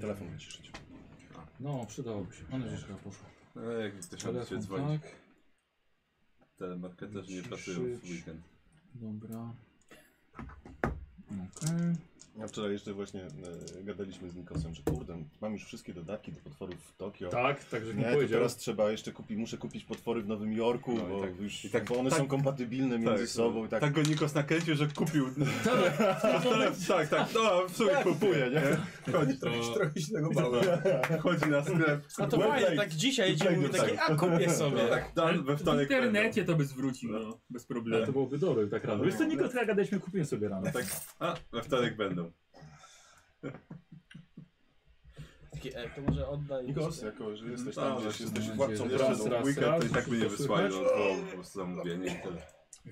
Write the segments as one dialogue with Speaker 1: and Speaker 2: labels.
Speaker 1: telefon wyciszyć.
Speaker 2: No, przydałoby się. Mam nadzieję, że chyba poszło.
Speaker 3: No, jak ktoś ma się
Speaker 2: Telefon,
Speaker 3: dzwonić.
Speaker 2: tak.
Speaker 3: Telemarketerzy nie
Speaker 2: Wyciszyć.
Speaker 3: pracują w weekend.
Speaker 2: Dobra. Okej.
Speaker 1: Ja wczoraj jeszcze właśnie e, gadaliśmy z Nikosem, że kurde, mam już wszystkie dodatki do potworów w Tokio.
Speaker 2: Tak, tak, żeś mi
Speaker 1: Nie, to
Speaker 2: powiedział.
Speaker 1: teraz trzeba jeszcze kupić, muszę kupić potwory w Nowym Jorku,
Speaker 3: No i
Speaker 1: bo
Speaker 3: tak-
Speaker 1: już
Speaker 3: i tak-
Speaker 1: bo one
Speaker 3: tak-
Speaker 1: są kompatybilne między sobą i tak.
Speaker 3: tak go Nikos nakręcił, że kupił. tak, tak, no w sumie kupuje, nie? Chodzi,
Speaker 2: To-
Speaker 4: Trochę się tego bałem.
Speaker 3: chodzi na sklep.
Speaker 5: A to fajnie, tak dzisiaj idzie i mówi taki, a kupię sobie.
Speaker 3: Tak, dan, we
Speaker 6: W
Speaker 3: wtorek
Speaker 6: internecie to by zwrócił, no, bez
Speaker 2: Ale
Speaker 6: problemu.
Speaker 2: to byłoby dobre, tak rano. Wiesz co, Niko, co ja gadaliśmy, kupiłem sobie rano.
Speaker 3: będą. Tak, a, we wtorek będą.
Speaker 5: Taki, e, to może oddaj.
Speaker 1: Nikos, jako że jesteś
Speaker 3: No,
Speaker 1: tam, gdzieś
Speaker 3: właśnie,
Speaker 1: jesteś
Speaker 2: mam
Speaker 1: władcą
Speaker 2: nadzieję, że
Speaker 1: prasy.
Speaker 3: Jeszcze
Speaker 2: raz, raz,
Speaker 3: raz, weekend to i
Speaker 2: raz,
Speaker 3: tak by nie
Speaker 2: to
Speaker 3: wysłali,
Speaker 2: słychać.
Speaker 3: no to po prostu zamówienie i tyle.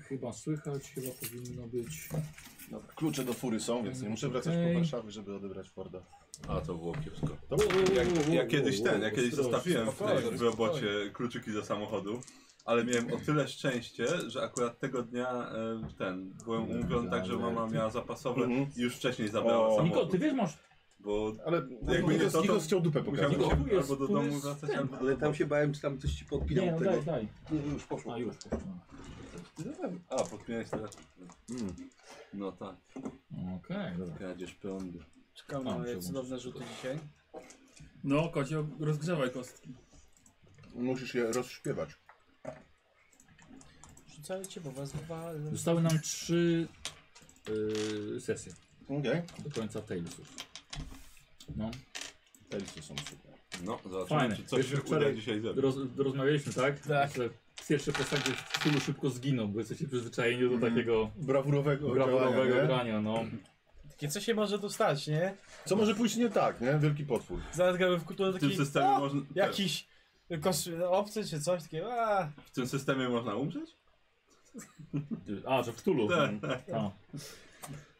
Speaker 2: Chyba słychać, chyba powinno być.
Speaker 1: Dobra, Klucze do fury są, więc nie muszę wracać
Speaker 2: Okej.
Speaker 1: po Warszawie, żeby odebrać Forda.
Speaker 3: A to było kiepsko.
Speaker 1: To było
Speaker 3: Jak, ja kiedyś ten, ja kiedyś
Speaker 2: Ostrożnie.
Speaker 3: zostawiłem w, tej,
Speaker 5: Spokojnie,
Speaker 3: w robocie kluczyki do samochodu, ale miałem o tyle szczęście, że akurat tego dnia e, ten, byłem umówiony tak, że mama miała zapasowe
Speaker 1: Mhm.
Speaker 3: i już wcześniej zabrała
Speaker 1: O.
Speaker 6: Niko,
Speaker 3: samochód.
Speaker 6: ty wiesz, masz...
Speaker 3: Bo
Speaker 1: Ale
Speaker 3: jakby nie
Speaker 1: Nikos,
Speaker 3: to, to
Speaker 1: Nikos chciał dupę pokazać.
Speaker 3: musiałem
Speaker 6: Niko, tu
Speaker 3: się
Speaker 6: jest-
Speaker 3: albo do
Speaker 6: tu
Speaker 3: domu
Speaker 6: jest
Speaker 3: wracać,
Speaker 6: ten,
Speaker 3: albo do
Speaker 4: Ale tam
Speaker 3: domu.
Speaker 4: się bałem, czy tam coś ci podpinał
Speaker 2: Nie, no,
Speaker 4: tego.
Speaker 2: daj, daj.
Speaker 4: Nie, już poszło.
Speaker 2: A już, poszło.
Speaker 3: A, podpinałeś telefon.
Speaker 1: Mm.
Speaker 3: No tak,
Speaker 2: Okej, dobra.
Speaker 3: kradzież prądu.
Speaker 5: Czekam
Speaker 2: Tam
Speaker 5: na
Speaker 2: się
Speaker 5: moje cudowne rzuty dzisiaj.
Speaker 6: No, kocie, rozgrzewaj kostki.
Speaker 1: Musisz je rozśpiewać.
Speaker 5: Rzucajcie, bo was wywalę.
Speaker 2: Zostały nam trzy yy, sesje
Speaker 1: Okej.
Speaker 2: do końca Talesów. No,
Speaker 1: Telsy są super.
Speaker 3: No,
Speaker 2: Fajne.
Speaker 3: zobaczymy, czy coś
Speaker 2: Wiesz,
Speaker 3: się
Speaker 2: wczoraj
Speaker 3: uda dzisiaj zrobić.
Speaker 2: roz, rozmawialiśmy, tak?
Speaker 5: Tak.
Speaker 2: Że Pierwszy postać gdzie w stylu szybko zginął, bo jesteście przyzwyczajeni do takiego
Speaker 1: Brawurowego,
Speaker 2: brawurowego
Speaker 1: działania, nie?
Speaker 2: grania, no.
Speaker 5: Takie, co się może tu stać, nie?
Speaker 1: Co może pójść nie tak, nie? Wielki potwór.
Speaker 5: Zaraz gramy w kulturę
Speaker 3: W tym
Speaker 5: taki,
Speaker 3: systemie można,
Speaker 5: jakiś y, kos- obcy czy coś takiego, a,
Speaker 3: w tym systemie można umrzeć?
Speaker 2: A, że w Tulu.
Speaker 3: Tak.
Speaker 2: Ta.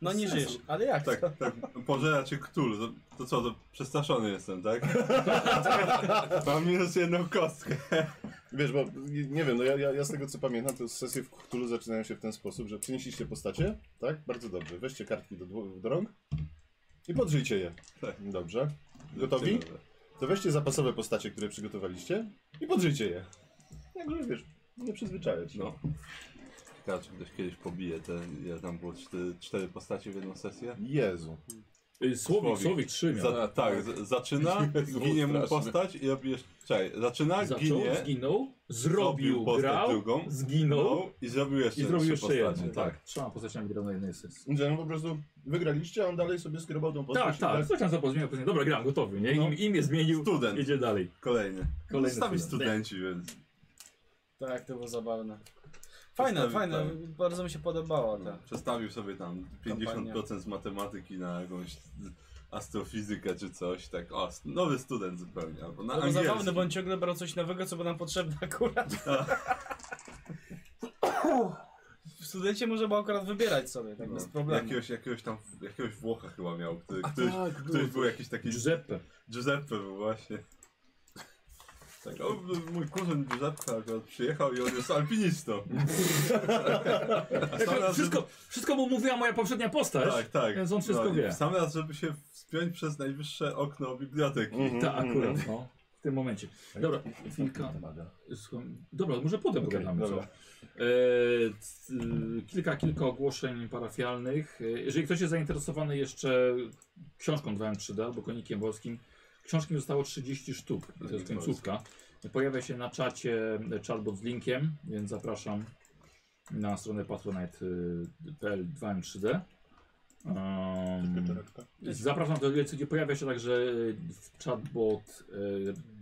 Speaker 5: no nie żyjesz, ale jak
Speaker 3: Tak,
Speaker 5: to?
Speaker 3: tak. Pożera cię ktul. To- To co, to przestraszony jestem, tak? Mam minus jedną kostkę.
Speaker 1: Wiesz, bo nie- nie wiem, no ja, ja, ja z tego co pamiętam, to sesje w Cthulhu zaczynają się w ten sposób, że przynieśliście postacie, tak? Bardzo dobrze. Weźcie kartki do, dło- do rąk i podrzyjcie je.
Speaker 3: Tak.
Speaker 1: Dobrze. Gotowi? To weźcie zapasowe postacie, które przygotowaliście i podrzyjcie je. Także wiesz, nie przyzwyczajać.
Speaker 3: No. Ciekawe, czy ktoś kiedyś pobije te, ja tam było cztery, cztery postacie w jedną sesję.
Speaker 1: Jezu.
Speaker 2: Y, Słowik, Słowik trzy miał.
Speaker 3: Za, tak, z, zaczyna,
Speaker 1: Jezu,
Speaker 3: ginie mu
Speaker 1: straszne.
Speaker 3: postać i robi jeszcze... Czekaj, zaczyna,
Speaker 2: Zaczął,
Speaker 3: tak ginie,
Speaker 2: zginął, zrobił,
Speaker 3: postać
Speaker 2: grał,
Speaker 3: drugą,
Speaker 2: zginął
Speaker 3: no, i zrobił jeszcze
Speaker 2: i zrobił
Speaker 3: trzy
Speaker 2: jeszcze
Speaker 3: postacie,
Speaker 2: jedną.
Speaker 3: Tak.
Speaker 2: Tak, trzema postaciami grał na jednej sesji.
Speaker 1: Że no po prostu wygraliście, a on dalej sobie skierował tą postać.
Speaker 2: Tak,
Speaker 1: i
Speaker 2: tak, coś tam zapozmieniał, później, dobra, gram, gotowy, nie?
Speaker 1: No.
Speaker 2: Im, imię zmienił,
Speaker 3: Student.
Speaker 2: jedzie dalej.
Speaker 3: Kolejny.
Speaker 2: Kolejny
Speaker 3: Zostawi
Speaker 2: student.
Speaker 3: studenci, więc...
Speaker 5: Tak, to było zabawne. Fajne,
Speaker 3: Zostawił
Speaker 5: fajne,
Speaker 3: tam.
Speaker 5: bardzo mi się podobało
Speaker 2: Tak.
Speaker 5: ta.
Speaker 3: No. Przestawił sobie tam 50% z matematyki na jakąś astrofizykę czy coś, tak o, s- nowy student zupełnie, albo na
Speaker 5: To było zabawne,
Speaker 3: angielski.
Speaker 5: bo on ciągle brał coś nowego, co by nam potrzebne akurat. W studencie może było akurat wybierać sobie, tak
Speaker 3: No,
Speaker 5: bez problemu.
Speaker 3: Jakiegoś, jakiegoś tam, jakiegoś Włocha chyba miał, który, któryś, któryś był jakiś taki,
Speaker 2: tak, Giuseppe.
Speaker 3: Giuseppe był właśnie. Tak, o, m- mój kuzyn Giuseppe akurat przyjechał i on jest alpinistą. A sam
Speaker 2: Jako,
Speaker 3: raz,
Speaker 2: wszystko, wszystko mu mówiła moja poprzednia postać,
Speaker 3: żeby, tak, tak.
Speaker 2: więc on wszystko
Speaker 3: i
Speaker 2: wie.
Speaker 3: Sam raz, żeby się wspiąć przez najwyższe okno biblioteki.
Speaker 2: Ta akurat, no. W tym momencie. Dobra, chwilka.
Speaker 1: Pomaga.
Speaker 2: Słucham, dobra, może potem pogadamy, co?
Speaker 1: dobra.
Speaker 2: E, c- y, kilka, kilka ogłoszeń parafialnych. E, Jeżeli ktoś jest zainteresowany jeszcze książką 2M3D albo Konikiem Polskim, książki zostało 30 sztuk i to jest końcówka. Pojawia się na czacie chatbot z linkiem, więc zapraszam na stronę e, patronite.pl 2M3D. Um,
Speaker 1: Czerepka.
Speaker 2: Zapraszam do wiedzy, gdzie pojawia się także w chatbot e,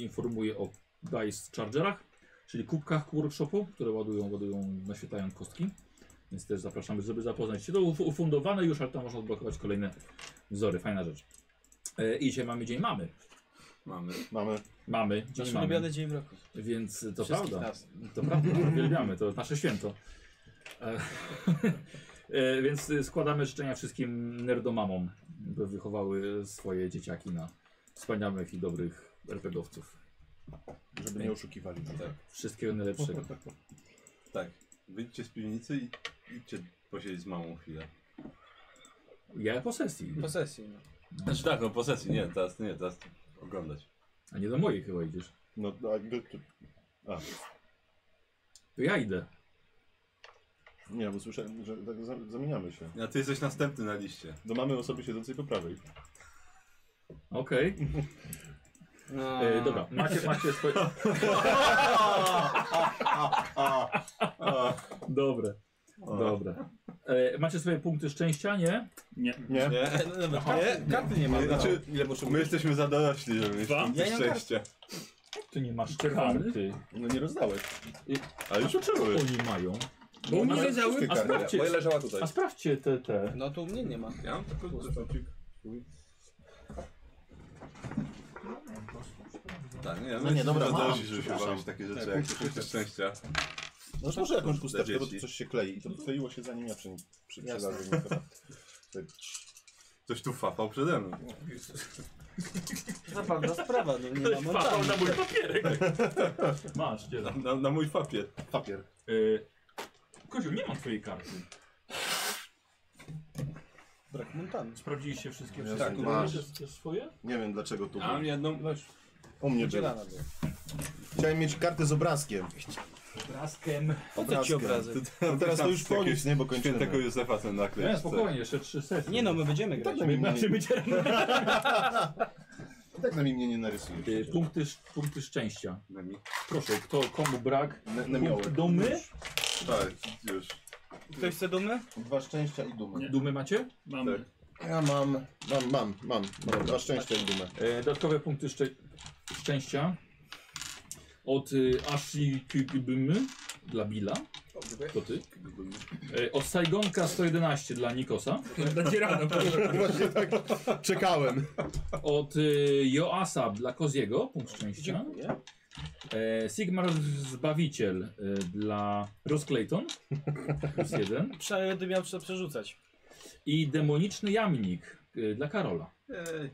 Speaker 2: informuje o dice chargerach, czyli kubkach workshopu, które ładują, ładują, naświetlają kostki. Więc też zapraszamy, żeby zapoznać się. To uf- ufundowane już, ale tam można odblokować kolejne wzory. Fajna rzecz. E, I dzisiaj mamy dzień mamy.
Speaker 3: Mamy.
Speaker 1: Mamy.
Speaker 2: Mamy, dzień
Speaker 5: Nasz
Speaker 2: mamy.
Speaker 5: ulubiony dzień w roku.
Speaker 2: Więc to
Speaker 5: Wszystkich
Speaker 2: prawda.
Speaker 5: nas.
Speaker 2: To prawda, uwielbiamy, to nasze święto. E, e, Więc y, składamy życzenia wszystkim nerdomamom, by wychowały swoje dzieciaki na wspaniałych i dobrych RPGowców.
Speaker 1: Żeby nie oszukiwali.
Speaker 3: Tak.
Speaker 2: Wszystkiego najlepszego.
Speaker 3: Tak. Wyjdźcie z piwnicy i idźcie posiedzieć z mamą chwilę.
Speaker 2: Ja po sesji.
Speaker 5: Po sesji, no.
Speaker 3: Znaczy tak, no po sesji, nie, teraz nie, teraz oglądać.
Speaker 2: A nie do mojej chyba idziesz.
Speaker 1: No, a, go- a,
Speaker 2: To ja idę.
Speaker 1: nie, bo słyszałem, że tak za- zamieniamy się.
Speaker 3: A ty jesteś następny na liście.
Speaker 1: Do mamy osoby siedzącej po prawej.
Speaker 2: Okej.
Speaker 4: No.
Speaker 2: E, dobra, macie, macie swoje... Dobre,
Speaker 3: No,
Speaker 2: dobre. E, macie swoje punkty szczęścia, nie?
Speaker 6: Nie.
Speaker 1: Nie?
Speaker 3: Nie,
Speaker 4: E, no,
Speaker 5: Karty, karty nie ma.
Speaker 3: Znaczy,
Speaker 4: Ile muszę
Speaker 3: my jesteśmy za dorośli, żeby mieć
Speaker 6: Dwa?
Speaker 3: punkty
Speaker 5: Ja nie mam
Speaker 3: szczęścia.
Speaker 2: Ty nie masz
Speaker 6: Czerwony?
Speaker 2: karty.
Speaker 1: No nie rozdałeś.
Speaker 3: Ale już uczyły.
Speaker 2: Oni mają.
Speaker 6: Bo u mnie
Speaker 1: mają
Speaker 6: wiedziały-
Speaker 1: wszystkie
Speaker 2: A
Speaker 1: karty.
Speaker 2: sprawdźcie,
Speaker 4: Moja leżała tutaj.
Speaker 2: a sprawdźcie te, te.
Speaker 4: No to u mnie nie ma.
Speaker 3: Ja mam tylko rzucik. Tak, nie,
Speaker 1: No nie, dobra,
Speaker 3: za
Speaker 1: mam.
Speaker 3: dorośli, żeby się bawić w takie rzeczy
Speaker 1: Tak,
Speaker 3: jak
Speaker 1: tak,
Speaker 3: punkty
Speaker 1: tak.
Speaker 3: szczęścia.
Speaker 1: No może jakąś chusteczkę, bo
Speaker 3: dzieci.
Speaker 1: tu coś się klei. I to kleiło się zanim ja przy, przy, przylazłem. chyba. Tutaj,
Speaker 3: Ktoś tu fapał przede mną.
Speaker 4: Zabawna sprawa, no nie
Speaker 2: Ktoś
Speaker 4: mam
Speaker 2: wpadł na
Speaker 4: montażu.
Speaker 2: mój papierek. Masz, dziela.
Speaker 3: Na, na mój papier.
Speaker 1: Papier.
Speaker 2: Yy, Koziu, nie mam twojej karty.
Speaker 4: Brak montażu.
Speaker 2: Sprawdziliście wszystkie
Speaker 1: Ja
Speaker 2: wszystkie?
Speaker 1: tak, masz.
Speaker 2: Też- też swoje?
Speaker 1: Nie wiem dlaczego tu.
Speaker 3: A
Speaker 1: był.
Speaker 3: jedną.
Speaker 1: U mnie był.
Speaker 4: Dzielana była.
Speaker 1: Chciałem mieć kartę z obrazkiem.
Speaker 2: Obrazkiem.
Speaker 4: Po co ci
Speaker 1: Obrazkiem.
Speaker 4: obrazy?
Speaker 1: No teraz to już po nic, nie? Bo kończymy.
Speaker 3: Świętego Józefa ten naklejce.
Speaker 2: Nie, No, spokojnie, jeszcze trzy sesje.
Speaker 4: Nie no, my będziemy
Speaker 1: Tak
Speaker 4: grać.
Speaker 1: na mnie,
Speaker 2: Znaczy będzie...
Speaker 1: i tak na mnie nie narysujesz.
Speaker 2: Yy, punkty, sz- punkty szczęścia.
Speaker 3: Na mi-
Speaker 2: Proszę, kto, komu brak?
Speaker 1: Na, na
Speaker 2: Punkt
Speaker 1: miołek.
Speaker 2: dumy?
Speaker 3: Tak, już.
Speaker 4: Ktoś chce dumę?
Speaker 1: Dwa szczęścia i dumę.
Speaker 6: Nie.
Speaker 2: Dumy macie?
Speaker 6: Mamy.
Speaker 3: Tak.
Speaker 1: Ja mam, mam, mam, mam. mam dwa szczęścia i dumę.
Speaker 2: E, dodatkowe punkty szczę szczęścia od y, Ashley Kygbymy dla Billa. To ty. E, od Saigonka 111 dla Nikosa.
Speaker 6: Nadzierano, proszę.
Speaker 1: Właśnie tak czekałem.
Speaker 2: Od y, Joasa dla Koziego punkt szczęścia.
Speaker 4: Dziękuję.
Speaker 2: E, Sigmar Zbawiciel y, dla Ross Clayton plus jeden.
Speaker 5: Przynajmniej będę miał co przerzucać.
Speaker 2: I demoniczny jamnik y, dla Karola.
Speaker 3: Ej,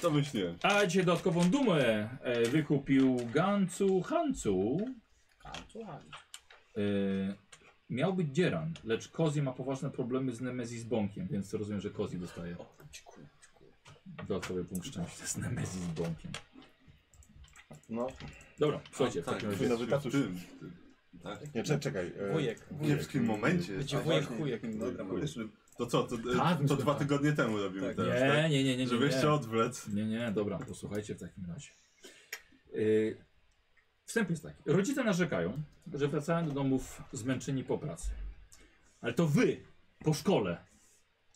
Speaker 3: to myśliłem.
Speaker 2: A dzisiaj dodatkową dumę e, wykupił Gancu Hancu. E, miał być Dzieran, lecz Kozi ma poważne problemy z Nemezis Bąkiem, więc rozumiem, że Kozi dostaje
Speaker 4: O, dziękuję, dziękuję.
Speaker 2: dodatkowy punkt szczęścia z Nemezis Bąkiem.
Speaker 1: No,
Speaker 2: Dobra, słuchajcie, w
Speaker 3: tak,
Speaker 2: takim
Speaker 1: już
Speaker 2: razie.
Speaker 1: nowy tatuś.
Speaker 3: Tym, tym. Tak.
Speaker 1: nie, cze- czekaj. e,
Speaker 4: Wujek.
Speaker 3: W kiepskim momencie.
Speaker 4: Będzie
Speaker 3: A
Speaker 4: wujek,
Speaker 3: właśnie,
Speaker 4: chujek.
Speaker 3: no, dramatyczny. To co, to, e,
Speaker 2: Tak,
Speaker 3: to
Speaker 2: myślę,
Speaker 3: dwa
Speaker 2: tak.
Speaker 3: tygodnie temu robimy
Speaker 4: Tak.
Speaker 3: teraz,
Speaker 2: Nie, nie, nie, nie, nie.
Speaker 3: tak? Żeby jeszcze
Speaker 2: nie.
Speaker 3: odwlec.
Speaker 2: Nie, nie, dobra, posłuchajcie w takim razie. Yy, wstęp jest taki. Rodzice narzekają, że wracają do domów zmęczeni po pracy. Ale to wy po szkole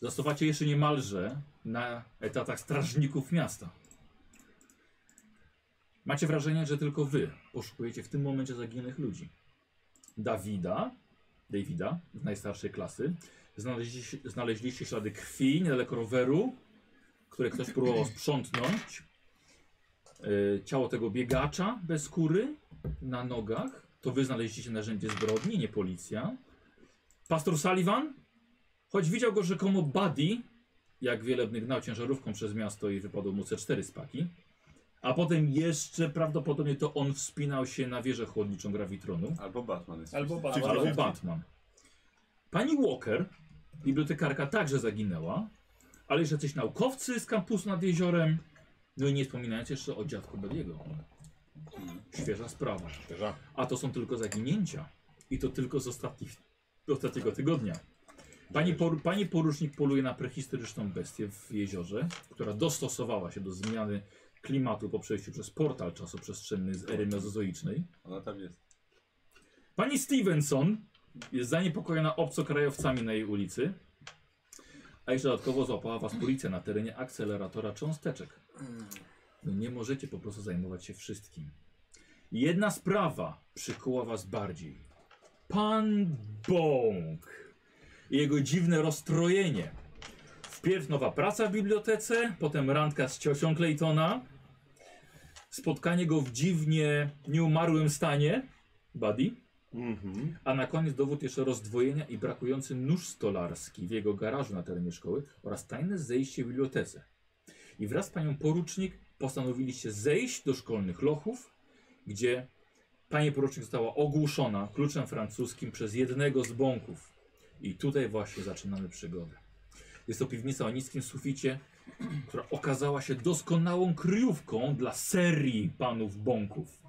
Speaker 2: zostawacie jeszcze niemalże na etatach strażników miasta. Macie wrażenie, że tylko wy poszukujecie w tym momencie zaginionych ludzi. Dawida, Davida z najstarszej klasy, znaleźliście, znaleźliście ślady krwi niedaleko roweru, które ktoś próbował sprzątnąć. E, Ciało tego biegacza bez skóry na nogach. To wy znaleźliście narzędzie zbrodni, nie policja. Pastor Sullivan, choć widział go rzekomo Buddy, jak wielebny gnał ciężarówką przez miasto i wypadł mu C4 z paki. A potem jeszcze prawdopodobnie to on wspinał się na wieżę chłodniczą grawitronu.
Speaker 3: Albo Batman jest.
Speaker 6: Albo Batman.
Speaker 3: Czyli
Speaker 2: Albo
Speaker 3: Batman.
Speaker 2: Batman. Pani Walker, bibliotekarka, także zaginęła, ale jeszcze coś naukowcy z kampusu nad jeziorem, no i nie wspominając jeszcze o dziadku Beliego. Świeża sprawa.
Speaker 1: Świeża.
Speaker 2: A to są tylko zaginięcia. I to tylko z ostatnich, ostatniego tygodnia. Pani, por, pani porucznik poluje na prehistoryczną bestię w jeziorze, która dostosowała się do zmiany klimatu po przejściu przez portal czasoprzestrzenny z ery mezozoicznej.
Speaker 3: Ona tam jest.
Speaker 2: Pani Stevenson jest zaniepokojona obcokrajowcami na jej ulicy, a jeszcze dodatkowo złapała was policja na terenie akceleratora cząsteczek. No nie możecie po prostu zajmować się wszystkim. Jedna sprawa przykuła was bardziej. Pan Bąk i jego dziwne rozstrojenie. Wpierw nowa praca w bibliotece, potem randka z ciocią Claytona, spotkanie go w dziwnie nieumarłym stanie, buddy,
Speaker 1: Mhm.
Speaker 2: a na koniec dowód jeszcze rozdwojenia i brakujący nóż stolarski w jego garażu na terenie szkoły oraz tajne zejście w bibliotece. I wraz z panią porucznik postanowiliście zejść do szkolnych lochów, gdzie pani porucznik została ogłuszona kluczem francuskim przez jednego z bąków. I tutaj właśnie zaczynamy przygodę. Jest to piwnica o niskim suficie, która okazała się doskonałą kryjówką dla serii panów bąków.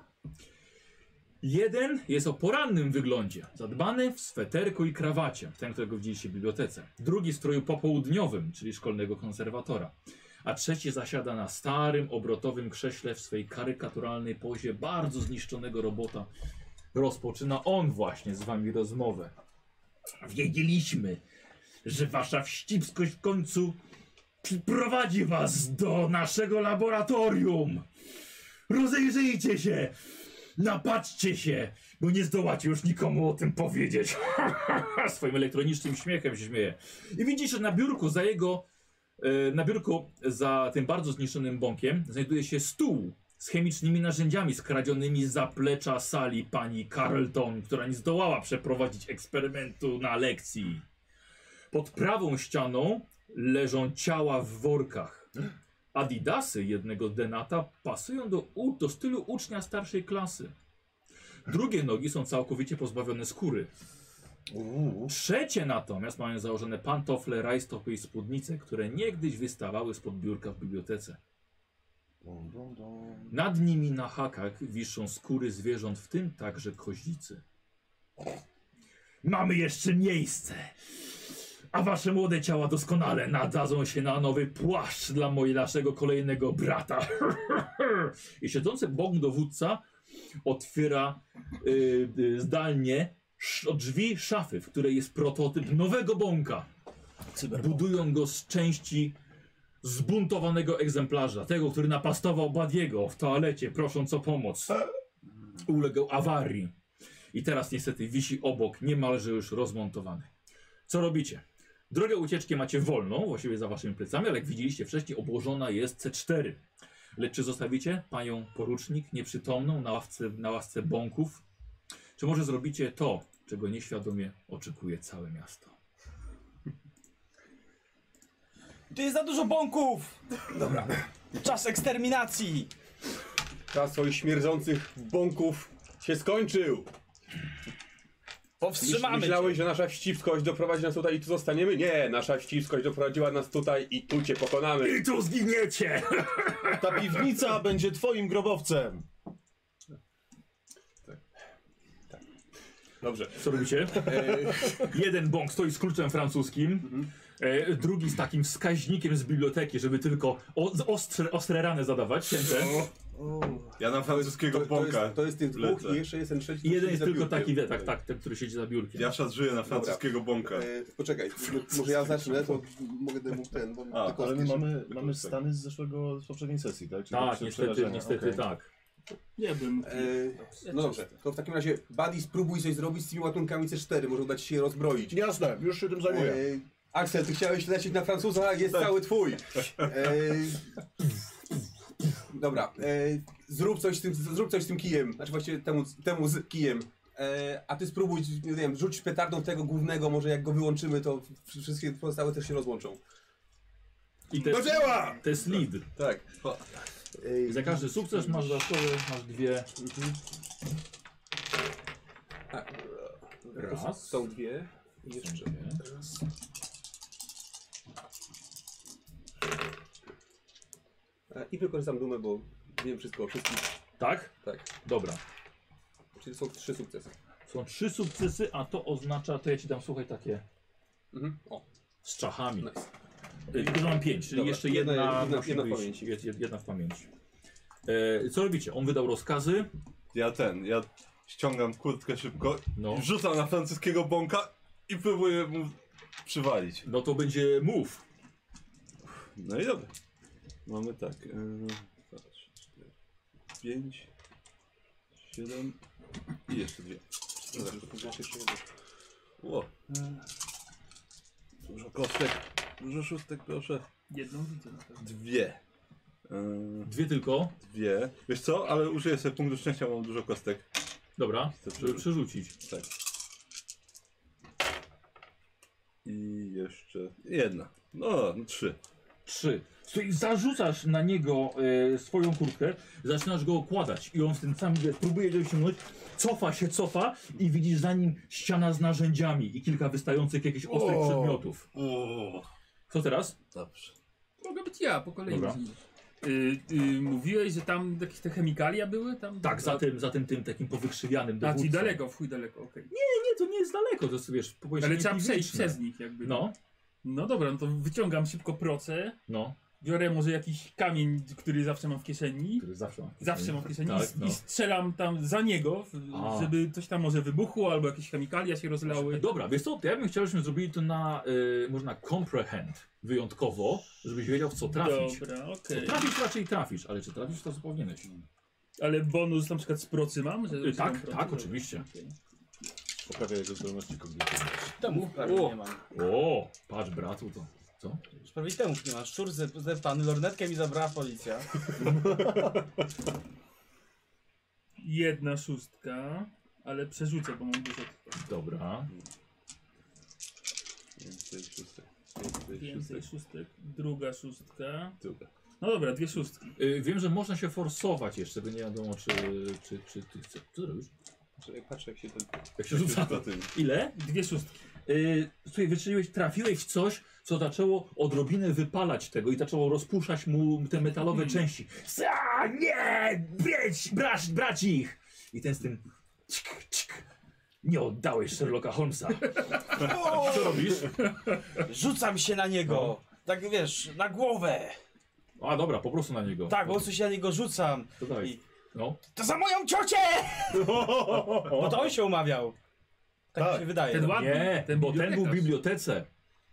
Speaker 2: Jeden jest o porannym wyglądzie, zadbany w sweterku i krawacie, ten, którego widzieliście w bibliotece. Drugi w stroju popołudniowym, czyli szkolnego konserwatora. A trzeci zasiada na starym, obrotowym krześle w swej karykaturalnej pozie bardzo zniszczonego robota. Rozpoczyna on właśnie z wami rozmowę. Wiedzieliśmy, że wasza wścibskość w końcu przyprowadzi was do naszego laboratorium. Rozejrzyjcie się, napatrzcie się, bo nie zdołacie już nikomu o tym powiedzieć. Swoim elektronicznym śmiechem się śmieje. I widzisz, że na biurku za jego, e, na biurku za tym bardzo zniszczonym bąkiem znajduje się stół z chemicznymi narzędziami skradzionymi z zaplecza sali pani Carlton, która nie zdołała przeprowadzić eksperymentu na lekcji. Pod prawą ścianą leżą ciała w workach. Adidasy jednego denata pasują do, u, do stylu ucznia starszej klasy. Drugie nogi są całkowicie pozbawione skóry.
Speaker 1: Uuu.
Speaker 2: Trzecie natomiast mają założone pantofle, rajstopy i spódnice, które niegdyś wystawały spod biurka w bibliotece.
Speaker 1: Dum, dum, dum.
Speaker 2: Nad nimi na hakach wiszą skóry zwierząt, w tym także kozicy. Mamy jeszcze miejsce! A wasze młode ciała doskonale nadadzą się na nowy płaszcz dla mojej naszego kolejnego brata. I siedzący bok dowódca otwiera y, y, zdalnie sz- od drzwi szafy, w której jest prototyp nowego bąka. Budują go z części zbuntowanego egzemplarza, tego, który napastował Badiego w toalecie, prosząc o pomoc. Uległ awarii i teraz niestety wisi obok, niemalże już rozmontowany. Co robicie? Drogę ucieczki macie wolną, właściwie za waszymi plecami, ale jak widzieliście wcześniej, obłożona jest C4. Lecz czy zostawicie panią porucznik nieprzytomną na ławce, na ławce bąków? Czy może zrobicie to, czego nieświadomie oczekuje całe miasto?
Speaker 5: Tu jest za dużo bąków! Dobra. Czas eksterminacji!
Speaker 7: Czas swoich śmierdzących bąków się skończył.
Speaker 5: Powstrzymamy cię!
Speaker 7: Myślałeś, że nasza wścibskość doprowadzi nas tutaj i tu zostaniemy? Nie, nasza wścibskość doprowadziła nas tutaj i tu cię pokonamy.
Speaker 2: I tu zginiecie!
Speaker 1: Ta piwnica będzie twoim grobowcem!
Speaker 7: Dobrze.
Speaker 2: Co robicie? jeden bąk stoi z kluczem francuskim, e, drugi z takim wskaźnikiem z biblioteki, żeby tylko o, z- ostre, ostre rany zadawać. Sięte.
Speaker 3: Ja na francuskiego
Speaker 7: To jest,
Speaker 3: bąka.
Speaker 7: to jest tych dwóch
Speaker 3: lecę.
Speaker 7: i jeszcze jest ten trzeci.
Speaker 2: I
Speaker 7: który
Speaker 2: jeden
Speaker 7: siedzi
Speaker 2: jest
Speaker 7: za
Speaker 2: tylko
Speaker 7: biurkiem.
Speaker 2: taki, wie, tak, tak, ten, który siedzi za biurkiem.
Speaker 3: Ja szarżuję na francuskiego bąka.
Speaker 8: E, poczekaj, m- może ja zacznę, to mogę mu ten, bo
Speaker 3: A,
Speaker 8: tylko
Speaker 1: Ale my mamy,
Speaker 3: Tylko
Speaker 1: mamy
Speaker 3: tak.
Speaker 1: stany z zeszłego, z poprzedniej sesji, tak? Czyli
Speaker 2: tak,
Speaker 1: przy
Speaker 2: niestety,
Speaker 1: przerażenia.
Speaker 2: niestety
Speaker 1: Okej.
Speaker 2: tak.
Speaker 6: Nie wiem.
Speaker 8: E,
Speaker 7: No dobrze.
Speaker 8: to w takim razie, Buddy, spróbuj coś zrobić z tymi ładunkami C4, może uda ci się je rozbroić.
Speaker 1: Jasne, już się tym zajmuję.
Speaker 8: E, Axel, ty chciałeś lecieć na Francuza, jest cały twój. E, dobra, e, zrób, coś z tym, zrób coś z tym kijem, znaczy właściwie temu, temu z kijem. E, a ty spróbuj, nie wiem, rzuć petardą tego głównego, może jak go wyłączymy, to wszystkie pozostałe też się rozłączą.
Speaker 2: I te,
Speaker 7: Do dzieła!
Speaker 2: to jest lead.
Speaker 3: Tak.
Speaker 2: I za każdy sukces masz dodatkowy, masz dwie. Raz.
Speaker 7: Są dwie. I jeszcze.
Speaker 8: E, I wykorzystam dumę, bo wiem wszystko o wszystkich.
Speaker 2: Tak?
Speaker 8: Tak.
Speaker 2: Dobra.
Speaker 8: Czyli są trzy sukcesy.
Speaker 2: Są trzy sukcesy, a to oznacza, to ja ci dam, słuchaj, takie
Speaker 8: Mhm. O,
Speaker 2: z czachami.
Speaker 8: nice.
Speaker 2: Y, Tylko mam pięć, czyli
Speaker 8: Dobra,
Speaker 2: jeszcze jedna,
Speaker 8: jedna- jedna-
Speaker 2: musi
Speaker 8: jedna w
Speaker 2: być,
Speaker 8: pamięci.
Speaker 2: jest- jest- jedna w pamięci. E, co robicie? On wydał rozkazy.
Speaker 3: Ja ten, ja ściągam kurtkę szybko,
Speaker 2: No,
Speaker 3: i wrzucam na francuskiego bąka i próbuję mu przywalić.
Speaker 2: no to będzie move.
Speaker 3: No i dobra. Mamy tak. Yy, 2, 3, 4, 5, 7 i jeszcze dwie. Dobra. Ło. Dużo kostek. Dużo szóstek, proszę.
Speaker 6: Jedną widzę na pewno.
Speaker 3: Dwie. Yy,
Speaker 2: Dwie tylko.
Speaker 3: dwie. Wiesz co, ale użyję sobie punktu szczęścia, mam dużo kostek.
Speaker 2: Dobra,
Speaker 3: Chcę
Speaker 2: żeby
Speaker 3: przerzucić.
Speaker 2: przerzucić.
Speaker 3: Tak. I jeszcze jedna. No, no trzy.
Speaker 2: Trzy. Słuchaj, Zarzucasz na niego e, swoją kurtkę, zaczynasz go okładać i on w tym samym wiesz, próbuje go wyciągnąć, cofa się, cofa i widzisz za nim ściana z narzędziami i kilka wystających jakichś ostrych
Speaker 1: O.
Speaker 2: przedmiotów.
Speaker 3: O,
Speaker 2: Co teraz?
Speaker 3: dobrze.
Speaker 9: Mogę być ja, po kolei.
Speaker 2: Dobra.
Speaker 9: możemy. Y, y, mówiłeś, że tam jakieś te chemikalia były? Tam,
Speaker 2: Tak, za
Speaker 9: a-
Speaker 2: tym, za tym, tym takim powykrzywianym
Speaker 9: A,
Speaker 2: dowódcą.
Speaker 9: czyli daleko, w chuj daleko, okej.
Speaker 2: Nie, to nie jest daleko, to jest, wiesz, pomieszczenie
Speaker 9: Ale trzeba przejść
Speaker 2: fizyczne.
Speaker 9: przez nich jakby.
Speaker 2: No,
Speaker 9: No dobra, no to wyciągam szybko procę,
Speaker 2: no,
Speaker 9: biorę może jakiś kamień, który zawsze mam w kieszeni.
Speaker 2: który zawsze ma.
Speaker 9: Zawsze mam w kieszeni
Speaker 2: Tak,
Speaker 9: i, s-
Speaker 2: no.
Speaker 9: i strzelam tam za niego, w-
Speaker 2: A.
Speaker 9: żeby coś tam może wybuchło albo jakieś chemikalia się rozlały.
Speaker 2: E, Dobra, wiesz co, to ja bym chciał, żebyśmy zrobili to na, y, może na comprehend wyjątkowo, żebyś wiedział w co trafić.
Speaker 9: Dobra,
Speaker 2: Co
Speaker 9: okej.
Speaker 2: trafić raczej trafisz, ale czy trafisz to co powinieneś?
Speaker 9: Ale bonus na przykład z procy mam? Że,
Speaker 2: Y,
Speaker 9: że mam
Speaker 2: tak,
Speaker 9: procy?
Speaker 2: tak, oczywiście.
Speaker 9: Okej.
Speaker 1: Poprawia jego zdolności kognitywne.
Speaker 7: Temu prawie nie mam.
Speaker 2: O, patrz bratu to. Co?
Speaker 7: Prawie temu nie mam. Szczur ze- zeptany, lornetkę mi zabrała policja.
Speaker 9: Jedna szóstka, ale przerzucę, bo mam dużo tutaj.
Speaker 2: Dobra.
Speaker 3: Więcej szóstek. Więcej
Speaker 9: Więcej
Speaker 3: szóstek.
Speaker 9: szóstek, druga szóstka.
Speaker 3: Dobra.
Speaker 9: No dobra, dwie szóstki.
Speaker 2: Y, wiem, że można się forsować jeszcze, bo nie wiadomo czy, czy, czy ty chcesz. Co ty robisz?
Speaker 3: Patrz jak się ten...
Speaker 2: Jak się rzuca.
Speaker 3: to tym.
Speaker 2: Ile?
Speaker 9: Dwie szóstki.
Speaker 2: Yy, słuchaj, wyczyniłeś, trafiłeś w coś, co zaczęło odrobinę wypalać tego i zaczęło rozpuszczać mu te metalowe
Speaker 9: Hmm.
Speaker 2: części. Sa, nie! Brać, brać, brać ich! I ten z tym. Cik, cik. Nie oddałeś Sherlocka Holmesa. Co robisz?
Speaker 4: Rzucam się na niego. Tak wiesz, na głowę.
Speaker 2: A dobra, po prostu na niego.
Speaker 4: Tak, po
Speaker 2: bo
Speaker 4: prostu się na niego rzucam.
Speaker 2: to dawaj. No.
Speaker 4: To za moją ciocię! Bo to on się umawiał. Tak,
Speaker 1: Tak.
Speaker 4: mi się wydaje.
Speaker 9: Ten ładny,
Speaker 2: Nie,
Speaker 9: ten
Speaker 2: bo ten był w
Speaker 9: bibliotekarz.
Speaker 2: bibliotece.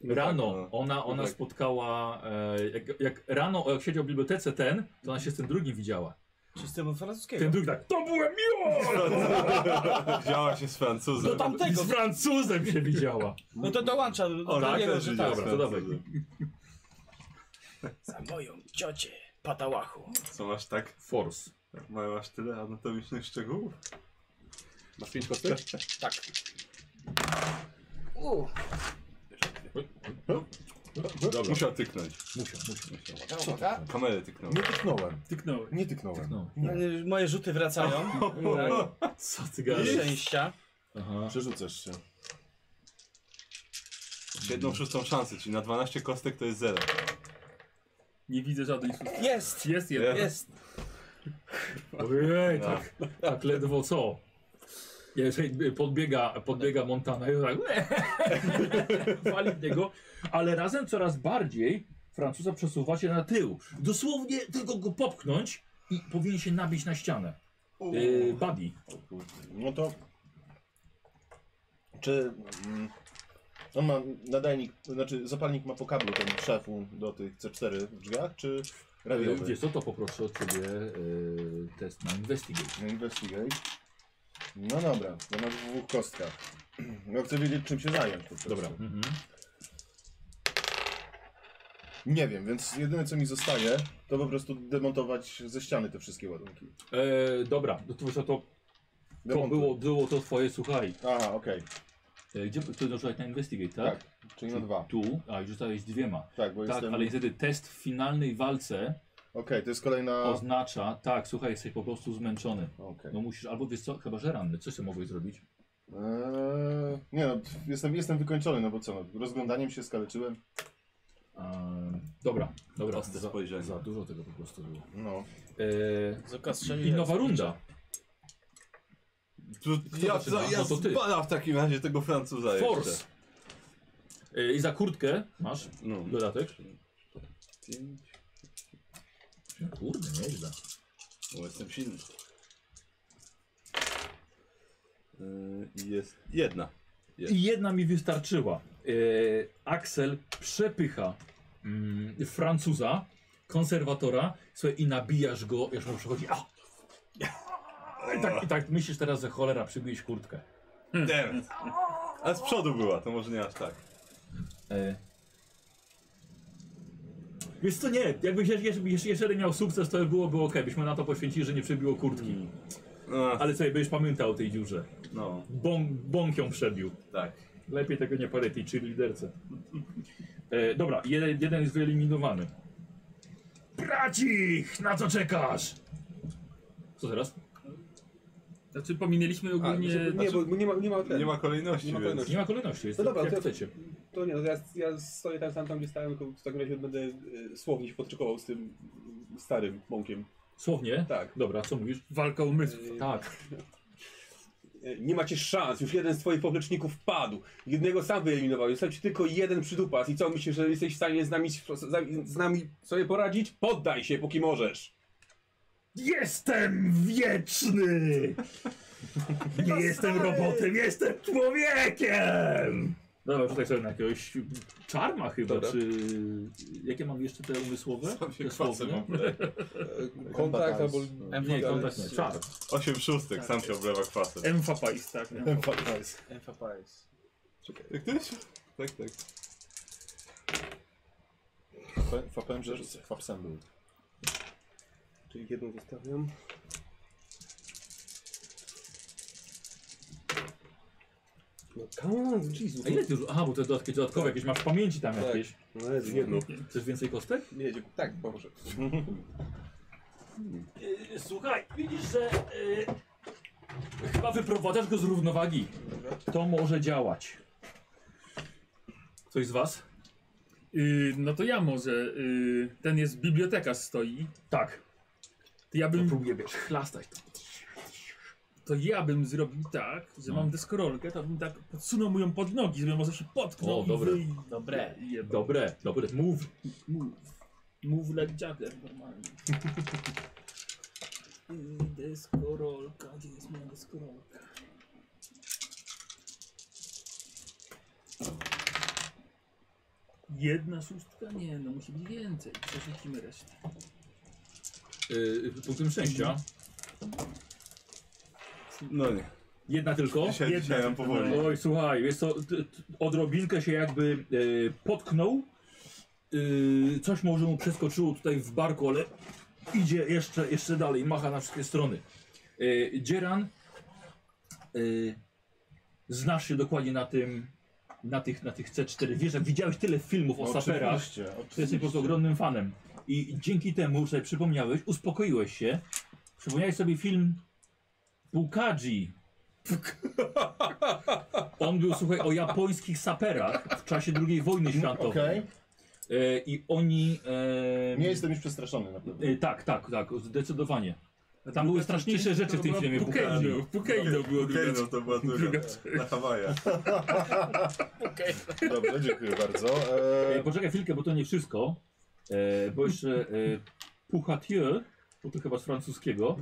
Speaker 2: Rano
Speaker 3: no.
Speaker 2: ona, ona
Speaker 3: tak.
Speaker 2: spotkała, e, jak, jak rano jak siedział w bibliotece ten, to ona się z tym drugim widziała.
Speaker 4: Czy z tym francuskiego?
Speaker 2: Ten drugi tak, to byłem
Speaker 3: Wzięła się z
Speaker 4: Do
Speaker 3: Francuzem.
Speaker 2: I
Speaker 4: tamtego.
Speaker 2: z Francuzem się widziała.
Speaker 4: No to dołącza do, do
Speaker 3: O, tak,
Speaker 4: niego,
Speaker 3: też
Speaker 4: że
Speaker 3: widziałem
Speaker 4: tak.
Speaker 2: dobra,
Speaker 3: z
Speaker 2: to dawaj.
Speaker 3: Francuzem.
Speaker 4: Za moją ciocię, patałachu.
Speaker 3: Co masz tak?
Speaker 2: Force.
Speaker 3: Mają aż tyle anatomicznych szczegółów?
Speaker 10: Masz pięć kostek?
Speaker 1: Tak.
Speaker 7: U,
Speaker 2: Dobra.
Speaker 3: Musiał tyknąć.
Speaker 2: Musiał, musiał.
Speaker 7: uwaga.
Speaker 3: Kamerę tyknął.
Speaker 1: Nie tyknąłem.
Speaker 9: Tyknąłem.
Speaker 1: Nie tyknąłem.
Speaker 2: No.
Speaker 4: E, Moje rzuty wracają. Tak.
Speaker 2: Co ty gadasz?
Speaker 4: Szczęścia.
Speaker 2: Aha.
Speaker 1: Przerzucasz się.
Speaker 3: Jedną szóstą szansę, czyli na 12 kostek to jest 0.
Speaker 9: Nie widzę żadnej szóstki.
Speaker 4: Jest!
Speaker 9: Jest jedna.
Speaker 4: Jest!
Speaker 2: Ojej, tak, tak ledwo co. Ja już podbiega, podbiega Montana i tak wali w niego, ale razem coraz bardziej Francuza przesuwacie na tył. Dosłownie tylko go popchnąć i powinien się nabić na ścianę. Yy, Buddy.
Speaker 1: No to. Czy. Mm, on ma nadajnik, to znaczy zapalnik ma po kablu ten szefu do tych C4 w drzwiach, czy
Speaker 2: Yy,
Speaker 1: radiowy?
Speaker 2: Wiesz co, to poproszę od ciebie yy, test na investigate.
Speaker 1: No investigate. No dobra, to na dwóch kostkach. No chcę wiedzieć czym się zająć. po prostu.
Speaker 2: Mhm.
Speaker 1: Nie wiem, więc jedyne co mi zostaje, to po prostu demontować ze ściany te wszystkie ładunki.
Speaker 2: E, dobra, no to, to, to, to
Speaker 1: Demontuj.
Speaker 2: było, było to twoje, słuchaj.
Speaker 1: Aha, okej.
Speaker 2: E, Gdzie ty rzucałeś na investigate, tak?
Speaker 1: Tak. Czyli na dwa.
Speaker 2: Tu, a i rzucałeś dwiema.
Speaker 1: Tak, bo
Speaker 2: tak,
Speaker 1: jestem.
Speaker 2: ale
Speaker 1: Okej,
Speaker 2: niestety test w finalnej walce
Speaker 1: to jest kolejna. Okej.
Speaker 2: oznacza, tak, słuchaj, jesteś po prostu zmęczony. No musisz, albo wiesz co, chyba że ranny, coś ty mogłeś zrobić.
Speaker 1: Eee, nie no, pff, jestem, jestem wykończony, no bo co, no, rozglądaniem się skaleczyłem.
Speaker 2: Ehm, dobra, dobra.
Speaker 3: Ostre
Speaker 2: Za,
Speaker 3: spojrzenie.
Speaker 2: za dużo tego po prostu było.
Speaker 1: No.
Speaker 2: E,
Speaker 7: Z oka strzeli.
Speaker 2: I nowa runda.
Speaker 3: Tu, ja
Speaker 2: zaczyna?
Speaker 3: ja
Speaker 2: No to ty.
Speaker 3: zbadam w takim razie tego Francuza
Speaker 2: Force.
Speaker 3: jeszcze.
Speaker 2: E, I za kurtkę masz
Speaker 3: No.
Speaker 2: dodatek. No Kurde, nieźle.
Speaker 3: Bo jestem silny. Yy, Jest jedna.
Speaker 2: I jedna mi wystarczyła. E, Axel przepycha mm, Francuza, konserwatora, słuchaj, i nabijasz go, aż mu przychodzi. A! I tak, I tak myślisz teraz, że cholera, przybiłeś kurtkę.
Speaker 3: Damn. it. A z przodu była, to może nie aż tak.
Speaker 2: E. Więc to nie, jakbyś jeszcze, jeszcze, jeszcze miał sukces, to byłoby ok, byśmy na to poświęcili, że nie przebiło kurtki.
Speaker 3: No,
Speaker 2: Ale sobie byś pamiętał o tej dziurze.
Speaker 3: no
Speaker 2: Bąk, bąk ją przebił.
Speaker 3: tak.
Speaker 2: Lepiej tego nie palę tej liderce. E, dobra, jeden, jeden jest wyeliminowany. Bracich! Na co czekasz? Co teraz?
Speaker 11: Znaczy pominęliśmy ogólnie...
Speaker 8: No nie, nie, bo nie ma, znaczy, nie ma, ten,
Speaker 3: Nie ma kolejności,
Speaker 8: Nie ma
Speaker 3: więc...
Speaker 8: kolejności.
Speaker 2: Nie ma kolejności, jest tak,
Speaker 8: No dobra,
Speaker 2: jak
Speaker 8: to-
Speaker 2: chcecie.
Speaker 8: To nie, no, ja, ja stoję tam, tam, tam gdzie stałem, tylko w takim razie będę y, słownie potrzebował z tym y, starym bąkiem.
Speaker 2: Słownie?
Speaker 8: Tak.
Speaker 2: Dobra, co mówisz?
Speaker 11: Walka umysłów.
Speaker 2: Tak.
Speaker 8: Y, Nie macie szans, już jeden z twoich popleczników padł. Jednego sam wyeliminował, został ci tylko jeden przydupas. I co, myślisz, że jesteś w stanie z nami, z nami sobie poradzić? Poddaj się, póki możesz.
Speaker 12: Jestem wieczny! Nie jestem robotem, jestem człowiekiem!
Speaker 2: Dobra, rzucaj No, tak sobie na jakiegoś czarma chyba,
Speaker 8: Dobra.
Speaker 2: czy... Jakie mam jeszcze te umysłowe?
Speaker 3: Tam się
Speaker 2: Te
Speaker 3: kwasy no.
Speaker 2: słowne?
Speaker 3: mam.
Speaker 8: E, Kontakt albo...
Speaker 2: Nie, kontakt tak nie, czar.
Speaker 3: Osiem szóstek, sam się oblewa kwasem.
Speaker 11: Emfapais, tak. nie?
Speaker 3: Jak tyś? Tak, tak.
Speaker 1: Fa- Fapem, że z kwapsem był.
Speaker 8: Czyli jedną zostawiam. No come on, Jesus.
Speaker 2: A ile ty już... Aha, bo te dodatki, dodatkowe jakieś masz w pamięci tam
Speaker 8: Tak.
Speaker 2: jakieś.
Speaker 8: No jest jedno.
Speaker 2: Chcesz więcej kostek?
Speaker 8: Nie, dziękuję. tak, Boże.
Speaker 2: E, Słuchaj, widzisz, że... e, Chyba wyprowadzasz go z równowagi. To może działać. Ktoś z was?
Speaker 11: Y, no to ja może. Y, ten jest bibliotekarz stoi.
Speaker 2: Tak.
Speaker 11: To ja bym,
Speaker 2: Próbuję wiesz, chlastać.
Speaker 11: to ja bym zrobił tak, że
Speaker 2: No.
Speaker 11: mam deskorolkę, to bym tak podsunął mu ją pod nogi, żeby może się potknął.
Speaker 2: O,
Speaker 11: i
Speaker 2: dobre.
Speaker 11: wyj-
Speaker 5: Dobre.
Speaker 11: Jeb-
Speaker 2: Dobre, dobre, mów.
Speaker 11: Move. Move like Jagger normalnie. Y, deskorolka, gdzie jest moja deskorolka? Jedna szóstka? Nie, no musi być więcej. Przerzucimy resztę.
Speaker 2: Yy, punktem szczęścia.
Speaker 3: No nie.
Speaker 2: Jedna No, tylko.
Speaker 3: Dzisiaj, dzisiaj nam powoli.
Speaker 2: Oj, słuchaj, jest to t- t- odrobinkę się jakby e, potknął. E, coś może mu przeskoczyło tutaj w barku, ale idzie jeszcze, jeszcze dalej, macha na wszystkie strony. E, Dzieran, e, znasz się dokładnie na tym, na tych, na tych C4 wieżach. Widziałeś tyle filmów o saperach.
Speaker 1: Oczywiście,
Speaker 2: Ty jesteś po prostu ogromnym fanem. I dzięki temu, że przypomniałeś, uspokoiłeś się. Przypomniałeś sobie film Bukadzi. On był, słuchaj, o japońskich saperach w czasie II wojny światowej.
Speaker 1: Mhm, Okej.
Speaker 2: E, I oni... E,
Speaker 1: Nie jestem już przestraszony na pewno.
Speaker 2: e, tak, tak, tak, zdecydowanie. Tam były straszniejsze rzeczy w tym filmie Bukadzi.
Speaker 11: Pukejdo, Pukejdo było
Speaker 3: Okej,
Speaker 11: druga
Speaker 3: no to była druga.
Speaker 11: druga część.
Speaker 3: Na Hawajach.
Speaker 1: Dobrze, dziękuję bardzo. E,
Speaker 2: E, poczekaj chwilkę, bo to nie wszystko. E, bo jeszcze e, Puchatieu, bo to chyba z francuskiego,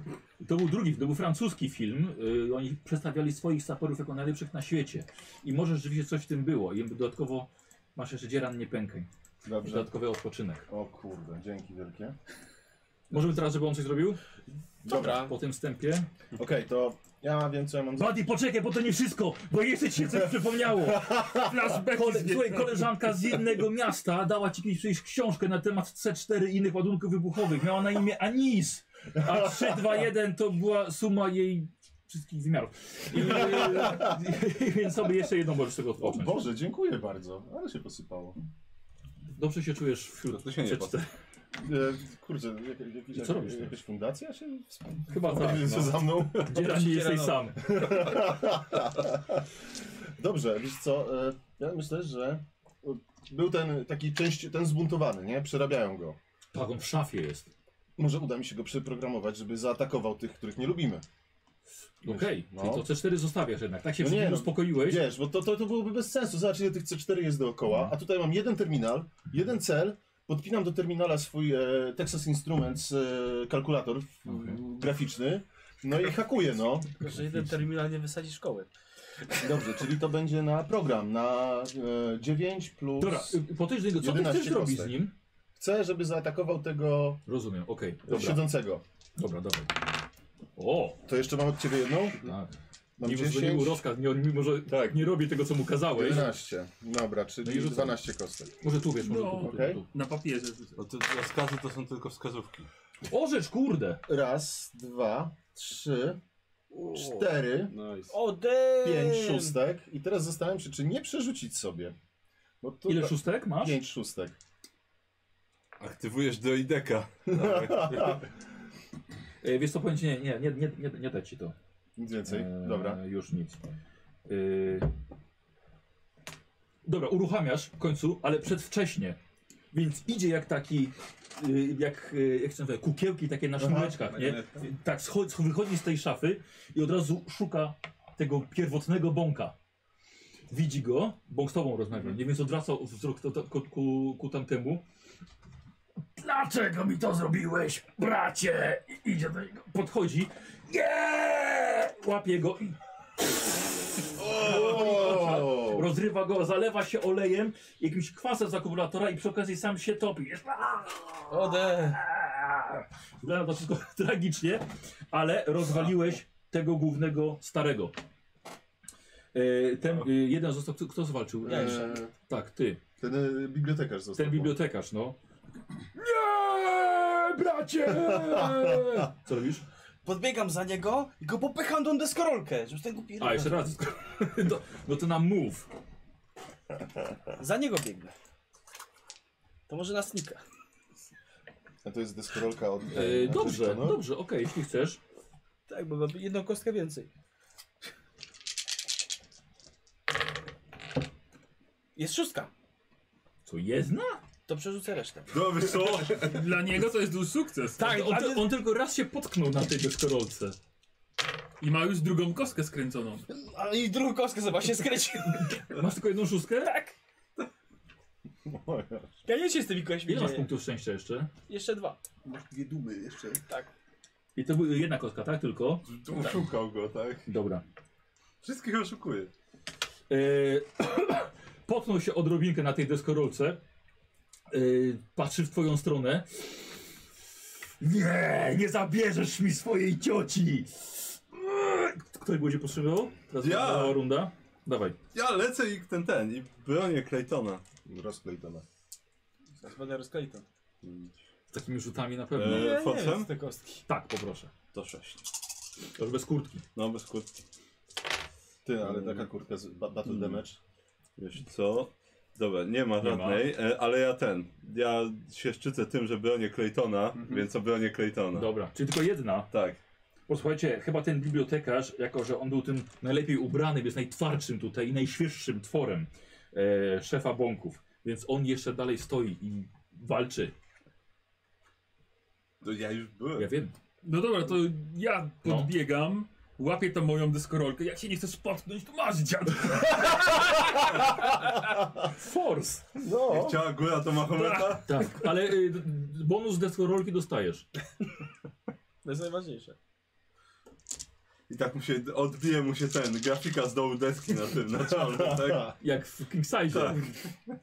Speaker 2: to był drugi, to był francuski film. E, oni przedstawiali swoich saperów jako najlepszych na świecie. I może rzeczywiście coś w tym było. I dodatkowo masz jeszcze dzieran nie pękaj.
Speaker 1: Eee, dobrze.
Speaker 2: Dodatkowy odpoczynek.
Speaker 1: O kurde, dzięki wielkie.
Speaker 2: Możemy teraz, żeby on coś zrobił?
Speaker 1: Dobra.
Speaker 2: Po tym wstępie.
Speaker 1: Okej, to ja wiem co ja mam za...
Speaker 2: Buddy, poczekaj, bo to nie wszystko, bo jeszcze ci się coś przypomniało.
Speaker 11: Flashback z
Speaker 2: Kole, słuchaj,
Speaker 11: Wietnamu.
Speaker 2: koleżanka z jednego miasta dała ci kiedyś przecież książkę na temat C4 i innych ładunków wybuchowych. Miała na imię Anis, a 321 to była suma jej wszystkich wymiarów. I, e, więc sobie jeszcze jedną możesz z tego
Speaker 1: O
Speaker 2: odpocząć.
Speaker 1: Boże, dziękuję bardzo. Ale się posypało.
Speaker 2: Dobrze się czujesz wśród
Speaker 3: To się nie
Speaker 2: C4.
Speaker 1: E, kurczę, jak, jak,
Speaker 2: I
Speaker 1: jak,
Speaker 2: co robisz?
Speaker 1: jakaś fundacja się...
Speaker 2: Chyba tak.
Speaker 1: Że
Speaker 2: No.
Speaker 1: za no. mną?
Speaker 2: Gdzie raz nie jesteś sam.
Speaker 1: Dobrze, wiesz co, e, ja myślę, że e, był ten taki część, ten zbuntowany, nie? Przerabiają go.
Speaker 2: Tak, on w szafie jest.
Speaker 1: Może uda mi się go przeprogramować, żeby zaatakował tych, których nie lubimy.
Speaker 2: Okej,
Speaker 1: No.
Speaker 2: czyli to C4 zostawiasz jednak. Tak się
Speaker 1: No
Speaker 2: przed
Speaker 1: nie,
Speaker 2: nim
Speaker 1: no.
Speaker 2: uspokoiłeś.
Speaker 1: Wiesz, bo to, to, to byłoby bez sensu. Zobacz, ile tych C4 jest dookoła, a tutaj mam jeden terminal, jeden cel, podpinam do terminala swój e, Texas Instruments e, kalkulator w, graficzny, no i hakuję, no.
Speaker 4: Tylko, że jeden terminal nie wysadzi szkoły.
Speaker 1: Dobrze, czyli to będzie na program, na e, 9 plus...
Speaker 2: Dobra, y, po tej co ty
Speaker 1: 11
Speaker 2: chcesz robić z
Speaker 1: kostek.
Speaker 2: nim?
Speaker 1: Chcę, żeby zaatakował tego
Speaker 2: Rozumiem, okej, dobra,
Speaker 1: siedzącego.
Speaker 2: dobra, dobra. O,
Speaker 1: To jeszcze mam od ciebie jedną?
Speaker 2: tak.
Speaker 1: Mam
Speaker 2: Mimo, że to nie był rozkaz, nie, on- mimo że
Speaker 7: Tak.
Speaker 2: nie robię tego, co mu kazałeś.
Speaker 1: 11. Dobra,
Speaker 2: No i
Speaker 1: czyli
Speaker 2: rzucam.
Speaker 1: 12 kostek.
Speaker 2: Może tu wiesz, może
Speaker 11: No,
Speaker 2: tu, tu, tu,
Speaker 1: okej.
Speaker 11: Na papierze rzucę.
Speaker 3: Bo te wskazy No to są tylko wskazówki.
Speaker 2: tu. Orzecz, kurde!
Speaker 1: Raz, dwa, trzy, cztery,
Speaker 7: Nice.
Speaker 5: O, damn.
Speaker 1: pięć szóstek. I teraz zastanawiam się, czy nie przerzucić sobie. Bo to
Speaker 2: Ile szóstek masz?
Speaker 1: Pięć szóstek.
Speaker 3: Aktywujesz Tak. doideka.
Speaker 2: Tak. E, wiesz co, powiem ci, nie, nie, nie, nie, nie, nie da ci to.
Speaker 1: Nic więcej.
Speaker 2: E,
Speaker 1: Dobra.
Speaker 2: Już nic. Y, Dobra, uruchamiasz w końcu, ale przedwcześnie. Więc idzie jak taki, y, jak, y, jak chcę powiedzieć, kukiełki takie na sznureczkach, nie?
Speaker 3: marionetka.
Speaker 2: Tak, scho- scho- wychodzi z tej szafy i od razu szuka tego pierwotnego bąka. Widzi go, bąk z tobą rozmawia, nie? więc odwraca wzrok to- to- ku, ku, ku tamtemu.
Speaker 12: Dlaczego mi to zrobiłeś, bracie? I idzie do niego.
Speaker 2: Podchodzi, nie! Łapie go i
Speaker 1: O!
Speaker 2: Rozrywa go, zalewa się olejem, jakimś kwasem z akumulatora i przy okazji sam się topi. Jest-
Speaker 4: Ode.
Speaker 2: Wygląda to wszystko tragicznie, ale rozwaliłeś tego głównego starego. E, Ten e, jeden został, kto, kto zwalczył?
Speaker 4: Ja
Speaker 2: E,
Speaker 4: jeszcze.
Speaker 2: tak, ty.
Speaker 1: Eee, Ten e, bibliotekarz został.
Speaker 2: Ten bibliotekarz, no.
Speaker 8: Nie, bracie!
Speaker 2: Co robisz?
Speaker 5: Podbiegam za niego i go popycham tą deskorolkę, żeby ten głupi...
Speaker 2: A, jeszcze raz. No, no to na move.
Speaker 5: Za niego biegnę. To może na snika.
Speaker 1: A to jest deskorolka od...
Speaker 2: E,
Speaker 1: od
Speaker 2: Dobrze,
Speaker 8: no.
Speaker 1: Houstona?
Speaker 2: dobrze, okej, jeśli chcesz.
Speaker 5: Tak, bo mam jedną kostkę więcej. Jest szóstka.
Speaker 2: Co, jedna?
Speaker 5: To przerzucę resztę.
Speaker 3: No wiesz co?
Speaker 11: Dla niego to jest duży sukces. No,
Speaker 2: Tak, on,
Speaker 11: On,
Speaker 2: ty- on tylko raz się potknął na tej deskorolce.
Speaker 11: I ma już drugą kostkę skręconą.
Speaker 5: A i drugą kostkę sobie właśnie skręcił.
Speaker 2: Masz tylko jedną szóstkę?
Speaker 5: tak. Ja nie wiem, co się z tymi kośćmi
Speaker 2: Ile masz
Speaker 5: dzieje.
Speaker 2: punktów szczęścia jeszcze?
Speaker 5: Jeszcze dwa.
Speaker 6: Masz dwie dumy jeszcze.
Speaker 2: I to była jedna kostka, tak? Tylko?
Speaker 3: Oszukał go, tak?
Speaker 2: Dobra.
Speaker 3: Wszystkich oszukuje.
Speaker 2: Yy, potknął się odrobinkę na tej deskorolce. Yy, patrzy w twoją stronę. Nie, nie zabierzesz mi swojej cioci! Kto będzie potrzebował? Teraz
Speaker 3: Ja!
Speaker 2: była runda. Dawaj.
Speaker 3: Ja lecę i ten, ten, i bronię Claytona.
Speaker 1: Rozklejtona.
Speaker 4: Zaraz będę rozkleił to.
Speaker 2: Z takimi rzutami na pewno.
Speaker 4: E.
Speaker 3: Eee, Foxem?
Speaker 4: te kostki.
Speaker 2: Tak, poproszę.
Speaker 3: To 6.
Speaker 2: To już bez kurtki.
Speaker 3: No bez kurtki.
Speaker 1: Ty, ale taka kurtka z ba Battle Damage.
Speaker 3: Wiesz co? Dobra, nie ma
Speaker 2: Nie ma.
Speaker 3: żadnej, e, ale ja ten. Ja się szczycę tym, że bronię Claytona, więc obronię Claytona.
Speaker 2: Dobra, czyli tylko jedna.
Speaker 3: Tak.
Speaker 2: Posłuchajcie, chyba ten bibliotekarz, jako że on był tym najlepiej ubranym, jest najtwardszym tutaj i najświeższym tworem e, szefa bąków, więc on jeszcze dalej stoi i walczy.
Speaker 3: To No, ja już byłem.
Speaker 2: Ja wiem.
Speaker 11: No dobra, to ja podbiegam, łapię tą moją deskorolkę. Jak się nie chcesz potknąć, to masz dziad.
Speaker 2: Force!
Speaker 3: Jak chciała góra, to Mahometa?
Speaker 2: Tak, ale y, d- bonus deskorolki dostajesz.
Speaker 4: To jest najważniejsze.
Speaker 3: I tak mu się, odbije mu się ten, grafika z dołu deski na tym, na czarno, tak?
Speaker 2: Jak w King Size.
Speaker 3: Tak.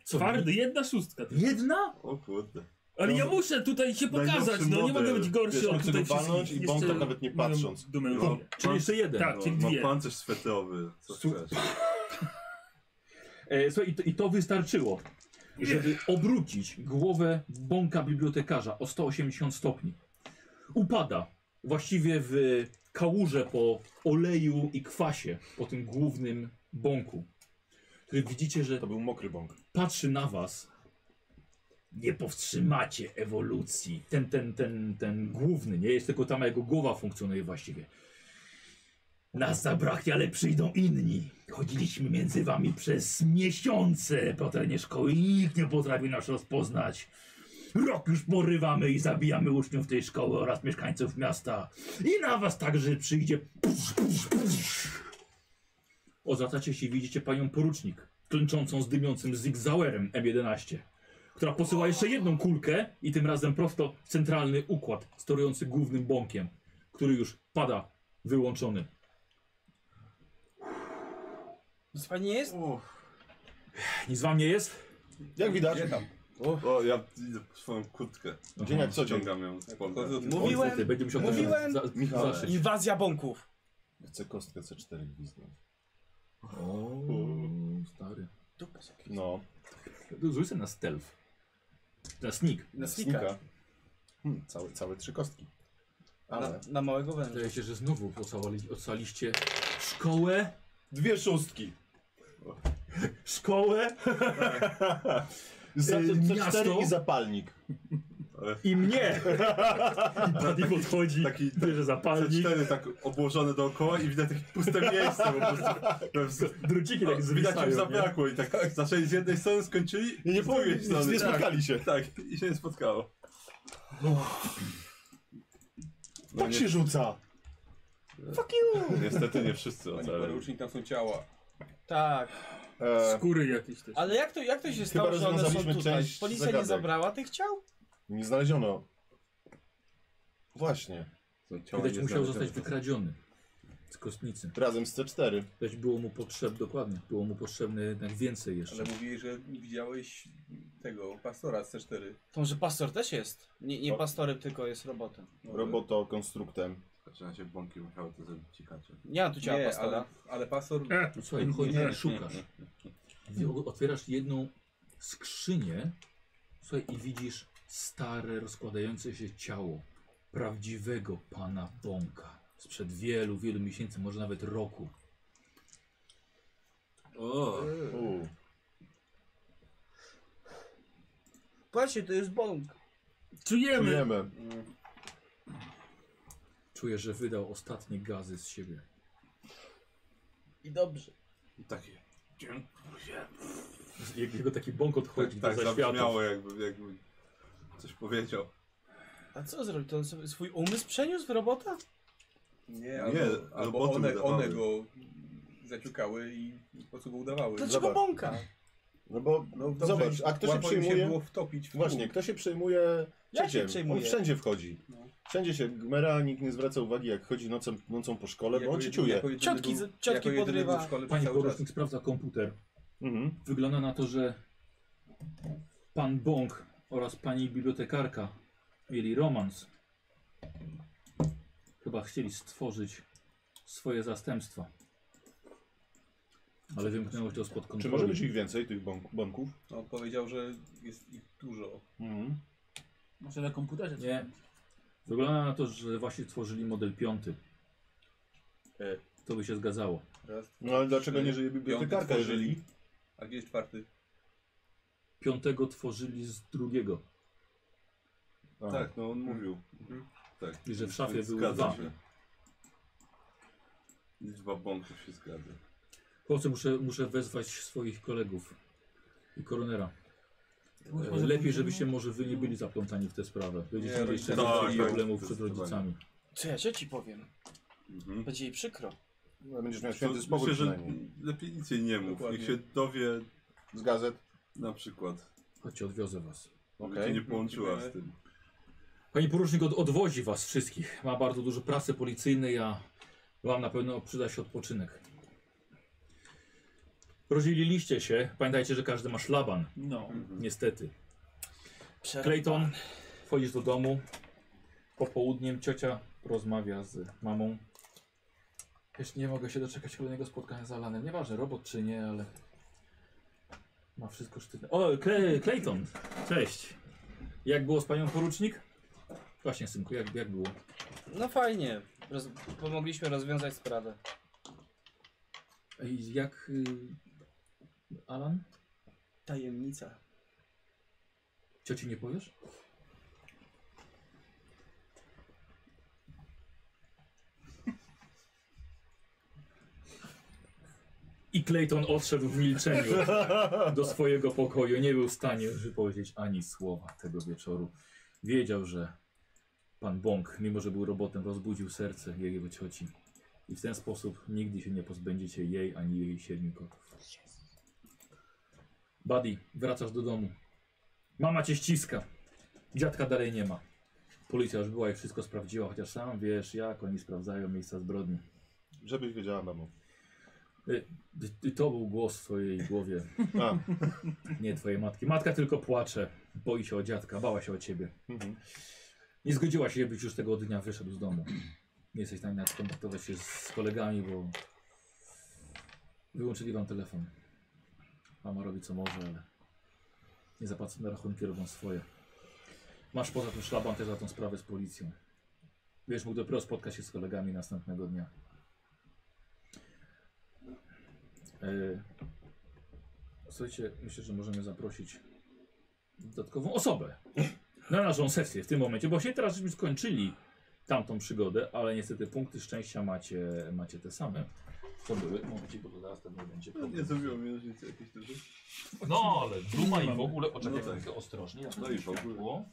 Speaker 2: Co?
Speaker 11: Twardy, jedna szóstka.
Speaker 2: Jedna?
Speaker 3: O kurde.
Speaker 11: Ale ja muszę tutaj się pokazać,
Speaker 3: Najnowszy
Speaker 11: no nie
Speaker 3: model.
Speaker 11: mogę być
Speaker 1: Wiesz,
Speaker 11: gorszy od
Speaker 1: mógł sobie
Speaker 11: tutaj
Speaker 1: go walnąć
Speaker 11: wszystkich.
Speaker 1: i bąk tak
Speaker 11: Jeszcze
Speaker 1: nawet nie
Speaker 11: moją
Speaker 1: patrząc.
Speaker 11: Dumę
Speaker 3: No.
Speaker 11: no.
Speaker 2: Czyli jeszcze jeden.
Speaker 11: Tak. czyli
Speaker 3: ma
Speaker 11: dwie.
Speaker 3: pancerz swetowy, co chcesz.
Speaker 2: E, słuchaj, i to, i to wystarczyło, żeby obrócić głowę bąka bibliotekarza o 180 stopni. Upada właściwie w kałuże po oleju i kwasie, po tym głównym bąku, który widzicie, że
Speaker 1: To był mokry bąk.
Speaker 2: patrzy na was. Nie powstrzymacie ewolucji. Ten, ten, ten, ten główny, nie jest tylko tam, a jego głowa funkcjonuje właściwie. Nas zabraknie, ale przyjdą inni. Chodziliśmy między wami przez miesiące po terenie szkoły i nikt nie potrafił nas rozpoznać. Rok już porywamy i zabijamy uczniów tej szkoły oraz mieszkańców miasta. I na was także przyjdzie. Pusz, pusz, pusz. Odwracacie się i widzicie panią porucznik, klęczącą z dymiącym zigzauerem M11, która posyła jeszcze jedną kulkę i tym razem prosto w centralny układ sterujący głównym bąkiem, który już pada wyłączony.
Speaker 5: Nic pani nie jest?
Speaker 2: Nic wam nie jest?
Speaker 1: Jak widać,
Speaker 3: O, ja idę po swoją kurtkę.
Speaker 1: dzień jak co dzień.
Speaker 3: Ciągam ją z pompy.
Speaker 5: Mówiłem,
Speaker 2: Niestety, będzie musiał
Speaker 5: mówiłem.
Speaker 2: za,
Speaker 1: Michale.
Speaker 2: zaszyć.
Speaker 5: Inwazja bąków.
Speaker 1: Chcę kostkę C4 gwizdnąć.
Speaker 2: O, stary.
Speaker 1: No,
Speaker 2: Zrzuć sobie na stealth. Na sneak.
Speaker 5: Na snika.
Speaker 1: snika. Hmm, całe, całe trzy kostki.
Speaker 5: Na,
Speaker 1: Ale...
Speaker 5: na małego węża.
Speaker 2: Wydaje się, że znowu ocalali- ocaliście szkołę.
Speaker 1: Dwie szóstki.
Speaker 2: Szkołę?
Speaker 1: Za
Speaker 2: Y,
Speaker 1: to
Speaker 2: miasto?
Speaker 3: Y,
Speaker 1: C4 i zapalnik.
Speaker 11: I mnie! Padli podchodzi,
Speaker 3: Taki
Speaker 11: bierze zapalnik,
Speaker 3: C4 tak obłożone dookoła i widać takie puste miejsce po prostu.
Speaker 11: druciki tak
Speaker 3: Widać
Speaker 11: zwisają,
Speaker 3: im
Speaker 11: nie?
Speaker 3: zabrakło i tak zaczęli z jednej strony, skończyli
Speaker 1: I nie
Speaker 3: z drugiej
Speaker 1: powiem,
Speaker 3: strony.
Speaker 1: No, nie
Speaker 3: tak.
Speaker 1: spotkali się.
Speaker 3: Tak, i się nie spotkało. No
Speaker 1: Tak
Speaker 3: nie- No,
Speaker 1: się rzuca.
Speaker 3: Niestety nie wszyscy
Speaker 7: Pani
Speaker 3: ocaleli.
Speaker 7: porucznik, tam są ciała.
Speaker 4: Tak.
Speaker 1: E,
Speaker 11: Skóry jakieś też.
Speaker 4: Ale jak to, jak to się
Speaker 1: Chyba
Speaker 4: stało, że one są
Speaker 1: rozwiązaliśmy
Speaker 4: tutaj?
Speaker 1: część
Speaker 4: Policja nie
Speaker 1: zagadek.
Speaker 4: zabrała tych ciał?
Speaker 1: nie znaleziono. Właśnie.
Speaker 3: Są ciała
Speaker 2: Widać musiał
Speaker 3: nieznane.
Speaker 2: zostać wykradziony z kostnicy.
Speaker 1: Razem z C4.
Speaker 2: Widać było mu potrzeb, dokładnie, było mu potrzebne jednak więcej jeszcze.
Speaker 8: Ale mówili, że widziałeś tego pastora z C4.
Speaker 4: To może pastor też jest? Nie, nie pastorem, tylko jest robotem.
Speaker 1: Roboto konstruktem.
Speaker 3: Zaczyna się bąki, musiały to zrobić ciekawe.
Speaker 4: Nie ma tu ciała
Speaker 8: Nie,
Speaker 4: pastora.
Speaker 8: ale, ale pastor...
Speaker 2: No Słuchaj, chodzisz i szukasz. Wy- Otwierasz jedną skrzynię słuchaj, i widzisz stare, rozkładające się ciało prawdziwego pana Bąka sprzed wielu, wielu miesięcy, może nawet roku.
Speaker 3: O,
Speaker 1: U.
Speaker 4: Patrzcie, to jest bąk.
Speaker 11: Czujemy!
Speaker 1: Czujemy.
Speaker 2: Czuję, że wydał ostatnie gazy z siebie.
Speaker 4: I dobrze.
Speaker 3: takie. Dziękuję.
Speaker 2: Jak jego taki bąk
Speaker 3: Tak,
Speaker 2: odchodzi
Speaker 3: tak
Speaker 2: do zaświatów.
Speaker 3: zabrzmiało jakby, jakby coś powiedział.
Speaker 4: A co zrobił? To on sobie swój umysł przeniósł w robota?
Speaker 8: Nie,
Speaker 3: Nie,
Speaker 8: albo, albo
Speaker 3: roboty
Speaker 8: one,
Speaker 3: udawały.
Speaker 8: one go zaciukały i po co go udawały.
Speaker 4: Dlaczego
Speaker 1: Zobacz.
Speaker 4: bąka?
Speaker 1: No bo
Speaker 8: No,
Speaker 1: Zobacz, a kto się
Speaker 8: łatwo im
Speaker 1: przejmuje?
Speaker 8: było wtopić w tłum.
Speaker 1: właśnie, kto się przejmuje
Speaker 4: Ja się
Speaker 1: cieciem?
Speaker 4: przejmuję. No.
Speaker 1: On wszędzie wchodzi. Wszędzie się gmera, nikt nie zwraca uwagi, jak chodzi nocą, nocą po szkole, bo on cię
Speaker 8: jedy-
Speaker 1: czuje.
Speaker 8: jedyny
Speaker 4: Ciotki
Speaker 8: był-
Speaker 4: z- ciotki
Speaker 8: jako jedyny
Speaker 4: podrywa.
Speaker 8: był w szkole
Speaker 2: Pani
Speaker 8: przez cały czas.
Speaker 2: porucznik sprawdza komputer.
Speaker 1: Mhm.
Speaker 2: Wygląda na to, że pan Bąk oraz pani bibliotekarka mieli romans. Chyba chcieli stworzyć swoje zastępstwa. Ale wymknęło się to spod
Speaker 3: No.
Speaker 2: kontroli.
Speaker 1: Czy może być ich więcej, tych bąk- bąków?
Speaker 8: No, powiedział, że jest ich dużo.
Speaker 1: Mhm.
Speaker 6: Może na komputerze.
Speaker 2: Nie. Wygląda na to, że właśnie tworzyli model piąty.
Speaker 8: E.
Speaker 2: To by się zgadzało.
Speaker 8: Raz,
Speaker 1: No ale dlaczego
Speaker 8: Trzy,
Speaker 1: nie żyje bibliotekarka,
Speaker 8: piąty tworzyli.
Speaker 1: jeżeli...
Speaker 8: a gdzie jest czwarty?
Speaker 2: Piątego tworzyli z drugiego.
Speaker 1: Aha.
Speaker 3: Tak, no on mówił. Tak.
Speaker 2: I że w szafie
Speaker 3: Więc
Speaker 2: były
Speaker 3: Zgadza
Speaker 2: dwa.
Speaker 3: się. Liczba bąków się zgadza.
Speaker 2: Chłopcy, muszę, muszę wezwać swoich kolegów i koronera.
Speaker 6: Może
Speaker 2: E, Lepiej,
Speaker 6: powinno-
Speaker 2: żebyście może wy nie byli zaplątani w tę sprawę. Będziecie
Speaker 8: Nie,
Speaker 2: mieli jeszcze
Speaker 8: rodzice-
Speaker 3: tak,
Speaker 2: więcej
Speaker 3: tak,
Speaker 2: problemów przed
Speaker 3: zdecydowanie.
Speaker 2: rodzicami.
Speaker 4: Co ja ci powiem?
Speaker 3: Mhm.
Speaker 4: Będzie jej przykro.
Speaker 1: No, Będziesz miał
Speaker 3: To
Speaker 1: święty spokój
Speaker 3: Myślę, że
Speaker 1: przynajmniej.
Speaker 3: lepiej nic jej nie mów.
Speaker 8: Dokładnie.
Speaker 3: Niech się dowie
Speaker 1: Z gazet.
Speaker 3: na przykład,
Speaker 2: Chodźcie, odwiozę was.
Speaker 3: żeby
Speaker 1: Okej.
Speaker 3: cię nie połączyła z tym.
Speaker 2: Pani porucznik od, odwozi was wszystkich. Ma bardzo dużo pracy policyjnej, a wam na pewno przyda się odpoczynek. Rozdzieliliście się. Pamiętajcie, że każdy ma szlaban.
Speaker 6: No.
Speaker 2: Niestety.
Speaker 4: Przerwa.
Speaker 2: Clayton, wchodzisz do domu. Popołudniem ciocia rozmawia z mamą. Wiesz, nie mogę się doczekać kolejnego spotkania z Alanem. Nieważne, robot czy nie, ale... Ma wszystko sztywne. O, Cle- Clayton! Cześć! Jak było z panią porucznik? Właśnie, synku, jak, jak było?
Speaker 4: No fajnie. Roz... Pomogliśmy rozwiązać sprawę.
Speaker 2: Ej, jak... y, Alan?
Speaker 4: Tajemnica.
Speaker 2: Cioci nie powiesz? I Clayton odszedł w milczeniu do swojego pokoju. Nie był w stanie wypowiedzieć ani słowa tego wieczoru. Wiedział, że pan Bąk, mimo że był robotem, rozbudził serce jego cioci. I w ten sposób nigdy się nie pozbędziecie jej ani jej siedmiu kotów. Buddy, wracasz do domu. Mama cię ściska. Dziadka dalej nie ma. Policja już była i wszystko sprawdziła, chociaż sam wiesz, jak oni sprawdzają miejsca zbrodni.
Speaker 1: Żebyś wiedziała, mamo.
Speaker 2: Ty- ty- To był głos w twojej głowie,
Speaker 1: A,
Speaker 2: nie twojej matki. Matka tylko płacze, boi się o dziadka, bała się o ciebie.
Speaker 1: mhm.
Speaker 2: Nie zgodziła się, byś już tego dnia wyszedł z domu. Nie jesteś w stanie nawet kontaktować się z kolegami, bo wyłączyli wam telefon. Mama robi co może, ale nie zapłacą na rachunki, robią swoje. Masz poza tym szlaban też za tą sprawę z policją. Wiesz, mógł dopiero spotkać się z kolegami następnego dnia. Yy. E, Słuchajcie, myślę, że możemy zaprosić dodatkową osobę na naszą sesję w tym momencie, bo się teraz żeśmy skończyli tamtą przygodę, ale niestety punkty szczęścia macie, macie te same. Co były? Mówicie, bo to zaraz ten będzie
Speaker 3: No, Nie
Speaker 2: problem.
Speaker 3: zrobiło mi różnicy jakiejś dużej.
Speaker 2: No ale duma i
Speaker 11: mamy.
Speaker 2: w ogóle, poczekaj,
Speaker 3: No tak.
Speaker 2: tak. ostrożnie, ja
Speaker 3: No i w ogóle.
Speaker 2: światło.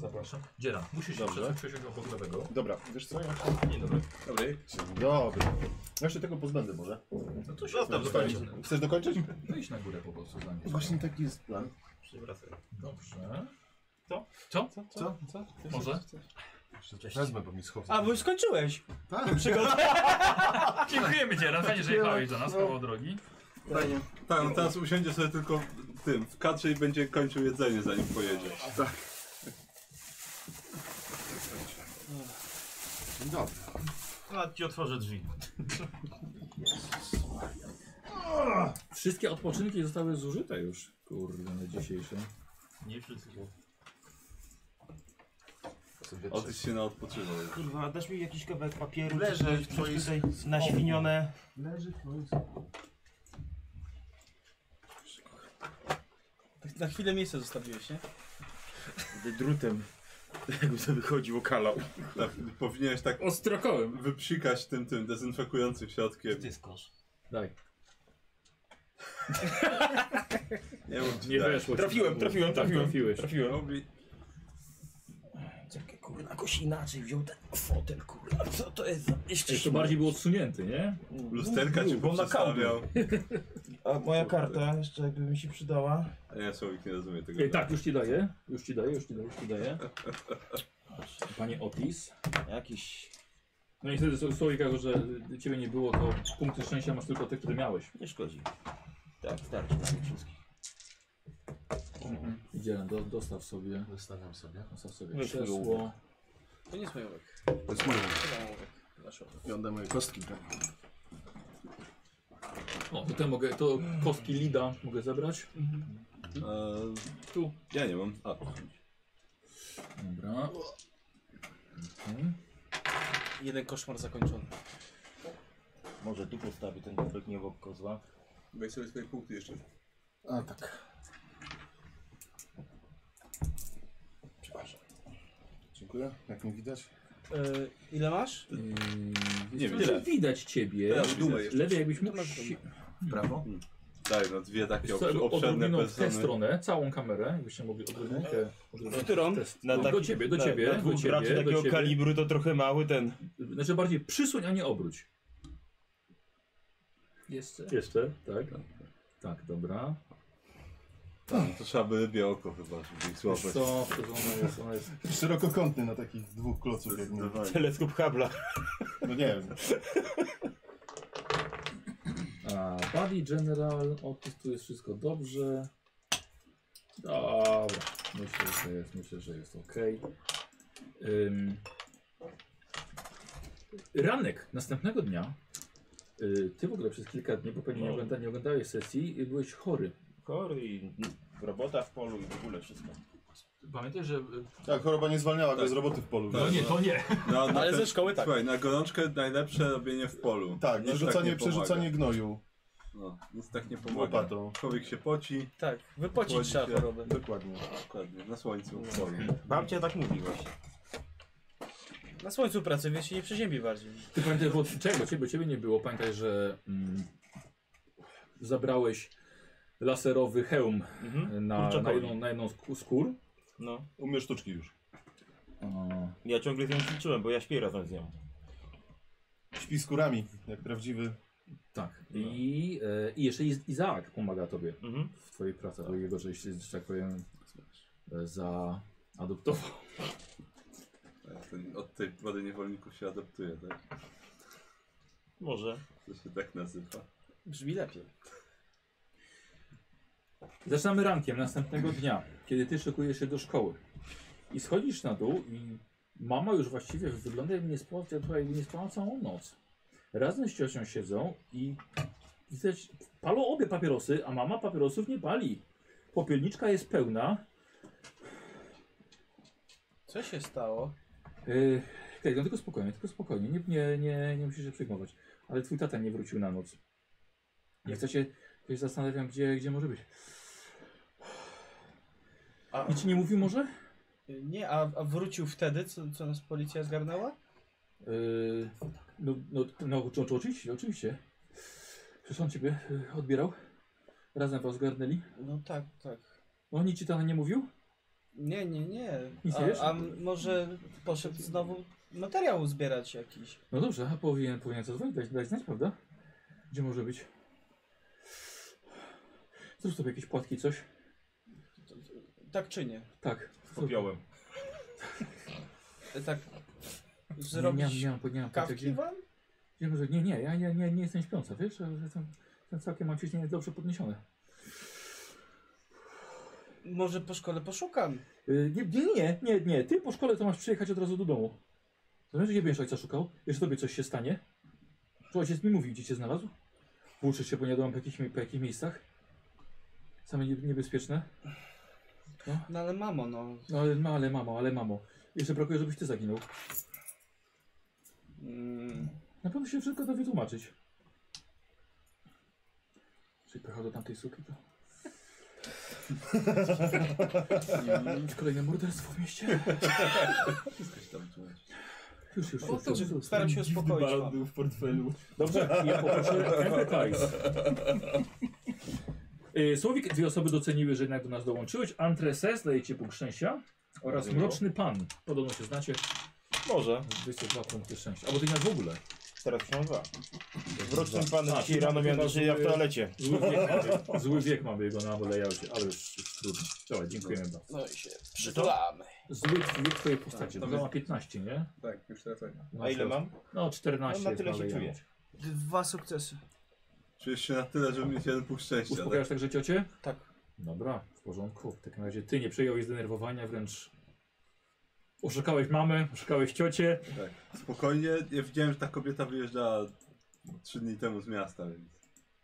Speaker 2: Zapraszam. Dzieran, musisz się
Speaker 1: Dobrze.
Speaker 2: przesunąć przesiąść obok lewego.
Speaker 1: Dobra, wiesz co? Ja
Speaker 2: Nie, dobra.
Speaker 3: Dobry.
Speaker 1: się... Dobra. Ja się tego pozbędę może.
Speaker 2: No to się
Speaker 3: Zostaw
Speaker 2: zostań.
Speaker 3: zupełnie.
Speaker 1: Chcesz dokończyć?
Speaker 2: No idź na górę po prostu za mnie.
Speaker 1: Właśnie taki jest plan.
Speaker 3: Przywracaj.
Speaker 2: Dobrze. Co? Co?
Speaker 1: Co?
Speaker 2: Może?
Speaker 1: Wezmę, bo mi schodzę.
Speaker 4: A, bo już skończyłeś.
Speaker 1: Tak.
Speaker 4: Przygodę.
Speaker 11: Dziękujemy Cię, raz fajnie, że jechałeś do nas
Speaker 1: No.
Speaker 11: koło drogi.
Speaker 3: Fajnie. Tak, on teraz usiądzie sobie tylko w tym, w kaczy i będzie kończył jedzenie zanim pojedzie.
Speaker 1: Dobra.
Speaker 12: A ci otworzę drzwi.
Speaker 2: Wszystkie odpoczynki zostały zużyte już, kurde, na dzisiejsze.
Speaker 12: Nie wszystkie.
Speaker 3: Otyś się na odpoczywał.
Speaker 5: Kurwa, dasz mi jakiś kawałek papieru,
Speaker 12: Leży
Speaker 5: czy coś,
Speaker 12: w
Speaker 5: coś
Speaker 12: twoich-
Speaker 5: tutaj naświnione.
Speaker 4: Tak, Na chwilę miejsce zostawiłeś, nie?
Speaker 12: Drutem. Jakby sobie wychodził okalał.
Speaker 3: Tak, powinieneś tak
Speaker 11: Ostrokołem.
Speaker 3: wypsikać tym, tym dezynfekującym środkiem.
Speaker 12: jest kosz?
Speaker 2: Daj.
Speaker 3: Nie wiem, czy
Speaker 2: Nie
Speaker 3: tak.
Speaker 2: weszło. ci.
Speaker 12: Trafiłem, trafiłem,
Speaker 2: Tak,
Speaker 12: trafiłem.
Speaker 2: trafiłeś.
Speaker 12: Trafiłem.
Speaker 3: Robi.
Speaker 5: Czekaj, kurwa, jakoś inaczej wziął ten fotel, kurwa. Co to jest za
Speaker 2: Ej, to bardziej było odsunięty, nie?
Speaker 3: Lusterka ci
Speaker 5: Bo na
Speaker 3: poprzestawiał.
Speaker 5: A moja karta jeszcze jakby mi się przydała.
Speaker 3: A nie, Słowik nie rozumie tego.
Speaker 2: Ej, tak, już ci daję. Już ci daję, już ci daję, już ci daję. Panie Otis.
Speaker 5: Jakiś...
Speaker 2: No i wtedy słowik, jako że ciebie nie było, to punkty szczęścia masz tylko te, które miałeś.
Speaker 5: Nie szkodzi. Tak, starczy na nich wszystkich.
Speaker 2: Idzie, do, dostaw sobie.
Speaker 12: Wystawiam sobie.
Speaker 2: Dostaw sobie krzesło.
Speaker 4: To nie jest mój ołówek.
Speaker 1: To jest moje.
Speaker 4: To mam ołówek. Nasz ołówek.
Speaker 1: Piąte moje kostki.
Speaker 2: O, to te mogę, to kostki Lida mogę zabrać.
Speaker 3: tu. Ja nie mam. A.
Speaker 2: Dobra.
Speaker 4: Jeden koszmar zakończony.
Speaker 5: Może tu postawię ten kubek, nie obok kozła.
Speaker 3: Weź sobie swoje punkty jeszcze.
Speaker 1: A tak.
Speaker 5: Przepraszam.
Speaker 1: Dziękuję. Jak mi widać?
Speaker 4: Yy, ile masz?
Speaker 3: Nie
Speaker 2: Nie
Speaker 3: wiem.
Speaker 2: wiem. widać ciebie.
Speaker 3: Teraz dumę jeszcze.
Speaker 2: Lewy jakbyś mógł...
Speaker 1: W prawo?
Speaker 3: Daj, no dwie
Speaker 2: Tak,
Speaker 3: takie
Speaker 2: Wiesz co,
Speaker 3: obsz- obszerne
Speaker 2: Odrobinę w tę
Speaker 3: persony.
Speaker 2: stronę, całą kamerę, jakbyście mogli odrobinę.
Speaker 5: W którą?
Speaker 2: Na No, do ciebie, do ciebie,
Speaker 5: Tak, Na, na
Speaker 2: do
Speaker 5: dwóch
Speaker 2: ciebie,
Speaker 5: graczy
Speaker 2: do
Speaker 5: takiego
Speaker 2: ciebie.
Speaker 5: kalibru to trochę mały ten.
Speaker 2: Znaczy bardziej przysuń, a nie obróć.
Speaker 6: Jeszcze.
Speaker 2: Jeszcze, tak? Tak, dobra.
Speaker 3: Tam, to trzeba by rybie oko chyba, żeby ich
Speaker 2: Wiesz
Speaker 3: złapać.
Speaker 2: Co? To Ona jest, ona jest...
Speaker 1: Szerokokątny na takich dwóch kloców. Jak nie.
Speaker 3: Zdecydowanie.
Speaker 5: Teleskop Habla.
Speaker 1: No nie wiem.
Speaker 2: A, Buddy General, Otis, tu jest wszystko dobrze. Dobra, myślę, że jest, myślę, że jest ok. Ym... Ranek następnego dnia, y, ty w ogóle przez kilka dni, bo pewnie nie,
Speaker 5: No.
Speaker 2: ogląda, nie oglądałeś sesji, y, byłeś chory.
Speaker 5: Chory i robota w polu i w ogóle wszystko.
Speaker 6: Pamiętaj, że... y,
Speaker 1: Tak, choroba nie zwalniała go z roboty w polu.
Speaker 3: Tak.
Speaker 6: No nie, to nie.
Speaker 3: No, na
Speaker 4: Ale
Speaker 3: ten-
Speaker 4: ze szkoły tak.
Speaker 3: Słuchaj, na gorączkę najlepsze robienie w polu.
Speaker 1: Tak,
Speaker 3: Nic
Speaker 1: przerzucanie,
Speaker 3: No, nie pomaga.
Speaker 1: przerzucanie gnoju
Speaker 3: No, nic tak nie pomaga.
Speaker 1: łopatą.
Speaker 3: Człowiek się poci,
Speaker 4: Tak, wypłacić
Speaker 3: Wypłacić
Speaker 4: trzeba
Speaker 3: się.
Speaker 4: chorobę.
Speaker 1: Dokładnie.
Speaker 3: dokładnie, na słońcu. w polu.
Speaker 5: Babcia tak mówi właśnie.
Speaker 4: Na słońcu pracuje się nie przeziębi bardziej.
Speaker 2: Ty pamiętaj, bo czego? Ciebie, ciebie nie było. Pamiętaj, że mm, zabrałeś laserowy hełm
Speaker 5: Mhm.
Speaker 2: na, na
Speaker 5: Kurczakowi.
Speaker 2: jedną, na jedną z k- z kur.
Speaker 5: No.
Speaker 1: Umie sztuczki już.
Speaker 5: Ja ciągle z nią ćwiczyłem, bo ja śpię razem z nią.
Speaker 1: Śpi z kurami, jak prawdziwy.
Speaker 2: Tak. I, e, I jeszcze Iz- Izaak pomaga tobie
Speaker 5: Mhm.
Speaker 2: w twojej pracy, bo jego żeś, że tak powiem, e, zaadoptował.
Speaker 3: Ten, od tej wody niewolników się adaptuje, tak?
Speaker 5: Może.
Speaker 3: To się tak nazywa.
Speaker 4: Brzmi lepiej.
Speaker 2: Zaczynamy rankiem następnego dnia, kiedy ty szykujesz się do szkoły. I schodzisz na dół i mama już właściwie wygląda jakby nie spała, jakby nie spała całą noc. Razem z ciocią siedzą i widać, palą obie papierosy, a mama papierosów nie pali. Popielniczka jest pełna.
Speaker 4: Co się stało?
Speaker 2: Yy, tak, no tylko spokojnie, tylko spokojnie, nie, nie, nie, nie musisz się przejmować. Ale twój tata nie wrócił na noc. Ja chcę się, ja się zastanawiam, gdzie, gdzie może być.
Speaker 5: A-
Speaker 2: I ci nie mówił może?
Speaker 4: Nie, a, a wrócił wtedy, co, co nas policja zgarnęła?
Speaker 2: Yy, no, no, no, no, oczywiście, oczywiście. Przecież on ciebie yy, odbierał. Razem was zgarnęli.
Speaker 4: No tak, tak.
Speaker 2: Oni ci to nie mówił?
Speaker 4: Nie, nie, nie.
Speaker 2: Nic nie wiesz?
Speaker 4: A, a m- może poszedł znowu materiał zbierać jakiś.
Speaker 2: No dobrze, a powinien, powinien coś dzwonić, dać, dać znać, prawda? Gdzie może być? Zrób sobie jakieś płatki, coś.
Speaker 4: Tak czy nie?
Speaker 2: Tak.
Speaker 3: Popiołem.
Speaker 4: E, Tak.
Speaker 2: Nie,
Speaker 4: Zrobić
Speaker 2: nie, nie, mam- nie mam płatek.
Speaker 4: kawki wam?
Speaker 2: Wiem, że nie, nie, ja nie, nie, nie jestem śpiąca, wiesz? Ja Jestem, jestem całkiem mam ciśnienie dobrze podniesione.
Speaker 4: Może po szkole poszukam.
Speaker 2: Yy, nie, nie, nie, nie, nie, ty po szkole to masz przyjechać od razu do domu. Zamiast, gdzie będziesz ojca szukał? Jeszcze tobie coś się stanie? Czy ojciec mi mówił, gdzie cię znalazł? Włóczysz się, bo nie wiadomo po jakich, mi- po jakich miejscach. Same nie- niebezpieczne.
Speaker 4: No ale mamo, no.
Speaker 2: No ale, no, ale mamo, ale mamo. Jeszcze brakuje, żebyś ty zaginął.
Speaker 4: Mm,
Speaker 2: Na pewno się wszystko da wytłumaczyć. Czyli pojechał do tamtej suki, to... Kolejne morderstwo w mieście.
Speaker 3: Wszystko się tam tłumaczy.
Speaker 2: Już, już, już. już, już.
Speaker 4: Staram się uspokoić no.
Speaker 3: Balon
Speaker 4: mam.
Speaker 3: był w portfelu.
Speaker 2: Dobrze, ja poproszę advertise. Y, Słowik, dwie osoby doceniły, że jednak do nas dołączyłeś. Antreses daje ci punkt szczęścia oraz
Speaker 1: Dziękuję.
Speaker 2: Mroczny Pan. Podobno się znacie,
Speaker 1: Może.
Speaker 2: 22 punkty szczęścia. Albo ty nie masz w ogóle.
Speaker 1: Teraz mam dwa. Wrocznym panem
Speaker 2: A,
Speaker 1: dzisiaj
Speaker 2: czyli
Speaker 1: rano
Speaker 2: mamy
Speaker 1: miałem do
Speaker 2: chyba
Speaker 1: czynienia w
Speaker 2: zły-
Speaker 1: toalecie.
Speaker 2: Zły wiek, mamy- zły wiek mamy jego na layoutie, ale już jest trudno. Dobra, dziękujemy bardzo.
Speaker 5: No i się przytulamy.
Speaker 2: Zły wiek twojej postaci, to ma 15, nie?
Speaker 3: Tak, już teraz tak.
Speaker 2: No,
Speaker 1: A ile mam?
Speaker 2: No, 14
Speaker 1: No, na tyle
Speaker 2: jest
Speaker 1: się czuję.
Speaker 2: layoutie.
Speaker 4: Dwa sukcesy.
Speaker 3: Czujesz się na tyle, żeby mieć jeden punkt szczęścia, tak?
Speaker 2: Uspokajasz także ciocię?
Speaker 4: Tak.
Speaker 2: Dobra, w porządku. W takim razie ty nie przejąłeś zdenerwowania, wręcz oszukałeś mamę, oszukałeś ciocię.
Speaker 3: Spokojnie, ja widziałem, że ta kobieta wyjeżdżała trzy dni temu z miasta, więc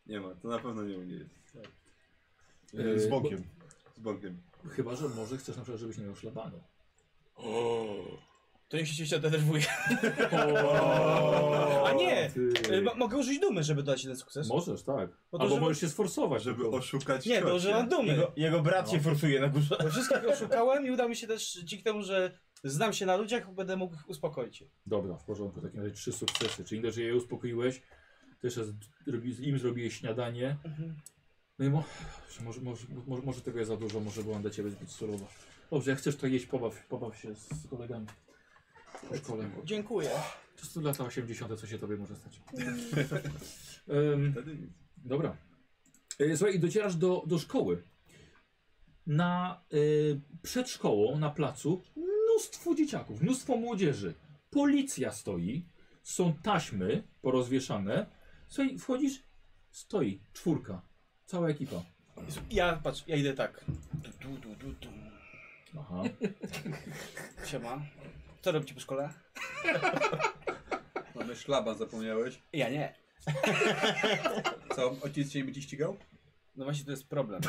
Speaker 3: nie ma, to na pewno nie u niej jest.
Speaker 2: Yy,
Speaker 1: Z bokiem.
Speaker 3: Z Bogiem.
Speaker 2: bo- Chyba, że może chcesz na przykład, żebyś nie miał szlabanu.
Speaker 5: To niech się cię denerwuje.
Speaker 4: A nie!
Speaker 2: Ty...
Speaker 4: Y, mo- mogę użyć dumy, żeby dać jeden sukces.
Speaker 2: Możesz, tak.
Speaker 4: Bo to,
Speaker 2: Albo
Speaker 4: żeby-
Speaker 2: możesz się sforsować.
Speaker 3: Żeby
Speaker 2: tylko.
Speaker 3: oszukać
Speaker 4: Nie, to
Speaker 3: ciocię.
Speaker 4: że mam dumy.
Speaker 1: Jego, jego brat się forsuje na górze.
Speaker 4: Bo wszystkich oszukałem i uda mi się też dzięki temu, że znam się na ludziach, będę mógł ich uspokoić.
Speaker 2: Dobra, w porządku. W takim razie trzy sukcesy. Czyli dość, że je uspokoiłeś, też raz robi- im zrobiłeś śniadanie. No i mo może, może, może, może tego jest za dużo, może byłam dla ciebie zbyt surowa. Dobrze, jak chcesz, to jeść, pobaw, pobaw się z kolegami. Po szkole.
Speaker 4: Dziękuję.
Speaker 2: To są lata 80., co się tobie może stać. Em,
Speaker 3: Wtedy nic.
Speaker 2: dobra. E, Słuchaj, i docierasz do, do szkoły. Na, y, przed szkołą, na placu, mnóstwo dzieciaków, mnóstwo młodzieży. Policja stoi, są taśmy porozwieszane. Słuchaj, wchodzisz, stoi czwórka, cała ekipa.
Speaker 4: Ja, patrz, ja idę tak. Du, du, du, du, du.
Speaker 2: Aha.
Speaker 4: Siema. Co robicie po szkole?
Speaker 3: Mamy szlaban, zapomniałeś.
Speaker 4: Ja nie.
Speaker 3: Co, ojciec cię nie będzie ścigał?
Speaker 4: No właśnie to jest problem.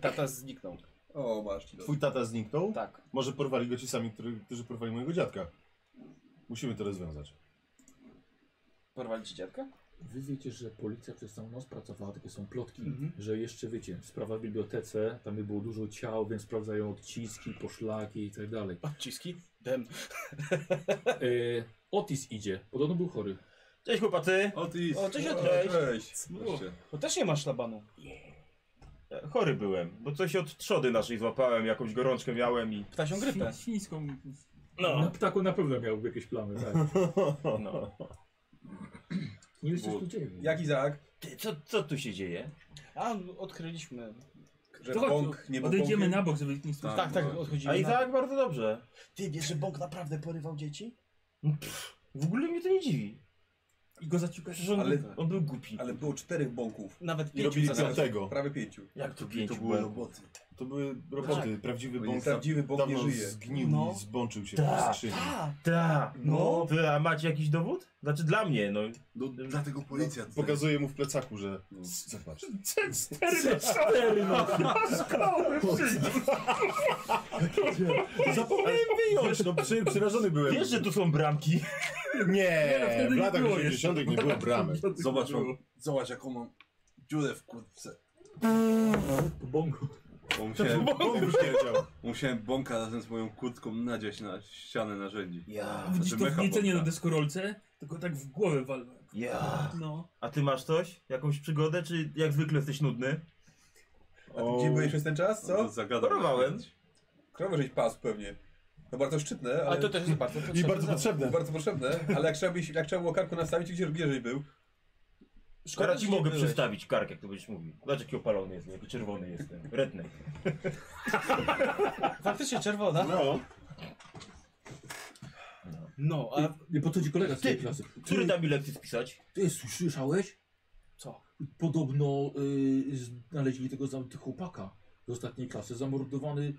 Speaker 4: Tata zniknął.
Speaker 3: O, masz ci
Speaker 1: Twój tata zniknął?
Speaker 4: Tak.
Speaker 1: Może porwali go ci sami, który, którzy porwali mojego dziadka. Musimy to rozwiązać.
Speaker 4: Porwali ci dziadka?
Speaker 2: Wy wiecie, że policja przez całą noc pracowała, takie są plotki, że jeszcze wiecie, sprawa w bibliotece, tam by było dużo ciał, więc sprawdzają odciski, poszlaki i tak dalej.
Speaker 4: Odciski? Dem.
Speaker 2: E, Otis idzie, podobno był chory.
Speaker 1: Cześć chłopacy!
Speaker 3: Otis!
Speaker 4: O, cześć,
Speaker 3: cześć!
Speaker 4: cześć.
Speaker 3: Wreszcie.
Speaker 4: Bo też nie ma szlabanu.
Speaker 1: E, Chory byłem, bo coś od trzody naszej złapałem, jakąś gorączkę miałem i...
Speaker 4: Ptasią grypę.
Speaker 6: Świńską.
Speaker 4: No.
Speaker 2: Na ptaku na pewno miał jakieś plamy, tak.
Speaker 1: No.
Speaker 2: Nie wiesz, co się No tu dzieje.
Speaker 3: Jak Izaak?
Speaker 5: Ty, co, co tu się dzieje?
Speaker 4: A, no, odkryliśmy.
Speaker 3: Że
Speaker 6: To chodź,
Speaker 3: bąk nie był
Speaker 6: Odejdziemy
Speaker 3: bąkiem?
Speaker 6: na bok, żeby nie słyszał.
Speaker 4: Tak, tak,
Speaker 3: no.
Speaker 4: odchodzimy.
Speaker 1: A i
Speaker 4: na-
Speaker 1: tak bardzo dobrze.
Speaker 5: Ty wiesz, że Bąk naprawdę porywał dzieci?
Speaker 1: No W ogóle mnie to nie dziwi.
Speaker 5: I go zaciukać.
Speaker 1: Przecież on,
Speaker 3: Ale-
Speaker 1: był- on był głupi.
Speaker 3: Ale było czterech bąków.
Speaker 4: Nawet
Speaker 1: I
Speaker 4: pięciu
Speaker 1: robili
Speaker 4: za
Speaker 3: co?
Speaker 4: razem.
Speaker 1: dlatego.
Speaker 3: Prawie pięciu.
Speaker 1: Jak to
Speaker 3: I
Speaker 1: pięć
Speaker 3: to były
Speaker 1: było?
Speaker 3: roboty.
Speaker 1: To były roboty.
Speaker 5: Tak.
Speaker 1: Prawdziwy
Speaker 3: Bo
Speaker 1: bąk
Speaker 3: nieprawdziwy bąk
Speaker 1: dawno
Speaker 3: nie żyje.
Speaker 1: zgnił
Speaker 5: No.
Speaker 1: i zbączył się
Speaker 5: Tak.
Speaker 1: w skrzyni.
Speaker 4: A,
Speaker 5: Tak.
Speaker 4: No.
Speaker 5: Ty, a macie jakiś dowód? Znaczy dla mnie, no.
Speaker 3: No, dlatego policja tutaj.
Speaker 1: No, Pokazuje mu w plecaku, że...
Speaker 3: No.
Speaker 1: Zobacz. no,
Speaker 2: Cztery nogi.
Speaker 1: Zapomniałem wyjąć, no przy, przerażony byłem.
Speaker 5: Wiesz, że tu są bramki.
Speaker 8: no,
Speaker 1: Nie, w latach
Speaker 11: nie było
Speaker 1: 80 nie było bramek.
Speaker 3: Zobacz, mam, zobacz jaką mam dziurę w kurtce.
Speaker 2: Bąku.
Speaker 3: Bo musiałem, bąk siedział. musiałem bąka razem z moją kurtką nadziać na ścianę narzędzi.
Speaker 13: Ja.
Speaker 9: Widzisz
Speaker 3: Znaczy,
Speaker 9: to
Speaker 3: mecha
Speaker 9: wniecenie na
Speaker 3: bąka.
Speaker 9: deskorolce? Tylko tak w głowę walnąłem.
Speaker 13: Ja.
Speaker 2: No.
Speaker 13: A ty masz coś? Jakąś przygodę, czy jak zwykle jesteś nudny?
Speaker 8: A ty gdzie byłeś przez ten
Speaker 3: No
Speaker 8: czas,
Speaker 3: to
Speaker 8: co?
Speaker 3: Zagadał.
Speaker 13: Chorowałem.
Speaker 8: Krowę żeś pasł pewnie. To bardzo szczytne, ale...
Speaker 4: też jest bardzo potrzebne.
Speaker 1: I bardzo potrzebne.
Speaker 8: Bardzo potrzebne, ale jak trzeba, byś, jak trzeba było karku nastawić, to gdzie rubieżej był?
Speaker 13: Teraz ci
Speaker 4: że nie
Speaker 13: mogę
Speaker 4: byłeś.
Speaker 13: przestawić kark, jak to będziesz mówił. Zobacz jaki opalony jestem, jaki czerwony jestem. Redneck.
Speaker 4: Faktycznie czerwona.
Speaker 1: No.
Speaker 4: No, a
Speaker 14: Nie podchodzi kolega z tej
Speaker 13: Ty-
Speaker 14: klasy.
Speaker 13: Który da mi lekcję spisać?
Speaker 2: Ty słyszałeś?
Speaker 4: Co?
Speaker 2: Podobno y, znaleźli tego zam- chłopaka z ostatniej klasy, zamordowany y,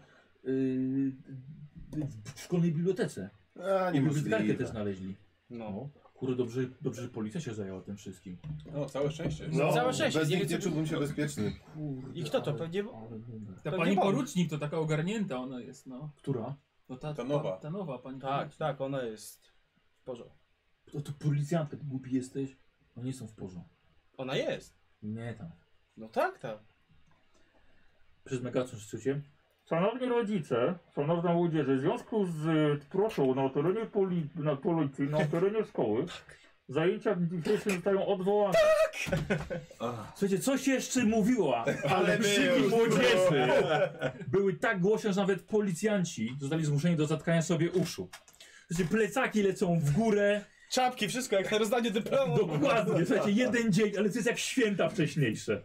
Speaker 2: w- w szkolnej bibliotece.
Speaker 1: A,
Speaker 2: I bibliotekarkę też znaleźli.
Speaker 4: No.
Speaker 2: Kurde, dobrze, dobrze, że policja się zajęła tym wszystkim.
Speaker 8: No, całe szczęście.
Speaker 1: No,
Speaker 4: Całe sześć,
Speaker 1: bez
Speaker 4: nie
Speaker 1: nich nie
Speaker 4: wiem, co-
Speaker 1: czułbym się bezpieczny.
Speaker 2: Kurde,
Speaker 4: I kto to?
Speaker 2: ale-
Speaker 4: Pewnie-
Speaker 2: ale numer.
Speaker 9: Ta
Speaker 4: To
Speaker 9: pani
Speaker 4: nie bąk.
Speaker 9: porucznik to taka ogarnięta ona jest, no.
Speaker 2: Która?
Speaker 9: no ta,
Speaker 8: Ta nowa.
Speaker 9: Pa, ta nowa pani
Speaker 4: tak,
Speaker 9: porucznik.
Speaker 4: tak, ona jest w porządku.
Speaker 2: To, to policjantka, ty głupi jesteś? No nie są w porządku.
Speaker 4: Ona jest.
Speaker 2: Nie tam.
Speaker 4: No tak, tak.
Speaker 2: Przez megafon słyszycie?
Speaker 15: Szanowni rodzice, szanowna młodzieży, w związku z y, proszą na terenie poli, na policji, na terenie szkoły, zajęcia w dniu dzisiejszym zostają odwołane.
Speaker 3: Ach,
Speaker 2: Słuchajcie, coś jeszcze mówiła, ale krzyki młodzieży były tak głośne, że nawet policjanci zostali zmuszeni do zatkania sobie uszu. Słuchajcie, plecaki lecą w górę,
Speaker 4: Czapki, wszystko jak na rozdanie dyplomu.
Speaker 2: dokładnie, słuchajcie, jeden dzień, ale to jest jak święta wcześniejsze.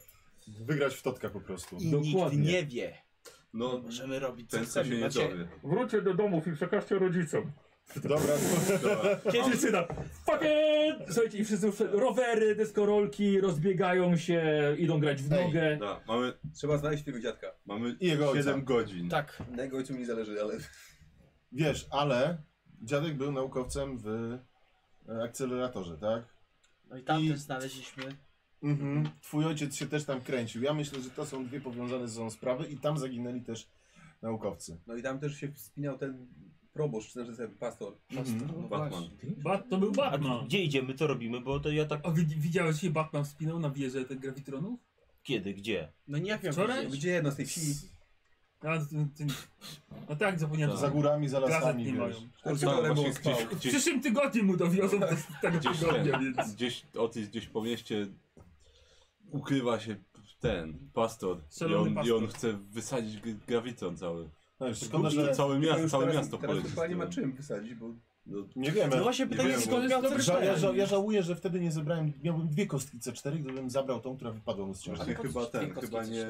Speaker 1: Wygrać w totka po prostu.
Speaker 4: I
Speaker 2: Dokładnie.
Speaker 4: nikt nie wie.
Speaker 3: no,
Speaker 4: Możemy robić co
Speaker 3: ten co
Speaker 4: chcemy.
Speaker 3: się nie
Speaker 4: Macie-
Speaker 3: dowie.
Speaker 15: Wróćcie do domów i przekażcie rodzicom.
Speaker 1: Dobra,
Speaker 3: Dobra.
Speaker 2: Kiedy syna, fuck it! Słuchajcie, i wszyscy już- rowery, deskorolki, rozbiegają się, idą grać w
Speaker 1: Ej, no
Speaker 2: nogę.
Speaker 3: Dobra, mamy,
Speaker 8: Trzeba znaleźć tego dziadka.
Speaker 3: mamy
Speaker 1: I jego ojca.
Speaker 3: 7 godzin.
Speaker 4: Tak.
Speaker 8: Na jego ojcu mi nie zależy, ale...
Speaker 1: wiesz, ale dziadek był naukowcem w e, akceleratorze, tak?
Speaker 4: No i tamten
Speaker 1: I-
Speaker 4: znaleźliśmy.
Speaker 1: Mhm. Twój ojciec się też tam kręcił. Ja myślę, że to są dwie powiązane ze sobą sprawy i tam zaginęli też naukowcy.
Speaker 8: No i tam też się wspinał ten proboszcz, znaczy ten pastor. no
Speaker 1: Mhm.
Speaker 3: Batman.
Speaker 9: Bat, to był
Speaker 13: A
Speaker 2: No.
Speaker 9: Batman.
Speaker 13: gdzie idziemy, co robimy, bo to ja tak...
Speaker 9: A wi- widziałeś się Batman wspinał na wieżę tych grawitronów?
Speaker 13: Kiedy, gdzie?
Speaker 4: No nie jak miał
Speaker 9: Wczoraj?
Speaker 4: wiedzieć.
Speaker 8: Gdzie jedno z tej wsi?
Speaker 9: A, ty, ty, no tak, zapomniałem.
Speaker 1: Za górami, za
Speaker 9: Gazet
Speaker 1: lasami,
Speaker 9: nie
Speaker 1: wiesz.
Speaker 9: mają.
Speaker 8: Tam
Speaker 3: No,
Speaker 8: wieczorem
Speaker 3: właśnie
Speaker 8: on spał.
Speaker 3: gdzieś,
Speaker 9: W
Speaker 3: gdzieś,
Speaker 9: przyszłym tygodniu mu dowiozą do tego
Speaker 3: Gdzieś
Speaker 9: tygodnia,
Speaker 3: ten.
Speaker 9: więc...
Speaker 3: gdzieś, Otis gdzieś po mieście ukrywa się ten pastor. I
Speaker 9: Szalony
Speaker 3: on, I on
Speaker 9: pastor.
Speaker 3: chce wysadzić g- grawiton cały.
Speaker 1: No, już szkoda, że
Speaker 3: Całe
Speaker 8: To
Speaker 3: miasto,
Speaker 8: już
Speaker 3: całe
Speaker 8: teraz-
Speaker 3: miasto
Speaker 8: Teraz to
Speaker 3: poleci.
Speaker 8: chyba nie ma czym wysadzić, bo...
Speaker 3: No,
Speaker 1: nie wiemy.
Speaker 4: No właśnie
Speaker 3: Nie
Speaker 4: pytanie,
Speaker 3: wiem,
Speaker 4: skąd
Speaker 3: bo-
Speaker 4: miał
Speaker 3: nie
Speaker 4: dobry
Speaker 1: Ża ja,
Speaker 4: plan?
Speaker 1: ża ja żałuję, że wtedy nie zebrałem, miałem dwie kostki C4, gdybym zabrał tą, która wypadła mu z ciąży.
Speaker 3: Właśnie chyba ten, chyba nie,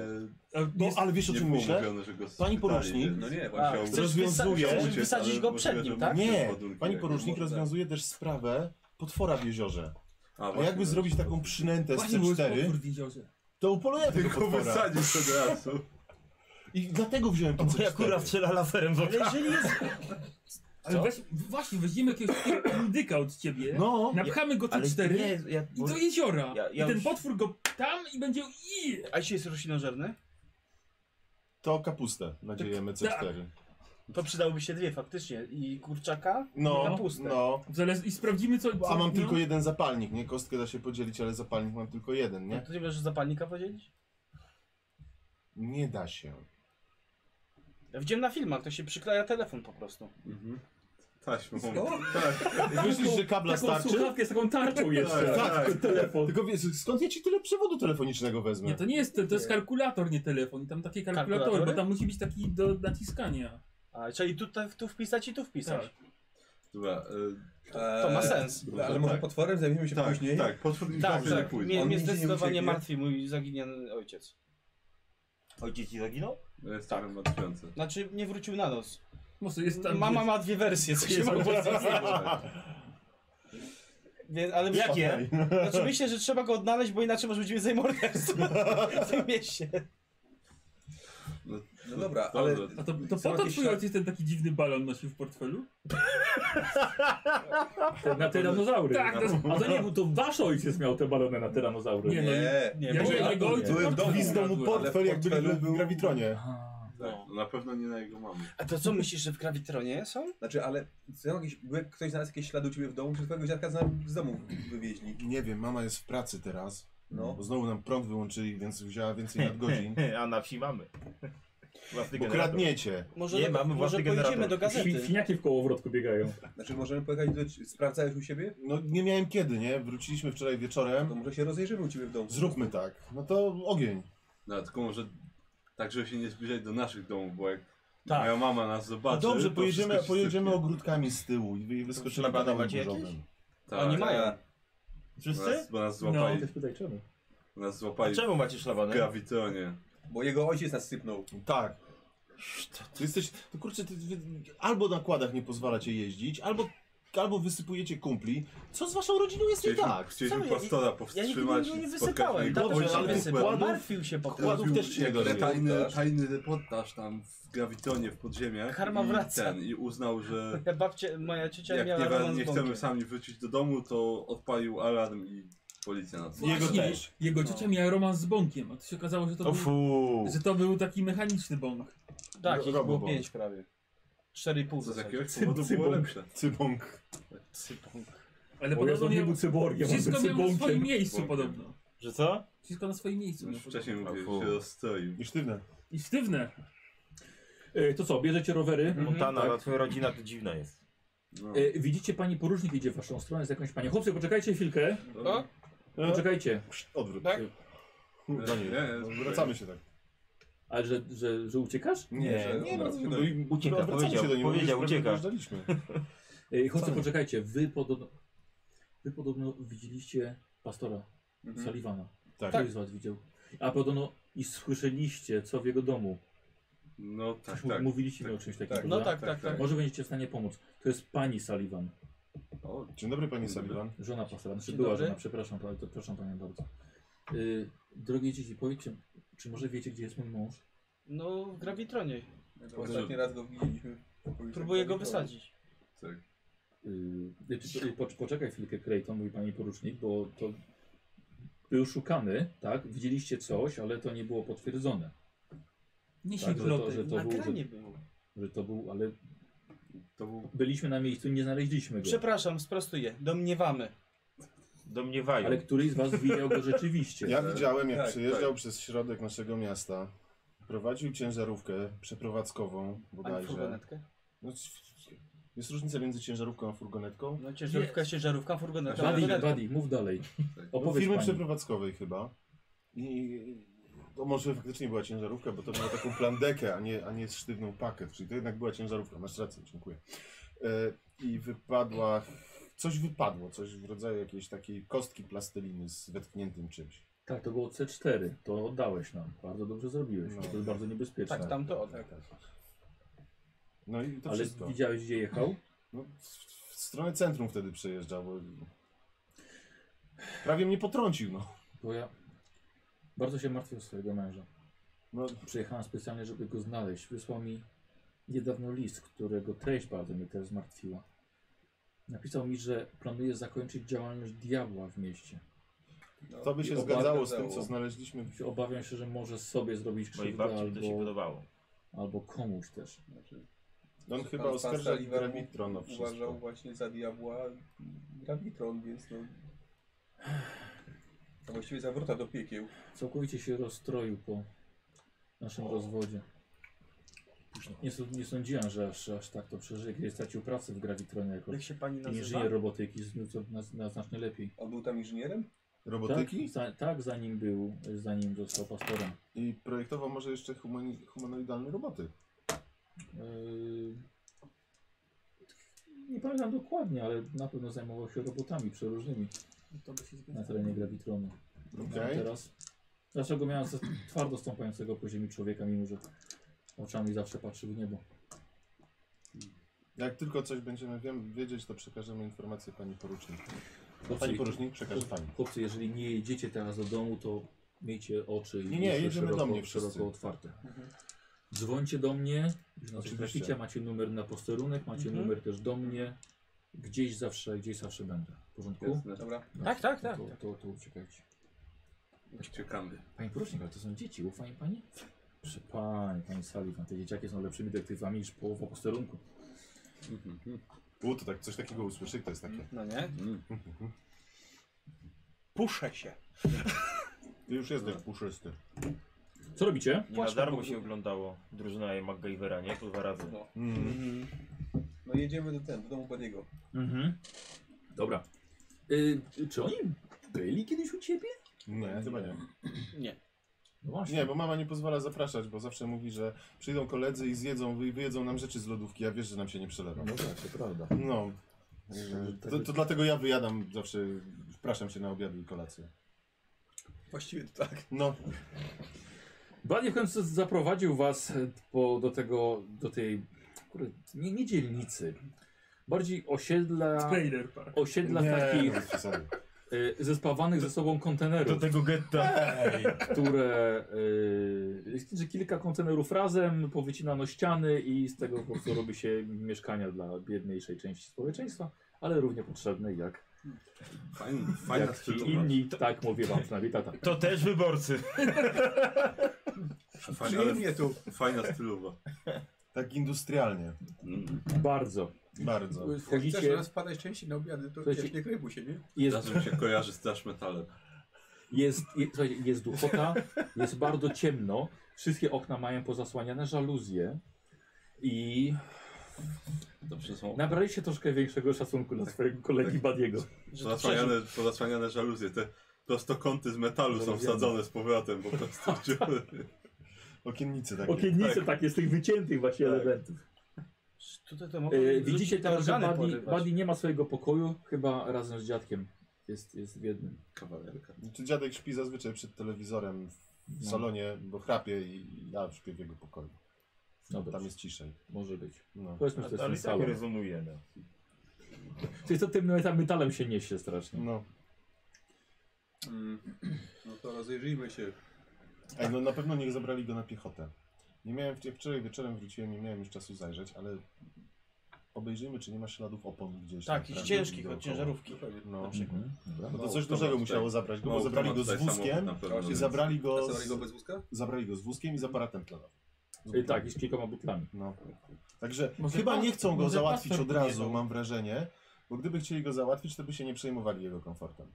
Speaker 9: A,
Speaker 1: No,
Speaker 9: jest-
Speaker 1: ale wiesz o
Speaker 3: nie
Speaker 1: czym
Speaker 3: było
Speaker 1: myślę?
Speaker 3: mówione, że go
Speaker 1: Pani
Speaker 3: schwytali,
Speaker 1: porucznik?
Speaker 3: więc-
Speaker 8: No nie,
Speaker 4: A,
Speaker 8: właśnie.
Speaker 4: Tak. chcesz
Speaker 1: rozwiązuje-
Speaker 4: wysa- chcesz
Speaker 3: uciec,
Speaker 4: wysadzić
Speaker 3: ale
Speaker 4: go
Speaker 3: może
Speaker 4: przed nim,
Speaker 3: wiadomo,
Speaker 4: tak?
Speaker 1: Nie,
Speaker 3: Ładunki
Speaker 1: pani
Speaker 3: jak
Speaker 1: porucznik
Speaker 8: może,
Speaker 1: rozwiązuje też sprawę potwora w jeziorze. A
Speaker 3: właśnie,
Speaker 1: jakby
Speaker 3: no.
Speaker 1: zrobić taką przynętę z
Speaker 9: Właśnie był
Speaker 1: C4,
Speaker 9: potwór w jeziorze.
Speaker 1: to upoluję tego
Speaker 3: Tylko
Speaker 1: potwora.
Speaker 3: wysadzić tego lasu.
Speaker 1: I dlatego wziąłem to
Speaker 13: Bo ja kurwa
Speaker 1: C4.
Speaker 13: strzela laserem w
Speaker 4: Ale
Speaker 13: oczy.
Speaker 4: jeżeli jest...
Speaker 9: Ale weź, właśnie, weźmiemy jakiegoś indyka od ciebie,
Speaker 1: No,
Speaker 9: napchamy go te
Speaker 13: Ale
Speaker 9: cztery
Speaker 13: nie, ja...
Speaker 9: i do jeziora.
Speaker 13: Ja- ja
Speaker 9: I ten
Speaker 13: już-
Speaker 9: potwór go tam i będzie... I...
Speaker 4: A jeśli jest roślinożerny?
Speaker 1: to kapustę nadziejemy C4.
Speaker 4: To przydałyby się dwie faktycznie. I kurczaka, i
Speaker 1: No,
Speaker 4: kapustę.
Speaker 1: no.
Speaker 9: Zale... I sprawdzimy co... co
Speaker 1: A mam
Speaker 9: no.
Speaker 1: tylko jeden zapalnik, nie? Kostkę da się podzielić, ale zapalnik mam tylko jeden,
Speaker 4: No
Speaker 1: nie?
Speaker 4: to nie możesz zapalnika podzielić?
Speaker 1: Nie da się.
Speaker 4: Ja widziałem na filmach, to się przykleja telefon po prostu.
Speaker 3: Taśmą.
Speaker 8: Co?
Speaker 3: Tak,
Speaker 1: Myślisz, że kabla
Speaker 9: Taką
Speaker 1: starczy?
Speaker 9: słuchawkę z taką tarczą jeszcze.
Speaker 1: Tak, tak, telefon. Tylko wiesz, skąd ja ci tyle przewodu telefonicznego wezmę?
Speaker 9: Nie, to nie jest, to, to jest kalkulator, nie telefon. I tam takie kalkulatory,
Speaker 4: Kalkulatory?
Speaker 9: bo tam musi być taki do naciskania.
Speaker 4: A, czyli tutaj tu wpisać i tu wpisać.
Speaker 3: Dobra,
Speaker 4: To ma sens.
Speaker 8: Eee, Ale może
Speaker 3: Tak.
Speaker 8: potworem zajmiemy się
Speaker 3: e, tak,
Speaker 8: później?
Speaker 3: tak, potwór
Speaker 4: Tak,
Speaker 3: tak,
Speaker 4: tak.
Speaker 3: później.
Speaker 4: Mnie,
Speaker 8: On
Speaker 4: mnie
Speaker 8: nigdzie nie
Speaker 4: zdecydowanie
Speaker 8: ucieknie.
Speaker 4: martwi mój zaginiony ojciec.
Speaker 13: Ojciec ci zaginął?
Speaker 3: To jest trochę martwiące.
Speaker 4: Znaczy, nie wrócił na noc.
Speaker 9: Może jest tam...
Speaker 4: Mama ma dwie wersje, co się ma Więc, ale
Speaker 13: Jakie?
Speaker 4: Znaczy myślę, że trzeba go odnaleźć, bo inaczej może być więcej morderstw w tym mieście.
Speaker 8: No dobra, ale...
Speaker 3: Dobra.
Speaker 9: A to, to
Speaker 8: Są
Speaker 9: po to
Speaker 8: jakieś
Speaker 9: twój
Speaker 8: szan-
Speaker 9: ojciec ten taki dziwny balon nosił w portfelu?
Speaker 2: Na tyranozaury.
Speaker 9: Tak, to jest...
Speaker 2: A to nie był, to wasz ojciec miał te balony na tyranozaury.
Speaker 9: Nie, no,
Speaker 8: Nie,
Speaker 4: Nie,
Speaker 9: ja
Speaker 4: bo-
Speaker 9: nie, jego ojciec
Speaker 8: Byłem w
Speaker 9: portfel
Speaker 8: domu.
Speaker 1: z domu
Speaker 9: ukradł, ale-
Speaker 1: portfel, jak byli
Speaker 8: portfelu
Speaker 1: w
Speaker 8: był-
Speaker 1: gravitronie.
Speaker 3: Tak, no na pewno nie na jego mamy.
Speaker 4: A to co myślisz, że w Gravitronie są?
Speaker 8: Znaczy, ale są jakieś, były- ktoś znalazł jakieś ślady u ciebie w domu, czy twojego dziadka z, z domu wywieźli?
Speaker 1: Nie wiem, mama jest w pracy teraz.
Speaker 8: No.
Speaker 1: Bo znowu nam prąd wyłączyli, więc wzięła więcej nadgodzin.
Speaker 13: A na wsi mamy.
Speaker 1: Własny
Speaker 3: generator.
Speaker 1: kradniecie.
Speaker 4: Może- Nie, mamy może własny pojedziemy generator. do gazety.
Speaker 2: Fi- Finiaki w kołowrotku biegają.
Speaker 1: Znaczy możemy pojechać do... Sprawdzałeś u siebie? No nie miałem kiedy, nie? Wróciliśmy wczoraj wieczorem. To może się rozejrzymy u ciebie w domu. Zróbmy tak. No to ogień.
Speaker 3: No tylko może tak, żeby się nie zbliżać do naszych domów, bo jak moja mama nas
Speaker 1: No
Speaker 3: zobaczy.
Speaker 1: dobrze,
Speaker 3: to
Speaker 1: pojedziemy,
Speaker 3: wszystko się
Speaker 1: pojedziemy ogródkami z tyłu i wy- i wyskoczymy
Speaker 3: Szlabany
Speaker 1: kanałem
Speaker 3: macie jakieś?
Speaker 1: burzowym.
Speaker 3: Tak. Oni mają.
Speaker 1: Wszyscy?
Speaker 3: Bo nas, bo nas złapali.
Speaker 1: No, też pytaj czemu.
Speaker 3: Nas złapali.
Speaker 1: A czemu macie szlabany?
Speaker 3: W grawitonie.
Speaker 1: Bo jego ojciec nas sypnął. Tak. Ty jesteś, to kurczę, ty, wy, albo na kładach nie pozwalacie jeździć, albo, albo wysypujecie kumpli. Co z waszą rodziną jest nie
Speaker 3: Chcieliśmy-
Speaker 1: tak?
Speaker 3: chcieliśmy pastora powstrzymać
Speaker 1: nigdy
Speaker 3: i spotkać jego
Speaker 1: Dobrze,
Speaker 3: ojca.
Speaker 1: ale
Speaker 3: Wysypał.
Speaker 1: kładów-
Speaker 3: Martwił
Speaker 4: się po
Speaker 1: Kładów też nie
Speaker 3: Jakiś tajny,
Speaker 1: dożył.
Speaker 3: tajny reportaż tam w grawitonie, w podziemiach.
Speaker 4: Karma
Speaker 3: i
Speaker 4: wraca.
Speaker 3: Ten, I uznał, że
Speaker 4: Ja babcie, moja ciocia
Speaker 3: jak
Speaker 4: miała
Speaker 3: nie,
Speaker 4: romans
Speaker 3: nie
Speaker 4: z
Speaker 3: chcemy
Speaker 4: Bogiem.
Speaker 3: sami wrócić do domu, to odpalił alarm i policja nas
Speaker 9: Właśnie, Jego ciocia miała romans z bąkiem, a to się okazało, że to,
Speaker 3: O
Speaker 9: był,
Speaker 3: fu.
Speaker 9: że to był taki mechaniczny bąk.
Speaker 4: Tak, ich było
Speaker 9: Robobąk.
Speaker 4: pięć prawie. Cztery i pół
Speaker 9: Co z
Speaker 3: jakiegoś
Speaker 9: Cy- powodu było cybąk. lepsze.
Speaker 1: Cybąk.
Speaker 4: Cybąk.
Speaker 9: Ale podobno nie był cyborgiem. Wszystko miało na swoim miejscu
Speaker 3: Cyborgiem.
Speaker 9: podobno.
Speaker 4: Że co?
Speaker 9: Wszystko na swoim miejscu.
Speaker 3: Już
Speaker 9: miał podobno.
Speaker 3: wcześniej mówię, się rozstroił.
Speaker 1: I sztywne.
Speaker 9: I sztywne.
Speaker 2: E, To co, bierzecie rowery?
Speaker 4: Mhm.
Speaker 13: Montana,
Speaker 2: Tak.
Speaker 13: ta twoja rodzina to dziwna jest.
Speaker 2: E, Widzicie pani porucznik idzie w waszą stronę z jakąś panią. Chłopcy, poczekajcie chwilkę. No, Poczekajcie.
Speaker 1: Odwrót.
Speaker 2: Tak?
Speaker 1: No nie, nie, wracamy się tak.
Speaker 2: Ale że, że, że uciekasz?
Speaker 1: Nie, że
Speaker 2: nie,
Speaker 1: odwracamy się
Speaker 2: no,
Speaker 1: do nich. Ucieka,
Speaker 2: odwracamy
Speaker 1: powiedział,
Speaker 2: się do nich, bo
Speaker 1: powiedział,
Speaker 2: już prawie
Speaker 1: ucieka.
Speaker 2: dojeżdżaliśmy. Ej, E, Chłopcy,
Speaker 1: Wcale.
Speaker 2: poczekajcie, wy podobno, wy podobno widzieliście pastora
Speaker 8: Mhm.
Speaker 2: Sullivana.
Speaker 8: Tak.
Speaker 2: Który z was widział? A podobno i słyszeliście, co w jego domu.
Speaker 3: No tak,
Speaker 2: Coś
Speaker 3: tak.
Speaker 2: Mówiliście mi
Speaker 3: Tak,
Speaker 2: o czymś takim,
Speaker 3: tak.
Speaker 2: prawda?
Speaker 3: No tak, tak, tak.
Speaker 2: Może będziecie w stanie pomóc. To jest pani Sullivan.
Speaker 3: O,
Speaker 1: dzień dobry pani Sullivan.
Speaker 2: Żona pastora, znaczy
Speaker 1: Dzień
Speaker 2: była
Speaker 1: dobry.
Speaker 2: żona, przepraszam, pa- to, przepraszam panią bardzo. Y, drogie dzieci, powiedzcie, czy może wiecie, gdzie jest mój mąż?
Speaker 4: No, w Gravitronie.
Speaker 3: Ostatni
Speaker 4: raz go widzieliśmy. Próbuję go wysadzić.
Speaker 3: Tak.
Speaker 2: Y, czy- po, poczekaj chwilkę, Clayton, mówi pani porucznik, bo to był szukany, tak? Widzieliście coś, ale to nie było potwierdzone.
Speaker 9: Nie się
Speaker 2: tak, że to,
Speaker 9: ploty.
Speaker 2: że to był, że,
Speaker 4: Nagranie było.
Speaker 2: że to był, ale byliśmy na miejscu, i nie znaleźliśmy go.
Speaker 4: Przepraszam, sprostuję. Domniewamy.
Speaker 13: Domniewają.
Speaker 2: Ale któryś z was widział go rzeczywiście.
Speaker 1: Ja widziałem, jak
Speaker 2: Tak,
Speaker 1: przejeżdżał
Speaker 2: tak.
Speaker 1: przez środek naszego miasta. Prowadził ciężarówkę przeprowadzkową bodajże.
Speaker 4: furgonetkę?
Speaker 1: No, c- c- jest różnica między ciężarówką a furgonetką?
Speaker 4: No ciężarówka jest ciężarówką, furgonetka
Speaker 2: Znaczy,
Speaker 1: Buddy,
Speaker 4: furgonetką.
Speaker 1: buddy,
Speaker 2: mów dalej.
Speaker 1: No,
Speaker 2: Opowiedz
Speaker 1: firmy
Speaker 2: pani.
Speaker 1: przeprowadzkowej chyba. I to może faktycznie była ciężarówka, bo to miała taką plandekę, a nie, a nie sztywną pakę. Czyli to jednak była ciężarówka, masz rację, dziękuję. E, I wypadła, coś wypadło, coś w rodzaju jakiejś takiej kostki plasteliny z wetkniętym czymś.
Speaker 2: Tak, to było C4, to oddałeś nam. Bardzo dobrze zrobiłeś, bo to jest bardzo niebezpieczne.
Speaker 4: No. Tak, tam to oddał.
Speaker 1: No i to
Speaker 2: Ale
Speaker 1: wszystko.
Speaker 2: widziałeś, gdzie jechał?
Speaker 1: No, w, w stronę centrum wtedy przejeżdżał, bo prawie mnie potrącił, no.
Speaker 2: Bo ja bardzo się martwię o swojego męża.
Speaker 1: No.
Speaker 2: Przyjechałem specjalnie, żeby go znaleźć. Wysłał mi niedawno list, którego treść bardzo mnie też zmartwiła. Napisał mi, że planuje zakończyć działalność diabła w mieście.
Speaker 3: No,
Speaker 1: To by się
Speaker 2: I obawia-
Speaker 1: zgadzało z tym, co znaleźliśmy.
Speaker 2: Obawiam się, że może sobie zrobić
Speaker 13: Mojej
Speaker 2: krzywdę
Speaker 13: babci by
Speaker 2: albo,
Speaker 13: to się podobało.
Speaker 2: albo komuś też.
Speaker 1: On
Speaker 3: Że
Speaker 1: chyba
Speaker 3: pan
Speaker 1: oskarża
Speaker 3: Stan Sullivan
Speaker 1: Gravitron o wszystko.
Speaker 3: Uważał właśnie za diabła Gravitron, więc no... To właściwie zawrota do piekieł.
Speaker 2: Całkowicie się rozstroił po naszym rozwodzie. Nie, sąd- nie sądziłem, że aż, aż tak to przeżyje, kiedy stracił pracę w Gravitronie jako
Speaker 3: Jak się pani nazywa?
Speaker 2: inżynier robotyki, znów to na, na znacznie lepiej.
Speaker 3: On był tam inżynierem?
Speaker 1: Robotyki?
Speaker 2: Tak, za, tak zanim był, zanim został pastorem.
Speaker 1: I projektował może jeszcze humani- humanoidalne roboty.
Speaker 2: Yy, nie pamiętam dokładnie, ale na pewno zajmował się robotami przeróżnymi
Speaker 9: No To by się
Speaker 2: na
Speaker 9: zgadzało.
Speaker 2: terenie Gravitronu. A
Speaker 1: Okej.
Speaker 2: No, teraz, dlaczego miałem za- twardo stąpającego po ziemi człowieka, mimo że oczami zawsze patrzył w niebo?
Speaker 1: Jak tylko coś będziemy wiem, wiedzieć, to przekażemy informację pani porucznik.
Speaker 2: Chłopcy,
Speaker 1: Pani porucznik przekaże
Speaker 2: chłop-
Speaker 1: pani.
Speaker 2: Chłopcy, jeżeli nie jedziecie teraz do domu, to miejcie oczy i
Speaker 1: Nie, nie,
Speaker 2: uszy
Speaker 1: jedziemy
Speaker 2: szeroko,
Speaker 1: do mnie wszyscy.
Speaker 2: szeroko otwarte.
Speaker 4: Mhm.
Speaker 2: Dzwońcie do mnie, jeżeli na coś
Speaker 1: Oczywiście.
Speaker 2: traficie, macie numer na posterunek, macie
Speaker 4: Mhm.
Speaker 2: numer też do mnie. Gdzieś zawsze, gdzieś zawsze będę. W porządku? No
Speaker 3: Jasne. Dobra.
Speaker 4: Tak, tak, tak.
Speaker 2: To, to, to uciekajcie.
Speaker 3: Uciekamy.
Speaker 2: Pani porucznik, ale to są dzieci, ufa mi pani? Proszę pani, pani Sullivan, te dzieciaki są lepszymi detektywami niż połowa posterunku.
Speaker 1: U, to tak, coś takiego usłyszy, to jest takie.
Speaker 4: No nie?
Speaker 16: Puszę się.
Speaker 2: Tak.
Speaker 1: Ty już jesteś puszysty.
Speaker 2: Co robicie?
Speaker 13: Nie na darmo się oglądało drużyna MacGyvera, nie? To dwa razy.
Speaker 3: No.
Speaker 1: Mm.
Speaker 3: No jedziemy do ten, do domu Badiego.
Speaker 2: Mhm. Dobra. Y, czy oni byli kiedyś u ciebie?
Speaker 1: Nie, chyba nie.
Speaker 4: Nie.
Speaker 2: No właśnie.
Speaker 1: Nie, bo mama nie pozwala zapraszać, bo zawsze mówi, że przyjdą koledzy i zjedzą, wy- wyjedzą nam rzeczy z lodówki, a wiesz, że nam się nie przelewa.
Speaker 2: No tak, to prawda. Tak,
Speaker 1: No. To, to dlatego ja wyjadam zawsze, wpraszam się na obiady i kolację.
Speaker 3: Właściwie to tak.
Speaker 1: No.
Speaker 2: Badnie w końcu zaprowadził was e, po, do tego, do tej, kurde, nie, nie dzielnicy, bardziej osiedla,
Speaker 9: Trailer park.
Speaker 2: osiedla
Speaker 9: Nie,
Speaker 2: takich
Speaker 9: no, przesadzam.
Speaker 2: y, zespawanych ze sobą kontenerów. Do tego getta. Które, y, jest, że kilka kontenerów razem, powycinano ściany i z tego po prostu robi się mieszkania dla biedniejszej części społeczeństwa, ale równie potrzebne jak
Speaker 3: Fajn, fajna
Speaker 2: jak ci
Speaker 3: stylowa.
Speaker 2: inni, tak mówię wam przynajmniej tata. To też wyborcy.
Speaker 3: Fajna, ale mnie tu. Fajna stylowa.
Speaker 1: Tak industrialnie.
Speaker 2: Bardzo.
Speaker 1: Bardzo.
Speaker 3: Jak chcesz raz padać częściej na obiady, to
Speaker 2: Słuchajcie,
Speaker 3: wiesz, nie krępuj się, nie?
Speaker 2: jest-
Speaker 3: Zawsze mi się kojarzy z dash metalem.
Speaker 2: Jest, je, słuchajcie, jest duchota, jest bardzo ciemno, wszystkie okna mają pozasłaniane żaluzje i
Speaker 3: Dobrze są.
Speaker 2: nabraliście troszkę większego szacunku dla swojego kolegi Badiego.
Speaker 3: Pozasłaniane, pozasłaniane żaluzje, te prostokąty z metalu są
Speaker 2: Zrobione.
Speaker 3: wsadzone z powrotem po prostu. w dziury.
Speaker 1: Okiennice
Speaker 2: Okiennice takie z tych wyciętych właśnie elementów.
Speaker 4: Tutaj No to mogą
Speaker 2: E, widzicie
Speaker 4: ludzkie
Speaker 2: tam, że
Speaker 4: organy
Speaker 2: Buddy,
Speaker 4: porywać.
Speaker 2: Buddy nie ma swojego pokoju, chyba razem z dziadkiem jest, jest w jednym.
Speaker 3: Kawalerka.
Speaker 1: Czy dziadek śpi zazwyczaj przed telewizorem w
Speaker 2: No.
Speaker 1: salonie, bo chrapie i i ja śpię w jego pokoju.
Speaker 2: No
Speaker 1: Tam
Speaker 2: dobrze.
Speaker 1: jest ciszej.
Speaker 2: Może być.
Speaker 1: No.
Speaker 2: Powiedzmy, że to
Speaker 13: A-
Speaker 2: jest
Speaker 13: Ale
Speaker 2: ten
Speaker 13: i tak
Speaker 2: salon.
Speaker 13: rezonuje, no.
Speaker 2: Czyli to tym metal- metalem się niesie strasznie.
Speaker 1: No.
Speaker 3: Mm. No to rozejrzyjmy się.
Speaker 1: Ej, no na pewno nie zabrali go na piechotę. Nie miałem, jak wczoraj wieczorem wróciłem, nie miałem już czasu zajrzeć, ale obejrzyjmy, czy nie ma śladów opon gdzieś.
Speaker 4: Tak,
Speaker 1: tam
Speaker 4: i
Speaker 1: prawie
Speaker 4: ciężkich
Speaker 1: dookoła.
Speaker 4: od ciężarówki.
Speaker 1: No.
Speaker 4: Na przykład.
Speaker 2: Mhm.
Speaker 1: No
Speaker 3: No
Speaker 1: to coś
Speaker 3: automat
Speaker 1: dużego
Speaker 3: tutaj.
Speaker 1: musiało zabrać go,
Speaker 3: No
Speaker 1: bo
Speaker 3: automat
Speaker 1: zabrali go z
Speaker 3: tutaj samochód
Speaker 1: wózkiem
Speaker 3: na pewno
Speaker 1: i
Speaker 3: jest.
Speaker 1: zabrali
Speaker 3: A
Speaker 1: go...
Speaker 3: zabrali
Speaker 1: z-
Speaker 3: go bez wózka?
Speaker 1: Zabrali go z wózkiem i z aparatem tlenowym. Z
Speaker 2: E, Tak,
Speaker 1: butlami.
Speaker 2: i z kilkoma butlami.
Speaker 1: No. Także
Speaker 2: Może
Speaker 1: chyba
Speaker 2: pas-
Speaker 1: nie chcą go
Speaker 2: może
Speaker 1: załatwić
Speaker 2: pastor
Speaker 1: od razu,
Speaker 2: powiedział.
Speaker 1: mam wrażenie, bo gdyby chcieli go załatwić, to by się nie przejmowali jego komfortem.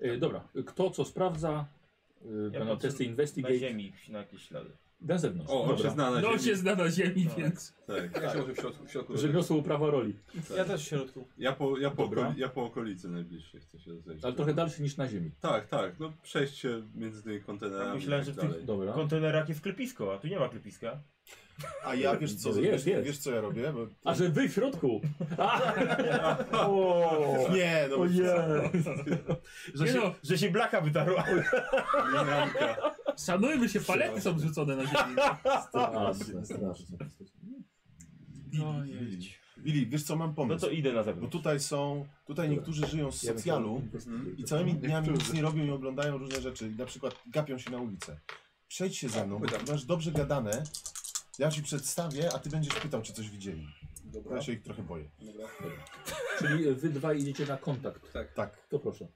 Speaker 2: E, Dobra, kto co sprawdza, e, będą
Speaker 13: patrzę
Speaker 2: testy
Speaker 13: Na
Speaker 2: investigate.
Speaker 13: ziemi, na jakieś ślady.
Speaker 2: Na zewnątrz.
Speaker 3: O, on
Speaker 2: Dobra.
Speaker 3: się zna na
Speaker 9: No
Speaker 3: ziemi.
Speaker 9: on się zna na ziemi,
Speaker 13: Tak.
Speaker 9: więc...
Speaker 3: Tak, ja się może w środku. W środku
Speaker 2: Rzemiosło uprawa roli.
Speaker 3: tak.
Speaker 4: Ja też w środku.
Speaker 3: Ja po, ja, po
Speaker 2: Dobra.
Speaker 3: okoli, ja po okolicy najbliższej chcę się rozejrzeć.
Speaker 2: Ale trochę dalszy niż na ziemi.
Speaker 3: Tak, tak, no przejść się między tymi kontenerami.
Speaker 13: Ja myślałem, że
Speaker 3: i
Speaker 13: w
Speaker 3: tak
Speaker 13: tych
Speaker 3: dalej.
Speaker 2: Dobra.
Speaker 13: kontenerach jest klepisko, a tu nie ma klepiska.
Speaker 1: A ja wiesz co,
Speaker 2: Jest,
Speaker 1: wiesz,
Speaker 2: jest.
Speaker 1: wiesz co ja robię? Bo...
Speaker 2: A że wy w środku! A! O!
Speaker 1: Nie, no
Speaker 2: O nie!
Speaker 13: Że,
Speaker 9: Nie
Speaker 13: się,
Speaker 9: no.
Speaker 13: że się blacha wytarła.
Speaker 3: Linijka.
Speaker 9: Szanujmy się, palety są rzucone na ziemi.
Speaker 2: Straszne, straszne.
Speaker 1: Wili, Wili, wiesz co, mam
Speaker 13: No
Speaker 1: pomysł.
Speaker 13: to idę na
Speaker 1: Bo
Speaker 13: zewnątrz.
Speaker 1: tutaj są, tutaj
Speaker 2: Dobra.
Speaker 1: niektórzy żyją z
Speaker 2: Ja bym
Speaker 1: socjalu
Speaker 2: chciał-
Speaker 1: i całymi dniami nic nie robią i oglądają różne rzeczy. I na przykład gapią się na ulicę. Przejdź się ze mną, bo ty masz dobrze gadane. Ja ci przedstawię, a ty będziesz pytał, czy coś widzieli.
Speaker 3: Dobra,
Speaker 1: Ja się ich trochę boję.
Speaker 3: dobra.
Speaker 2: Czyli wy dwa idziecie na kontakt.
Speaker 3: Tak.
Speaker 1: Tak,
Speaker 2: To proszę.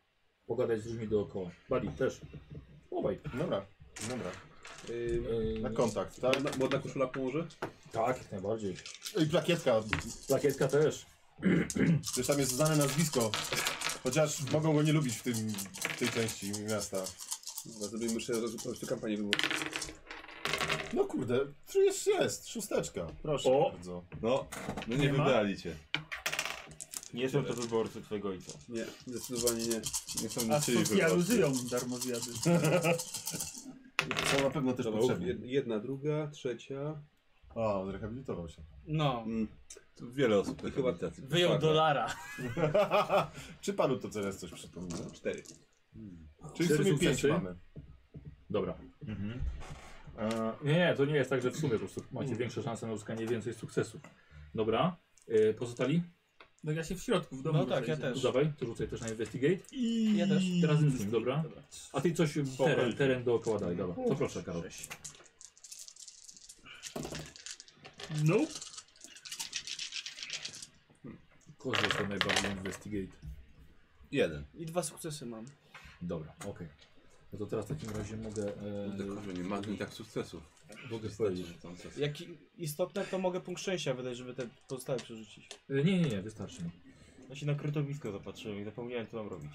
Speaker 2: Pogadać z ludźmi dookoła. Buddy też. Obaj.
Speaker 1: dobra, dobra.
Speaker 2: Yy,
Speaker 1: Na kontakt, tak?
Speaker 7: Modna, modna koszula pomoże?
Speaker 2: Tak, jak najbardziej.
Speaker 1: I plakietka,
Speaker 2: Plakietka też.
Speaker 1: Przecież tam jest znane nazwisko. Chociaż mogą go nie lubić w, tym, w tej części miasta.
Speaker 7: Dobra, zrobimy jeszcze jeszcze kampanię wyborczą.
Speaker 1: No kurde, tu jest, jest, szósteczka. Proszę
Speaker 2: O!
Speaker 1: bardzo.
Speaker 3: No, no nie,
Speaker 2: Nie ma?
Speaker 3: wybrali cię.
Speaker 13: Nie są to wyborcy twojego ojca.
Speaker 7: Nie, zdecydowanie nie.
Speaker 3: Nie są
Speaker 9: A
Speaker 3: niczyj
Speaker 9: socjalu
Speaker 3: wyborcy.
Speaker 9: żyją darmozjady.
Speaker 1: Są na pewno też
Speaker 7: Dobra,
Speaker 1: potrzebne.
Speaker 7: jed- jedna, druga, trzecia.
Speaker 1: O, zrehabilitował się.
Speaker 4: No,
Speaker 7: Mm.
Speaker 3: Tu Wiele osób tak
Speaker 7: Chyba
Speaker 3: robi.
Speaker 2: Znaczy,
Speaker 4: wyjął
Speaker 3: Czwarta.
Speaker 4: dolara.
Speaker 1: Czy panu to teraz coś przypomina? Hmm.
Speaker 7: Cztery.
Speaker 1: Czyli w
Speaker 2: Cztery
Speaker 1: sumie pięć
Speaker 2: sukcesy.
Speaker 1: mamy.
Speaker 2: Dobra. E, nie, nie, to nie jest tak, że w sumie po prostu macie większe szanse na uzyskanie więcej sukcesów. Dobra. E, pozostali?
Speaker 9: No ja się w środku w domu
Speaker 4: No tak, ja
Speaker 9: rozejrzę.
Speaker 2: Tu
Speaker 4: też.
Speaker 2: dawaj, tu rzucaj też na investigate.
Speaker 9: I...
Speaker 4: Ja też.
Speaker 2: Ty razem z nim, dobra?
Speaker 4: Dobra.
Speaker 2: A ty coś teren, teren dookoła daj, dobra. To proszę, Karol.
Speaker 9: Nope.
Speaker 2: Korzystaj z tej najbardziej investigate.
Speaker 3: Jeden.
Speaker 4: I dwa sukcesy mam.
Speaker 2: Dobra, okej. No to teraz w takim razie mogę. E,
Speaker 3: Tylko, że nie ma z nich tak sukcesów.
Speaker 2: mogę powiedzieć.
Speaker 3: Jak...
Speaker 4: Jak i- istotne, to mogę punkt szczęścia wydać, żeby te pozostałe przerzucić.
Speaker 2: E, nie, nie, nie, wystarczy. mi.
Speaker 13: Ja się na krytowisko zapatrzyłem i zapomniałem co mam robić.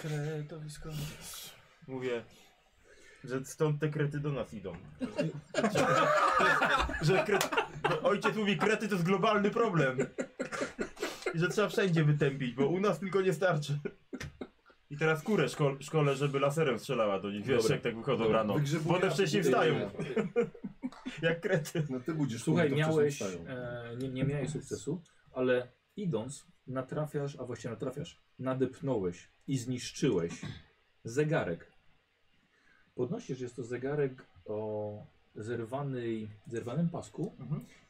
Speaker 4: Kretowisko.
Speaker 13: Mówię, Że stąd te krety do nas idą. Że krety, bo ojciec mówi, krety to jest globalny problem. I że trzeba wszędzie wytępić, bo u nas tylko nie starczy. I teraz kurę szko szkole, żeby laserem strzelała do nich, wiesz,
Speaker 2: Dobra.
Speaker 13: jak tak wychodzą
Speaker 2: Dobra.
Speaker 13: rano.
Speaker 2: Wygrzebuję
Speaker 13: Bo one
Speaker 2: ja
Speaker 13: wcześniej
Speaker 2: tutaj-
Speaker 13: wstają. Jak krety.
Speaker 1: No ty budzisz,
Speaker 2: Słuchaj, miałeś,
Speaker 13: wcześniej wstają.
Speaker 2: e, nie, nie miałeś sukcesu, ale idąc natrafiasz, a właściwie natrafiasz, nadepnąłeś i zniszczyłeś zegarek. Podnosisz, jest to zegarek o zerwanej, zerwanym pasku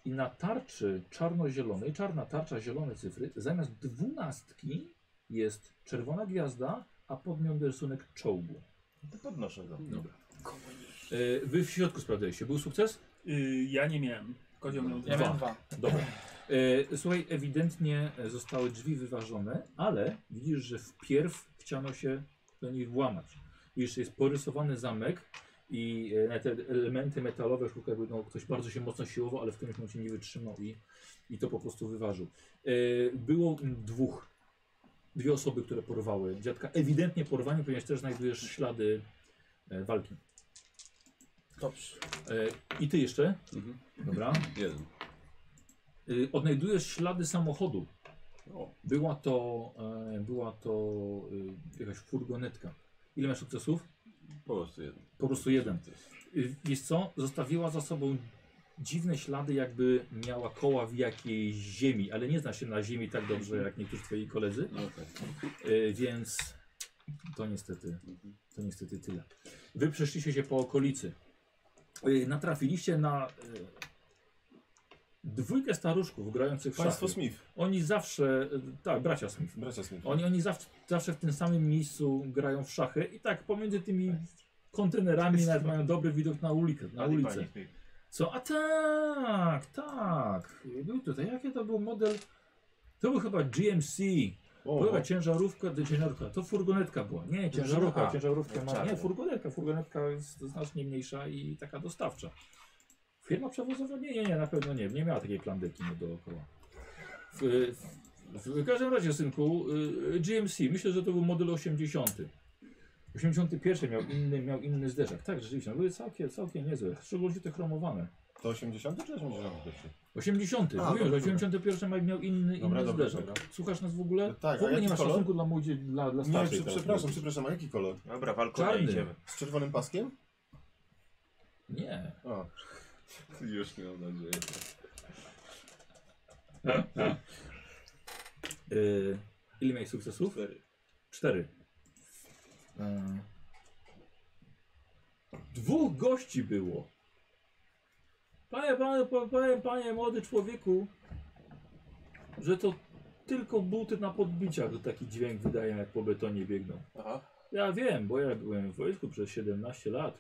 Speaker 2: i na tarczy czarno-zielonej, czarna tarcza, zielone cyfry, zamiast dwunastki jest czerwona gwiazda, a pod nią rysunek czołgu.
Speaker 13: To podnoszę go.
Speaker 2: Dobra. E, Wy w środku sprawdzaliście, był sukces?
Speaker 9: Y,
Speaker 11: ja nie miałem. Kozioł miał
Speaker 2: Ja miałem dwa. Dobra. E, słuchaj, ewidentnie zostały drzwi wyważone, ale widzisz, że wpierw chciano się do nich włamać. Widzisz, jest porysowany zamek i e, na te elementy metalowe, szkółka jakby no, ktoś bardzo się mocno siłował, ale w którymś momencie nie wytrzymał i, i to po prostu wyważył. E, było dwóch, dwie osoby, które porwały dziadka. Ewidentnie porwanie, ponieważ też znajdujesz ślady e, walki.
Speaker 4: Dobrze.
Speaker 2: E, I ty jeszcze? Dobra.
Speaker 7: Jeden.
Speaker 2: Y, odnajdujesz ślady samochodu. Była to, e, była to y, jakaś furgonetka. Ile masz sukcesów?
Speaker 7: Po prostu jeden.
Speaker 2: Po prostu jeden. Y, wiesz co? Zostawiła za sobą dziwne ślady, jakby miała koła w jakiejś ziemi, ale nie zna się na ziemi tak dobrze jak niektórzy twoi koledzy.
Speaker 7: No tak.
Speaker 2: Y, więc to niestety, to niestety tyle. Wy przeszliście się po okolicy. Y, natrafiliście na y, Dwójkę staruszków grających w
Speaker 1: Państwo
Speaker 2: szachy.
Speaker 1: Smith.
Speaker 2: Oni zawsze, y, tak, bracia Smith.
Speaker 1: Bracia Smith.
Speaker 2: Oni, oni zawsze, zawsze w tym samym miejscu grają w szachy i tak pomiędzy tymi kontenerami nawet mają dobry widok na ulicę. Na
Speaker 13: Ali
Speaker 2: ulicę.
Speaker 13: Pani Smith.
Speaker 2: Co? A tak, tak. Był tutaj, jakie to był model? To był chyba GMC.
Speaker 1: O.
Speaker 2: Była ciężarówka, to ciężarówka, to furgonetka była. Nie, ciężarówka,
Speaker 13: A,
Speaker 2: ciężarówka ma,
Speaker 13: czarno.
Speaker 2: nie, furgonetka, furgonetka jest znacznie mniejsza i taka dostawcza. Firma przewozowa? Nie, nie, nie, na pewno nie, nie miała takiej plandeki nie dookoła. W, w, w każdym razie, synku, y, GMC, myślę, że to był model 80. 81 miał inny, miał inny zderzak. Tak, rzeczywiście, no były całkiem, całkiem niezłe, szczególnie te chromowane.
Speaker 1: To 80 czy 81? A,
Speaker 2: 80, mówiłem, że
Speaker 1: dobra.
Speaker 2: 81 maj miał inny, inny
Speaker 1: Dobra, dobra,
Speaker 2: zderzak.
Speaker 1: dobra.
Speaker 2: Słuchasz nas w ogóle?
Speaker 1: tak,
Speaker 2: w
Speaker 1: a
Speaker 2: ogóle
Speaker 1: jaki
Speaker 2: nie masz
Speaker 1: kolor?
Speaker 2: szacunku dla młodzie, dla, dla
Speaker 1: Nie,
Speaker 2: starszej.
Speaker 1: przy,
Speaker 2: teraz
Speaker 1: przepraszam,
Speaker 2: mówię.
Speaker 1: przepraszam, a jaki kolor?
Speaker 13: Dobra, walką
Speaker 2: Czarny.
Speaker 13: idziemy.
Speaker 1: Z czerwonym paskiem?
Speaker 2: Nie.
Speaker 1: A.
Speaker 3: Już miał nadzieję.
Speaker 2: Y, ile miałeś sukcesów? Cztery. Cztery. Y, Dwóch gości było. Panie, panie, pa- panie, panie, młody człowieku, że to tylko buty na podbiciach taki dźwięk wydają, jak po betonie biegną.
Speaker 9: Aha.
Speaker 2: Ja wiem, bo ja byłem w wojsku przez 17 lat.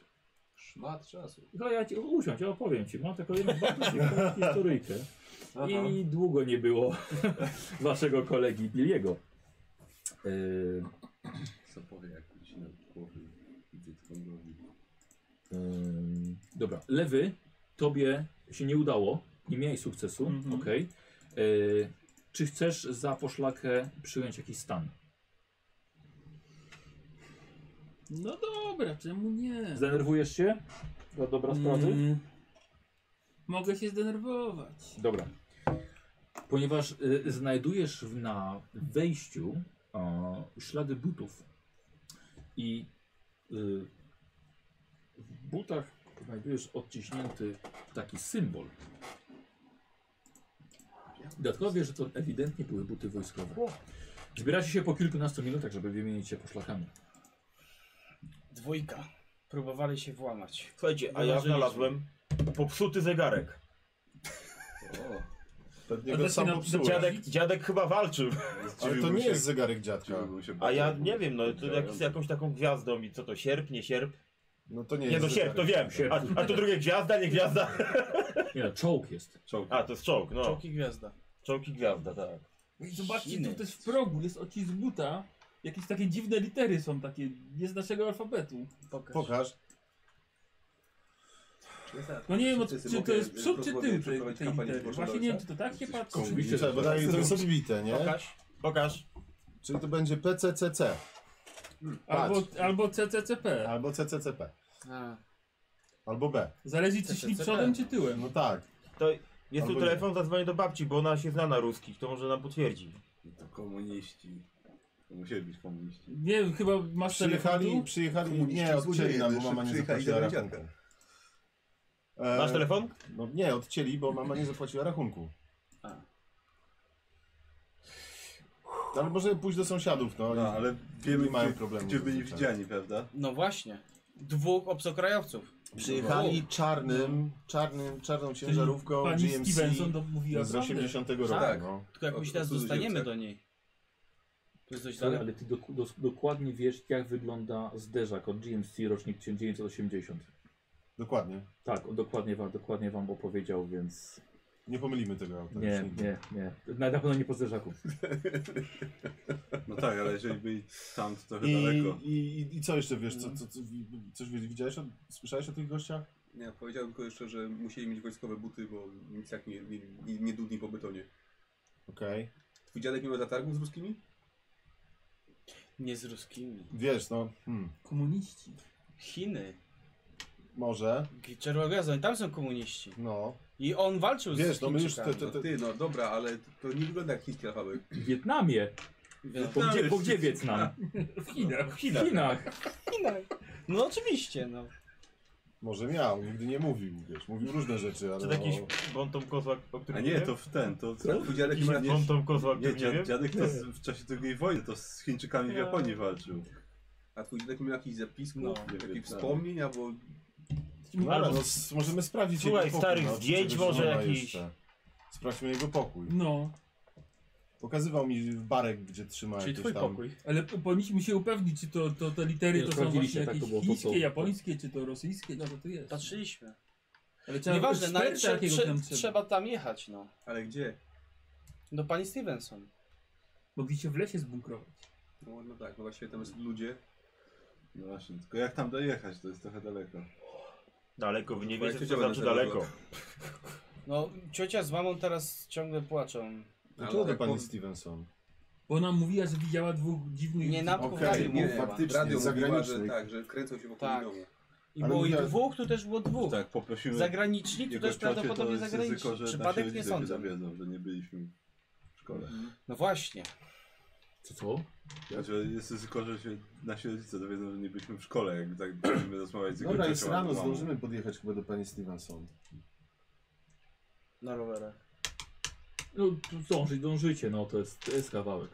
Speaker 9: Szmat czasu.
Speaker 2: No ja ci usiądź, ja opowiem ci. Mam taką jedną bardzo ciekawą historyjkę. I długo nie było waszego kolegi Billiego. Yy,
Speaker 7: Co powie, jak ci na głowy idzie trągowi?
Speaker 3: Tak.
Speaker 2: Ym, e, dobra, lewy tobie się nie udało, nie miałeś sukcesu,
Speaker 7: Mhm.
Speaker 2: okej. Y, czy chcesz za poszlakę przyjąć jakiś stan?
Speaker 11: No dobra, czemu nie?
Speaker 2: Zdenerwujesz się? Dla dobra sprawy?
Speaker 11: Mm. Mogę się zdenerwować.
Speaker 2: Dobra. Ponieważ y, znajdujesz w- na wejściu o, ślady butów i y, w butach znajdujesz odciśnięty taki symbol. Dodatkowo wiesz, że to ewidentnie były buty wojskowe. Zbieracie się po kilkunastu minutach, żeby wymienić się poszlakami.
Speaker 4: Dwójka. Próbowali się włamać.
Speaker 13: Słuchajcie, a ja
Speaker 4: Wyważyliśmy.
Speaker 13: No, znalazłem popsuty zegarek. Pewnie
Speaker 4: A
Speaker 13: go
Speaker 4: to
Speaker 13: sam
Speaker 4: się nam-
Speaker 13: popsułeś. dziadek, dziadek chyba walczył.
Speaker 1: Ale to nie jest zegarek dziadka.
Speaker 13: A ja nie wiem, no to jak z jakąś taką gwiazdą i co to, sierp, nie sierp?
Speaker 1: No to nie
Speaker 13: Nie
Speaker 1: jest
Speaker 13: no
Speaker 1: zegarek.
Speaker 13: sierp, to wiem.
Speaker 1: Sierp.
Speaker 13: A, a to drugie gwiazda, nie gwiazda.
Speaker 2: Nie, no, czołg jest.
Speaker 13: A, to jest czołg, no.
Speaker 4: Czołg i gwiazda.
Speaker 13: Czołg i gwiazda, tak.
Speaker 11: Zobaczcie, tu
Speaker 13: Chinek.
Speaker 11: też w progu jest odcisk buta. Jakieś takie dziwne litery są takie, nie z naszego alfabetu.
Speaker 1: Pokaż.
Speaker 11: No nie wiem, od- czy to jest
Speaker 1: mogę
Speaker 11: przód, czy
Speaker 1: rozmawiać,
Speaker 11: tył tej,
Speaker 1: przeprowadzić
Speaker 11: tej
Speaker 1: kampanię
Speaker 11: litery.
Speaker 1: wyborczą
Speaker 11: Właśnie
Speaker 1: do
Speaker 11: nie wiem,
Speaker 1: ojca?
Speaker 11: czy to tak się patrzy.
Speaker 1: Oczywiście, bo daje to jest odbite, nie?
Speaker 11: Pokaż.
Speaker 13: Pokaż.
Speaker 1: Czyli to będzie PCCC.
Speaker 11: Albo,
Speaker 1: Patrz.
Speaker 11: albo CCCP.
Speaker 1: Albo CCCP. Albo B.
Speaker 9: Zależy czy śni przodem czy tyłem.
Speaker 1: No tak.
Speaker 13: To jest
Speaker 1: Albo
Speaker 13: tu telefon, zadzwonię do babci, bo ona się zna na ruskich, to może nam potwierdzi.
Speaker 3: To komuniści. To musieli być komuniści.
Speaker 9: Nie, chyba masz
Speaker 1: Przyjechali,
Speaker 9: telefon tu?
Speaker 1: przyjechali,
Speaker 3: Komuniści
Speaker 1: nie, odcięli
Speaker 3: złodzieje,
Speaker 1: nam, bo
Speaker 3: jeszcze
Speaker 1: mama nie
Speaker 3: przyjechali
Speaker 1: zapłaciła
Speaker 3: do
Speaker 1: rachunku.
Speaker 3: Radzianka.
Speaker 1: E,
Speaker 13: Masz telefon?
Speaker 1: No nie, odcięli, bo mama nie zapłaciła rachunku. No, Ale może pójść do sąsiadów, no.
Speaker 3: No, ale wiemy,
Speaker 1: nie mają
Speaker 3: gdzie-
Speaker 1: problemu.
Speaker 3: gdzie byli
Speaker 1: zazwyczaj.
Speaker 3: widziani, prawda?
Speaker 4: No właśnie. Dwóch obcokrajowców.
Speaker 1: Przyjechali czarnym, czarnym, czarną ciężarówką
Speaker 4: pani
Speaker 1: GMC
Speaker 4: Stevenson to mówiła
Speaker 1: z
Speaker 4: prawdę.
Speaker 1: 80 roku.
Speaker 4: Tak.
Speaker 1: No.
Speaker 4: Tylko jak myślę,
Speaker 1: Od- od
Speaker 4: dostaniemy
Speaker 1: cudzoziemca.
Speaker 4: do niej. To jest dość
Speaker 2: Słuchaj,
Speaker 4: daleko.
Speaker 2: ale ty dok dos dokładnie wiesz, jak wygląda zderzak od GMC rocznik 1980.
Speaker 1: Dokładnie.
Speaker 2: Tak, o, dokładnie wam, dokładnie wam opowiedział, więc.
Speaker 1: Nie pomylimy tego auta. już
Speaker 2: Nie,
Speaker 1: nigdy.
Speaker 2: nie, nie. Na, na pewno nie po zderzaku.
Speaker 3: No tak, ale jeżeli byli tam, to trochę
Speaker 1: I,
Speaker 3: daleko.
Speaker 1: i, i co jeszcze wiesz? Co, co, co, coś wi- widziałeś? O, słyszałeś o tych gościach?
Speaker 8: Nie, powiedziałbym tylko jeszcze, że musieli mieć wojskowe buty, bo nic jak nie, nie, nie, nie dudni po betonie.
Speaker 1: Okej.
Speaker 8: Twój dziadek miał zatargów z ruskimi?
Speaker 4: Nie z ruskimi.
Speaker 1: Wiesz, no. Hmm,
Speaker 9: Komuniści.
Speaker 4: Chiny.
Speaker 1: może.
Speaker 4: Czerwogazoń, tam są komuniści.
Speaker 1: No.
Speaker 4: I on walczył
Speaker 1: Wiesz,
Speaker 4: z
Speaker 1: no my już
Speaker 4: Chińczykami.
Speaker 1: te- te- te-
Speaker 8: Ty, no dobra, ale to nie wygląda jak chiński alfabet.
Speaker 2: W Wietnamie.
Speaker 4: No
Speaker 2: Bo gdzie, bo gdzie Wietnam?
Speaker 9: W Chinach.
Speaker 2: W Chinach.
Speaker 4: No oczywiście, no.
Speaker 1: Może miał, nigdy nie mówił, wiesz, mówił różne rzeczy, ale... no,
Speaker 13: Czy to jakiś
Speaker 1: o-
Speaker 13: bontom kozłak, o którym
Speaker 3: A
Speaker 13: No. nie
Speaker 3: nie,
Speaker 13: wiem?
Speaker 3: to w ten, to
Speaker 13: Co?
Speaker 8: Tak,
Speaker 3: twój dziadek
Speaker 13: Jakiś
Speaker 3: nie-
Speaker 13: bontom kozłak,
Speaker 3: Nie,
Speaker 13: nie, nie
Speaker 3: dziad,
Speaker 13: wiem?
Speaker 3: dziadek to z, w czasie II wojny to z Chińczykami w
Speaker 8: Nie.
Speaker 3: Japonii walczył.
Speaker 8: A twój dziadek miał jakiś zapis,
Speaker 3: No.
Speaker 8: no, jakichś
Speaker 3: Wietnam.
Speaker 8: wspomnień, albo...
Speaker 1: No, ale no, s- możemy sprawdzić
Speaker 13: Słuchaj,
Speaker 1: jego pokój,
Speaker 13: starych
Speaker 1: no,
Speaker 13: zdjęć
Speaker 1: czegoś
Speaker 13: może
Speaker 1: nie ma
Speaker 13: jakiś.
Speaker 1: jeszcze. Sprawdźmy jego pokój.
Speaker 9: No,
Speaker 1: Pokazywał mi barek, gdzie trzyma
Speaker 9: Czyli
Speaker 1: jakieś
Speaker 9: twój
Speaker 1: tam...
Speaker 9: pokój. ale po- powinniśmy się upewnić, czy to, to te litery
Speaker 2: Nie,
Speaker 9: to są
Speaker 2: sprawdziliście, tak,
Speaker 9: właśnie
Speaker 2: to
Speaker 9: jakieś
Speaker 2: było po co-
Speaker 9: chińskie, japońskie, czy to rosyjskie, no to tu jest.
Speaker 4: Patrzyliśmy.
Speaker 9: Ale trzeba
Speaker 4: Nieważne,
Speaker 9: Nieważne,
Speaker 4: nawet
Speaker 9: eksperta
Speaker 4: trze,
Speaker 9: jakiegoś
Speaker 4: trze,
Speaker 9: tam trzeba.
Speaker 4: trzeba tam jechać, no.
Speaker 8: Ale gdzie?
Speaker 4: Do pani Stevenson.
Speaker 9: Mogli się w lesie zbunkrować.
Speaker 8: No, no tak, no właśnie tam jest ludzie.
Speaker 3: No właśnie, tylko jak tam dojechać, to jest trochę daleko.
Speaker 13: Daleko, wy nie
Speaker 8: Twoja
Speaker 13: wiecie, co
Speaker 8: ciocia
Speaker 13: znaczy
Speaker 8: będę
Speaker 13: daleko.
Speaker 4: No, ciocia z mamą teraz ciągle płaczą.
Speaker 1: Dlaczego do
Speaker 8: Ale-
Speaker 1: No, pani Stevenson?
Speaker 9: Bo ona mówiła, że widziała dwóch dziwnych...
Speaker 4: Nie, na
Speaker 1: Okej,
Speaker 4: okay,
Speaker 1: nie,
Speaker 4: mówiła.
Speaker 1: faktycznie,
Speaker 8: Radio mówiła, że
Speaker 1: zagranicznych.
Speaker 8: tak, że kręcą się wokół
Speaker 4: Tak.
Speaker 8: domu.
Speaker 4: I
Speaker 1: Ale
Speaker 4: było i
Speaker 1: mówiła-
Speaker 4: dwóch, tu też było dwóch.
Speaker 3: Tak, poprosimy
Speaker 4: Zagraniczni, tu
Speaker 3: jego
Speaker 4: też
Speaker 3: ciocie, to
Speaker 4: prawdopodobnie
Speaker 3: jest
Speaker 4: zagraniczni.
Speaker 3: Ryzyko, że
Speaker 4: Przypadek nie
Speaker 3: sądzę.
Speaker 4: sądzę.
Speaker 3: Zawiedzą, że nie byliśmy w szkole.
Speaker 4: No właśnie.
Speaker 2: Co co?
Speaker 3: Znaczy, jest ryzyko, że się nasi rodzice dowiedzą, że nie byliśmy w szkole, jak tak będziemy rozmawiać z jego
Speaker 1: Dobra,
Speaker 3: ciocią
Speaker 1: jest
Speaker 3: albo
Speaker 1: rano,
Speaker 3: mamą.
Speaker 1: zdążymy podjechać chyba do pani Stevenson.
Speaker 4: Na rowerach.
Speaker 2: No dążyć, dążycie, no to jest, to jest kawałek.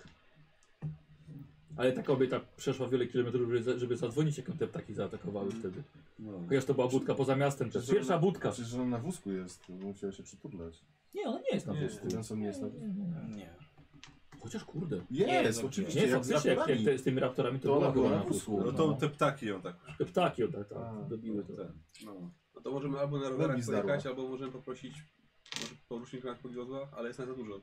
Speaker 2: Ale ta kobieta przeszła wiele kilometrów, żeby za- żeby zadzwonić, jak ją te ptaki zaatakowały wtedy.
Speaker 3: No.
Speaker 2: Chociaż to była budka poza miastem, to jest pierwsza budka.
Speaker 1: Przecież ona Znaczy, na wózku jest, musiała się przytulać.
Speaker 2: Nie, ona nie jest na
Speaker 1: Nie,
Speaker 2: wózku.
Speaker 1: Stevenson nie jest na wózku.
Speaker 4: Nie.
Speaker 2: Chociaż kurde.
Speaker 1: Jest,
Speaker 4: no,
Speaker 1: oczywiście,
Speaker 2: Nie,
Speaker 1: jak z
Speaker 2: faktycznie, jak, jak
Speaker 1: raptorami.
Speaker 2: te, z tymi raptorami to,
Speaker 1: To
Speaker 2: była
Speaker 1: ona
Speaker 2: była na wózku.
Speaker 3: No to te ptaki ją tak
Speaker 2: Te ptaki, o, tak,
Speaker 1: A.
Speaker 2: tak, dobiły to.
Speaker 3: ten.
Speaker 8: No. no to możemy albo na rowerach
Speaker 1: Nogi zdarła.
Speaker 8: pojechać, albo możemy poprosić może porucznika nas podwiozła, ale jest nas za dużo.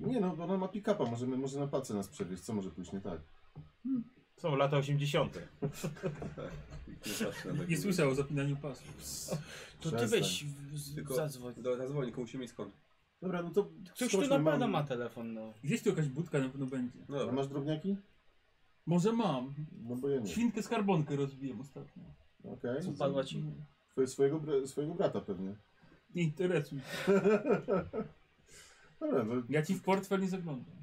Speaker 1: Nie no, ona ma pick-upa, możemy, może na pace nas przewieźć, co może pójść nie tak?
Speaker 13: Są lata 80.
Speaker 3: Nikt nie patrzył na
Speaker 9: Nie
Speaker 3: takie-
Speaker 9: słyszał o zapinaniu pasów.
Speaker 4: To ty
Speaker 1: Przestań.
Speaker 4: weź w- z-
Speaker 8: Tylko
Speaker 4: zadzwoń.
Speaker 8: do- Zadzwoń, tylko musimy mieć skąd.
Speaker 1: Dobra, no to
Speaker 4: Ktoś tu na pewno ma telefon, no.
Speaker 9: Gdzieś tu jakaś budka na pewno będzie.
Speaker 8: No
Speaker 1: A
Speaker 8: dobra.
Speaker 1: masz drobniaki?
Speaker 9: Może mam.
Speaker 1: No bo ja nie.
Speaker 9: Świnkę skarbonkę rozbiłem ostatnio.
Speaker 1: Okej.
Speaker 4: Co padła ci?
Speaker 1: Twoje- Swojego, bra- swojego brata pewnie.
Speaker 9: Nie interesuj. się.
Speaker 1: Dobra, no
Speaker 9: Ja ci w portfel nie zaglądam.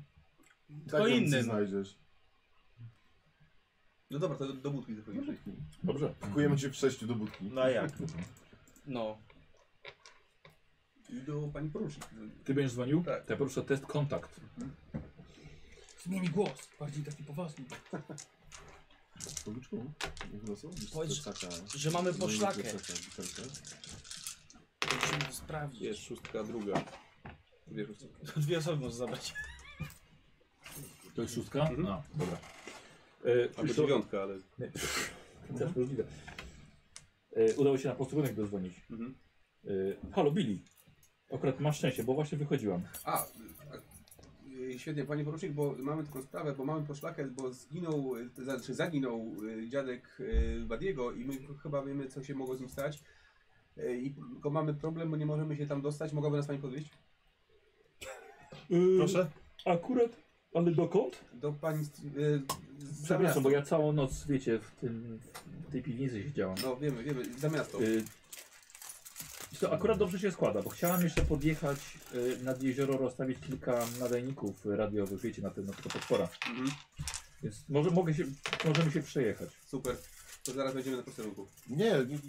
Speaker 1: tak ją
Speaker 4: innym.
Speaker 1: znajdziesz.
Speaker 8: No dobra, to do, do budki zachodzimy.
Speaker 2: Dobrze.
Speaker 1: Pakujemy cię w sześciu do budki.
Speaker 13: No a jak?
Speaker 4: No.
Speaker 8: I do pani porucznik.
Speaker 2: Ty będziesz dzwonił?
Speaker 8: Tak.
Speaker 2: To ja poproszę test kontakt.
Speaker 9: Zmieni głos. Bardziej taki poważny.
Speaker 1: Policzku? Jak losu? Wiesz,
Speaker 4: Powiedz,
Speaker 1: plecaka.
Speaker 4: że mamy
Speaker 1: Wiesz,
Speaker 4: poszlakę.
Speaker 1: plecaka, butelkę.
Speaker 4: Musimy to sprawdzić.
Speaker 8: Jest szóstka, druga. Dwie szóstki.
Speaker 4: To dwie osoby możesz zabrać.
Speaker 2: To jest szóstka? No, dobra. E,
Speaker 8: Albo
Speaker 2: to-
Speaker 8: dziewiątka, ale...
Speaker 2: Nie. Też możliwe. E, udało się na posterunek dozwonić.
Speaker 8: Mhm.
Speaker 2: E, halo, Billy. Akurat masz szczęście, bo właśnie wychodziłam.
Speaker 8: A, a y, świetnie, panie porucznik, bo mamy taką sprawę, bo mamy poszlakę, bo zginął, y, to znaczy zaginął y, dziadek y, Badiego i my chyba wiemy, co się mogło z nim stać. Y, I tylko mamy problem, bo nie możemy się tam dostać. Mogłaby nas pani podwieźć?
Speaker 2: E,
Speaker 1: Proszę?
Speaker 2: Akurat Ale dokąd?
Speaker 8: Do pani... str- y, z- za miasto.
Speaker 2: Przepraszam, bo ja całą noc, wiecie, w, tym, w tej piwnicy siedziałam.
Speaker 8: No wiemy, wiemy, za miasto.
Speaker 1: E,
Speaker 2: Y, wiesz co, akurat dobrze się składa, bo chciałam jeszcze podjechać y, nad jezioro, rozstawić kilka nadajników radiowych, wiecie, na pewno to potwora.
Speaker 8: Mhm.
Speaker 2: Więc może, mogę się, możemy się przejechać.
Speaker 8: Super. To zaraz będziemy na posterunku.
Speaker 1: Nie, nie,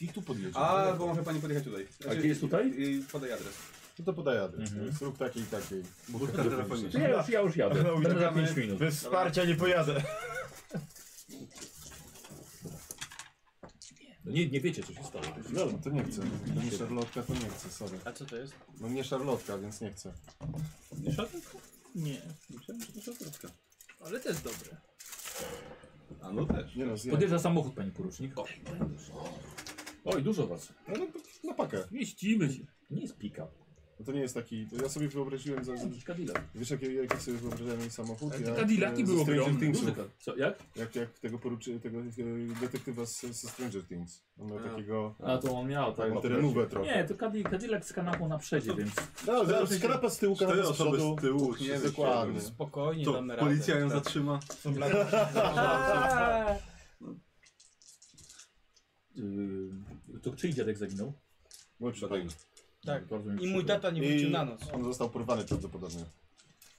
Speaker 1: ich tu podjedzie.
Speaker 8: A, bo może pani podjechać tutaj.
Speaker 1: A gdzie jest tutaj?
Speaker 8: Y, Podaj adres.
Speaker 1: No to podaj adres. Mhm. Zrób takiej i takiej.
Speaker 8: Budka telefoniczna.
Speaker 2: Ja już, ja już jadę.
Speaker 13: No,
Speaker 2: Będę za
Speaker 13: uciekamy.
Speaker 2: 5 minut.
Speaker 13: Bez wsparcia nie pojadę.
Speaker 2: No nie, nie wiecie, co się stało.
Speaker 1: No, to nie chcę. To nie szarlotka, to nie chcę, sorry.
Speaker 4: A co to jest?
Speaker 1: No nie szarlotka, więc nie chcę.
Speaker 17: Nie. Ale to jest dobre.
Speaker 3: A no też.
Speaker 1: Nie no, zjem.
Speaker 2: Podjeżdża samochód, pani porucznik. Oj, dużo was.
Speaker 1: No, no, na pakę.
Speaker 9: Mieścimy się.
Speaker 2: Nie jest pick-up.
Speaker 1: No to nie jest taki, to ja sobie wyobraziłem za...
Speaker 2: Cadillac.
Speaker 1: Wiesz jakie, jakie sobie wyobrażałem jej samochód? e,
Speaker 9: Ale te Cadillaki były ogromne,
Speaker 1: Things,
Speaker 9: duże.
Speaker 2: Co, jak?
Speaker 1: jak, jak tego poruczy, tego e, detektywa z, ze Stranger Things. On miał
Speaker 2: A.
Speaker 1: takiego...
Speaker 2: A to on miał tak.
Speaker 1: Taką terenówę trochę.
Speaker 2: Nie, to Cadillac, Cadillac z kanapą na przodzie, więc.
Speaker 1: No, zaraz kanapa z tyłu, kanapa z przodu.
Speaker 3: nie wiem,
Speaker 1: Dokładnie.
Speaker 4: Spokojnie,
Speaker 3: To
Speaker 4: damy radę.
Speaker 3: policja ją
Speaker 4: Tak.
Speaker 3: zatrzyma.
Speaker 2: Yy, to czyj dziadek zaginął?
Speaker 1: Mój przypadek.
Speaker 4: Tak.
Speaker 2: Bardzo mi
Speaker 4: I mój
Speaker 2: przykro.
Speaker 4: tata nie wrócił na noc.
Speaker 1: On został porwany prawdopodobnie.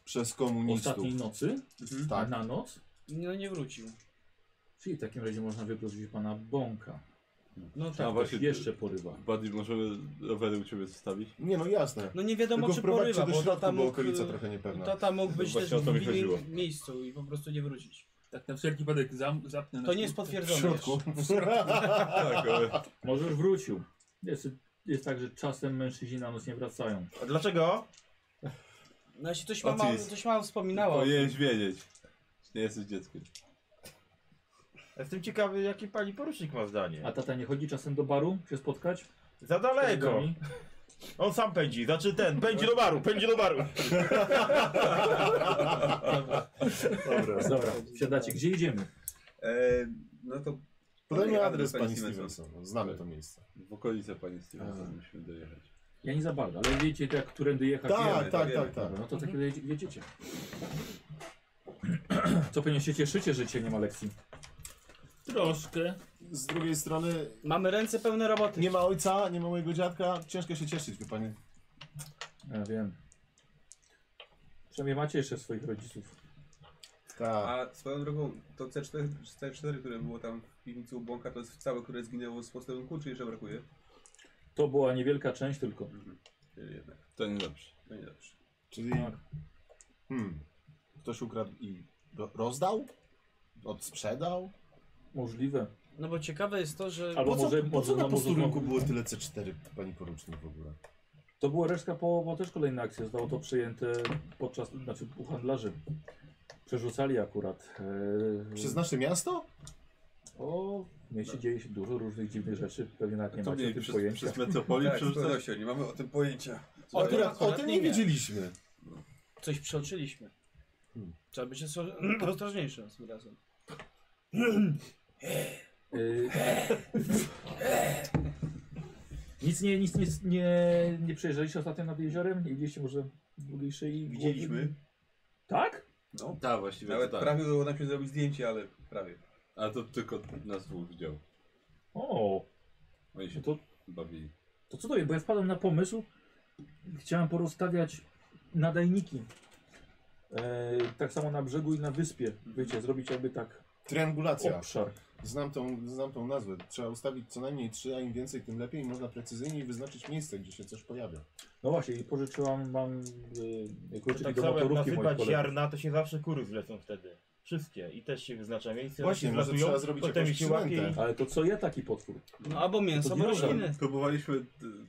Speaker 1: Przez komunistów.
Speaker 2: Ostatniej nocy?
Speaker 1: Tak.
Speaker 2: Na noc?
Speaker 4: No nie wrócił.
Speaker 2: Czyli w takim razie można wykluczyć pana Bąka.
Speaker 4: No
Speaker 2: tak, właśnie
Speaker 3: właśnie-
Speaker 2: jeszcze porywa.
Speaker 3: Buddy, możemy rowery u ciebie zostawić?
Speaker 1: Nie no jasne.
Speaker 4: No nie wiadomo
Speaker 1: Tylko
Speaker 4: czy
Speaker 1: wprowadźcie
Speaker 4: porywa,
Speaker 1: do
Speaker 4: bo
Speaker 1: środku,
Speaker 4: tata
Speaker 1: bo
Speaker 4: mógł, y,
Speaker 1: okolica trochę niepewna.
Speaker 4: Tata mógł być
Speaker 3: Właśnie
Speaker 4: też
Speaker 3: o to mi
Speaker 4: w
Speaker 3: chodziło.
Speaker 4: innym miejscu i po prostu nie wrócić.
Speaker 9: Tak na wszelki wypadek zam, zapnę na
Speaker 4: To nie jest
Speaker 9: kłódkę.
Speaker 4: potwierdzone jeszcze.
Speaker 3: Tak, ale...
Speaker 2: Może już wrócił. Jest, jest tak, że czasem mężczyźni na noc nie wracają.
Speaker 13: A dlaczego?
Speaker 4: No jeśli coś
Speaker 3: O,
Speaker 4: mama,
Speaker 3: ty jest.
Speaker 4: coś mama wspominała. o tym.
Speaker 3: Powinieneś wiedzieć. Nie jesteś dzieckiem.
Speaker 13: Jestem ciekawy, jakie pani porucznik ma zdanie.
Speaker 2: A tata nie chodzi czasem do baru się spotkać?
Speaker 13: Za daleko. On sam pędzi, znaczy ten, pędzi do baru, pędzi do baru.
Speaker 1: Dobra.
Speaker 2: Dobra, wsiadacie. Gdzie idziemy?
Speaker 3: E, no to...
Speaker 1: Podajmy adres pani Stevenson. Znamy to miejsce.
Speaker 3: W okolice pani Stevenson musimy dojechać.
Speaker 2: Ja nie za bardzo, ale wiecie jak którędy jechać.
Speaker 1: Tak,
Speaker 2: wiemy.
Speaker 1: tak,
Speaker 3: wiemy.
Speaker 1: tak, tak.
Speaker 2: Dobra, No to tak jedzie- jedziecie. Co pewnie się cieszycie, że cię nie ma lekcji.
Speaker 9: Troszkę.
Speaker 1: Z drugiej strony
Speaker 4: Mamy ręce pełne roboty.
Speaker 1: nie ma ojca, nie ma mojego dziadka. Ciężko się cieszyć, wie pani.
Speaker 2: Ja wiem. Przynajmniej macie jeszcze swoich rodziców.
Speaker 1: Tak.
Speaker 8: A swoją drogą, to C4, C4, które było tam w piwnicy u Bąka, to jest całe, które zginęło z posterunku, czy jeszcze brakuje?
Speaker 2: To była niewielka część tylko.
Speaker 8: Czyli jednak,
Speaker 3: To nie dobrze.
Speaker 8: to nie dobrze.
Speaker 1: Czyli hmm, ktoś ukradł i ro- rozdał? Odsprzedał?
Speaker 2: Możliwe.
Speaker 4: No bo ciekawe jest to, że...
Speaker 2: Albo
Speaker 1: Po co,
Speaker 2: może,
Speaker 1: po
Speaker 2: może,
Speaker 1: co na
Speaker 2: może,
Speaker 1: posterunku było tyle C4, pani porucznik w ogóle?
Speaker 2: To była resztka po, bo też kolejna akcja. Zostało to przejęte podczas, znaczy u handlarzy. Przerzucali akurat. e,
Speaker 1: Przez nasze miasto?
Speaker 2: O, w mieście dzieje się dużo różnych dziwnych rzeczy. Pewnie nawet nie
Speaker 3: To
Speaker 2: macie o
Speaker 3: mniej
Speaker 2: tym
Speaker 3: przez,
Speaker 2: pojęcia.
Speaker 3: przez metropolię
Speaker 8: Tak, z
Speaker 3: przerzucać.
Speaker 8: pewnością, nie mamy o tym pojęcia.
Speaker 1: O,
Speaker 4: akurat-
Speaker 1: o tym nie
Speaker 4: nie.
Speaker 1: wiedzieliśmy.
Speaker 4: Coś przeoczyliśmy.
Speaker 1: Hmm.
Speaker 4: Trzeba być ostroż- ostrożniejszym z tym razem.
Speaker 2: Y, Nic nie, nic nie, nie, nie przejeżdżaliście ostatnio nad jeziorem? Nie widzieliście może długiej szyi?
Speaker 3: Widzieliśmy.
Speaker 2: Tak?
Speaker 8: No,
Speaker 3: Tak, właściwie
Speaker 8: nawet
Speaker 3: to tak.
Speaker 8: prawie udało nam się zrobić zdjęcie, ale prawie.
Speaker 3: Ale to tylko nas dwóch widział.
Speaker 2: O,
Speaker 3: Oni się
Speaker 2: no to,
Speaker 3: bawili.
Speaker 2: to co to jest? Bo ja wpadłem na pomysł. Chciałem porozstawiać nadajniki. E, tak samo na brzegu i na wyspie. Wiecie, zrobić jakby tak
Speaker 1: Triangulacja.
Speaker 2: obszar.
Speaker 1: Znam tą, znam tą nazwę. Trzeba ustawić co najmniej trzy, a im więcej, tym lepiej. I można precyzyjniej wyznaczyć miejsce, gdzie się coś pojawia.
Speaker 2: No właśnie, i pożyczyłam wam e, kluczyki
Speaker 13: Tak
Speaker 2: do
Speaker 13: samo jak
Speaker 2: motorówki moich
Speaker 13: nasypać
Speaker 2: kolegów.
Speaker 13: ziarna, to się zawsze kury zlecą wtedy. Wszystkie. I też się wyznacza miejsce.
Speaker 1: Właśnie,
Speaker 13: one się
Speaker 1: może
Speaker 13: zlatują,
Speaker 1: trzeba zrobić
Speaker 13: potem
Speaker 1: jakąś
Speaker 13: się łapie i...
Speaker 1: przynętę.
Speaker 2: Ale to co je taki potwór?
Speaker 4: No albo mięso,
Speaker 2: To
Speaker 4: albo
Speaker 2: dinozaur.
Speaker 4: rośliny.
Speaker 3: Próbowaliśmy y,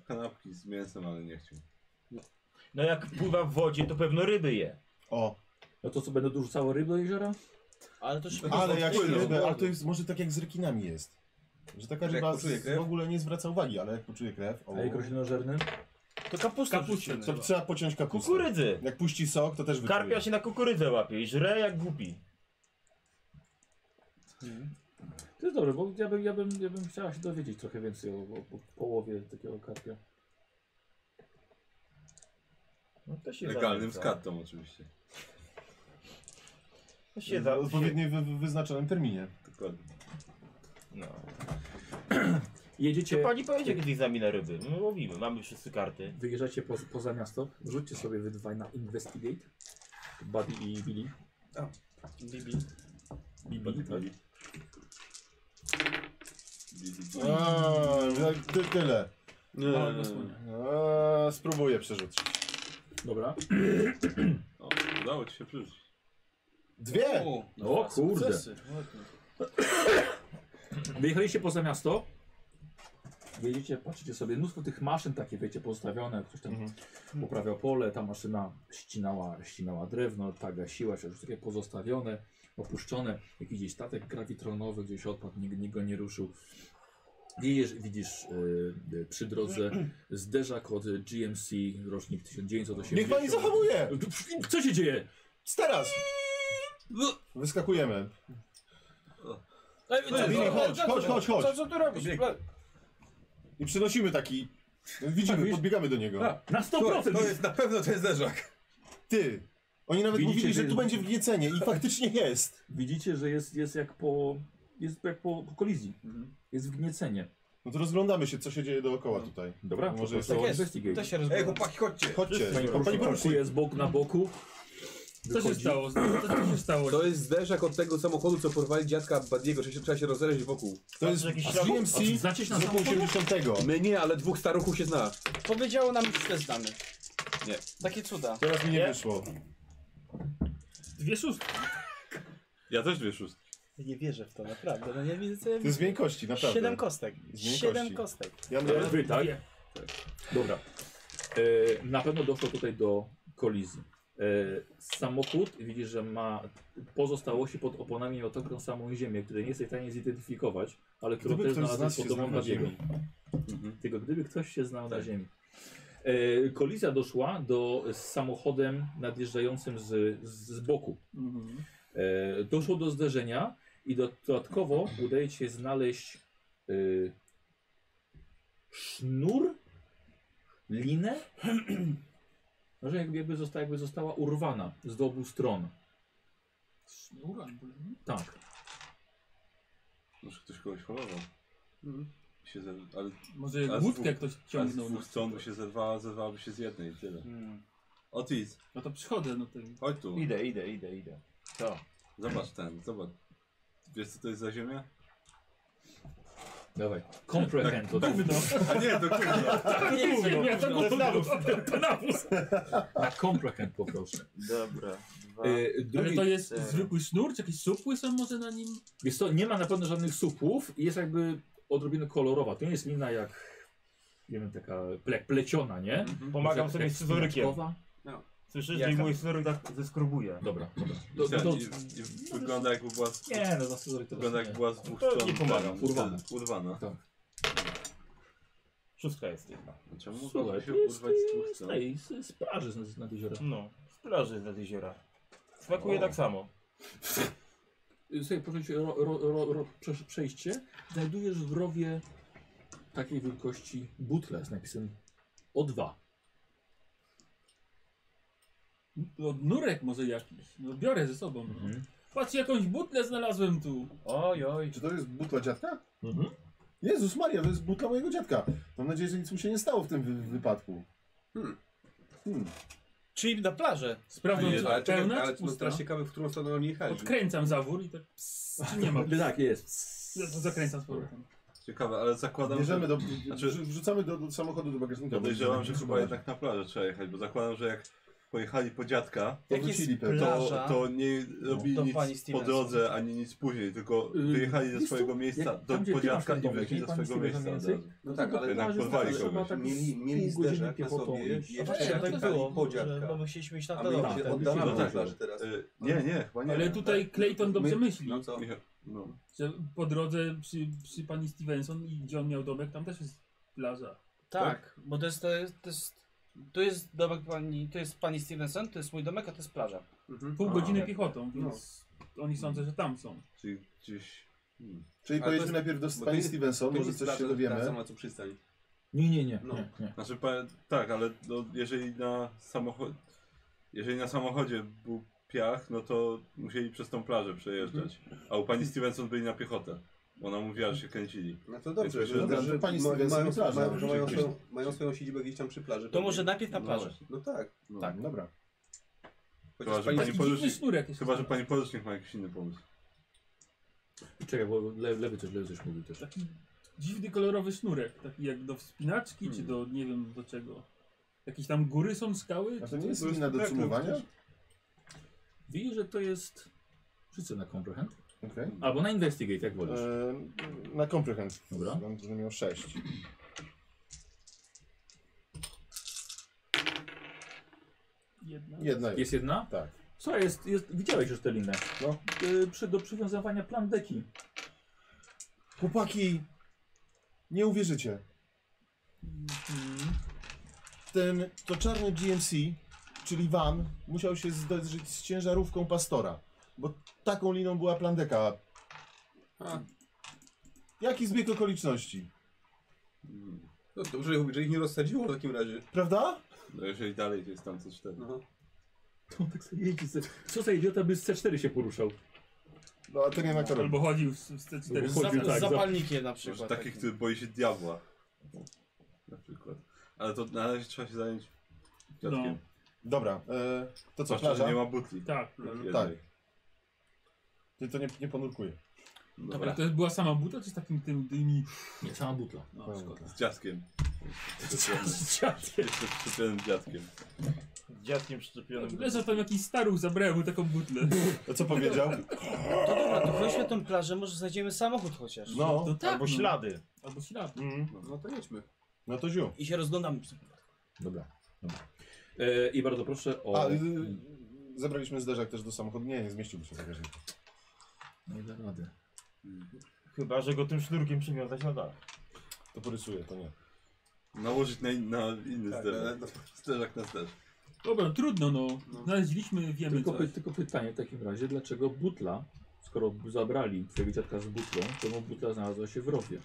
Speaker 3: kanapki z mięsem, ale nie chciał.
Speaker 13: No jak pływa w wodzie, to pewno ryby je.
Speaker 1: O,
Speaker 2: No to co, będę dorzucało ryb do jeziora?
Speaker 4: Ale to szybko.
Speaker 1: ale
Speaker 3: to
Speaker 1: jak
Speaker 3: odpłyną.
Speaker 1: ryby, ale to jest może tak jak z rekinami jest. Że taka
Speaker 8: Że
Speaker 1: ryba
Speaker 8: jak poczuje
Speaker 1: z,
Speaker 8: krew?
Speaker 1: w ogóle nie zwraca uwagi, ale jak poczuje krew, o,
Speaker 2: A jak roślinożerny?
Speaker 4: To kapusta.
Speaker 13: Kapuście.
Speaker 1: to trzeba pociąć kapustę.
Speaker 13: Kukurydzy.
Speaker 1: Jak puści sok, to też wyczuje.
Speaker 13: Karpia się na kukurydzę łapie i żre jak głupi.
Speaker 2: To jest dobre, bo ja bym, ja bym, ja bym chciała się dowiedzieć trochę więcej o, o, o połowie takiego karpia.
Speaker 13: No to się
Speaker 3: Legalnym
Speaker 13: No zaleca.
Speaker 3: skatą oczywiście.
Speaker 13: Się
Speaker 1: w
Speaker 13: za-
Speaker 1: odpowiednio wy, wy- wyznaczonym terminie.
Speaker 13: Dokładnie. No.
Speaker 2: Jedziecie.
Speaker 13: To pani pojedzie kiedyś z nami na ryby. No łowimy, mamy wszyscy karty.
Speaker 2: Wyjeżdżacie po, poza miasto. Rzućcie sobie wy dwaj na Investigate. Buddy i Billy.
Speaker 4: A,
Speaker 2: Bibi. Bibi, tak.
Speaker 1: A, tak ty, tyle.
Speaker 18: Nie.
Speaker 3: No,
Speaker 1: A, spróbuję przerzucić.
Speaker 2: Dobra.
Speaker 3: O, udało ci się przeżyć.
Speaker 1: Dwie!
Speaker 3: O,
Speaker 2: O kurde. Wyjechaliście poza miasto. Jedziecie, patrzycie sobie, mnóstwo tych maszyn takie, wiecie, pozostawione, ktoś tam
Speaker 1: Mhm.
Speaker 2: poprawiał pole, ta maszyna ścinała, ścinała drewno, ta gasiła się, już takie pozostawione, opuszczone, jakiś gdzieś statek grawitronowy gdzieś odpadł, nikt, nikt go nie ruszył. Widzisz, widzisz y, y, przy drodze zderzak od GMC, rocznik 1980.
Speaker 1: Niech pani zachowuje!
Speaker 2: Co się dzieje?
Speaker 1: Teraz! Wyskakujemy.
Speaker 4: co,
Speaker 1: Billy,
Speaker 4: co,
Speaker 1: chodź,
Speaker 4: co,
Speaker 1: chodź,
Speaker 4: co,
Speaker 1: chodź, chodź.
Speaker 4: Co, co tu robisz?
Speaker 1: I przynosimy taki. Widzimy, podbiegamy do niego.
Speaker 4: A, na 100%
Speaker 1: To jest
Speaker 3: na pewno to jest leżak.
Speaker 1: Ty! Oni nawet
Speaker 2: Widzicie,
Speaker 1: mówili, że
Speaker 2: że-
Speaker 1: tu będzie w Giecenie i faktycznie jest.
Speaker 2: Widzicie, że jest, jest jak po. Jest jak po, po kolizji.
Speaker 1: Mhm.
Speaker 2: Jest wgniecenie.
Speaker 1: No to rozglądamy się, co się dzieje dookoła tutaj.
Speaker 2: Dobra,
Speaker 1: może jest
Speaker 2: to
Speaker 1: to
Speaker 2: jest. Investigate.
Speaker 1: To
Speaker 2: To
Speaker 1: się
Speaker 2: się
Speaker 1: roz...
Speaker 2: roz-
Speaker 9: Ej, chłopaki, chodźcie.
Speaker 1: Chodźcie. Pani
Speaker 2: Pani
Speaker 1: poruszuje.
Speaker 2: parkuje z boku na boku.
Speaker 9: Co się
Speaker 2: Wychodzi.
Speaker 9: stało? Co się stało?
Speaker 8: To jest zderzak od tego samochodu, co porwali dziadka Badiego, że się trzeba się rozejrzeć wokół.
Speaker 1: To jest jakiś GMC
Speaker 2: znacie
Speaker 1: z roku 80.
Speaker 8: My nie, ale dwóch staruchów się zna.
Speaker 4: Powiedziało nam, że też znamy.
Speaker 8: Nie.
Speaker 4: Takie cuda.
Speaker 1: Teraz mi nie wyszło.
Speaker 9: Dwie szóstki.
Speaker 3: Ja też dwie szóstki.
Speaker 4: Nie wierzę w to, naprawdę. No ja widzę, co ja
Speaker 1: To jest miękkości, naprawdę.
Speaker 4: Siedem kostek.
Speaker 1: Z miękkości.
Speaker 4: Siedem kostek.
Speaker 1: Ja
Speaker 2: To jest
Speaker 1: nawet...
Speaker 2: wy, tak? Dobra. E, na pewno doszło tutaj do kolizji. E, samochód widzisz, że ma pozostałości pod oponami miał taką samą ziemię, której nie jesteś w stanie zidentyfikować, ale którą
Speaker 1: Gdyby
Speaker 2: też
Speaker 1: ktoś z nas
Speaker 2: znalazłeś
Speaker 1: się
Speaker 2: podobną
Speaker 1: znał
Speaker 2: na
Speaker 1: na
Speaker 2: ziemi.
Speaker 1: ziemi.
Speaker 2: Tylko gdyby ktoś się znał na ziemi. E, kolizja doszła do, z samochodem nadjeżdżającym z, z, z boku.
Speaker 9: Mhm.
Speaker 2: E, doszło do zderzenia i do, dodatkowo udaje ci się znaleźć y, sznur, linę, może jakby, jakby, została, jakby została urwana z obu stron.
Speaker 9: Sznur albo nie?
Speaker 2: Tak.
Speaker 3: Może ktoś kogoś chorował. Się zer... ale...
Speaker 9: Może
Speaker 3: a z
Speaker 9: łódkę
Speaker 3: dwóch-
Speaker 9: ktoś
Speaker 3: A
Speaker 9: ciągnął
Speaker 3: z
Speaker 9: na
Speaker 3: dwóch stron by
Speaker 9: przykład.
Speaker 3: się zerwała, zerwałaby się z jednej i tyle. Otis,
Speaker 9: No to przychodzę, no to...
Speaker 3: chodź tu.
Speaker 13: Mm. Idę, idę, idę, idę. Co?
Speaker 3: Zobacz ten, zobacz. Wiesz co to jest za ziemia?
Speaker 2: Dawaj. Comprehend. to
Speaker 3: Tak,
Speaker 2: dobrze.
Speaker 3: A nie, to kurwa.
Speaker 2: Na comprehend poproszę.
Speaker 13: Dobra. Dwa.
Speaker 2: Y, drugi-
Speaker 9: Ale to jest zwykły sznur, czy jakieś supły są może na nim?
Speaker 2: Jest to, nie ma na pewno żadnych supłów i jest jakby odrobinę kolorowa. To nie jest lina jak, nie wiem, taka ple, pleciona, nie?
Speaker 13: Pomagam
Speaker 2: Jest
Speaker 13: sobie
Speaker 2: jak
Speaker 13: z scyzorykiem.
Speaker 2: spinaczkowa.
Speaker 13: Słyszysz, że
Speaker 2: Jaka?
Speaker 13: i mój scyzoryk tak zeskrobuje.
Speaker 2: Dobra, dobra.
Speaker 3: Do,
Speaker 2: Do, do, do,
Speaker 3: I, i wygląda jakby była z...
Speaker 2: nie, no za scyzoryk to
Speaker 3: Wygląda
Speaker 2: nie.
Speaker 3: jak była z dwóch
Speaker 13: To
Speaker 3: stron.
Speaker 13: nie pomagam.
Speaker 3: ten,
Speaker 2: Urwana.
Speaker 3: Urwana.
Speaker 2: Tak.
Speaker 13: Szóstka jest jedna.
Speaker 3: A Czemu
Speaker 2: Słuchaj,
Speaker 3: mogłaby się
Speaker 2: to jest,
Speaker 3: urwać z dwóch
Speaker 2: jest,
Speaker 3: stron?
Speaker 2: tej, z, z plaży z, z nad jeziora.
Speaker 13: No, z plaży z nad jeziora. Smakuje
Speaker 2: O.
Speaker 13: tak samo.
Speaker 2: Sobie poczuć Y, ro, ro, ro, ro, prze- przejście. Znajdujesz w rowie takiej wielkości butle z napisem O2.
Speaker 9: Od No, nurek może jakiś. No biorę ze sobą.
Speaker 8: Mhm.
Speaker 9: Patrz, jakąś butlę znalazłem tu.
Speaker 13: Oj, oj.
Speaker 1: Czy to jest butla dziadka?
Speaker 2: Mhm.
Speaker 1: Jezus Maria, to jest butla mojego dziadka. Mam nadzieję, że nic mu się nie stało w tym wy wypadku. Hmm.
Speaker 4: Czyli na plażę.
Speaker 9: Sprawdzam,
Speaker 8: Nie,
Speaker 9: czy tak,
Speaker 8: ale czekaj,
Speaker 9: pełna,
Speaker 8: ale
Speaker 9: czy
Speaker 8: no,
Speaker 9: pusta.
Speaker 8: teraz ciekawe, w którą stronę oni jechali.
Speaker 9: Odkręcam zawór i tak pss, czy nie ma.
Speaker 2: Tak, jest.
Speaker 9: Ja to Zakręcam z powrotem.
Speaker 3: Ciekawe, ale zakładam,
Speaker 1: Bierzemy
Speaker 3: że...
Speaker 1: do,
Speaker 3: Znaczy-
Speaker 1: wrzu- wrzucamy do, do samochodu, do bagażnika.
Speaker 3: Podejrzewam, że
Speaker 1: Będziemy
Speaker 3: chyba
Speaker 1: próbować.
Speaker 3: jednak na plażę trzeba jechać, bo zakładam, że jak pojechali po dziadka,
Speaker 1: To
Speaker 4: Jak jest
Speaker 1: wrócili pewnie.
Speaker 3: to,
Speaker 4: Plaża.
Speaker 3: to nie robili
Speaker 4: Do pani
Speaker 3: nic po
Speaker 4: Stevenson.
Speaker 3: drodze, ani nic później, tylko wyjechali ze
Speaker 2: Y, wiesz co,
Speaker 3: swojego miejsca,
Speaker 2: jak- tam,
Speaker 3: do
Speaker 2: gdzie
Speaker 3: po
Speaker 2: ty masz
Speaker 3: dziadka
Speaker 2: ten
Speaker 3: i
Speaker 2: domek,
Speaker 3: wyszli
Speaker 2: nie?
Speaker 3: ze
Speaker 2: Pan
Speaker 3: swojego
Speaker 2: Stevenson
Speaker 3: miejsca. od
Speaker 2: więcej?
Speaker 3: razu.
Speaker 8: No tak,
Speaker 2: to
Speaker 8: ale
Speaker 3: jednak
Speaker 2: plaży
Speaker 3: podwali
Speaker 2: znalazła
Speaker 3: kogoś.
Speaker 2: tak z
Speaker 8: Mieli, mieli
Speaker 2: pół godziny
Speaker 8: zderzak na
Speaker 2: piechotą
Speaker 8: sobie,
Speaker 2: iść.
Speaker 8: jeszcze
Speaker 4: Właśnie,
Speaker 8: jak
Speaker 4: tak
Speaker 8: jechali
Speaker 4: było,
Speaker 8: po
Speaker 4: że,
Speaker 8: dziadka.
Speaker 4: bo my chcieliśmy iść na
Speaker 8: A my
Speaker 4: to.
Speaker 8: się
Speaker 2: tak,
Speaker 8: oddalamy
Speaker 3: no
Speaker 8: od
Speaker 3: tak.
Speaker 8: plaży teraz.
Speaker 3: Y, Nie, nie, chyba nie.
Speaker 9: Ale tutaj Clayton dobrze
Speaker 3: My-
Speaker 9: myśli,
Speaker 8: No co?
Speaker 3: Michał, No.
Speaker 9: że po drodze przy, przy pani Stevenson i gdzie on miał domek, tam też jest plaża.
Speaker 4: Tak, bo to jest, to jest, to jest, to jest domek pani, to jest pani Stevenson, to jest mój domek, a to jest plaża.
Speaker 9: Pół
Speaker 3: A,
Speaker 9: godziny
Speaker 3: tak.
Speaker 9: piechotą, więc oni sądzą, że tam są.
Speaker 3: Czyli gdzieś... hmm.
Speaker 1: Czyli
Speaker 8: Ale to
Speaker 1: pojedźmy
Speaker 8: jest-
Speaker 1: najpierw do
Speaker 8: bo to
Speaker 1: pani
Speaker 8: jest- to
Speaker 1: Stevenson,
Speaker 8: nie
Speaker 1: może
Speaker 8: jest
Speaker 1: coś
Speaker 8: plaża,
Speaker 1: się dowiemy.
Speaker 8: Ta sama co przystań.
Speaker 2: Nie, nie, nie.
Speaker 8: No.
Speaker 2: nie, nie.
Speaker 3: Znaczy, pa- tak, ale no, jeżeli na samochodzie... Jeżeli na samochodzie był piach, no to musieli przez tą plażę przejeżdżać.
Speaker 2: Mhm.
Speaker 3: A u pani Stevenson byli na piechotę. Ona mówiła, że się kręcili.
Speaker 8: No to dobrze,
Speaker 3: Więc
Speaker 8: że,
Speaker 3: myślę,
Speaker 8: dobrze, że
Speaker 3: pani
Speaker 8: mają,
Speaker 3: Stevenson
Speaker 8: mają,
Speaker 3: plaża,
Speaker 8: mają,
Speaker 3: może
Speaker 8: mają,
Speaker 3: gdzieś-
Speaker 8: swoją, mają swoją siedzibę gdzieś tam przy plaży.
Speaker 19: To może najpierw na
Speaker 8: No
Speaker 19: plażę.
Speaker 8: właśnie, No tak.
Speaker 3: No.
Speaker 8: tak. Dobra.
Speaker 3: Chyba, że pani
Speaker 8: pani- Taki dziwny sznurek
Speaker 3: porucznik,
Speaker 8: jest
Speaker 3: chyba, że pani porucznik ma jakiś inny pomysł.
Speaker 2: Czekaj, bo le, lewy też, lewy też mówił też.
Speaker 9: Taki dziwny kolorowy sznurek, taki jak do wspinaczki,
Speaker 8: Hmm.
Speaker 9: czy do nie wiem do czego. Jakieś tam góry są, skały?
Speaker 1: A
Speaker 9: czy
Speaker 1: to nie jest
Speaker 9: To
Speaker 1: lina do
Speaker 9: tak,
Speaker 1: cumowania?
Speaker 9: no,
Speaker 2: Widzisz, że to jest... Rzucę na comprehend.
Speaker 1: Okej.
Speaker 2: Albo na investigate, jak
Speaker 3: E,
Speaker 2: wolisz.
Speaker 1: Eee, na comprehend. Dobra. Będę miał 6.
Speaker 9: Jedna.
Speaker 1: Jedna jest.
Speaker 2: Jest jedna?
Speaker 1: Tak.
Speaker 2: Co jest, jest widziałeś już tę linę.
Speaker 1: No.
Speaker 2: Y, przy, do przywiązywania plandeki.
Speaker 1: Chłopaki, nie uwierzycie. Ten, to czarny GMC, czyli van, musiał się zderzyć z ciężarówką pastora, bo taką liną była plandeka. Jaki zbieg okoliczności,
Speaker 8: No dobrze, że ich nie rozsadziło w takim razie. No,
Speaker 1: prawda?
Speaker 3: No jeżeli dalej to jest tam co cztery.
Speaker 2: To on tak sobie jeździ. ze- Co za idiota by z C4 się poruszał?
Speaker 1: No, a to nie na
Speaker 9: Albo chodził z, z C4.
Speaker 2: Albo chodził, tak, za-
Speaker 3: Może taki, który boi się diabła. Na przykład. Ale to na razie trzeba się zająć dziadkiem.
Speaker 1: No. Dobra, e, to co,
Speaker 3: Zwłaszcza, że
Speaker 1: plaża?
Speaker 3: nie ma butli.
Speaker 9: Tak,
Speaker 3: Jednej.
Speaker 1: Tak. Ty to nie, nie ponurkuje.
Speaker 9: Dobra. To była sama buta, czy z takim tym dymi?
Speaker 2: Nie, sama butla.
Speaker 9: No, szkoda.
Speaker 3: Z dziadkiem.
Speaker 9: Z dziadkiem.
Speaker 3: Jestem przyczepionym dziadkiem.
Speaker 13: Dziadkiem przyczepionym.
Speaker 9: Leżał tam jakiś staruch, zabrałem mu taką butlę.
Speaker 1: A co powiedział?
Speaker 19: To dobra, to weźmy tą plażę, może znajdziemy samochód chociaż.
Speaker 1: No,
Speaker 9: No tak,
Speaker 1: albo
Speaker 9: no.
Speaker 1: ślady.
Speaker 9: Albo ślad.
Speaker 8: No to jedźmy.
Speaker 1: No to ziół.
Speaker 19: I się rozglądam.
Speaker 2: Dobra. dobra. E, I bardzo proszę o...
Speaker 1: A, y, zabraliśmy zderzak też do samochodu. Nie, nie zmieściłby się w bagażniku.
Speaker 2: Nie da rady.
Speaker 13: Chyba, że go tym sznurkiem przywiązać na dach.
Speaker 1: To porysuję, to nie.
Speaker 3: Nałożyć na, in- na inny
Speaker 8: Tak,
Speaker 3: zderzak.
Speaker 8: na-
Speaker 3: Zderzak na zderz.
Speaker 9: Dobra, trudno no. Znaleźliśmy, wiemy
Speaker 2: Tylko,
Speaker 9: co.
Speaker 2: py, tylko pytanie w takim razie, dlaczego butla, skoro zabrali twojego dziadka z butlą, czemu butla znalazła się w rowie?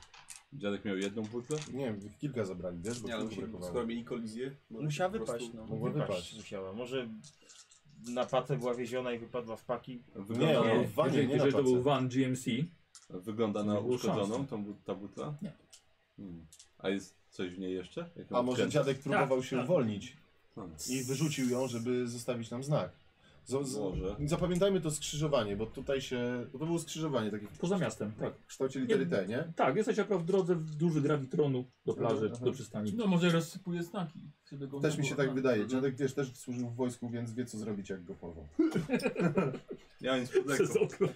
Speaker 3: Dziadek miał jedną butlę?
Speaker 1: Nie wiem, kilka zabrali, wiesz, bo
Speaker 8: Nie, ale
Speaker 1: kilku
Speaker 8: musimy,
Speaker 1: brakowało.
Speaker 8: skoro mieli kolizję... może
Speaker 4: Musiała
Speaker 8: po prostu-
Speaker 4: wypaść, no.
Speaker 1: Mogła wypaść.
Speaker 13: Musiała. Może na patę była wieziona i wypadła w paki.
Speaker 3: Wygląda
Speaker 1: Nie,
Speaker 3: na,
Speaker 1: on w wanie,
Speaker 2: Jeżeli,
Speaker 1: nie
Speaker 2: jeżeli
Speaker 1: na
Speaker 2: to był
Speaker 1: pacy.
Speaker 2: van GMC,
Speaker 3: wygląda
Speaker 2: To
Speaker 3: na
Speaker 2: nie było
Speaker 3: uszkodzoną
Speaker 2: szans.
Speaker 3: tą, but- ta butla?
Speaker 2: Nie.
Speaker 3: Hmm. A jest coś w niej jeszcze? Jak
Speaker 1: A
Speaker 3: ją
Speaker 1: może
Speaker 3: odkręcasz?
Speaker 1: dziadek próbował
Speaker 13: Tak,
Speaker 1: się
Speaker 13: tak.
Speaker 1: uwolnić
Speaker 3: Hmm.
Speaker 1: i wyrzucił ją, żeby zostawić nam znak. Z, z,
Speaker 3: Może.
Speaker 1: zapamiętajmy to skrzyżowanie, bo tutaj się... Bo to było skrzyżowanie takie w
Speaker 2: poza miastem, tak.
Speaker 1: kształcie litery T, nie?
Speaker 2: Tak, jesteś akurat w drodze w duży grawitronu do plaży,
Speaker 1: Aha, aha.
Speaker 2: do przystani.
Speaker 9: No może rozsypuje znaki. żeby go
Speaker 1: Też
Speaker 9: nie
Speaker 1: mi się
Speaker 9: było. no.
Speaker 1: tak wydaje. Dziadek, wiesz, też służył w wojsku, więc wie, co zrobić, jak go porwą.
Speaker 3: Ja nic pod
Speaker 2: Przez
Speaker 3: ręką.
Speaker 2: okno.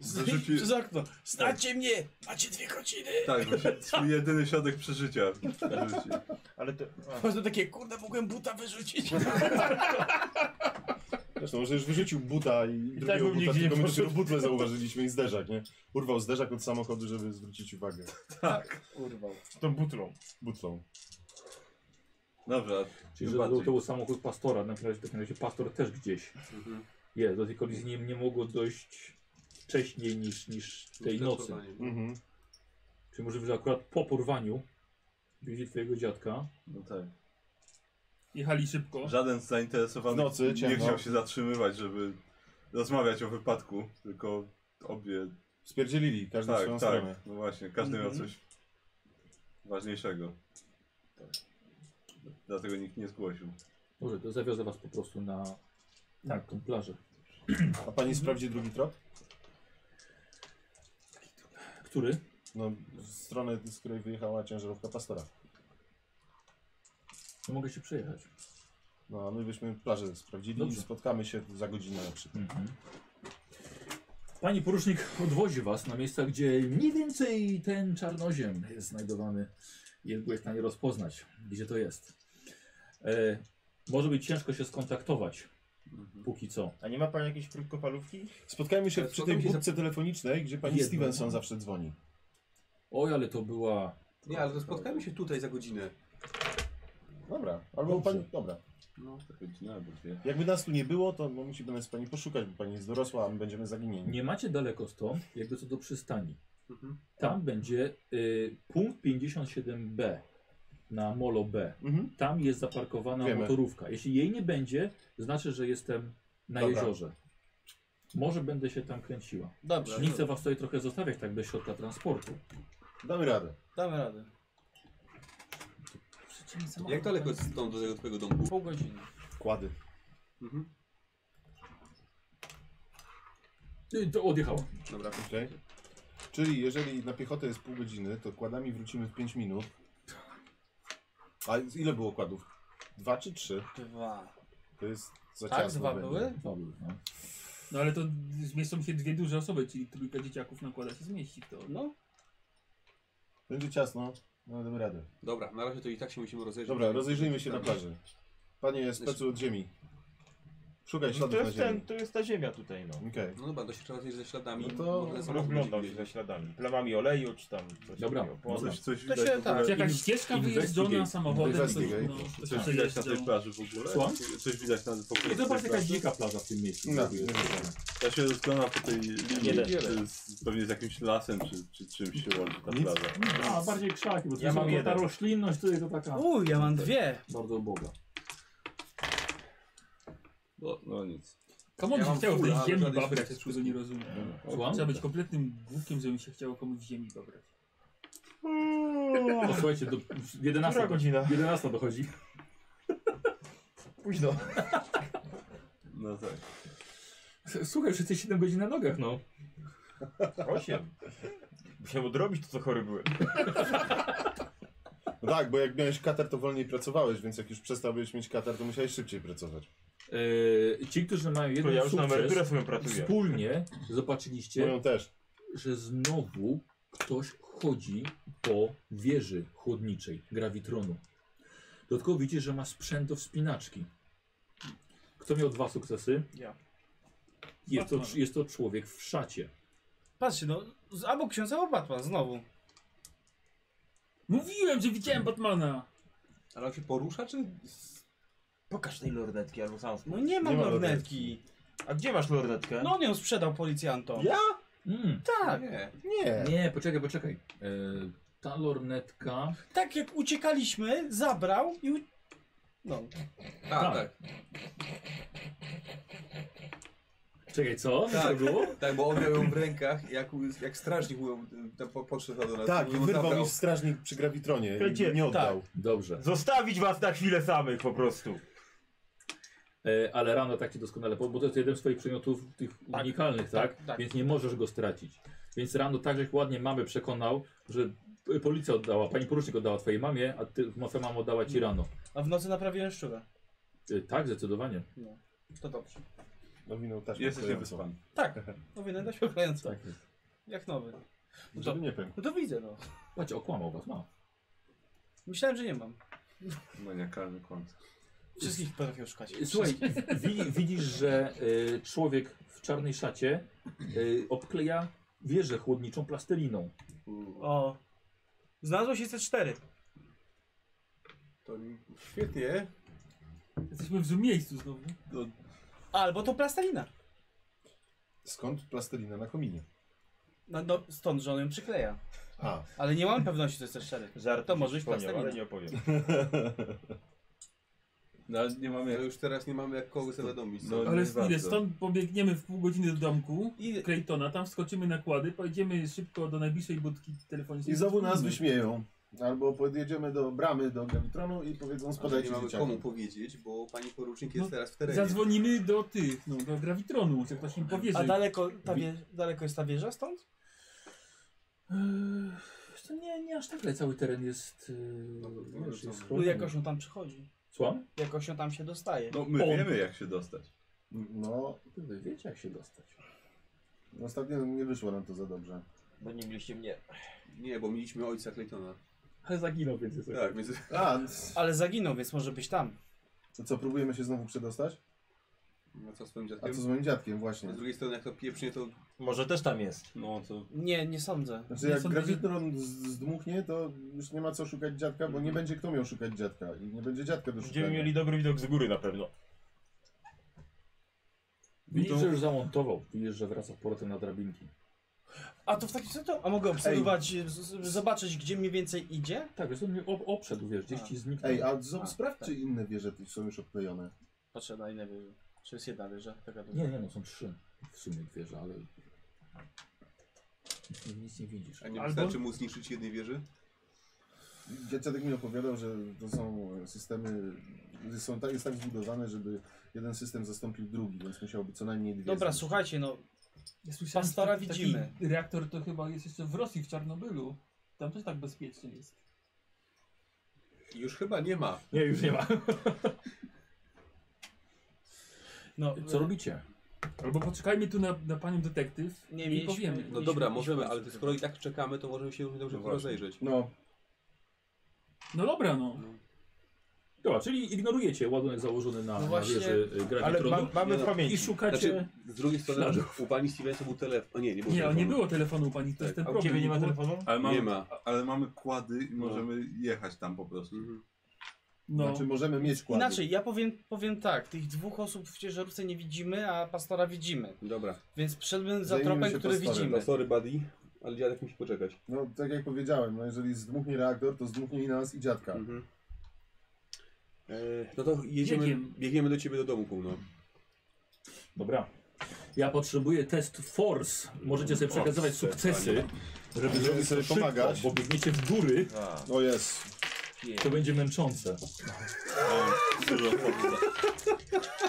Speaker 3: Zarzucił...
Speaker 4: Przez okno. Znacie mnie! Macie dwie godziny!
Speaker 3: Tak, właśnie swój jedyny środek przeżycia. Rzucił.
Speaker 13: Ale to... a.
Speaker 4: Potem takie, kurde, mogłem buta wyrzucić.
Speaker 1: Zresztą, może już wyrzucił buta i, drugiego
Speaker 13: tak bym
Speaker 1: buta,
Speaker 13: nigdzie nie
Speaker 1: tylko my
Speaker 13: poszedł.
Speaker 1: dopiero butlę zauważyliśmy i zderzak, nie? Urwał zderzak od samochodu, żeby zwrócić uwagę.
Speaker 4: Urwał.
Speaker 13: Tą butlą.
Speaker 1: Butlą.
Speaker 3: Dobra,
Speaker 2: Czyli
Speaker 3: tym
Speaker 2: że to, to
Speaker 3: bardziej.
Speaker 2: był samochód pastora, na razie, w takim razie pastor też gdzieś jest. Do tej kolizji nie, nie mogło dojść wcześniej niż, niż tej nocy.
Speaker 1: Mhm.
Speaker 2: Czy może że akurat po porwaniu widzieli twojego dziadka,
Speaker 3: No tak.
Speaker 9: Jechali szybko.
Speaker 3: Żaden z zainteresowanych
Speaker 1: W nocy,
Speaker 3: nie
Speaker 1: ciemno.
Speaker 3: chciał się zatrzymywać, żeby rozmawiać o wypadku, tylko obie...
Speaker 1: Spierdzielili, każdy w
Speaker 3: tak,
Speaker 1: swoją
Speaker 3: tak,
Speaker 1: stronę.
Speaker 3: no właśnie, każdy miał
Speaker 4: Mhm.
Speaker 3: coś ważniejszego. Tak. Dlatego nikt nie zgłosił.
Speaker 2: może to zawiozę was po prostu na, na tą plażę.
Speaker 1: A pani sprawdzi drugi trop?
Speaker 2: Który?
Speaker 1: No, w stronę, z której wyjechała ciężarówka pastora.
Speaker 2: No mogę się przejechać.
Speaker 1: No, a my byśmy plażę sprawdzili
Speaker 2: Dobrze.
Speaker 1: i spotkamy się za godzinę na przykład.
Speaker 2: Mhm. Pani porucznik odwozi was na miejsca, gdzie mniej więcej ten czarnoziem jest znajdowany. Jest byłeś w stanie rozpoznać, gdzie to jest. E, może być ciężko się skontaktować, póki co.
Speaker 13: A nie ma pan jakiejś krótkopalówki?
Speaker 1: Spotkajmy się
Speaker 8: Ale
Speaker 1: przy tej
Speaker 8: spotkamy się za-
Speaker 1: budce telefonicznej, gdzie pani
Speaker 2: Jedno.
Speaker 1: Stevenson zawsze dzwoni.
Speaker 2: Oj, ale to była...
Speaker 8: Nie, ale to spotkajmy się tutaj za godzinę.
Speaker 1: Dobra, albo u
Speaker 2: Dobrze.
Speaker 1: pani... Dobra.
Speaker 8: No.
Speaker 3: Godzinę albo dwie.
Speaker 1: Jakby nas tu nie było, to no, musi będę z pani poszukać, bo pani jest dorosła, a my będziemy zaginieni.
Speaker 2: Nie macie daleko stąd, jakby co do przystani.
Speaker 8: Mhm.
Speaker 2: Tam będzie y, punkt 57B na Molo B.
Speaker 1: Mhm.
Speaker 2: Tam jest zaparkowana
Speaker 1: Wiemy.
Speaker 2: motorówka. Jeśli jej nie będzie, znaczy, że jestem na
Speaker 1: Dobra.
Speaker 2: jeziorze. Może będę się tam kręciła.
Speaker 4: Dobrze.
Speaker 2: Nie chcę was tutaj trochę zostawiać tak bez środka transportu.
Speaker 1: Damy radę.
Speaker 4: Damy radę.
Speaker 8: Jak daleko jest stąd do tego twojego domku?
Speaker 4: Pół godziny.
Speaker 1: Kłady.
Speaker 8: Mhm.
Speaker 2: I to odjechało.
Speaker 8: Dobra.
Speaker 1: Okej. Tak? Czyli jeżeli na piechotę jest pół godziny, to kładami wrócimy w 5 minut. A z- ile było kładów? Dwa czy trzy?
Speaker 4: Dwa.
Speaker 1: To jest za
Speaker 4: Tak,
Speaker 1: ciasno
Speaker 4: dwa
Speaker 1: będzie.
Speaker 4: były?
Speaker 2: Dwa były, no.
Speaker 9: No ale to zmieszczą się dwie duże osoby, czyli trójka dzieciaków nakłada się zmieści to.
Speaker 4: No.
Speaker 1: Będzie ciasno, no damy radę.
Speaker 8: Dobra, na razie to i tak się musimy rozejrzeć.
Speaker 1: Dobra, rozejrzyjmy
Speaker 4: Tak.
Speaker 1: się na plaży. Panie specu od ziemi.
Speaker 4: No
Speaker 1: Szukaj śladów na ziemi.
Speaker 13: No to jest ta ziemia tutaj, no.
Speaker 1: Okej.
Speaker 8: No dobra, to się trzeba rozejrzeć ze śladami.
Speaker 13: No to
Speaker 8: Można samochód
Speaker 13: rozglądam się
Speaker 8: będzie
Speaker 13: ze śladami. Plamami oleju, czy tam coś
Speaker 2: Dobra.
Speaker 13: takiego, poza.
Speaker 3: Coś- coś
Speaker 13: To
Speaker 3: widać
Speaker 13: się
Speaker 3: w ogóle.
Speaker 13: tak.
Speaker 9: Czy jakaś
Speaker 13: Inw-
Speaker 9: ścieżka wyjeżdżona
Speaker 13: investigate.
Speaker 9: samochodem? Coś,
Speaker 1: Investigate.
Speaker 9: no, coś
Speaker 3: Coś
Speaker 9: tam
Speaker 3: widać na tej
Speaker 9: jeżdżą.
Speaker 3: plaży w ogóle?
Speaker 2: Co?
Speaker 3: Coś widać na
Speaker 2: I
Speaker 3: tej
Speaker 2: to jest jakaś
Speaker 3: plaży?
Speaker 2: dzika plaża w tym miejscu.
Speaker 1: No,
Speaker 2: Jest.
Speaker 3: Ja się rozglądam po tej linii,
Speaker 13: Jeden.
Speaker 3: czy z, pewnie z jakimś lasem, czy, czy czymś się łączy ta plaża.
Speaker 2: A, bardziej krzaki, bo to
Speaker 13: Ja
Speaker 2: jest
Speaker 13: mam
Speaker 2: tylko ta
Speaker 13: jeden.
Speaker 2: roślinność tutaj to taka
Speaker 4: Uj, ja mam dwie.
Speaker 2: bardzo uboga.
Speaker 3: No, no nic.
Speaker 9: Komu by
Speaker 8: Ja
Speaker 9: się
Speaker 8: mam
Speaker 9: chciało w
Speaker 8: fulla,
Speaker 9: tej
Speaker 8: ale
Speaker 9: ziemi
Speaker 8: żadnej
Speaker 9: babrać,
Speaker 8: świecy
Speaker 9: tego nie rozumiem.
Speaker 2: Słucham?
Speaker 9: Trzeba być kompletnym głupkiem, żeby się chciało komuś w ziemi babrać.
Speaker 2: To, No, słuchajcie, do 11,
Speaker 13: Która godzina?
Speaker 2: 11 dochodzi.
Speaker 13: Późno.
Speaker 3: No tak.
Speaker 2: Słuchaj, wszyscy 7 godzin na nogach, no.
Speaker 13: Osiem. Musiałem odrobić to, co chory byłem.
Speaker 1: No tak, bo jak miałeś katar, to wolniej pracowałeś, więc jak już przestałbyś mieć katar, to musiałeś szybciej pracować.
Speaker 2: Yy, ci, którzy mają
Speaker 13: To
Speaker 2: jeden
Speaker 13: ja już na
Speaker 2: sukces,
Speaker 13: emeryturę swoją pracuję.
Speaker 2: wspólnie zobaczyliście,
Speaker 1: Moją też.
Speaker 2: że znowu ktoś chodzi po wieży chłodniczej grawitronu. Dodatkowo widzicie, że ma sprzęt do wspinaczki. Kto miał dwa sukcesy?
Speaker 20: Ja.
Speaker 2: Jest to,
Speaker 9: Batman.
Speaker 2: jest to człowiek w szacie.
Speaker 4: Patrzcie, no, z- albo ksiądz, albo Batman, znowu.
Speaker 9: Mówiłem, że
Speaker 8: Hmm.
Speaker 9: widziałem Batmana!
Speaker 8: Ale on się porusza, czy...
Speaker 13: Pokaż tej lornetki albo sam
Speaker 4: No
Speaker 13: spójrz.
Speaker 4: nie mam
Speaker 1: Nie ma
Speaker 4: lornetki.
Speaker 13: A gdzie masz lornetkę?
Speaker 4: No on ją sprzedał policjantom.
Speaker 1: Ja?
Speaker 2: Mm.
Speaker 4: Tak,
Speaker 8: Nie.
Speaker 1: Nie.
Speaker 2: Nie, poczekaj, poczekaj. E, ta lornetka.
Speaker 4: tak jak uciekaliśmy, zabrał i... u- No,
Speaker 8: A, tak.
Speaker 2: Czekaj, co? Co
Speaker 8: Tak.
Speaker 2: to było?
Speaker 8: Tak, bo on miał ją w rękach, jak, jak strażnik mówił, tam po- podszedł do nas.
Speaker 1: Tak, i
Speaker 8: mówił,
Speaker 1: wyrwał
Speaker 8: zabrał.
Speaker 1: mi strażnik przy grawitronie.
Speaker 13: Słuchajcie,
Speaker 1: i Nie oddał.
Speaker 4: Tak.
Speaker 2: Dobrze.
Speaker 13: Zostawić was na chwilę samych po prostu.
Speaker 2: E, ale rano tak cię doskonale, po- bo to jest jeden z twoich przedmiotów tych unikalnych, tak?
Speaker 4: tak, tak.
Speaker 2: Więc nie możesz go stracić. Więc rano także ładnie mamy przekonał, że p- policja oddała, pani porucznik oddała twojej mamie, a ty twoja mama oddała ci rano.
Speaker 4: a w nocy naprawiłem szczurę.
Speaker 2: E, tak, zdecydowanie.
Speaker 4: To dobrze.
Speaker 1: Nowinął taśmę.
Speaker 3: Jesteś
Speaker 1: stojącą.
Speaker 3: niewyspany.
Speaker 4: Tak, powinien dać oklejęcą.
Speaker 2: Tak jest.
Speaker 4: Jak nowy. No to,
Speaker 1: Żeby nie pękł.
Speaker 4: no to widzę, no.
Speaker 2: Patrz, okłamał was, no.
Speaker 4: Myślałem, że nie mam.
Speaker 3: Maniakalny kłamca.
Speaker 4: Wszystkich potrafię szukać.
Speaker 2: E, Słuchaj, wi widzisz, że e, człowiek w czarnej szacie e, obkleja wieżę chłodniczą plasteliną.
Speaker 4: O. Znalazło się C4.
Speaker 8: To świetnie.
Speaker 9: Jesteśmy w złym miejscu znowu.
Speaker 4: Albo to plastelina.
Speaker 1: Skąd plastelina na kominie?
Speaker 4: No, no stąd, że on ją przykleja.
Speaker 8: No.
Speaker 1: A,
Speaker 4: Ale nie mam pewności, że to jest C4.
Speaker 13: Żart
Speaker 4: To
Speaker 13: mi
Speaker 4: może
Speaker 13: się
Speaker 4: być
Speaker 13: przypomniał,
Speaker 4: plastelina.
Speaker 13: Ale nie opowiem.
Speaker 3: No ale nie mamy
Speaker 8: No
Speaker 3: jak...
Speaker 8: już teraz nie mamy jak kogo zawiadomić.
Speaker 3: No,
Speaker 9: Ale
Speaker 3: nie
Speaker 9: ile,
Speaker 3: bardzo.
Speaker 9: stąd pobiegniemy w pół godziny do domku
Speaker 4: I-
Speaker 9: Claytona, tam wskoczymy na kłady, pojedziemy szybko do najbliższej budki telefonicznej.
Speaker 1: I znowu nas wyśmieją. Albo podjedziemy do bramy, do grawitronu i powiedzą
Speaker 8: Ale nie
Speaker 1: spadajcie
Speaker 8: mamy komu
Speaker 1: dzieciaki.
Speaker 8: powiedzieć, bo pani porucznik jest
Speaker 9: No,
Speaker 8: teraz w terenie.
Speaker 9: Zadzwonimy do tych, no, do Gravitronu, jak ktoś im powie,
Speaker 4: A
Speaker 9: że-
Speaker 4: daleko, ta wie, daleko jest ta wieża stąd? No,
Speaker 2: Eee, wiesz co, nie, nie aż tak, ale cały teren jest...
Speaker 8: no,
Speaker 2: Yy, wiesz,
Speaker 8: to-
Speaker 2: jest
Speaker 4: No jakoś on tam przychodzi.
Speaker 2: Słucham?
Speaker 4: Jakoś on tam się dostaje.
Speaker 3: No my
Speaker 2: On-
Speaker 3: wiemy jak się dostać.
Speaker 1: No,
Speaker 2: Wy wiecie jak się dostać.
Speaker 1: ostatnio nie wyszło nam to za dobrze.
Speaker 13: Bo nie mieliście mnie.
Speaker 8: Nie, bo mieliśmy ojca Claytona.
Speaker 7: Tak.
Speaker 2: Ale zaginął, więc jest
Speaker 8: Tak, więc
Speaker 1: A,
Speaker 4: Ale zaginął, więc może być tam.
Speaker 1: to co, próbujemy się znowu przedostać?
Speaker 8: no co z twoim
Speaker 1: A
Speaker 8: dziadkiem?
Speaker 1: co z moim dziadkiem, właśnie.
Speaker 8: Z drugiej strony jak to pieprznie to...
Speaker 13: Może też tam jest.
Speaker 3: No to...
Speaker 4: Nie, nie sądzę.
Speaker 1: Znaczy, jak grawitron z- zdmuchnie, to już nie ma co szukać dziadka, bo nie będzie kto miał szukać dziadka. I nie będzie dziadka do
Speaker 13: Będziemy
Speaker 1: szukania.
Speaker 13: mieli dobry widok z góry na pewno.
Speaker 2: Widzisz, że już zamontował. Widzisz, że wraca powrotem na drabinki.
Speaker 4: A to w takim razie, a mogę obserwować, e, z- z- zobaczyć gdzie mniej więcej idzie?
Speaker 2: Tak, wiesz, on mnie ob obszedł, wiesz, gdzieś
Speaker 4: A.
Speaker 2: ci zniknął.
Speaker 1: Ej, a z-
Speaker 4: A,
Speaker 1: sprawdź,
Speaker 4: tak.
Speaker 1: czy inne wieże tu są już odklejone.
Speaker 4: Patrzę na inne wieże.
Speaker 5: Czy jest jedna wieża? Taka duża?
Speaker 2: Nie, nie, no są trzy w sumie wieże, ale... Nic nie, nic nie widzisz.
Speaker 3: A nie wystarczy mu zniszczyć jednej wieży?
Speaker 1: Dziadek mi opowiadał, że to są e, systemy, są tak, jest tak zbudowane, żeby jeden system zastąpił drugi, więc musiałoby co najmniej dwie.
Speaker 4: Dobra,
Speaker 1: zniszczyć.
Speaker 4: słuchajcie, no.
Speaker 9: Ja słyszałem, że
Speaker 4: Pastora
Speaker 9: taki-
Speaker 4: widzimy.
Speaker 9: Taki reaktor to chyba jest jeszcze w Rosji, w Czarnobylu. Tam też tak bezpiecznie jest.
Speaker 3: Już chyba nie ma.
Speaker 2: Nie, już nie ma.
Speaker 4: No,
Speaker 2: Co robicie?
Speaker 9: Albo poczekajmy tu na, na panią detektyw
Speaker 4: Nie,
Speaker 9: i
Speaker 4: mieliśmy-
Speaker 9: powiemy.
Speaker 4: No
Speaker 7: No dobra, możemy, ale to skoro i tak czekamy, to możemy się dobrze
Speaker 3: No
Speaker 7: no
Speaker 3: właśnie.
Speaker 7: rozejrzeć.
Speaker 1: No.
Speaker 9: No dobra, no.
Speaker 2: Dobra, czyli ignorujecie ładunek założony na,
Speaker 7: No
Speaker 2: na
Speaker 7: właśnie.
Speaker 2: wieży y, grawitronu.
Speaker 1: no,
Speaker 7: Nie,
Speaker 2: I szukacie...
Speaker 7: Znaczy, z drugiej strony
Speaker 2: śladów.
Speaker 7: u pani Stevensa był telefon. O nie, nie było
Speaker 9: Nie,
Speaker 7: telefonu.
Speaker 9: nie było telefonu u pani, to
Speaker 1: Tak,
Speaker 9: jest ten problem. było-
Speaker 3: Ale mamy,
Speaker 7: Nie ma.
Speaker 3: Ale mamy kłady i możemy jechać tam po prostu.
Speaker 9: No.
Speaker 1: Znaczy możemy mieć kłady.
Speaker 4: Inaczej, ja powiem, powiem tak, tych dwóch osób w ciężarówce nie widzimy, a pastora widzimy.
Speaker 7: Dobra.
Speaker 4: Więc przyszedłbym za
Speaker 1: Zajmijmy
Speaker 4: tropem,
Speaker 1: się
Speaker 4: który
Speaker 1: pastorem.
Speaker 4: widzimy.
Speaker 7: No sorry buddy, ale dziadek musi poczekać.
Speaker 1: No tak jak powiedziałem, no jeżeli zdmuchnie reaktor, to zdmuchnie i nas i dziadka.
Speaker 7: E, No to jedziemy,
Speaker 1: Biegiem.
Speaker 7: biegniemy do ciebie do domu, pół, no.
Speaker 2: Dobra. Ja potrzebuję test force. Możecie sobie przekazywać
Speaker 7: Force,
Speaker 2: sukcesy,
Speaker 7: panie.
Speaker 2: żeby
Speaker 7: Żeby
Speaker 2: zrobić
Speaker 7: sobie
Speaker 2: sobie szybko,
Speaker 7: pomagać.
Speaker 2: bo biegniecie w góry.
Speaker 1: O jest.
Speaker 2: To będzie męczące.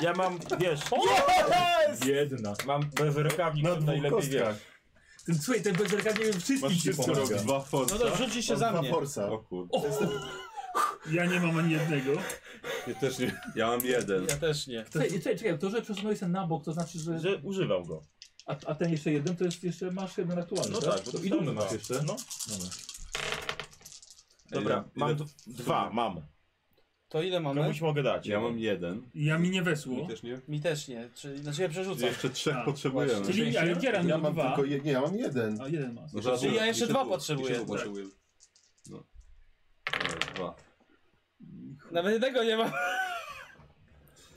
Speaker 13: Ja mam, wiesz...
Speaker 2: Yes! Jedna.
Speaker 13: Mam bezrękawnik, no, najlepiej
Speaker 2: kostkach.
Speaker 13: wie.
Speaker 2: Ten, słuchaj, ten bezerkadnie wszystkich ci pomaga.
Speaker 3: forsa.
Speaker 13: No to wrzuci się za mnie.
Speaker 1: Forsa.
Speaker 3: O kurde.
Speaker 9: Ja nie mam ani jednego.
Speaker 3: Ja też nie. Ja mam jeden.
Speaker 4: Ja też nie.
Speaker 2: Czekaj, czekaj, czekaj, to, że przesunąłeś ten na bok, to znaczy, że...
Speaker 13: Że używał go.
Speaker 2: A, a ten jeszcze jeden, to jest jeszcze masz jeden aktualny,
Speaker 13: No tak, bo to
Speaker 2: I dumny
Speaker 13: są
Speaker 2: masz
Speaker 13: dwa.
Speaker 2: jeszcze.
Speaker 13: No.
Speaker 2: Dobra.
Speaker 13: Dobra,
Speaker 3: Ile-
Speaker 13: mam
Speaker 3: ile-
Speaker 13: d- dwa, mam.
Speaker 4: To ile mamy?
Speaker 13: Komuś No mogę dać.
Speaker 3: Ja mam jeden.
Speaker 9: Ja mi nie
Speaker 3: No.
Speaker 9: wesło.
Speaker 7: też nie.
Speaker 4: Mi też nie, czyli znaczy ja przerzucam.
Speaker 3: Jeszcze trzech
Speaker 9: A,
Speaker 3: potrzebujemy.
Speaker 9: właśnie. Czyli- ale Kieran
Speaker 1: ja
Speaker 9: miał
Speaker 1: mam
Speaker 9: dwa.
Speaker 1: tylko je, nie, ja mam jeden.
Speaker 9: A jeden ma.
Speaker 3: No, żadnego-
Speaker 4: Czyli ja jeszcze dwa
Speaker 3: dwóch,
Speaker 4: potrzebuję.
Speaker 3: jeszcze dwóch
Speaker 4: Tak.
Speaker 3: potrzebuję. No. Dobra, Dwa.
Speaker 4: Nawet jednego nie ma.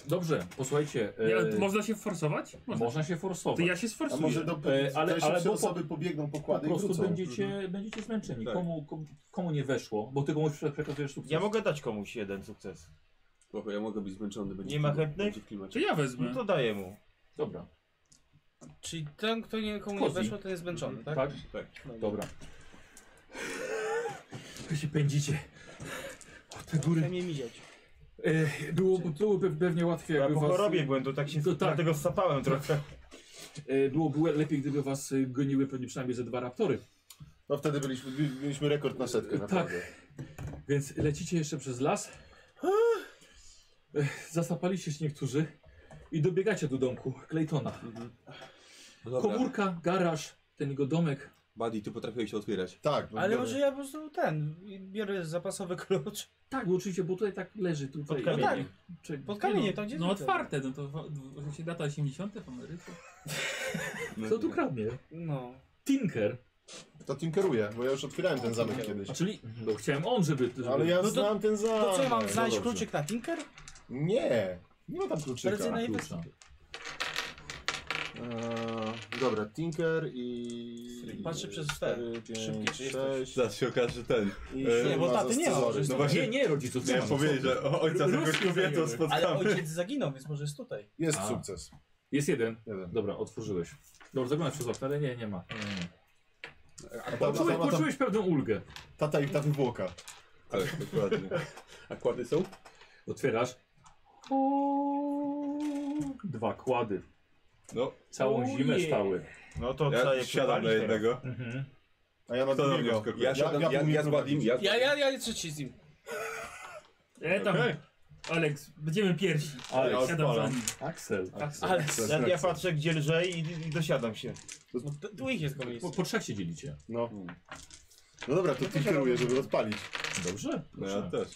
Speaker 2: Dobrze, posłuchajcie.
Speaker 9: Nie, ale
Speaker 2: e,
Speaker 9: to można się forsować?
Speaker 2: Można się forsować.
Speaker 9: To ja się
Speaker 1: A
Speaker 9: sforsuję.
Speaker 1: może do,
Speaker 2: E, ale-
Speaker 1: ale,
Speaker 2: ale bo po-
Speaker 1: osoby pobiegną po
Speaker 2: Po
Speaker 1: kłady i
Speaker 2: prostu
Speaker 1: wrócą.
Speaker 2: będziecie, będziecie zmęczeni.
Speaker 1: Tak.
Speaker 2: Komu, komu, komu nie weszło, bo ty komuś prze- przekazujesz sukces.
Speaker 13: Ja mogę dać komuś jeden sukces.
Speaker 7: Spoko, ja mogę być zmęczony. Będzie
Speaker 13: Nie ma
Speaker 7: w klima-
Speaker 13: chętnych?
Speaker 7: będzie w klimacie.
Speaker 9: wezmę.
Speaker 3: Mhm.
Speaker 13: No to daję mu.
Speaker 2: Dobra.
Speaker 4: Czyli ten, kto nie, komu nie
Speaker 2: Kozi.
Speaker 4: weszło, ten jest zmęczony, tak?
Speaker 2: Tak?
Speaker 7: Tak.
Speaker 13: No
Speaker 2: Dobra. Wy się pędzicie. O, te góry.
Speaker 4: Chcę mnie widzieć.
Speaker 2: E, było, było pe- pewnie łatwiej,
Speaker 13: Ja
Speaker 2: jakby
Speaker 13: po
Speaker 2: was...
Speaker 13: chorobie byłem, to tak się
Speaker 2: To tak.
Speaker 13: dlatego sapałem trochę.
Speaker 2: E, było, było lepiej, gdyby was e, goniły pewnie przynajmniej ze dwa raptory.
Speaker 1: No wtedy byliśmy, mieliśmy rekord na
Speaker 4: Tak.
Speaker 1: setkę naprawdę.
Speaker 2: Więc lecicie jeszcze przez las. Ech, Zasapaliście się niektórzy i dobiegacie do domku Claytona.
Speaker 7: No dobra.
Speaker 2: Komórka, garaż, ten jego domek.
Speaker 7: Buddy, ty potrafiłeś się otwierać.
Speaker 1: Tak, no
Speaker 4: Ale
Speaker 1: dobra.
Speaker 4: może ja po prostu ten, i biorę zapasowy klucz.
Speaker 2: Tak, bo oczywiście, bo tutaj tak leży tutaj.
Speaker 13: Pod kamieniem.
Speaker 2: No tak. Czy-
Speaker 4: Pod kamieniem, tam gdzie
Speaker 9: No
Speaker 4: zwykle.
Speaker 9: otwarte, no to wa- w- się lata 80. w Ameryce.
Speaker 2: Kto tu kradnie?
Speaker 4: No.
Speaker 2: Tinker.
Speaker 1: To tym kieruję, bo ja już otwierałem ten zamek kiedyś.
Speaker 2: Czyli, no chciałem on, żeby... żeby...
Speaker 1: Ale ja
Speaker 2: no to-
Speaker 1: znam ten zamek.
Speaker 4: To co, mam znaleźć
Speaker 1: No dobrze.
Speaker 4: kluczyk na Tinker?
Speaker 1: Nie, nie ma tam kluczyka.
Speaker 4: Prędzej na
Speaker 2: Klucza.
Speaker 1: Eee, dobra, Tinker i...
Speaker 4: Patrzę przez te szybkie, czy jest
Speaker 3: Zaraz się okaże że ten. e,
Speaker 4: Nie, bo taty nie ma. może jest
Speaker 1: tak,
Speaker 3: No
Speaker 4: tutaj.
Speaker 2: Nie,
Speaker 3: właśnie-
Speaker 2: nie, rodziców nie
Speaker 3: Miałem
Speaker 2: ma.
Speaker 3: powiedzieć, że o- ojca z jakąś
Speaker 2: Ruskie
Speaker 3: kobietą
Speaker 2: zajęły.
Speaker 1: No
Speaker 3: spotkamy.
Speaker 4: Ale
Speaker 1: tak.
Speaker 4: ojciec zaginął, więc może jest tutaj.
Speaker 1: Jest
Speaker 2: A.
Speaker 1: sukces.
Speaker 2: Jest jeden.
Speaker 1: Jeden.
Speaker 2: Dobra, otworzyłeś. Dobra, zaglądasz przez okno, ale nie, nie ma. Nie, nie, nie.
Speaker 7: A
Speaker 1: Tata,
Speaker 7: kłady,
Speaker 2: Poczułeś,
Speaker 1: tata, tata,
Speaker 2: poczułeś pewną ulgę.
Speaker 1: tata i ta wywłoka.
Speaker 7: tak, dokładnie. A kłady są?
Speaker 2: Otwierasz. Dwa kłady.
Speaker 3: No,
Speaker 2: Całą
Speaker 9: Ojej.
Speaker 2: zimę stały.
Speaker 13: No to trzeba
Speaker 3: ja
Speaker 13: je
Speaker 3: siadam na
Speaker 13: przepalić teraz.
Speaker 3: jednego.
Speaker 1: A ja na
Speaker 3: Kto na mnie
Speaker 1: drugiego.
Speaker 3: wskakuje?
Speaker 7: Ja siadam, ja, ja,
Speaker 1: próbuję
Speaker 7: z
Speaker 1: prowadzić.
Speaker 7: Buddym, ja,
Speaker 4: Ja, ja, ja trzeci z nim.
Speaker 9: E, tam.
Speaker 13: Okej.
Speaker 9: Alex, będziemy pierwsi.
Speaker 2: Ale
Speaker 13: Ja
Speaker 9: Siadam za
Speaker 13: odpalam.
Speaker 9: nim.
Speaker 2: Axel.
Speaker 1: Tak,
Speaker 4: Ale
Speaker 13: Ja, ja patrzę gdzie lżej i, i dosiadam się.
Speaker 4: no, to- tu ich jest
Speaker 2: Po,
Speaker 4: komunistów.
Speaker 2: po trzech się dzielicie.
Speaker 1: No. No dobra, to tym kieruję, żeby odpalić.
Speaker 2: Dobrze?
Speaker 3: No ja też.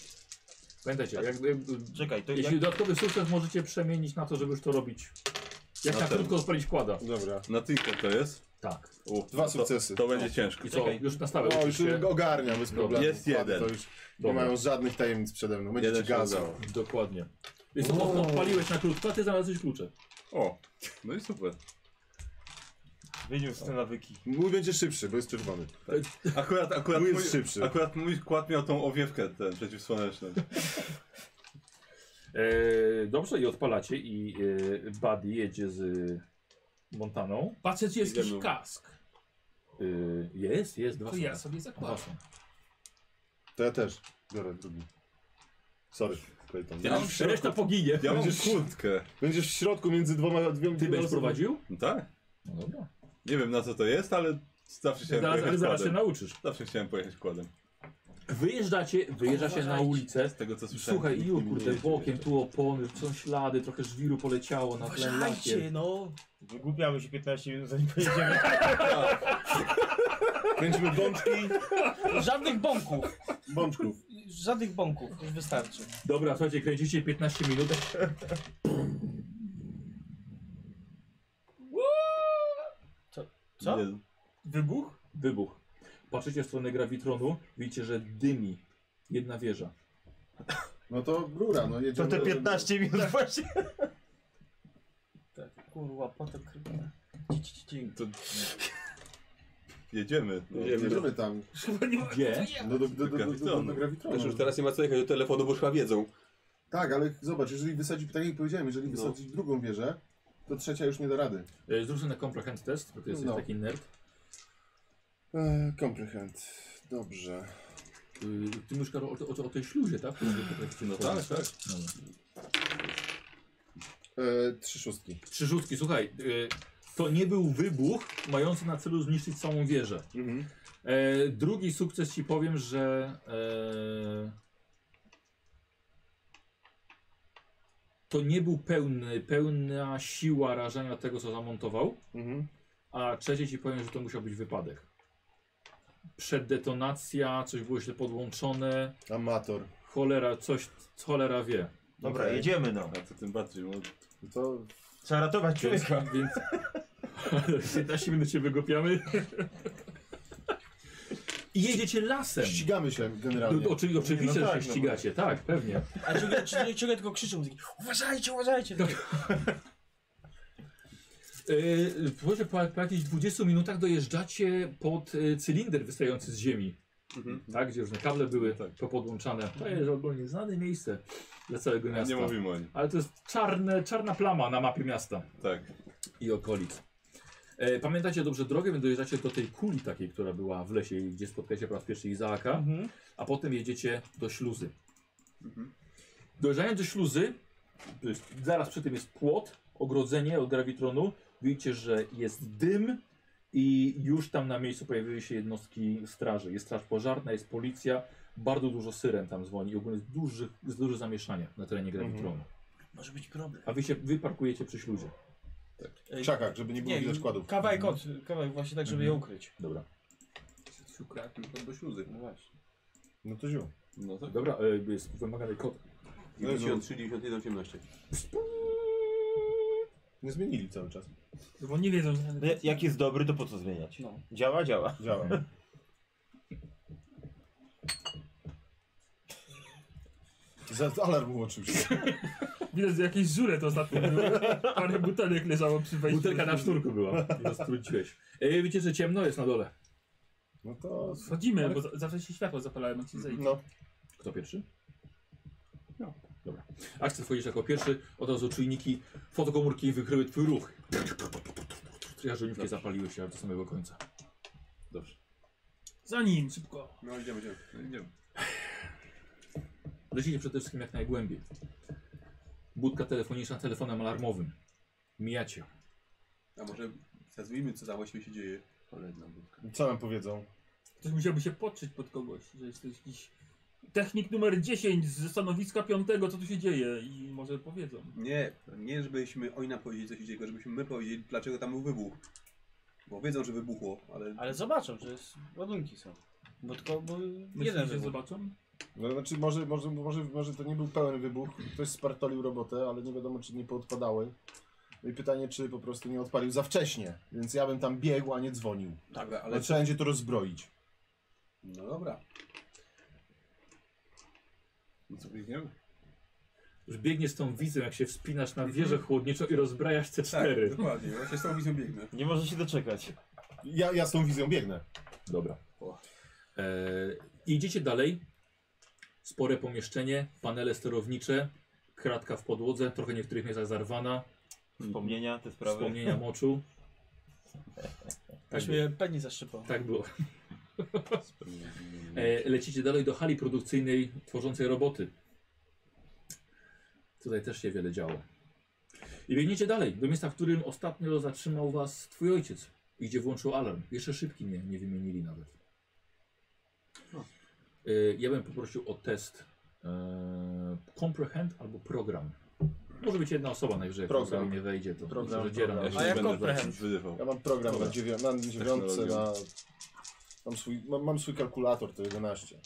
Speaker 2: Pamiętajcie, jak, jak,
Speaker 13: Czekaj, to
Speaker 2: jeśli dodatkowy sukces możecie przemienić na to, żeby już to robić. Jak
Speaker 3: Na
Speaker 2: na
Speaker 3: ten.
Speaker 2: krótko odpalić kłada.
Speaker 1: Dobra.
Speaker 3: Na tylko to jest?
Speaker 2: Tak.
Speaker 3: U,
Speaker 1: Dwa
Speaker 3: to,
Speaker 1: sukcesy.
Speaker 3: To będzie ciężko.
Speaker 2: I co? Już na stałe
Speaker 1: O, już
Speaker 2: uczycie?
Speaker 1: ogarniam bez problemu.
Speaker 3: Jest
Speaker 1: Kłady
Speaker 3: jeden.
Speaker 1: To już nie
Speaker 2: Dobra.
Speaker 1: mają żadnych tajemnic przede mną. Będzie
Speaker 3: Jeden
Speaker 1: ci
Speaker 3: się
Speaker 1: gazał.
Speaker 3: udało.
Speaker 2: Dokładnie. Więc to odpaliłeś na krótko, a ty znalazłeś klucze.
Speaker 3: O, no i super.
Speaker 13: Wyniósł te nawyki.
Speaker 1: Mój będzie szybszy, bo jest czerwony.
Speaker 3: Akurat, akurat,
Speaker 1: Mój
Speaker 3: mój,
Speaker 1: jest szybszy.
Speaker 3: akurat mój kład miał tą owiewkę ten przeciwsłoneczną.
Speaker 2: E, dobrze, i odpalacie i e, Buddy jedzie z Montaną.
Speaker 9: Patrzę, czy jest
Speaker 2: Idziemy.
Speaker 9: jakiś kask.
Speaker 2: E, jest, jest, dwa
Speaker 9: To
Speaker 2: są.
Speaker 9: ja sobie
Speaker 2: Dwa
Speaker 9: zakładam.
Speaker 2: są.
Speaker 1: To ja też biorę drugi. Sorry, Clayton.
Speaker 3: Ja mam w środku- Reszta
Speaker 2: poginie.
Speaker 3: Ja mam
Speaker 1: Będziesz-
Speaker 3: kłódkę.
Speaker 1: Będziesz w środku między dwoma... Dwie, Ty
Speaker 2: będziesz prowadził?
Speaker 3: Tak.
Speaker 2: No dobra.
Speaker 3: Nie wiem na co to jest, ale zawsze chciałem
Speaker 2: Zaraz-
Speaker 3: pojechać
Speaker 2: ale zaraz
Speaker 3: kładem.
Speaker 2: się no- nauczysz.
Speaker 3: Zawsze chciałem pojechać kładem.
Speaker 2: Wyjeżdżacie, wyjeżdżacie na ulicę. Z
Speaker 3: tego co słyszałem.
Speaker 2: Słuchaj,
Speaker 3: nikt
Speaker 2: ilu
Speaker 3: nimi nie
Speaker 2: kurde,
Speaker 3: jeździ.
Speaker 2: bokiem, tu opony, są ślady, trochę żwiru poleciało na tle lakier.
Speaker 13: Uważajcie, no. Wygłupiamy się 15 minut, zanim pojedziemy.
Speaker 1: Kręćmy bączki.
Speaker 4: Żadnych bąków.
Speaker 1: Bączków.
Speaker 4: Żadnych bąków, już wystarczy.
Speaker 2: Dobra, słuchajcie, kręcicie 15 minut.
Speaker 4: Co?
Speaker 2: Wybuch? Wybuch. Patrzycie w stronę grawitronu, widzicie, że dymi jedna wieża.
Speaker 1: No to rura, no
Speaker 13: To
Speaker 1: jedziemy.
Speaker 13: te
Speaker 1: razem.
Speaker 13: 15 minut właśnie.
Speaker 4: Kurwa, potok krwi.
Speaker 3: To... Jedziemy. No.
Speaker 1: Jedziemy tam.
Speaker 2: Gdzie?
Speaker 1: No do, do, do, do, do, do, do grawitronu.
Speaker 8: Też już teraz nie ma co jechać do telefonu, bo już chyba wiedzą.
Speaker 1: Tak, ale zobacz, jeżeli wysadzi, tak jak powiedziałem,
Speaker 3: No.
Speaker 1: jeżeli wysadzi drugą wieżę, to trzecia już nie da rady.
Speaker 2: E, Zrób sobie na comprehend test, bo ty jesteś
Speaker 1: No.
Speaker 2: taki nerd.
Speaker 1: E, comprehend. Dobrze.
Speaker 2: Y, Ty mówisz Karol, o, o, o tej śluzie, tak?
Speaker 3: No tak, tak.
Speaker 1: E, trzy szóstki.
Speaker 2: Trzy rzutki, słuchaj. y, To nie był wybuch mający na celu zniszczyć całą wieżę.
Speaker 3: Mhm.
Speaker 2: E, drugi sukces ci powiem, że. E, to nie był pełny, pełna siła rażenia tego, co zamontował. A trzecie ci powiem, że to musiał być wypadek. Przeddetonacja, coś było źle podłączone.
Speaker 1: Amator.
Speaker 2: Cholera, coś, cholera wie.
Speaker 13: Dobra, jedziemy no.
Speaker 3: A to tym bardziej. No.
Speaker 1: To...
Speaker 13: Trzeba ratować
Speaker 2: Więc,
Speaker 13: człowieka.
Speaker 2: więc 15 minut się wygopiamy. I jedziecie lasem.
Speaker 1: Ścigamy się generalnie.
Speaker 2: No, oczy, oczywiście,
Speaker 1: No
Speaker 2: że
Speaker 1: tak,
Speaker 2: się
Speaker 1: no.
Speaker 2: ścigacie, tak, pewnie.
Speaker 4: A ciągle, ciągle, ciągle tylko krzyczą. taki, Uważajcie, uważajcie. Takie,
Speaker 2: Yy, proszę, po, po jakichś 20 minutach dojeżdżacie pod y, cylinder wystający z ziemi. Tak, gdzie różne kable były popodłączane. To jest ogólnie znane miejsce dla całego miasta.
Speaker 3: Nie mówimy o nim.
Speaker 2: Ale to jest czarne, czarna plama na mapie miasta.
Speaker 3: Tak.
Speaker 2: i okolic. E, pamiętacie dobrze drogę, więc dojeżdżacie do tej kuli takiej, która była w lesie, gdzie spotkaliście po raz pierwszy Izaaka, a potem jedziecie do śluzy. Dojeżdżając do śluzy, to jest, zaraz przy tym jest płot, ogrodzenie od grawitronu. Widzicie, że jest dym i już tam na miejscu pojawiły się jednostki straży. Jest straż pożarna, jest policja, bardzo dużo syren tam dzwoni i ogólnie jest duży, jest duże zamieszanie na terenie grawitronu.
Speaker 4: Może być problem.
Speaker 2: A wy się wyparkujecie przy śluzie.
Speaker 4: Ej,
Speaker 1: Czakach, żeby nie było widać Mhm. kładów.
Speaker 4: Kawałek od, kawałek właśnie tak, żeby
Speaker 2: Mhm.
Speaker 4: je ukryć.
Speaker 2: Dobra.
Speaker 3: Ukradł mi to do śluzy.
Speaker 4: No właśnie.
Speaker 1: No to ziół.
Speaker 3: No tak.
Speaker 2: Dobra, e, jest wymagany kod.
Speaker 3: No.
Speaker 8: 93, 91, 18.
Speaker 1: Nie zmienili cały czas.
Speaker 9: Bo nie wiedzą.
Speaker 13: Ja- Jak jest dobry, to po co zmieniać?
Speaker 4: No.
Speaker 13: Działa, działa.
Speaker 1: Działa. Za alarm włączył się.
Speaker 9: Widać, że jakieś żule to ostatnio było. Parę butelek leżało przy wejściu.
Speaker 2: Butelka na szturku była. Roztrudziłeś. E, wiecie, że ciemno jest na dole.
Speaker 1: No to...
Speaker 9: Wchodzimy, bo za- zawsze się światło zapalałem, jak się zejdzie.
Speaker 1: No.
Speaker 2: Kto pierwszy? No. Dobra. Akcent wchodzisz jako pierwszy, od razu czujniki fotokomórki wykryły twój ruch. Jarzeniówki zapaliły się aż do samego końca. Dobrze.
Speaker 9: Za nim, szybko.
Speaker 8: No idziemy, idziemy.
Speaker 3: Idziemy.
Speaker 2: Lecicie przede wszystkim jak najgłębiej. Budka telefoniczna telefonem alarmowym. Mijacie.
Speaker 8: A może zazwijmy, co tam właściwie się dzieje. Kolejna budka.
Speaker 1: Co nam powiedzą?
Speaker 9: Ktoś musiałby się podszyć pod kogoś, że jest to jakiś technik numer 10 ze stanowiska 5, co tu się dzieje i może powiedzą.
Speaker 8: Nie, nie żebyśmy oni nam powiedzieli, co się dzieje, tylko żebyśmy my powiedzieli, dlaczego tam był wybuch. Bo wiedzą, że wybuchło, ale...
Speaker 4: Ale zobaczą, że jest, ładunki są. Bo tylko bo
Speaker 9: Myślisz,
Speaker 4: jeden
Speaker 9: że
Speaker 4: wybuch.
Speaker 9: zobaczą?
Speaker 1: No, znaczy może, może, może, może to nie był pełen wybuch, ktoś spartolił robotę, ale nie wiadomo czy nie poodpadały. No i pytanie, czy po prostu nie odpalił za wcześnie, więc ja bym tam biegł, a nie dzwonił.
Speaker 8: Tak, ale...
Speaker 1: Ale trzeba będzie to rozbroić.
Speaker 8: No dobra.
Speaker 3: No co biegniemy?
Speaker 2: Już biegniesz tą widzą, jak się wspinasz na wieżę chłodniczą i rozbrajasz te cztery.
Speaker 8: Tak, dokładnie. Właśnie z tą wizją biegnę.
Speaker 13: Nie może się doczekać.
Speaker 1: Ja, ja z tą wizją biegnę.
Speaker 2: Dobra.
Speaker 8: O.
Speaker 2: E, idziecie dalej. Spore pomieszczenie, panele sterownicze, kratka w podłodze, trochę w niektórych miejscach zarwana.
Speaker 13: Wspomnienia, te sprawy.
Speaker 2: Wspomnienia moczu.
Speaker 4: Aż mnie penis zaszczypał.
Speaker 2: Tak było. E, Lecicie dalej do hali produkcyjnej tworzącej roboty. Tutaj też się wiele działo. I biegniecie dalej, do miejsca, w którym ostatnio zatrzymał was twój ojciec. I gdzie włączył alarm. Jeszcze szybki nie, nie wymienili nawet. E, ja bym poprosił o test e, comprehend albo program. Może być jedna osoba najwyżej, jak
Speaker 1: Program.
Speaker 2: program nie wejdzie, to
Speaker 1: Program,
Speaker 2: myślę, że dzieram.
Speaker 1: program.
Speaker 2: się
Speaker 1: A ja
Speaker 2: będę
Speaker 1: comprehend.
Speaker 2: wracać.
Speaker 1: Ja mam program na, dziewię- na dziewiątce, na... Mam swój, mam, mam swój kalkulator, to 11.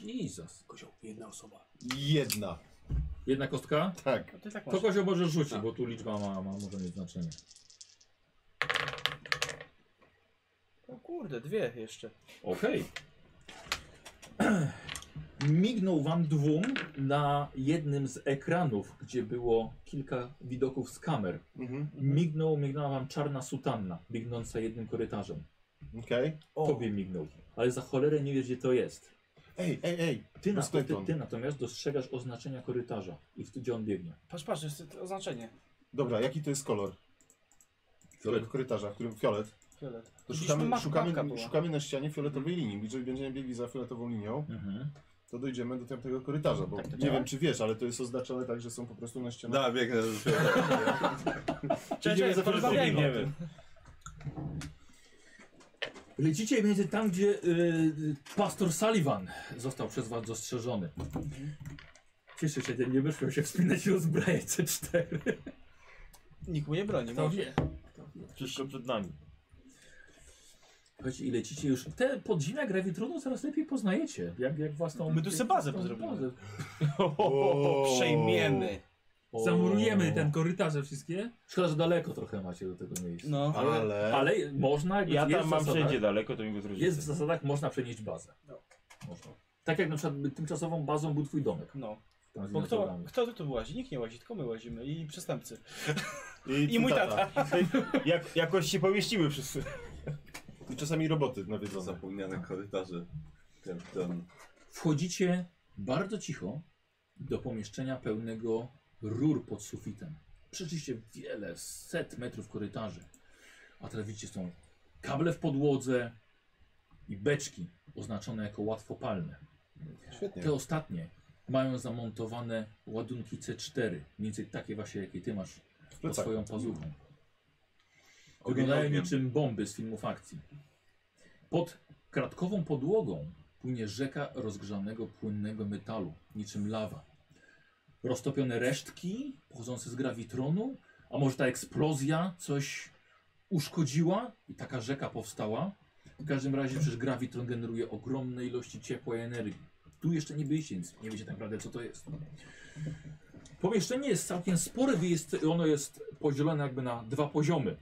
Speaker 2: Jesus.
Speaker 4: Kozioł, jedna osoba.
Speaker 1: Jedna.
Speaker 2: Jedna kostka?
Speaker 1: Tak.
Speaker 4: No to i tak
Speaker 2: To
Speaker 4: masz.
Speaker 2: Kozio może rzucić, bo tu liczba ma, ma może mieć znaczenie.
Speaker 4: O kurde, dwie jeszcze.
Speaker 2: Okej. Mignął wam dwóm na jednym z ekranów, gdzie było kilka widoków z kamer. Mignął, mignęła wam czarna sutanna, biegnąca jednym korytarzem.
Speaker 1: Okej.
Speaker 2: Tobie mignął, ale za cholerę nie wiesz, gdzie to jest.
Speaker 1: Ej, ej, ej.
Speaker 2: Ty,
Speaker 1: do
Speaker 2: na, ty,
Speaker 1: sklepu.
Speaker 2: ty natomiast dostrzegasz oznaczenia korytarza i w- gdzie on biegnie.
Speaker 4: Patrz, patrz, jest to oznaczenie.
Speaker 1: Dobra, jaki to jest kolor? Tego korytarza, który fiolet.
Speaker 4: Fiolet.
Speaker 1: To
Speaker 4: Widzieliśmy
Speaker 1: szukamy,
Speaker 4: map- mapka
Speaker 1: szukamy,
Speaker 4: była.
Speaker 1: szukamy na ścianie fioletowej linii. Jeżeli będziemy biegli za fioletową linią, to dojdziemy do tamtego korytarza, bo
Speaker 4: Tak to
Speaker 1: nie
Speaker 4: działa?
Speaker 1: wiem czy wiesz, ale to jest oznaczone tak, że są po prostu na ścianach.
Speaker 3: Da, biegnę za
Speaker 1: Czyli idziemy za fioletową
Speaker 2: porozmawiajmy
Speaker 1: linią.
Speaker 2: o tym. Lecicie między tam, gdzie y, pastor Sullivan został przez was dostrzeżony. Cieszę się, że nie wyszło się wspinać i rozbrajać C4.
Speaker 4: Nikt mu nie broni.
Speaker 2: Kto
Speaker 4: może.
Speaker 2: wie?
Speaker 13: Wszystko przed nami.
Speaker 2: Słuchajcie, i lecicie już. Te podziemia grawitronu coraz lepiej poznajecie. Jak, jak was tą...
Speaker 9: My tu se bazę
Speaker 2: tą
Speaker 9: pozrobimy.
Speaker 2: bazę.
Speaker 9: O, przejmiemy.
Speaker 2: O.
Speaker 9: Zamurujemy ten korytarze wszystkie.
Speaker 2: Szkoda, że daleko trochę macie do tego miejsca.
Speaker 9: No.
Speaker 2: ale... ale można... jakby
Speaker 13: Ja
Speaker 2: jest
Speaker 13: tam
Speaker 2: w
Speaker 13: mam
Speaker 2: zasadach-
Speaker 13: wszędzie daleko, to mi go zrzucę.
Speaker 2: Jest w zasadach, można przenieść bazę. Można. Tak jak na przykład tymczasową bazą był twój domek.
Speaker 4: No.
Speaker 2: Tam
Speaker 4: Bo kto,
Speaker 2: zlikwidowany.
Speaker 4: kto tu łazi? Nikt nie łazi, tylko my łazimy i przestępcy.
Speaker 1: I, tak.
Speaker 4: I mój tata.
Speaker 1: Jak, jakoś się pomieściły wszyscy. I czasami roboty nawiedzone.
Speaker 3: Zapomniane korytarze. Ten, ten.
Speaker 2: Wchodzicie bardzo cicho do pomieszczenia pełnego rur pod sufitem. Przeczyście wiele set metrów korytarzy. A teraz widzicie są kable w podłodze i beczki oznaczone jako łatwopalne.
Speaker 1: Świetnie.
Speaker 2: Te ostatnie mają zamontowane ładunki C4, mniej więcej takie właśnie jakie ty masz pod
Speaker 1: plecaku.
Speaker 2: swoją pazuchą.
Speaker 3: Ogień
Speaker 2: Wyglądają
Speaker 3: ogniem.
Speaker 2: niczym bomby z filmów akcji. Pod kratkową podłogą płynie rzeka rozgrzanego płynnego metalu, niczym lawa. Roztopione resztki pochodzące z grawitronu, a może ta eksplozja coś uszkodziła i taka rzeka powstała. W każdym razie przecież grawitron generuje ogromne ilości ciepła i energii. Tu jeszcze nie byliście, więc nie wiecie tak naprawdę co to jest. Pomieszczenie jest całkiem spore, wy jest, ono jest podzielone jakby na dwa poziomy.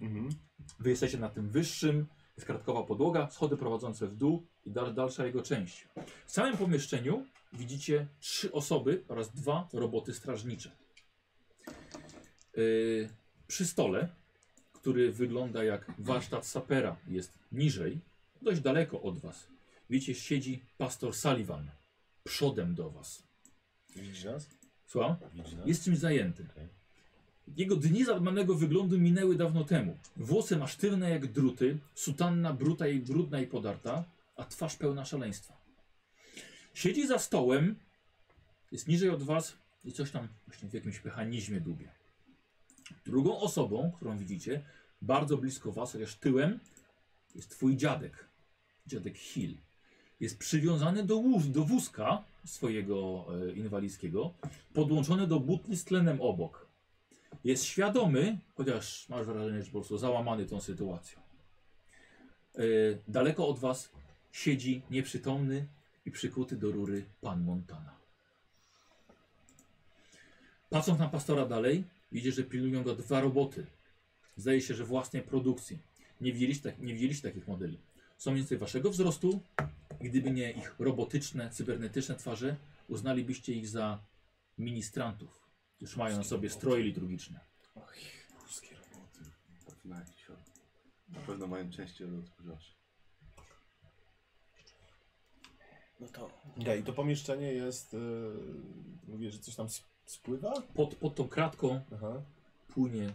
Speaker 2: Wy jesteście na tym wyższym, jest kratkowa podłoga, schody prowadzące w dół i dal, dalsza jego część. W samym pomieszczeniu widzicie trzy osoby oraz dwa roboty strażnicze. Yy, przy stole, który wygląda jak warsztat sapera, jest niżej, dość daleko od was. Widzicie, siedzi pastor Sullivan przodem do was.
Speaker 1: Widzisz nas?
Speaker 2: Słucham?
Speaker 1: Widzisz nas?
Speaker 2: Jest czymś zajęty. Jego dni zadbanego wyglądu minęły dawno temu. Włosy ma sztywne jak druty, sutanna bruta i brudna i podarta, a twarz pełna szaleństwa. Siedzi za stołem, jest niżej od was i coś tam właśnie w jakimś mechanizmie dubie. Drugą osobą, którą widzicie, bardzo blisko was, chociaż tyłem, jest twój dziadek. Dziadek Hill. Jest przywiązany do, wóz, do wózka swojego e, inwalidzkiego, podłączony do butli z tlenem obok. Jest świadomy, chociaż masz wrażenie, że po prostu załamany tą sytuacją. E, daleko od was siedzi nieprzytomny i przykuty do rury pan Montana. Patrząc na pastora dalej, widzisz, że pilnują go dwa roboty. Zdaje się, że własnej produkcji. Nie widzieliście, nie widzieliście takich modeli. Są więcej waszego wzrostu. Gdyby nie ich robotyczne, cybernetyczne twarze, uznalibyście ich za ministrantów. Już mają na sobie stroje liturgiczne.
Speaker 3: Polskie roboty. Na, jakiś od- na pewno mają częściej od odkurzaczy.
Speaker 21: No to.
Speaker 1: Okej, to pomieszczenie jest. Yy, mówię, że coś tam sp- spływa?
Speaker 2: Pod, pod tą kratką
Speaker 1: Aha.
Speaker 2: płynie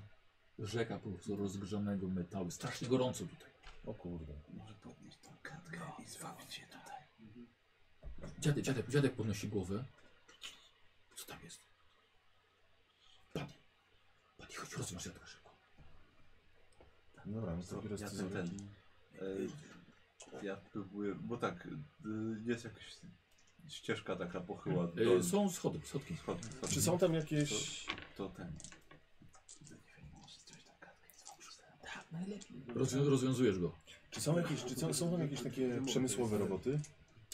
Speaker 2: rzeka po prostu rozgrzanego metalu. Strasznie gorąco tutaj.
Speaker 1: O kurde.
Speaker 2: Może podnieść tą kratkę i zwabić się tutaj. Dziadek, dziadek, dziadek podnosi głowę. Co tam jest? Padnie. Padnie, chodź, rozwiąż dziadka szybko.
Speaker 1: Dobra, no
Speaker 3: To
Speaker 1: to
Speaker 3: ja
Speaker 1: teraz
Speaker 3: ten, ten. E, Ja próbuję, bo tak, y, jest jakaś ścieżka taka pochyła.
Speaker 2: Y, są schody, schodki.
Speaker 3: Schody, schody.
Speaker 1: Czy są tam jakieś-
Speaker 3: To, to ten.
Speaker 2: Tak, najlepiej. Rozwią- rozwiązujesz go.
Speaker 1: Czy są jakieś, czy są, są tam jakieś takie przemysłowe roboty?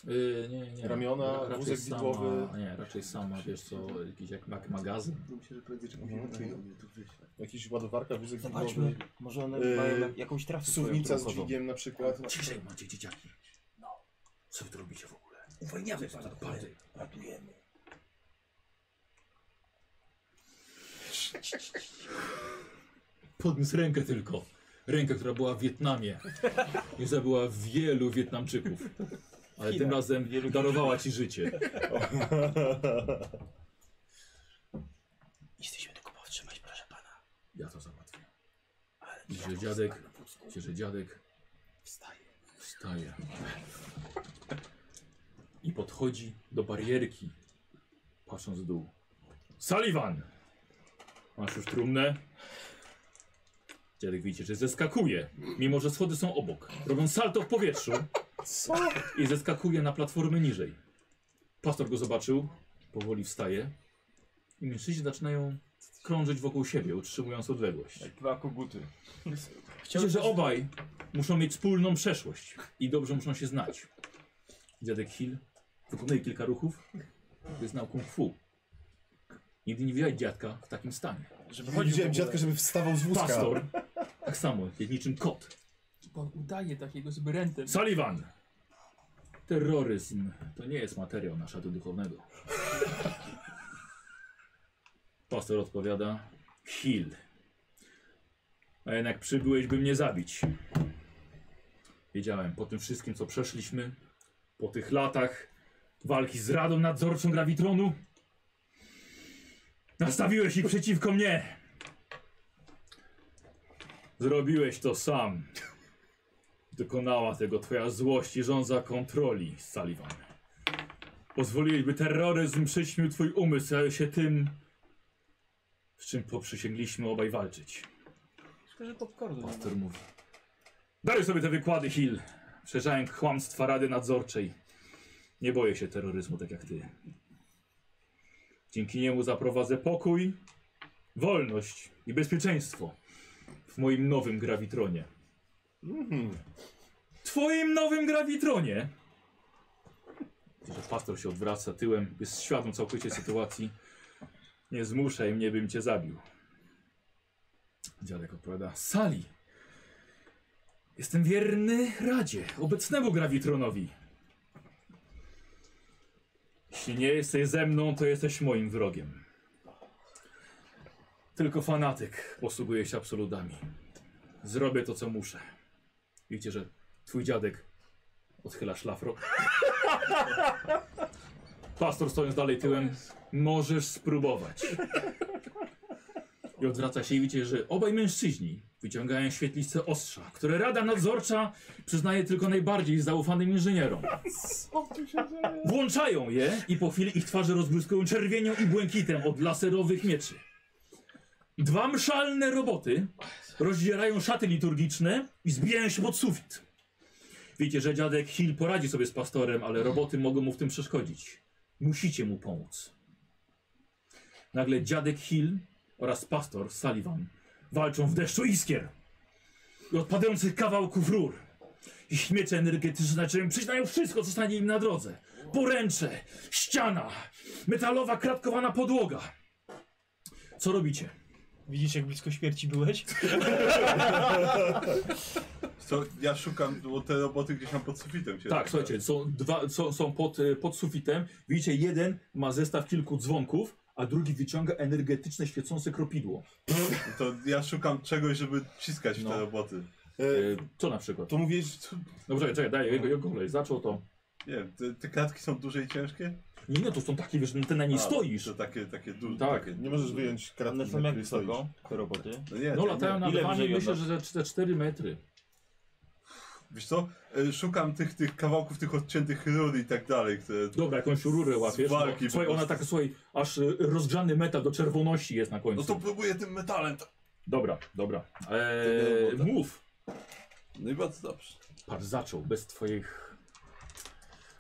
Speaker 2: Yy, nie, nie.
Speaker 1: Ramiona,
Speaker 2: Raczej
Speaker 1: wózek
Speaker 2: sama-
Speaker 1: widłowy.
Speaker 2: Nie, raczej sama, wiesz co, jakiś jak mag magazyn.
Speaker 22: Myślę, że prędzej czy
Speaker 3: No,
Speaker 22: później
Speaker 1: Mhm.
Speaker 22: wyczują mnie tu wyśle.
Speaker 1: Jakiś ładowarka, wózek
Speaker 21: Zobaczmy,
Speaker 1: widłowy?
Speaker 21: może one
Speaker 1: Yy,
Speaker 21: mają jak- jakąś trasę swoją
Speaker 1: Suwnica z
Speaker 21: drogową.
Speaker 1: dźwigiem na przykład.
Speaker 2: Ciszej macie dzieciaki. No. Co wy tu robicie w ogóle? Uwalniamy pana. Bardziej. Ratujemy. Podniósł rękę tylko. Rękę, która była w Wietnamie. I zabyła wielu Wietnamczyków. Ale tym
Speaker 1: Chinach.
Speaker 2: razem darowała ci życie.
Speaker 21: Jesteśmy tylko powstrzymać, proszę pana.
Speaker 2: Ja to załatwię. I że dziadek, i że dziadek wstaje. I podchodzi do barierki, patrząc w dół. Sullivan! Masz już trumnę? Dziadek widzicie, że zeskakuje, mimo że schody są obok. Robią salto w powietrzu
Speaker 1: Co?
Speaker 2: i zeskakuje na platformę niżej. Pastor go zobaczył, powoli wstaje i mężczyźni zaczynają krążyć wokół siebie, utrzymując odległość. Jak
Speaker 23: dwa koguty.
Speaker 2: Chciałem, że obaj muszą mieć wspólną przeszłość i dobrze muszą się znać. Dziadek Hill wykonuje kilka ruchów, by znał kung fu. Nigdy nie widziałeś dziadka w takim stanie.
Speaker 1: Żeby chodził Widziałem w ogóle. dziadka, żeby wstawał z wózka.
Speaker 2: Pastor, tak samo, jest niczym kot.
Speaker 9: Bo on udaje takiego zbyrętem.
Speaker 2: Sullivan! Terroryzm to nie jest materiał na szatu duchownego. Pastor odpowiada: Hill. A jednak przybyłeś, by mnie zabić. Wiedziałem, po tym wszystkim, co przeszliśmy, po tych latach walki z Radą Nadzorczą Gravitronu, nastawiłeś ich przeciwko mnie. Zrobiłeś to sam. Dokonała tego twoja złość i żądza kontroli, Sullivan. Pozwoliłeś, by terroryzm przyćmił twój umysł, stał się tym, z czym poprzysięgliśmy obaj walczyć.
Speaker 4: Szkoda, że popcornu nie
Speaker 2: Pastor mówi. Daruj sobie te wykłady, Hill. Przejrzałem kłamstwa Rady Nadzorczej. Nie boję się terroryzmu tak jak ty. Dzięki niemu zaprowadzę pokój, wolność i bezpieczeństwo w moim nowym grawitronie. Twoim nowym grawitronie! Widzisz, Pastor się odwraca tyłem, jest świadom całkowicie sytuacji. Nie zmuszaj mnie, bym cię zabił. Dziadek odpowiada, sali. Jestem wierny Radzie, obecnemu grawitronowi. Jeśli nie jesteś ze mną, to jesteś moim wrogiem. Tylko fanatyk posługuje się absolutami. Zrobię to, co muszę. Widzicie, że twój dziadek odchyla szlafrok. Pastor stojąc dalej tyłem, możesz spróbować. I odwraca się i widzicie, że obaj mężczyźni wyciągają świetlice ostrza, które Rada Nadzorcza przyznaje tylko najbardziej zaufanym inżynierom.
Speaker 24: Co tu się dzieje?
Speaker 2: Włączają je i po chwili ich twarze rozbłyskują czerwienią i błękitem od laserowych mieczy. Dwa mszalne roboty rozdzierają szaty liturgiczne i zbijają się pod sufit. Wiecie, że dziadek Hill poradzi sobie z pastorem, ale roboty mogą mu w tym przeszkodzić. Musicie mu pomóc. Nagle dziadek Hill oraz pastor Sullivan walczą w deszczu iskier i odpadających kawałków rur. Ich miecze energetyczne zaczynają przyznają wszystko, co stanie im na drodze. Poręcze, ściana, metalowa, kratkowana podłoga. Co robicie?
Speaker 21: Widzisz, jak blisko śmierci byłeś?
Speaker 3: Co, ja szukam, bo te roboty gdzieś tam pod sufitem się
Speaker 2: Tak, słuchajcie, są, dwa, są, są pod, y, pod sufitem. Widzicie, jeden ma zestaw kilku dzwonków, a drugi wyciąga energetyczne, świecące kropidło.
Speaker 3: To ja szukam czegoś, żeby ciskać w
Speaker 2: No.
Speaker 3: te roboty.
Speaker 2: E, Co na przykład? No To
Speaker 1: mówisz...
Speaker 2: Dobrze, czekaj, daj, jego, jego kolej. Zaczął to
Speaker 3: Nie wiem, te, te klatki są duże i ciężkie?
Speaker 2: Nie, no to są takie, wiesz, no ty na nie stoisz.
Speaker 3: To takie, takie duże.
Speaker 2: Tak.
Speaker 3: takie,
Speaker 2: Nie możesz wyjąć kratki,
Speaker 3: One
Speaker 2: na której stoisz.
Speaker 3: wysoko,
Speaker 13: te roboty?
Speaker 3: No, nie,
Speaker 2: No
Speaker 3: tak,
Speaker 2: latają
Speaker 3: nie.
Speaker 2: na
Speaker 3: Ile
Speaker 2: dywanie,
Speaker 3: wyżej
Speaker 2: myślę,
Speaker 3: one?
Speaker 2: że za 4 metry.
Speaker 3: Wiesz co, e, szukam tych, tych kawałków, tych odciętych rur i tak dalej. Które
Speaker 2: Dobra, jakąś rurę łapiesz.
Speaker 3: Z walki
Speaker 2: no, słuchaj,
Speaker 3: po
Speaker 2: ona
Speaker 3: prostu.
Speaker 2: tak, słuchaj, aż y, rozgrzany metal do czerwoności jest na końcu.
Speaker 3: No to próbuję tym metalem. To...
Speaker 2: Dobra, dobra. Eee,
Speaker 3: tak.
Speaker 2: mów.
Speaker 3: No i bardzo dobrze.
Speaker 2: Par zaczął, bez twoich...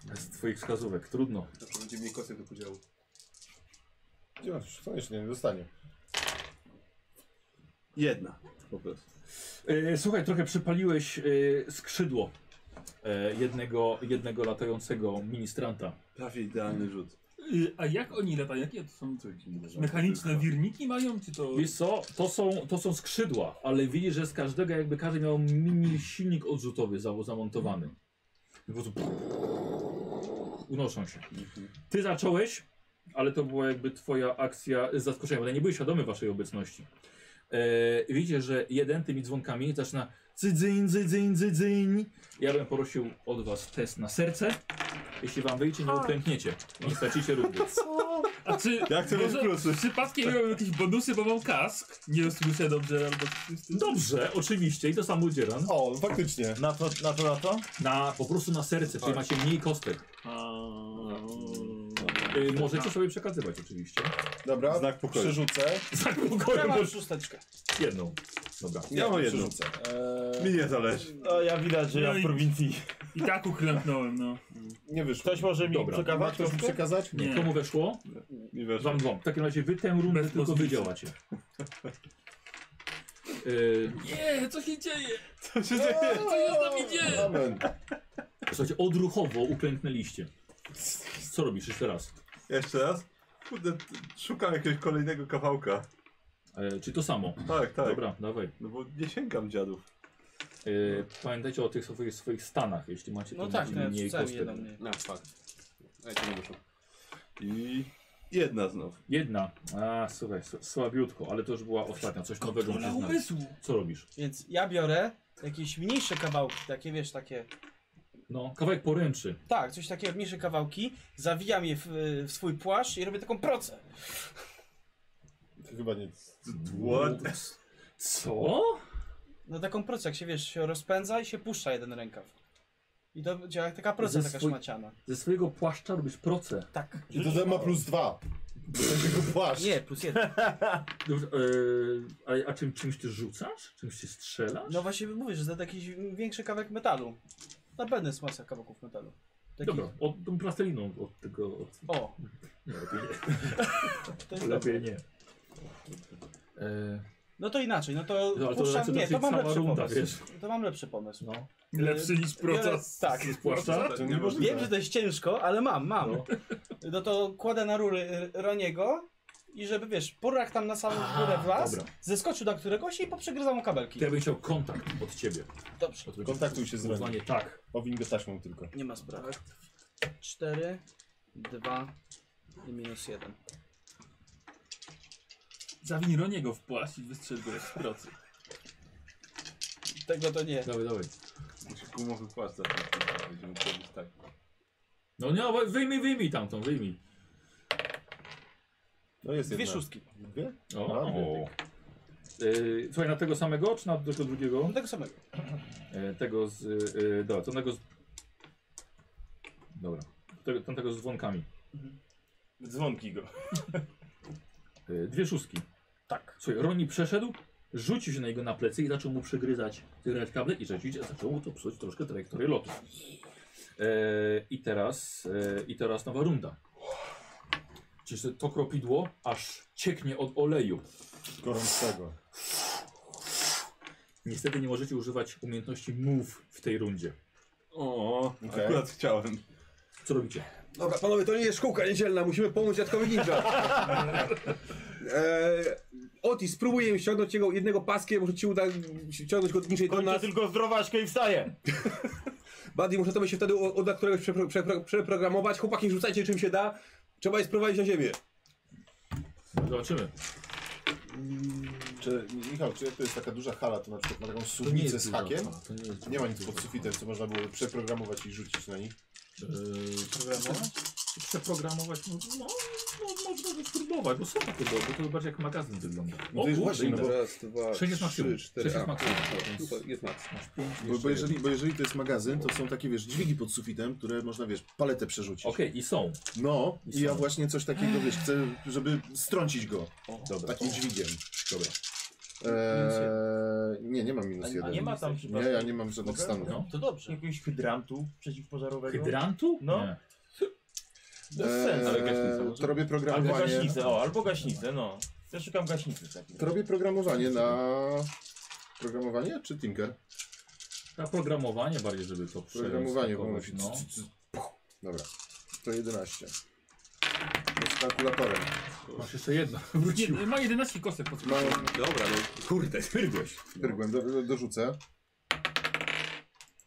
Speaker 2: Bez twoich wskazówek, trudno.
Speaker 7: Zawsze będzie mniej kostek do podziału.
Speaker 1: Nie, masz, koniecznie, nie dostanie.
Speaker 3: Jedna, po prostu.
Speaker 2: E, Słuchaj, trochę przypaliłeś e, skrzydło e, jednego, jednego latającego ministranta.
Speaker 3: Prawie idealny rzut.
Speaker 9: Y, A jak oni latają? Jakie to są mechaniczne wirniki mają, czy to...
Speaker 2: Wiesz co, to są, to są skrzydła, ale widzisz, że z każdego jakby każdy miał mini silnik odrzutowy za- zamontowany. I po prostu unoszą się. Ty zacząłeś, ale to była jakby twoja akcja z zaskoczenia, ale nie byłeś świadomy waszej obecności. E, widzicie, że jeden tymi dzwonkami zaczyna dzydzyń, dzydzyń, dzydzyń. Ja bym prosił od was test na serce. Jeśli wam wyjdzie, nie uklękniecie. Nie stracicie rundy.
Speaker 9: A czy
Speaker 2: Ja chcę mieć plusy.
Speaker 9: przypadkiem miałem jakieś bonusy, bo mam kask? Nie usłyszę dobrze albo...
Speaker 2: Dobrze, oczywiście i to samo dzieran.
Speaker 1: O, faktycznie.
Speaker 13: Na to, na to, na to?
Speaker 2: Na, po prostu na serce, czyli macie mniej kostek. Y, możecie sobie przekazywać oczywiście.
Speaker 1: Dobra,
Speaker 2: Znak pokoju.
Speaker 1: przerzucę.
Speaker 2: Znak pokoju.
Speaker 1: Ja mam
Speaker 4: szósteczkę.
Speaker 2: Jedną. Dobra.
Speaker 1: Ja mam jedną.
Speaker 2: Przerzucę.
Speaker 1: Eee,
Speaker 3: Mi nie zależy.
Speaker 13: O, ja widać, że
Speaker 9: No
Speaker 13: ja w
Speaker 9: i-
Speaker 13: prowincji.
Speaker 9: I tak uklęknąłem, no.
Speaker 1: Nie wyszło.
Speaker 13: Ktoś może mi
Speaker 2: Dobra.
Speaker 13: przekazać?
Speaker 1: Ktoś mi
Speaker 13: kostkę?
Speaker 1: przekazać?
Speaker 2: Nie. Komu weszło?
Speaker 3: Mi weszło.
Speaker 2: Wam dwom. W takim razie wy tę rundę tylko
Speaker 9: pozycji.
Speaker 2: wydziałacie. Y,
Speaker 9: Nie, co się dzieje?
Speaker 3: Co się
Speaker 9: dzieje? Co się z nami dzieje?
Speaker 1: Amen.
Speaker 2: słuchajcie, odruchowo uklęknęliście. Co robisz jeszcze raz?
Speaker 3: Jeszcze raz? Kurde, t- szukam jakiegoś kolejnego kawałka.
Speaker 2: E, czy to samo?
Speaker 3: Tak, tak.
Speaker 2: Dobra, dawaj.
Speaker 3: No bo nie sięgam dziadów.
Speaker 2: Y, pamiętajcie o tych swoich, swoich stanach, jeśli macie
Speaker 4: No
Speaker 2: to
Speaker 4: tak,
Speaker 2: macie
Speaker 4: no ja
Speaker 2: mniej
Speaker 4: wrzucałem
Speaker 2: kostek.
Speaker 4: jedną mniej.
Speaker 7: No, fakt. Ej, to nie wyszło.
Speaker 3: I jedna znów.
Speaker 2: Jedna. A, słuchaj, s- słabiutko, ale to już była ostatnia, coś nowego musisz znaleźć. Co robisz?
Speaker 4: Więc ja biorę jakieś mniejsze kawałki, takie wiesz, takie.
Speaker 2: No, kawałek poręczy.
Speaker 4: Tak, coś takiego, mniejsze kawałki, zawijam je w, y, w swój płaszcz i robię taką procę.
Speaker 1: To chyba nie.
Speaker 3: What?
Speaker 2: No, Co?
Speaker 4: No taką procę, jak się wiesz, się rozpędza i się puszcza jeden rękaw. I to działa jak taka proca,
Speaker 2: Ze
Speaker 4: taka
Speaker 2: swój-
Speaker 4: szmaciana.
Speaker 2: Ze swojego płaszcza robisz proce.
Speaker 4: Tak.
Speaker 1: I to ma plus dwa. Do tego płaszcz.
Speaker 4: Nie, plus jeden.
Speaker 2: Dobrze, e, a, a czym, czymś ty rzucasz? Czymś się strzela?
Speaker 4: No właśnie mówisz, że to jakiś większy kawałek metalu. Na pewno jest masa kawałków metalu. Taki...
Speaker 2: Dobra, od tą plasteliną od tego. Od...
Speaker 4: O,
Speaker 2: Nie, lepiej
Speaker 4: to
Speaker 2: nie.
Speaker 4: jest dobre.
Speaker 2: Lepiej nie. E,
Speaker 4: No to inaczej, no to
Speaker 2: No, ale to
Speaker 4: puszczam,
Speaker 2: raczej
Speaker 4: nie,
Speaker 2: dosyć
Speaker 4: to mam
Speaker 2: cała
Speaker 4: lepszy
Speaker 2: runda,
Speaker 4: pomysł.
Speaker 2: wiesz.
Speaker 4: To mam lepszy pomysł.
Speaker 2: No.
Speaker 9: Lepszy niż proces.
Speaker 4: Biorę- tak.
Speaker 9: z płaszcza?
Speaker 1: To niemożliwe.
Speaker 4: Wiem, że to jest ciężko, ale mam, mam. No, to kładę na rury y, Roniego i żeby, wiesz, porach tam na samą górę w las,
Speaker 2: dobra.
Speaker 4: zeskoczył do któregoś i poprzegryzał mu kabelki.
Speaker 2: to ja bym chciał kontakt od ciebie.
Speaker 4: Dobrze,
Speaker 2: Od
Speaker 1: Kontaktuj się z Renem.
Speaker 2: Uznanie, tak.
Speaker 1: Powinien go taśmą tylko.
Speaker 4: nie ma sprawy. 4, 2 i minus 1.
Speaker 9: Zawin Roniego w płaszcz i wystrzelił go z procy.
Speaker 4: Tego to nie.
Speaker 2: Dawaj, dawaj.
Speaker 3: Musi gumowy płaszcz zacząć. Będziemy robić tak.
Speaker 2: No nie, no, wyjmij, wyjmij tamtą, wyjmij.
Speaker 1: No jest
Speaker 4: Dwie
Speaker 1: jedna.
Speaker 4: szóstki.
Speaker 1: Dwie?
Speaker 2: O.
Speaker 1: A, dwie.
Speaker 2: o. E, słuchaj, na tego samego, czy na tego drugiego?
Speaker 4: Tego samego.
Speaker 2: E, tego z. E, e, dobra, tamtego z. Dobra. Tego, tamtego z dzwonkami.
Speaker 13: Mhm. Dzwonki go.
Speaker 2: E, dwie szóstki.
Speaker 4: Tak.
Speaker 2: Słuchaj, Roni przeszedł, rzucił się na jego na plecy i zaczął mu przegryzać tyrać kable i rzeczywiście zaczął mu to psuć troszkę trajektorię lotu. E, I teraz. E, I teraz nowa runda. Czyli to- to kropidło aż cieknie od oleju.
Speaker 1: Gorącego.
Speaker 2: Niestety nie możecie używać umiejętności move w tej rundzie.
Speaker 3: O,
Speaker 1: Okej.
Speaker 3: akurat chciałem.
Speaker 2: Co robicie?
Speaker 7: Dobra, panowie, to nie jest szkółka niedzielna, musimy pomóc dziadkowi ninja. Eee, Otis, spróbuję im ściągnąć jego jednego paskiem, może ci uda ściągnąć go niżej do
Speaker 13: Kończę
Speaker 7: nas.
Speaker 13: tylko zdrowaśkę i wstaję.
Speaker 7: Buddy, może to my się wtedy u- uda któregoś przepro, przepro, przeprogramować. Chłopaki, rzucajcie czym się da. Trzeba je sprowadzić na ziemię.
Speaker 2: Zobaczymy.
Speaker 1: Czy, Michał, czy jak to jest taka duża hala, to na przykład ma taką
Speaker 2: To nie
Speaker 1: suwnicę z
Speaker 2: jest duża
Speaker 1: hakiem?
Speaker 2: hala, to nie jest
Speaker 1: Nie ma
Speaker 2: duża
Speaker 1: nic
Speaker 2: hala.
Speaker 1: pod sufitem, co można było przeprogramować i rzucić na nich.
Speaker 2: programować? Yy, Przeprogramować? No, no, no można by spróbować, bo są takie dobre, to zobacz jak magazyn wygląda.
Speaker 8: No to jest właśnie,
Speaker 2: kurde,
Speaker 8: no bo-
Speaker 2: raz,
Speaker 8: dwa,
Speaker 2: Sześć jest
Speaker 8: trzy,
Speaker 2: maksimum.
Speaker 8: cztery,
Speaker 2: Sześć
Speaker 8: a,
Speaker 2: jest maksimum.
Speaker 8: a,
Speaker 2: więc
Speaker 8: super, jest max.
Speaker 2: Masz pięć,
Speaker 1: Bo,
Speaker 2: jeszcze
Speaker 1: bo, jeżeli,
Speaker 2: jeden.
Speaker 1: bo jeżeli to jest magazyn, to są takie, wiesz, dźwigi pod sufitem, które można, wiesz, paletę przerzucić.
Speaker 2: Okej, i są.
Speaker 1: No,
Speaker 2: I
Speaker 1: i, ja
Speaker 2: są.
Speaker 1: właśnie coś takiego, wiesz, chcę, żeby strącić go
Speaker 2: dobra.
Speaker 1: takim dźwigiem. Dobra.
Speaker 13: Minus
Speaker 1: Eee, nie, nie mam
Speaker 13: A-
Speaker 1: minus
Speaker 13: a
Speaker 1: jeden.
Speaker 13: nie ma tam
Speaker 1: Nie,
Speaker 13: przypadkiem-
Speaker 1: ja nie mam żadnych
Speaker 13: Mogę?
Speaker 1: stanów.
Speaker 13: No,
Speaker 5: to dobrze.
Speaker 13: Jakiegoś hydrantu przeciwpożarowego?
Speaker 2: Hydrantu?
Speaker 13: No.
Speaker 2: Nie.
Speaker 13: Bez sensu.
Speaker 1: Eee, to robię programowanie.
Speaker 13: Albo gaśnicę, o, albo gaśnicę, no. Ja szukam gaśnicy w takim
Speaker 1: To robię programowanie na... Programowanie czy Tinker?
Speaker 2: Na programowanie bardziej, żeby to
Speaker 1: Programowanie, bo
Speaker 2: przeskakować,
Speaker 1: mówi...
Speaker 2: no.
Speaker 1: c- c- c- puch. Dobra, to 11. Z kalkulatorem.
Speaker 2: Masz jeszcze jedno.
Speaker 1: Wrócił.
Speaker 9: Nie, ma 11 kostek pod
Speaker 1: No,
Speaker 8: Dobra, no kurde, spyrgłeś.
Speaker 1: Pyrgłem, do, do, dorzucę.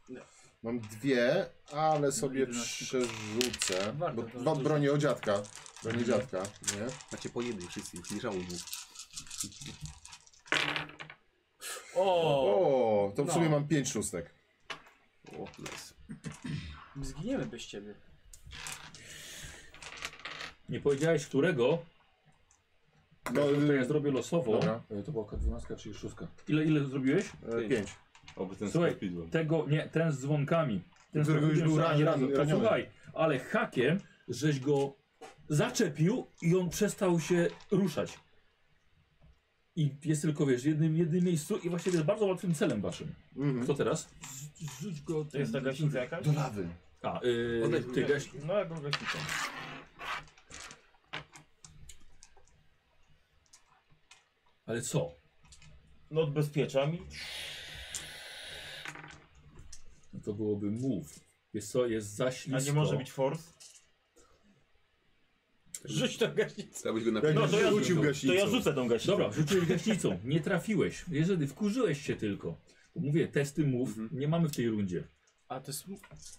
Speaker 1: No. Mam dwie, ale sobie przerzucę.
Speaker 8: Warto,
Speaker 1: bo
Speaker 8: to
Speaker 1: dwa
Speaker 8: dużo.
Speaker 1: bronię o dziadka. Bronię dziadka, nie?
Speaker 8: Macie po jednej wszyscy, już nie żałuj dwóch.
Speaker 1: O, to w
Speaker 5: No.
Speaker 1: sumie mam pięć szóstek.
Speaker 8: O, nice.
Speaker 5: My zginiemy bez ciebie.
Speaker 2: Nie powiedziałeś którego? No, to ja zrobię losowo.
Speaker 6: Dobra.
Speaker 2: E, To była około 12 czyli 6. Ile, ile zrobiłeś?
Speaker 1: E, pięć.
Speaker 3: Oby ten
Speaker 2: Słuchaj,
Speaker 3: z podpidłem.
Speaker 2: tego, nie, ten z dzwonkami. Ten z
Speaker 1: Którego już
Speaker 2: podpidłem
Speaker 1: był
Speaker 2: się ani
Speaker 1: ran-
Speaker 2: razu.
Speaker 1: ran- raniony.
Speaker 2: Posłuchaj, ale hakiem żeś go zaczepił i on przestał się ruszać. I jest tylko, wiesz, w jednym, jednym miejscu i właśnie jest bardzo łatwym celem waszym.
Speaker 1: Mhm.
Speaker 2: Kto teraz? Z- Rzuć go...
Speaker 13: To jest ta gaśnica jakaś?
Speaker 1: Do lawy.
Speaker 2: A, yy, ty gaś...
Speaker 13: No, jakby gaśnicą.
Speaker 2: Ale co?
Speaker 13: No, odbezpieczam i...
Speaker 2: No To byłoby move. Jest co, jest zaślisko.
Speaker 13: A nie może być force?
Speaker 5: Rzuć tą gaśnicę.
Speaker 8: Chciałbyś go na
Speaker 13: No, to ja,
Speaker 1: Rzucił
Speaker 13: to
Speaker 1: gaśnicą.
Speaker 13: ja rzucę tą gaśnicę.
Speaker 2: Dobra, rzuciłeś gaśnicą, nie trafiłeś. Jeżeli wkurzyłeś się tylko. Bo Mówię, testy move
Speaker 1: Mhm.
Speaker 2: nie mamy w tej rundzie.
Speaker 5: A to jest...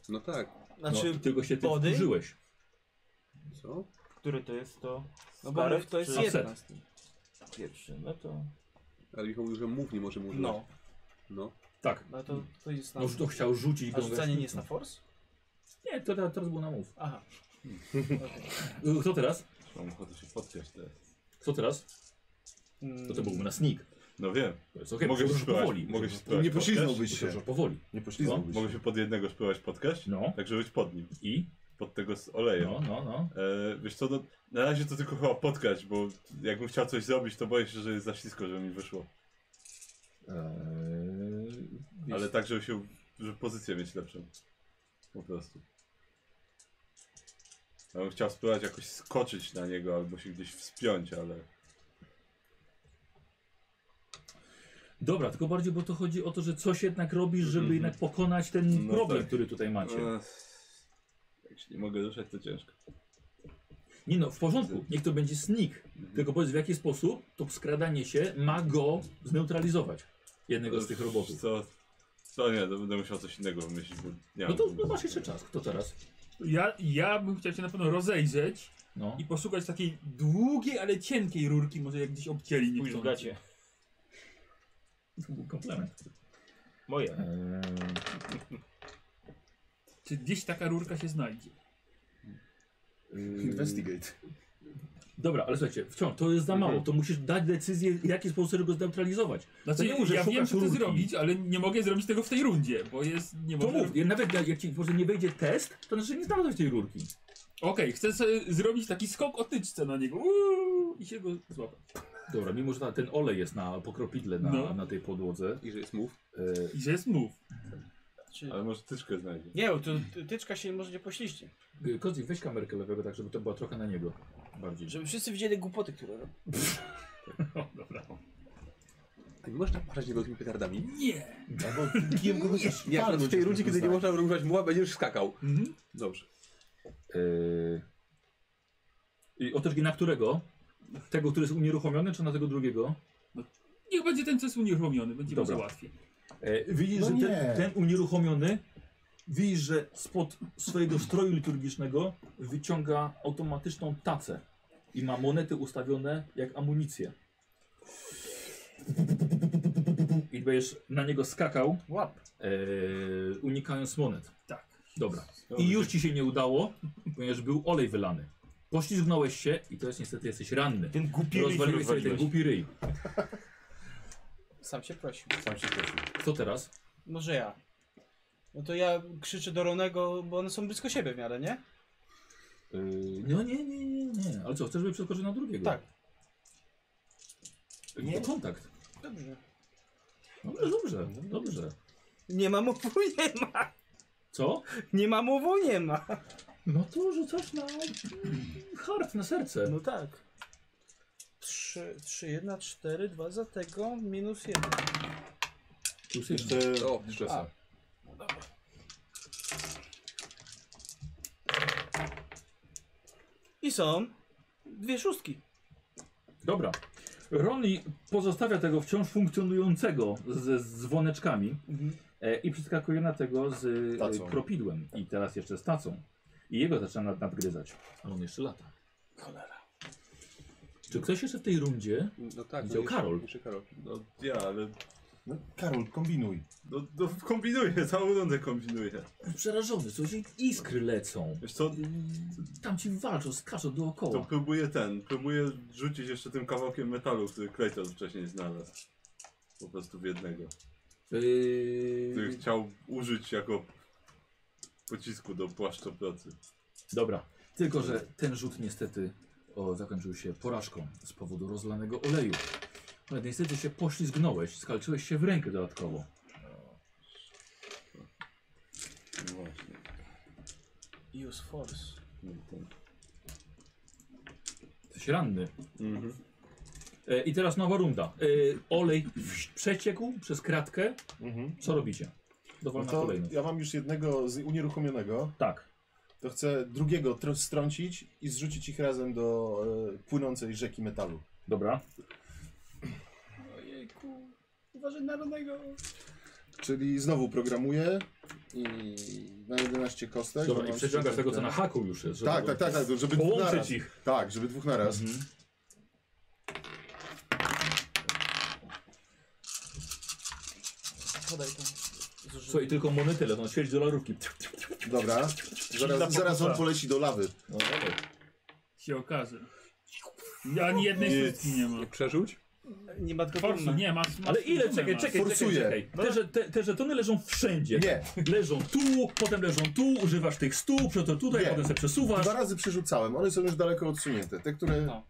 Speaker 8: No tak.
Speaker 5: Znaczy,
Speaker 2: no, tylko się ty
Speaker 5: body?
Speaker 2: wkurzyłeś.
Speaker 8: Co?
Speaker 13: Który to jest to?
Speaker 5: No bo
Speaker 13: Stary?
Speaker 5: to jest
Speaker 13: Czy-
Speaker 5: jedna z tych.
Speaker 13: Pierwszy, no to...
Speaker 8: Ale Michał mówił, że mów nie możemy używać.
Speaker 5: No.
Speaker 8: No.
Speaker 2: Tak.
Speaker 5: No to, to jest na...
Speaker 2: No to chciał rzucić
Speaker 5: A
Speaker 2: go
Speaker 5: rzucanie nie jest na force?
Speaker 2: Nie, to teraz teraz był na move.
Speaker 5: Aha.
Speaker 2: Y, Kto teraz?
Speaker 3: Mam ochotę się podpiąć teraz.
Speaker 2: Kto teraz? To to był na sneak.
Speaker 3: No wiem.
Speaker 2: To jest okej,
Speaker 3: mogę się
Speaker 2: możesz
Speaker 3: spróbować.
Speaker 2: powoli.
Speaker 3: Mogę się
Speaker 2: Nie
Speaker 3: spróbować
Speaker 1: poślizgnąłbyś
Speaker 3: podpiąć?
Speaker 1: się.
Speaker 2: Może powoli.
Speaker 1: Nie
Speaker 3: No,
Speaker 1: poślizgnąłbyś.
Speaker 3: mogę się pod jednego spróbować podkreślić,
Speaker 2: No.
Speaker 3: tak żeby być pod nim.
Speaker 2: I?
Speaker 3: Pod tego z olejem.
Speaker 2: No, no, no.
Speaker 3: E, wiesz co, no, na razie to tylko chyba potkać, bo jakbym chciał coś zrobić, to boję się, że jest za ślisko, żeby mi wyszło. Ale tak, żeby się, żeby pozycję mieć lepszą. Po prostu. Ja bym chciał spróbować jakoś skoczyć na niego, albo się gdzieś wspiąć, ale...
Speaker 2: Dobra, tylko bardziej, bo to chodzi o to, że coś jednak robisz, żeby jednak pokonać ten
Speaker 3: No
Speaker 2: problem,
Speaker 3: tak.
Speaker 2: który tutaj macie.
Speaker 3: Ech, Jak się nie mogę ruszać, to ciężko.
Speaker 2: Nie no, w porządku, niech to będzie sneak. Tylko powiedz w jaki sposób to skradanie się ma go zneutralizować. Jednego z tych robotów.
Speaker 3: Co? Co nie, to będę musiał coś innego wymyślić, bo nie
Speaker 2: No to
Speaker 3: mam-
Speaker 2: no masz jeszcze czas. Kto teraz?
Speaker 9: Ja, ja bym chciał się na pewno rozejrzeć
Speaker 2: No.
Speaker 9: i poszukać takiej długiej, ale cienkiej rurki, może jak gdzieś obcięli
Speaker 13: Pójdź w
Speaker 9: niechcący.
Speaker 13: gacie.
Speaker 2: To był komplement.
Speaker 13: Moje.
Speaker 3: Eee,
Speaker 9: Czy gdzieś taka rurka się znajdzie?
Speaker 1: Investigate.
Speaker 2: Dobra, ale słuchajcie, wciąż to jest za mało. To musisz dać decyzję, w jaki sposób go zneutralizować.
Speaker 9: Znaczy,
Speaker 2: To nie mów, że
Speaker 9: ja wiem,
Speaker 2: szukasz
Speaker 9: co chcę
Speaker 2: rurki.
Speaker 9: zrobić, ale nie mogę zrobić tego w tej rundzie, bo jest... Nie
Speaker 2: To
Speaker 9: mogę...
Speaker 2: mów, ja nawet jak- jak ci może nie wejdzie test, to znaczy że nie znalazłeś tej rurki.
Speaker 9: Okej, chcę sobie zrobić taki skok o tyczce na niego uuu, i się go złapać.
Speaker 2: Dobra, mimo że ta, ten olej jest na pokropidle na,
Speaker 9: No.
Speaker 2: na tej podłodze.
Speaker 8: I że jest mów.
Speaker 2: E,
Speaker 9: I że jest move.
Speaker 5: Czy...
Speaker 3: Ale może tyczkę znajdzie.
Speaker 5: Nie, bo to ty- tyczka się może nie pośliźnie.
Speaker 2: y, Kozik, weź kamerkę lewego tak, żeby to była trochę na niego. Bardziej.
Speaker 5: Żeby wszyscy widzieli głupoty, które robi.
Speaker 2: Dobra.
Speaker 8: A nie można parać niego tymi petardami?
Speaker 9: Nie!
Speaker 1: Albo kijem go chociaż
Speaker 8: Nie, akurat
Speaker 1: palnąć,
Speaker 8: w tej
Speaker 1: żeby
Speaker 8: rundzie,
Speaker 1: go
Speaker 8: kiedy nie
Speaker 1: znać.
Speaker 8: można używać muła, będziesz skakał.
Speaker 9: Mhm.
Speaker 8: Dobrze.
Speaker 2: Yy... I otoczki na którego? Tego, który jest unieruchomiony, czy na tego drugiego?
Speaker 9: Niech będzie ten, co jest unieruchomiony, będzie
Speaker 2: Dobra.
Speaker 9: może łatwiej.
Speaker 2: E, widzisz,
Speaker 1: No
Speaker 2: że
Speaker 1: nie.
Speaker 2: ten, ten unieruchomiony, widzisz, że spod swojego stroju liturgicznego wyciąga automatyczną tacę i ma monety ustawione jak amunicję. I będziesz na niego skakał,
Speaker 5: Łap.
Speaker 2: e, unikając monet.
Speaker 9: Tak.
Speaker 2: Dobra. I już ci się nie udało, ponieważ był olej wylany. Poślizgnąłeś się i to jest niestety jesteś ranny. Ten
Speaker 5: głupi ryj
Speaker 2: Rozwaliłeś sobie ten
Speaker 5: rozwaliłeś.
Speaker 2: głupi ryj.
Speaker 4: Sam się prosił.
Speaker 2: Sam się prosił. Co teraz?
Speaker 4: Może ja. No to ja krzyczę do Ronego, bo one są blisko siebie w miarę, nie?
Speaker 2: Yy, no nie, nie, nie, nie. Ale co, chcesz, żeby przeskoczył na drugiego? Tak. Nie. Kontakt.
Speaker 4: Dobrze.
Speaker 2: Dobrze, dobrze, dobrze.
Speaker 4: Nie ma mowu, nie ma.
Speaker 2: Co?
Speaker 4: Nie ma mowu, nie ma.
Speaker 2: No to rzucasz na mm, hard, na serce.
Speaker 4: No tak. 3, 3, 1, 4, 2 za tego, minus 1.
Speaker 2: Plus
Speaker 3: Jeszcze... O,
Speaker 4: A.
Speaker 3: jeszcze
Speaker 4: I są dwie szóstki.
Speaker 2: Dobra. Roni pozostawia tego wciąż funkcjonującego ze dzwoneczkami e, i przeskakuje na tego z e,
Speaker 1: Tacą.
Speaker 2: kropidłem i teraz jeszcze z tacą. I jego zaczyna nad, nadgryzać. Ale on jeszcze lata.
Speaker 3: Cholera.
Speaker 2: Czy ktoś jeszcze w tej rundzie
Speaker 3: No tak,
Speaker 2: widział
Speaker 3: no jeszcze-
Speaker 2: Karol?
Speaker 3: jeszcze Karol. No ja, ale...
Speaker 2: No,
Speaker 1: Karol, kombinuj.
Speaker 3: No, no kombinuję, całą rundę kombinuję.
Speaker 2: Przerażony, słuchaj, iskry lecą.
Speaker 3: Wiesz co,
Speaker 2: Tam ci walczą, skaczą dookoła.
Speaker 3: to próbuję ten, próbuję rzucić jeszcze tym kawałkiem metalu, który Clayton wcześniej znalazł. Po prostu w jednego.
Speaker 2: Yy,
Speaker 3: Który chciał użyć jako pocisku do płaszczopracy.
Speaker 2: Dobra. Tylko, że ten rzut niestety o, zakończył się porażką z powodu rozlanego oleju. Ale niestety się poślizgnąłeś, skalczyłeś się w rękę dodatkowo.
Speaker 3: No właśnie.
Speaker 4: Use force.
Speaker 3: No ten.
Speaker 2: Jesteś ranny.
Speaker 1: Mhm.
Speaker 2: E, I teraz nowa runda. E, olej w- przeciekł przez kratkę. Co robicie? Dowolna
Speaker 1: Mhm. No to
Speaker 2: kolejność.
Speaker 1: Ja mam już jednego z unieruchomionego.
Speaker 2: Tak.
Speaker 1: To chcę drugiego tr- strącić i zrzucić ich razem do e, płynącej rzeki metalu.
Speaker 2: Dobra.
Speaker 4: Ojejku. Uważaj na Ronego.
Speaker 1: Czyli znowu programuję i na 11 kostek.
Speaker 2: Dobra,
Speaker 1: bo
Speaker 2: i
Speaker 1: mam
Speaker 2: przeciągasz
Speaker 1: szczęście,
Speaker 2: tego, co
Speaker 1: tak.
Speaker 2: na haku już jest, żeby
Speaker 1: Tak, tak, tak, tak, żeby dwóch
Speaker 2: połączyć
Speaker 1: naraz.
Speaker 2: ich. Mhm.
Speaker 1: Tak, żeby dwóch naraz.
Speaker 4: Podaj to.
Speaker 2: Co i tylko monety lecą, ćwierć dolarówki.
Speaker 1: Dobra. Zaraz, zaraz on poleci do lawy.
Speaker 2: No, dobra.
Speaker 9: Się okaże. Ja ani jednej szóstki nie ma.
Speaker 3: Przerzuć?
Speaker 4: Nie ma tylko
Speaker 9: Forsu,
Speaker 4: trumny.
Speaker 9: nie ma.
Speaker 2: Ale ile? Czekaj, czekaj,
Speaker 1: Forsuję.
Speaker 2: czekaj, czekaj. Te, że, te, te żetony leżą wszędzie.
Speaker 1: Nie.
Speaker 2: Leżą tu, potem leżą tu, używasz tych stu, potem tutaj,
Speaker 1: Nie.
Speaker 2: potem sobie przesuwasz.
Speaker 1: Dwa razy przerzucałem, one są już daleko odsunięte. Te, które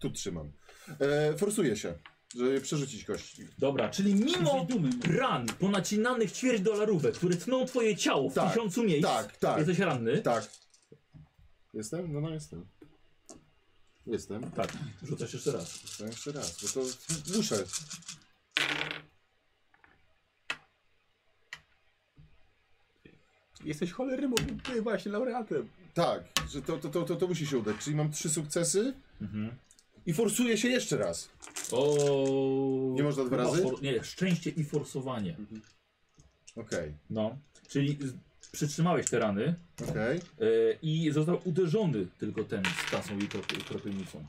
Speaker 1: tu trzymam. E, forsuję się, żeby przerzucić kości.
Speaker 2: Dobra, czyli mimo ran ponacinanych ćwierć dolarówek, które tną twoje ciało w
Speaker 1: Tak,
Speaker 2: tysiącu miejsc.
Speaker 1: tak, tak.
Speaker 2: Jesteś ranny?
Speaker 1: Tak. Jestem? No no jestem. Jestem.
Speaker 2: Tak, rzucasz jeszcze raz.
Speaker 1: Rzucę jeszcze raz, bo to muszę.
Speaker 3: Jesteś cholerym, ty właśnie laureatem.
Speaker 1: Tak, że to, to, to, to, to musi się udać. Czyli mam trzy sukcesy Mhm. i forsuję się jeszcze raz.
Speaker 2: O.
Speaker 1: Nie można dwa
Speaker 2: chyba
Speaker 1: razy? Mhm.
Speaker 2: for- Nie, szczęście i forsowanie.
Speaker 1: Okej.
Speaker 2: No, czyli z- przytrzymałeś te rany.
Speaker 1: Okej.
Speaker 2: E, I został uderzony tylko ten z tasą i krop- kropelnicą.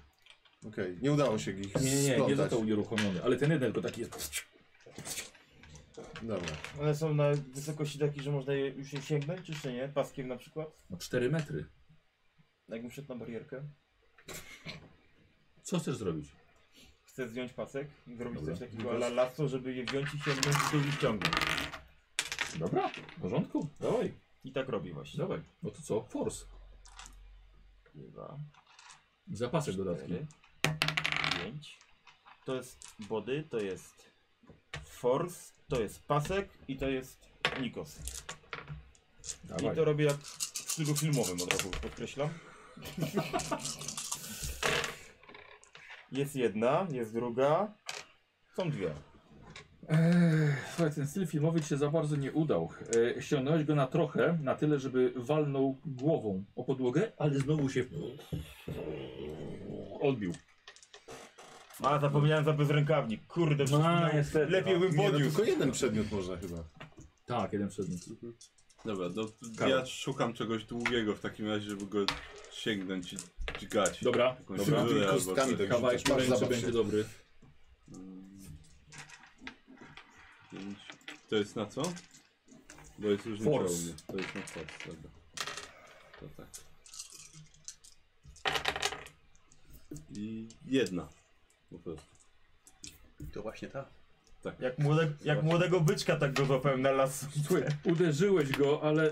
Speaker 1: Okej, nie udało się ich
Speaker 2: Nie, nie, nie, nie
Speaker 1: splątać.
Speaker 2: został unieruchomiony, ale ten jeden tylko taki jest.
Speaker 1: Dobra.
Speaker 13: One są na wysokości takiej, że można je już je sięgnąć, czy jeszcze nie? Paskiem na przykład?
Speaker 2: No 4 metry.
Speaker 13: Jakbym szedł na barierkę.
Speaker 2: Co chcesz zrobić?
Speaker 13: Chcę zdjąć pasek i zrobić
Speaker 2: Dobra.
Speaker 13: coś takiego la lasso, żeby je wziąć i sięgnąć i tu wyciągnąć.
Speaker 2: Dobra, w porządku, dawaj.
Speaker 13: I tak robi właśnie.
Speaker 2: Dawaj, no to co? Force.
Speaker 13: Dwa,
Speaker 2: Zapasek dodatki.
Speaker 13: cztery, pięć. To jest body, to jest force, to jest pasek i to jest nikos.
Speaker 2: Dawaj.
Speaker 13: I to robię jak w stylu filmowym od razu, podkreślam. jest jedna, jest druga, są dwie.
Speaker 2: Eee, słuchaj, ten styl filmowy ci się za bardzo nie udał. Eee, ściągnąłeś go na trochę, na tyle, żeby walnął głową o podłogę, ale znowu się odbił.
Speaker 13: A, zapomniałem za bezrękawnik, kurde,
Speaker 2: A,
Speaker 13: wszystko
Speaker 2: niestety.
Speaker 13: lepiej bym
Speaker 1: Nie, no,
Speaker 13: podniósł.
Speaker 1: tylko jeden przedmiot można chyba.
Speaker 2: Tak, jeden przedmiot.
Speaker 3: Dobra, no
Speaker 2: Karol.
Speaker 3: ja szukam czegoś długiego w takim razie, żeby go sięgnąć i dźgać.
Speaker 2: Dobra,
Speaker 3: Jakąś
Speaker 2: dobra.
Speaker 3: dziurę albo
Speaker 1: kostkami
Speaker 3: coś.
Speaker 1: tak
Speaker 2: Kawałek
Speaker 1: Masz
Speaker 2: ręczy
Speaker 1: zabaw się.
Speaker 2: będzie dobry.
Speaker 3: Pięć. To jest na co? Bo jest już
Speaker 2: Force.
Speaker 3: force. To jest na force, dobra. To tak. I jedna. Po prostu.
Speaker 7: To właśnie ta.
Speaker 3: Tak.
Speaker 13: Jak, młode, jak młodego byczka tak go złapałem na las.
Speaker 2: Słuchaj, uderzyłeś go, ale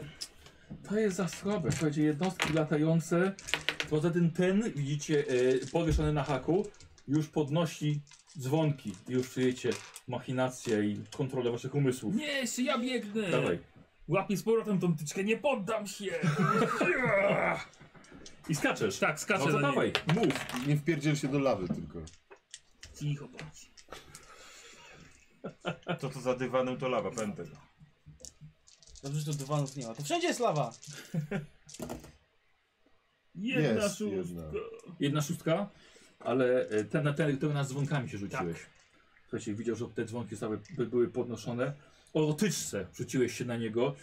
Speaker 2: to jest za słabe. Słuchajcie, jednostki latające, poza tym ten, widzicie, e, powieszony na haku, już podnosi dzwonki i już czujecie machinację i kontrolę waszych umysłów.
Speaker 11: Nie, jeszcze ja biegnę!
Speaker 2: Dawaj.
Speaker 11: Łapię z powrotem tą tyczkę, nie poddam się!
Speaker 2: I skaczesz.
Speaker 11: Tak, skaczę
Speaker 2: No to
Speaker 11: na
Speaker 2: dawaj, mów.
Speaker 1: Nie wpierdziel się do lawy tylko.
Speaker 11: Cicho bądź.
Speaker 13: To co za dywanem to lawa, pędzę.
Speaker 4: Dobrze, że tu dywanów nie ma. To wszędzie jest lawa.
Speaker 11: Jedna
Speaker 2: Jest,
Speaker 11: szóstka.
Speaker 2: jedna. Jedna szóstka, ale e, ten, na ten, który nas dzwonkami się rzuciłeś. Słuchajcie, widział, że te dzwonki same by- były podnoszone. O tyczce rzuciłeś się na niego,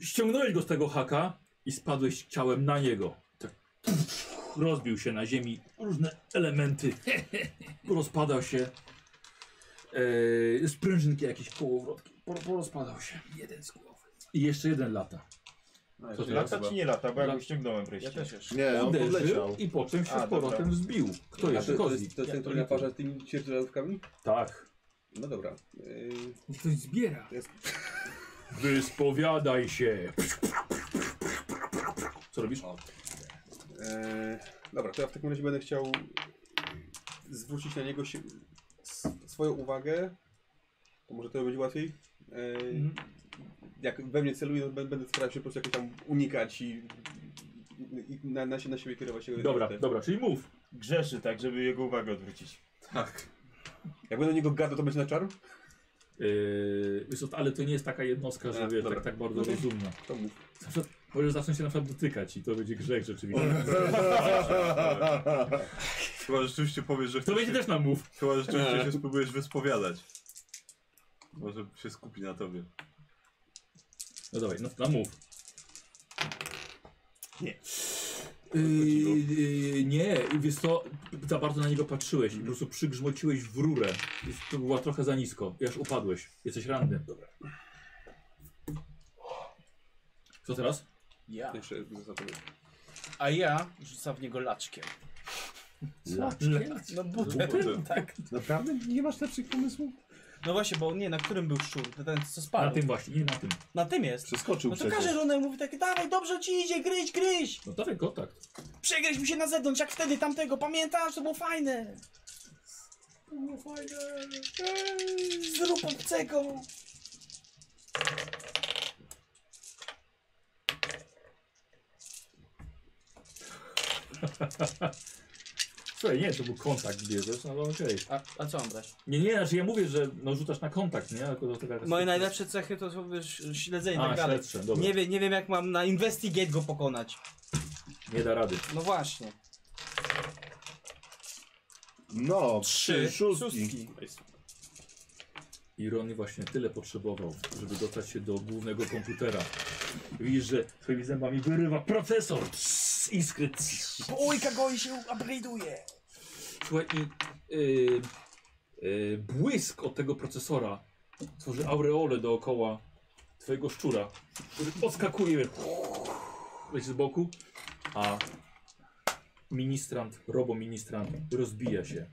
Speaker 2: ściągnąłeś go z tego haka i spadłeś ciałem na niego. Tak, rozbił się na ziemi, różne elementy, rozpadał się. E, sprężynki jakieś kołowrotki, Po- porozpadał się. Jeden z głowy. I jeszcze jeden lata.
Speaker 13: No To lata czy nie lata, bo ja go
Speaker 2: Lat-
Speaker 13: ściągnąłem wreszcie.
Speaker 2: Uderzył i po czym się
Speaker 13: A,
Speaker 2: z powrotem
Speaker 13: dobra.
Speaker 2: wzbił. Kto
Speaker 13: A
Speaker 2: jeszcze?
Speaker 13: to- to
Speaker 2: Kozi.
Speaker 13: jest- to jest
Speaker 7: Ten,
Speaker 13: ten,
Speaker 7: który
Speaker 13: który
Speaker 7: naparza tymi sierżantkami?
Speaker 2: Tak.
Speaker 7: No dobra. Yy,
Speaker 11: Niech ktoś zbiera.
Speaker 2: Wyspowiadaj się. Co robisz?
Speaker 7: E, dobra, to ja w takim razie będę chciał zwrócić na niego się, s- swoją uwagę. To może to będzie łatwiej. E,
Speaker 1: Mhm.
Speaker 7: Jak we mnie celuje, to bę- będę starał się po prostu jakoś tam unikać i, i- i na, na, sie- na siebie kierować jego
Speaker 2: Dobra,
Speaker 7: te-
Speaker 2: dobra, czyli mów.
Speaker 13: Grzeszy tak, żeby jego uwagę odwrócić.
Speaker 7: Tak. Jak będę do niego gadał, to będzie na czar?
Speaker 2: Yy, wiesz co, ale to nie jest taka jednostka, że
Speaker 7: A,
Speaker 2: wiesz,
Speaker 7: dobra.
Speaker 2: tak, tak bardzo
Speaker 7: No to-
Speaker 2: rozumna.
Speaker 7: To mów.
Speaker 2: Na przykład Możesz zacząć się na przykład dotykać i to będzie grzech rzeczywiście.
Speaker 3: Chyba rzeczywiście powiesz, że...
Speaker 2: To będzie też nam mów.
Speaker 3: Chyba rzeczywiście się spróbujesz wyspowiadać. Może się skupi na tobie.
Speaker 2: No dawaj, no, no mów. Nie. Yy, nie, i wiesz co, za bardzo na niego patrzyłeś i po prostu przygrzmociłeś w rurę. To była trochę za nisko i aż upadłeś. Jesteś ranny. Dobra. Co teraz?
Speaker 4: Ja.
Speaker 7: Jeszcze za tobą.
Speaker 4: A ja rzucam w niego laczkiem.
Speaker 2: Laczkiem?
Speaker 4: No butem, tak.
Speaker 1: Naprawdę? Nie masz lepszych pomysłów?
Speaker 4: No właśnie, bo nie, na którym był szczur? Na ten, co spadł.
Speaker 2: Na tym właśnie, nie na tym.
Speaker 4: Na tym jest.
Speaker 1: Przeskoczył
Speaker 4: No to
Speaker 1: przecież.
Speaker 4: każdy runę mówi tak, dawaj, dobrze ci idzie, gryź, gryź.
Speaker 2: No dawaj kontakt.
Speaker 4: Przegryź mi się na zewnątrz, jak wtedy tamtego, pamiętasz? To było fajne. To było fajne. Ej, Zrób obcego.
Speaker 2: Słuchaj, nie, to był kontakt bierzesz, no ale okej.
Speaker 4: A, a co mam brać?
Speaker 2: Nie, nie, znaczy ja mówię, że no, rzucasz na kontakt, nie? Jako do tego
Speaker 4: Moje najlepsze cechy to są wiesz, śledzenie i
Speaker 2: A,
Speaker 4: tak dalej.
Speaker 2: śledcze, dobra.
Speaker 4: Nie, wie, nie wiem jak mam na investigate go pokonać.
Speaker 2: Nie da rady.
Speaker 4: No właśnie.
Speaker 1: No,
Speaker 4: Trzy
Speaker 1: szóstki.
Speaker 2: I Ronny właśnie tyle potrzebował, żeby dostać się do głównego komputera. Widzisz, że twoimi zębami wyrywa procesor. Tss, Iskry. tss.
Speaker 4: Ujka go i się upgrade'uje.
Speaker 2: Słuchaj, i yy, yy, błysk od tego procesora tworzy aureolę dookoła twojego szczura, który odskakuje leci z boku, a ministrant, roboministrant rozbija się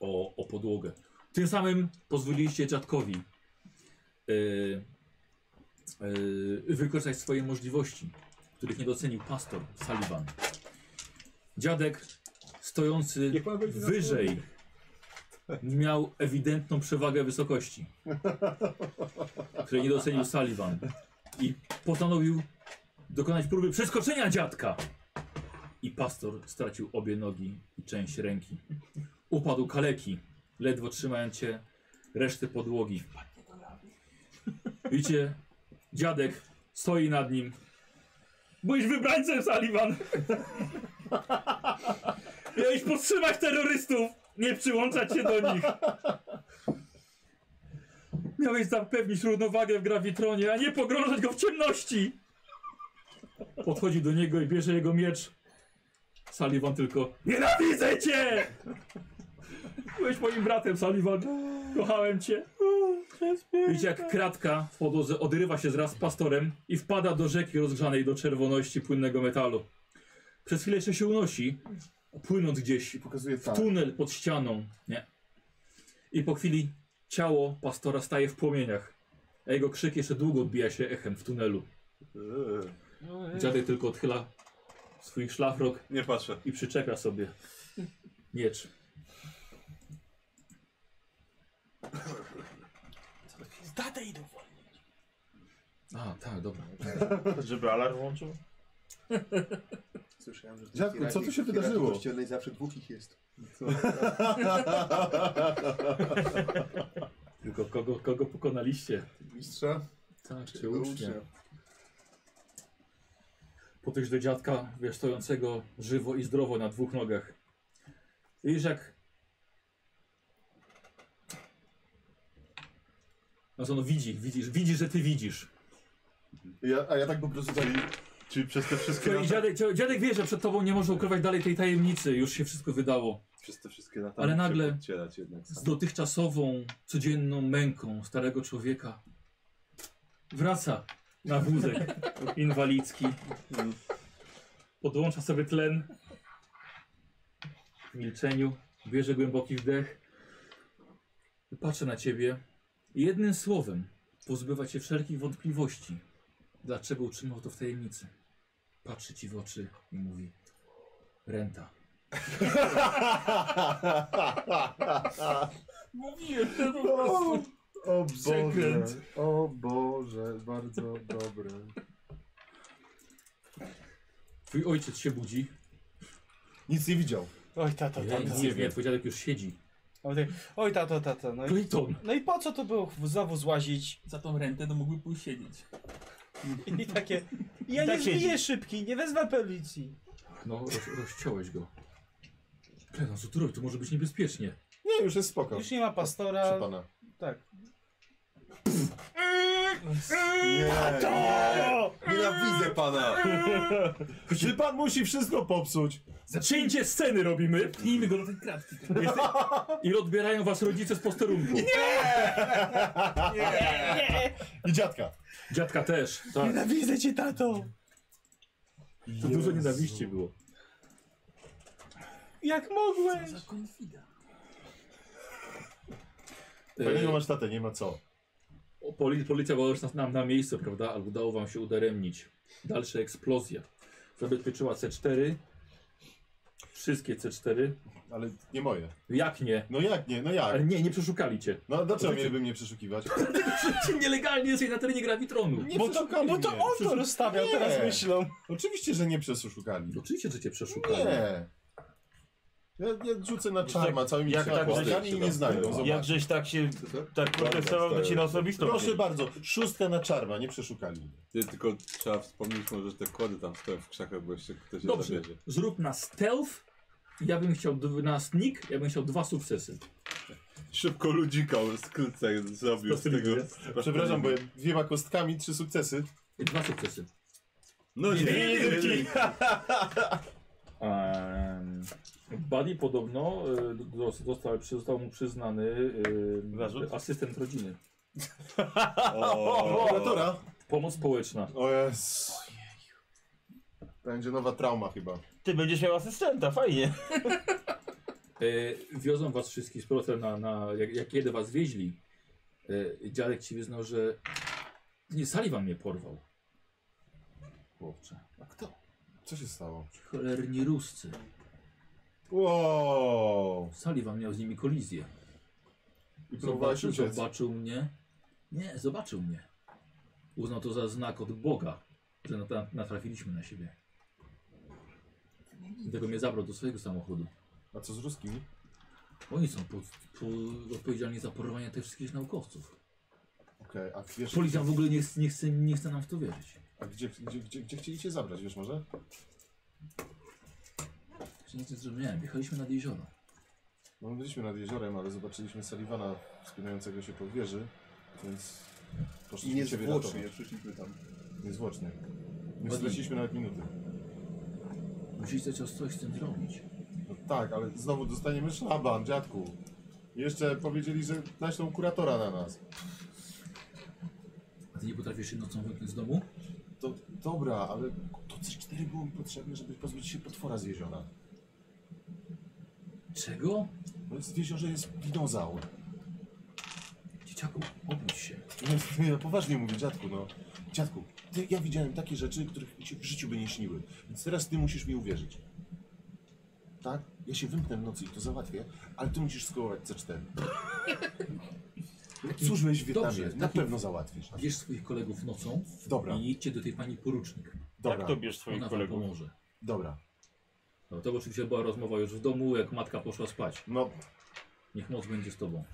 Speaker 2: o, o podłogę. Tym samym pozwoliliście dziadkowi yy, yy, wykorzystać swoje możliwości, których nie docenił pastor Sullivan. Dziadek stojący wyżej miał ewidentną przewagę wysokości, której nie docenił Sullivan i postanowił dokonać próby przeskoczenia dziadka. I pastor stracił obie nogi i część ręki. Upadł kaleki, ledwo trzymając się reszty podłogi. Widzicie, dziadek stoi nad nim. Byłeś wybrańcem, Sullivan! Miałeś powstrzymać terrorystów, nie przyłączać się do nich. Miałeś zapewnić równowagę w grawitronie, a nie pogrążać go w ciemności. Podchodzi do niego i bierze jego miecz. Sullivan tylko Nienawidzę cię! Byłeś moim bratem, Sullivan. Kochałem cię. Uuu. Widzicie jak kratka w podłodze odrywa się wraz z pastorem i wpada do rzeki rozgrzanej do czerwoności płynnego metalu. Przez chwilę jeszcze się unosi, płynąc gdzieś
Speaker 1: Pokazuje
Speaker 2: w tunel pod ścianą. Nie. I po chwili ciało pastora staje w płomieniach, a jego krzyk jeszcze długo odbija się echem w tunelu.
Speaker 3: Eee.
Speaker 2: Dziadek tylko odchyla swój szlafrok
Speaker 3: Nie patrzę.
Speaker 2: i przyczepia sobie miecz.
Speaker 5: Zdatę idą wolno.
Speaker 2: A, tak, dobra.
Speaker 13: Żeby alarm włączył?
Speaker 25: Słyszałem, że...
Speaker 1: Dziadku,
Speaker 25: hierarchii-
Speaker 1: co tu się
Speaker 25: w
Speaker 1: wydarzyło?
Speaker 25: hierarchii kościelnej zawsze dwóch ich jest.
Speaker 2: Tylko kogo, kogo pokonaliście?
Speaker 25: Mistrza?
Speaker 2: Tak, czy
Speaker 25: Jego
Speaker 2: ucznia.
Speaker 25: ucznia.
Speaker 2: Podejść do dziadka, wiesz, stojącego żywo i zdrowo na dwóch nogach. Widzisz jak... No co, no widzi, widzisz, widzi, że ty widzisz.
Speaker 1: Ja, a ja tak po prostu zali... Czyli przez te wszystkie
Speaker 2: Słuchaj, dziadek, cio- dziadek wie, że przed tobą nie można ukrywać dalej tej tajemnicy, już się wszystko wydało.
Speaker 3: Przez te wszystkie lata
Speaker 2: Ale
Speaker 3: muszę
Speaker 2: nagle
Speaker 3: podcierać jednak sam.
Speaker 2: z dotychczasową, codzienną męką starego człowieka wraca na wózek inwalidzki. Podłącza sobie tlen w milczeniu, bierze głęboki wdech, patrzy na ciebie i jednym słowem pozbywa cię wszelkich wątpliwości, dlaczego utrzymał to w tajemnicy. Patrzy ci w oczy i mówi renta.
Speaker 9: Mówiłem, że po
Speaker 12: O,
Speaker 9: prostu.
Speaker 12: o Boże,
Speaker 9: Przekręt.
Speaker 12: o Boże, bardzo dobre.
Speaker 2: Twój ojciec się budzi.
Speaker 1: Nic nie widział.
Speaker 4: Oj, tata,
Speaker 9: tak
Speaker 2: Nie,
Speaker 4: tata.
Speaker 2: nic nie wie, twój dziadek już siedzi.
Speaker 4: Oj, tak. Oj, tato, tato. No i,
Speaker 2: Clayton.
Speaker 4: no i po co tu było znowu złazić?
Speaker 9: Za tą rentę to mógłby pójść siedzieć.
Speaker 4: I takie. Ja
Speaker 9: I
Speaker 4: nie
Speaker 9: tak siedzi.
Speaker 4: zbiję szybki, nie wezmę policji.
Speaker 2: No, roz, rozciąłeś go. Klenon, co tu robi? To może być niebezpiecznie.
Speaker 1: Nie, już jest spoko.
Speaker 4: Już nie ma pastora.
Speaker 1: Proszę pana.
Speaker 4: Tak.
Speaker 1: Nie! Nienawidzę pana! Czy pan musi wszystko popsuć?
Speaker 2: Zaczyńcie sceny robimy!
Speaker 9: Pnijmy go do tej klatki.
Speaker 2: Jeste- I odbierają was rodzice z posterunku.
Speaker 4: Nie!
Speaker 1: I dziadka.
Speaker 2: Dziadka też. Tak.
Speaker 4: Nienawidzę cię, tato!
Speaker 2: To dużo nienawiści było.
Speaker 4: Jak mogłeś?
Speaker 9: Za konfida.
Speaker 1: Fajnego masz tatę, nie ma co.
Speaker 2: E, O, Poli, policja była już na, na, na miejscu, prawda? Ale udało wam się udaremnić. Dalsza eksplozja. Zabezpieczyła C4. Wszystkie C4.
Speaker 1: Ale nie moje.
Speaker 2: Jak nie?
Speaker 1: No jak nie, no jak?
Speaker 2: Ale nie, nie przeszukali cię.
Speaker 1: No dlaczego
Speaker 2: Oczywiście.
Speaker 1: mieliby mnie przeszukiwać?
Speaker 2: Przecież nielegalnie jesteś na terenie grawitronu.
Speaker 1: Nie przeszukali
Speaker 4: bo to
Speaker 1: mnie.
Speaker 4: on to
Speaker 1: Przeszu-
Speaker 4: rozstawiał, teraz myślą.
Speaker 1: Oczywiście, że nie przeszukali.
Speaker 2: Oczywiście, że cię przeszukali.
Speaker 1: Nie. Ja, ja rzucę na czarma całymi
Speaker 13: jak tak
Speaker 1: kłopotami
Speaker 13: żeś-
Speaker 1: i nie znajdą. Zobacz.
Speaker 13: Jak żeś tak się tak protestował, to ci na osobistą.
Speaker 1: Proszę
Speaker 13: wzięli.
Speaker 1: bardzo, szóstka na czarma, nie przeszukali. mnie.
Speaker 3: Ty, tylko trzeba wspomnieć może, że te kłody tam stoją w krzakach, bo jeszcze ktoś je
Speaker 2: Dobrze,
Speaker 3: zabierze.
Speaker 2: zrób na stealth. Ja bym chciał d- na sneak, ja bym chciał dwa sukcesy.
Speaker 3: Szybko ludzika z klce zrobił z tego.
Speaker 1: Przepraszam, bo ja dwiema kostkami trzy sukcesy.
Speaker 2: Dwa sukcesy.
Speaker 3: No nie, nie, nie, nie, nie.
Speaker 2: Um, Buddy podobno y, do- dostał, przy- został mu przyznany y, asystent rodziny.
Speaker 1: Operatora.
Speaker 2: Pomoc społeczna.
Speaker 1: O jest. Będzie nowa trauma chyba.
Speaker 13: Ty będziesz miał asystenta, fajnie.
Speaker 2: Y, wiozą was wszystkich z powrotem na, na jak, jak kiedy was wieźli, y, dziadek ci wyznał, że nie, Sullivan mnie porwał. Chłopcze. A kto?
Speaker 1: Co się stało?
Speaker 2: Cholerni ruscy.
Speaker 1: Wow.
Speaker 2: Sullivan miał z nimi kolizję.
Speaker 1: I próbowałeś
Speaker 2: Zobaczył,
Speaker 1: uciec.
Speaker 2: zobaczył mnie. Nie, zobaczył mnie. Uznał to za znak od Boga, że natra- natrafiliśmy na siebie. Dlatego mnie zabrał do swojego samochodu.
Speaker 1: A co z ruskimi?
Speaker 2: Oni są po, po odpowiedzialni za porwanie tych wszystkich naukowców.
Speaker 1: Okej, a wiesz...
Speaker 2: Policja w ogóle nie, chce- nie, chce, nie chce nam w to wierzyć.
Speaker 1: A gdzie, gdzie, gdzie, gdzie chcieli cię zabrać, wiesz może?
Speaker 2: Jeszcze nic nie zrozumiałem. Jechaliśmy nad jezioro.
Speaker 1: No byliśmy nad jeziorem, ale zobaczyliśmy Sullivana wspinającego się po wieży, więc
Speaker 25: I
Speaker 1: poszliśmy ciebie
Speaker 25: niezwłocznie
Speaker 1: ratować.
Speaker 25: przyszliśmy tam.
Speaker 1: Niezwłocznie. Nie straciliśmy nawet minuty.
Speaker 2: Musicie coś, coś z tym zrobić.
Speaker 1: No tak, ale znowu dostaniemy szlaban, dziadku. Jeszcze powiedzieli, że naślą kuratora na nas.
Speaker 2: A ty nie potrafisz się nocą wyjść z domu?
Speaker 1: To dobra, ale to C4 było mi potrzebne, żeby pozbyć się potwora z jeziora.
Speaker 2: Czego?
Speaker 1: No jest w jeziorze jest dinozaur.
Speaker 2: Dzieciaku, obudź się.
Speaker 1: Nie, ja poważnie mówię, dziadku, no. Dziadku, ty, ja widziałem takie rzeczy, których mi się w życiu by nie śniły. Więc teraz ty musisz mi uwierzyć. Tak? Ja się wymknę w nocy i to załatwię, ale ty musisz skołować C4. Służyłeś w Wietnamie,
Speaker 2: Dobrze,
Speaker 1: na
Speaker 2: taki-
Speaker 1: pewno załatwisz.
Speaker 2: Bierz swoich kolegów nocą
Speaker 1: Dobra.
Speaker 2: i idźcie do tej pani porucznik.
Speaker 1: Dobra.
Speaker 2: Jak to bierz swoich Ona kolegów? pomoże.
Speaker 1: Dobra.
Speaker 2: No to oczywiście była rozmowa już w domu, jak matka poszła spać.
Speaker 1: No.
Speaker 2: Niech moc będzie z tobą.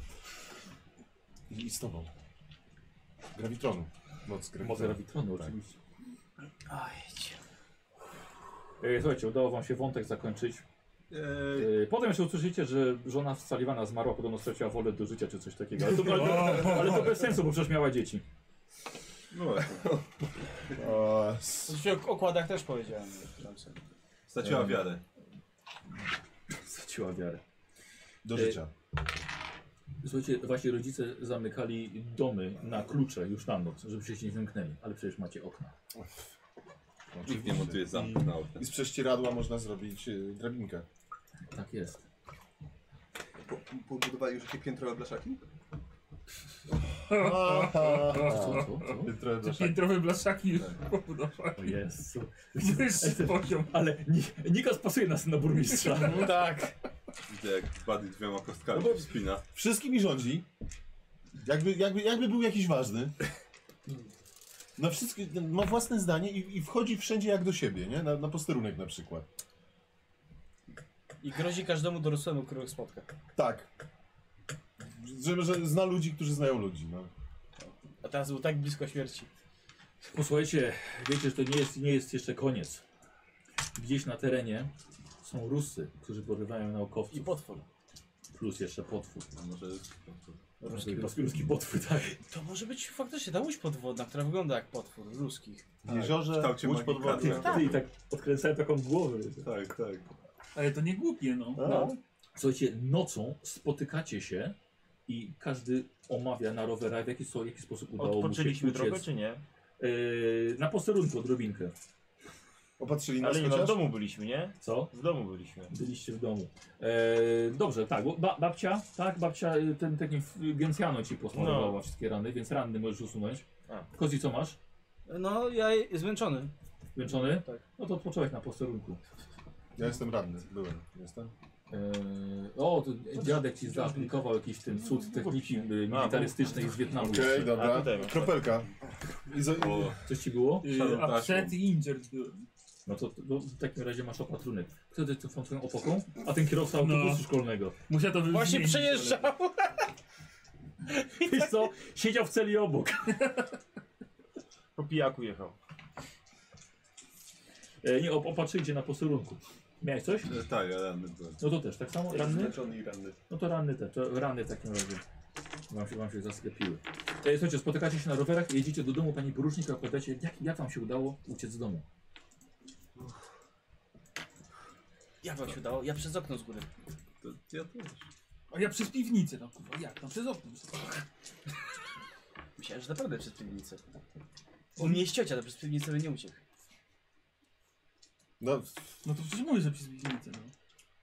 Speaker 1: I z tobą. Gravitronu. Moc gravitronu.
Speaker 2: Moc gravitronu,
Speaker 1: Tak.
Speaker 2: oczywiście. E, Słuchajcie, udało wam się wątek zakończyć. E, Potem jeszcze usłyszycie, że żona Salivana zmarła, podobno straciła wolę do życia czy coś takiego. Ale to, ale, ale to bez sensu, bo przecież miała dzieci.
Speaker 1: No właśnie.
Speaker 4: Oczywiście o okładach też powiedziałem. że tam są.
Speaker 3: Straciła
Speaker 2: Em,
Speaker 3: wiarę.
Speaker 2: Straciła wiarę.
Speaker 1: Do
Speaker 2: E,
Speaker 1: życia.
Speaker 2: Słuchajcie, wasi rodzice zamykali domy na klucze już na noc, żebyście się nie wymknęli, ale przecież macie okna.
Speaker 3: Nikt nie montuje zamków na okna.
Speaker 1: I z prześcieradła można zrobić y, drabinkę.
Speaker 2: Tak jest.
Speaker 8: Po, pobudowali już takie piętro blaszaki?
Speaker 1: Piętrowe
Speaker 9: Te piętrowe blaszaki już
Speaker 2: Tak.
Speaker 9: pobudowali.
Speaker 2: O Jezu.
Speaker 9: Wyższy poziom.
Speaker 2: Ale Ni- Nikos pasuje nas na burmistrza.
Speaker 4: tak.
Speaker 3: Widzę jak Buddy dwiema kostkami
Speaker 1: No bo-
Speaker 3: wspina.
Speaker 1: Wszystkimi rządzi. Jakby, jakby, jakby był jakiś ważny. Na wszystkie, ma własne zdanie i, i wchodzi wszędzie jak do siebie, nie? Na, na posterunek na przykład.
Speaker 4: I grozi każdemu dorosłemu, którego spotka.
Speaker 1: Tak. Że, że zna ludzi, którzy znają ludzi, no.
Speaker 4: A teraz był tak blisko śmierci.
Speaker 2: Posłuchajcie, No wiecie, że to nie jest, nie jest jeszcze koniec. Gdzieś na terenie są Rusy, którzy porywają naukowców. I
Speaker 4: potwór.
Speaker 2: Plus jeszcze potwór.
Speaker 3: A może
Speaker 2: Ruski, ruski, No, ruski potwór, tak.
Speaker 4: To może być faktycznie ta łódź podwodna, która wygląda jak potwór ruskich.
Speaker 1: W
Speaker 13: Tak.
Speaker 1: jeziorze, łódź podwodna.
Speaker 2: Ty i tak odkręcałem taką głowę.
Speaker 3: Tak, tak.
Speaker 9: Ale to nie głupie, no.
Speaker 2: No. Słuchajcie, nocą spotykacie się i każdy omawia na rowerach, w jaki, so- w jaki sposób udało mu się
Speaker 13: Odpoczęliśmy
Speaker 2: uciec.
Speaker 13: drogę, czy nie?
Speaker 2: Yy, na posterunku odrobinkę.
Speaker 1: Opatrzyli
Speaker 13: Ale nie, no, w domu byliśmy, nie?
Speaker 2: Co?
Speaker 13: W domu byliśmy.
Speaker 2: Byliście w domu. Eee, dobrze, tak. bo Ba babcia, tak, babcia y, ten takim f- Gencjano ci posmarowała
Speaker 13: No.
Speaker 2: wszystkie rany, więc ranny możesz usunąć.
Speaker 13: A.
Speaker 2: Kozi, co masz?
Speaker 4: No, ja je- zmęczony.
Speaker 2: Zmęczony?
Speaker 13: Tak.
Speaker 2: No to odpocząłeś na posterunku.
Speaker 1: Ja jestem radny, byłem. Jestem?
Speaker 2: Eee, o, to dziadek ci zaaplikował jakiś ten cud
Speaker 13: No,
Speaker 2: techniki y, militarystycznej z Wietnamu.
Speaker 1: Okej,
Speaker 2: jeszcze.
Speaker 1: dobra. Kropelka. I za...
Speaker 2: Coś ci było?
Speaker 9: Yy, upset i injured byłem.
Speaker 2: No to, to w takim razie masz opatrunek. Kto ty tą twoją opoką? A ten kierowca autobusu
Speaker 9: No.
Speaker 2: szkolnego.
Speaker 9: Musiał to
Speaker 4: Właśnie
Speaker 9: zmienić,
Speaker 4: przejeżdżał.
Speaker 2: Wiesz co? Siedział w celi obok.
Speaker 13: Po pijaku jechał.
Speaker 2: E, nie, op opatrzyjcie na posterunku. Miałeś coś?
Speaker 3: E, tak, ja ranny byłem.
Speaker 2: No to też, tak samo? Ranny?
Speaker 3: Zmęczony i ranny.
Speaker 2: No to ranny te, to rany w takim razie. Wam się, wam się zasklepiły. E, słuchajcie, spotykacie się na rowerach i jedziecie do domu pani porucznik i opowiadacie, jak, jak wam się udało uciec z domu.
Speaker 4: Jak wam się udało? Ja przez okno z góry.
Speaker 3: To ja też.
Speaker 9: A ja przez piwnicę tam, kurwa, jak tam, przez okno.
Speaker 4: Myślałem, że naprawdę przez piwnicę. U mnie jest ciocia, ale przez piwnicę by nie uciekł.
Speaker 1: No,
Speaker 9: No to przecież mówię, że przez piwnicę, no.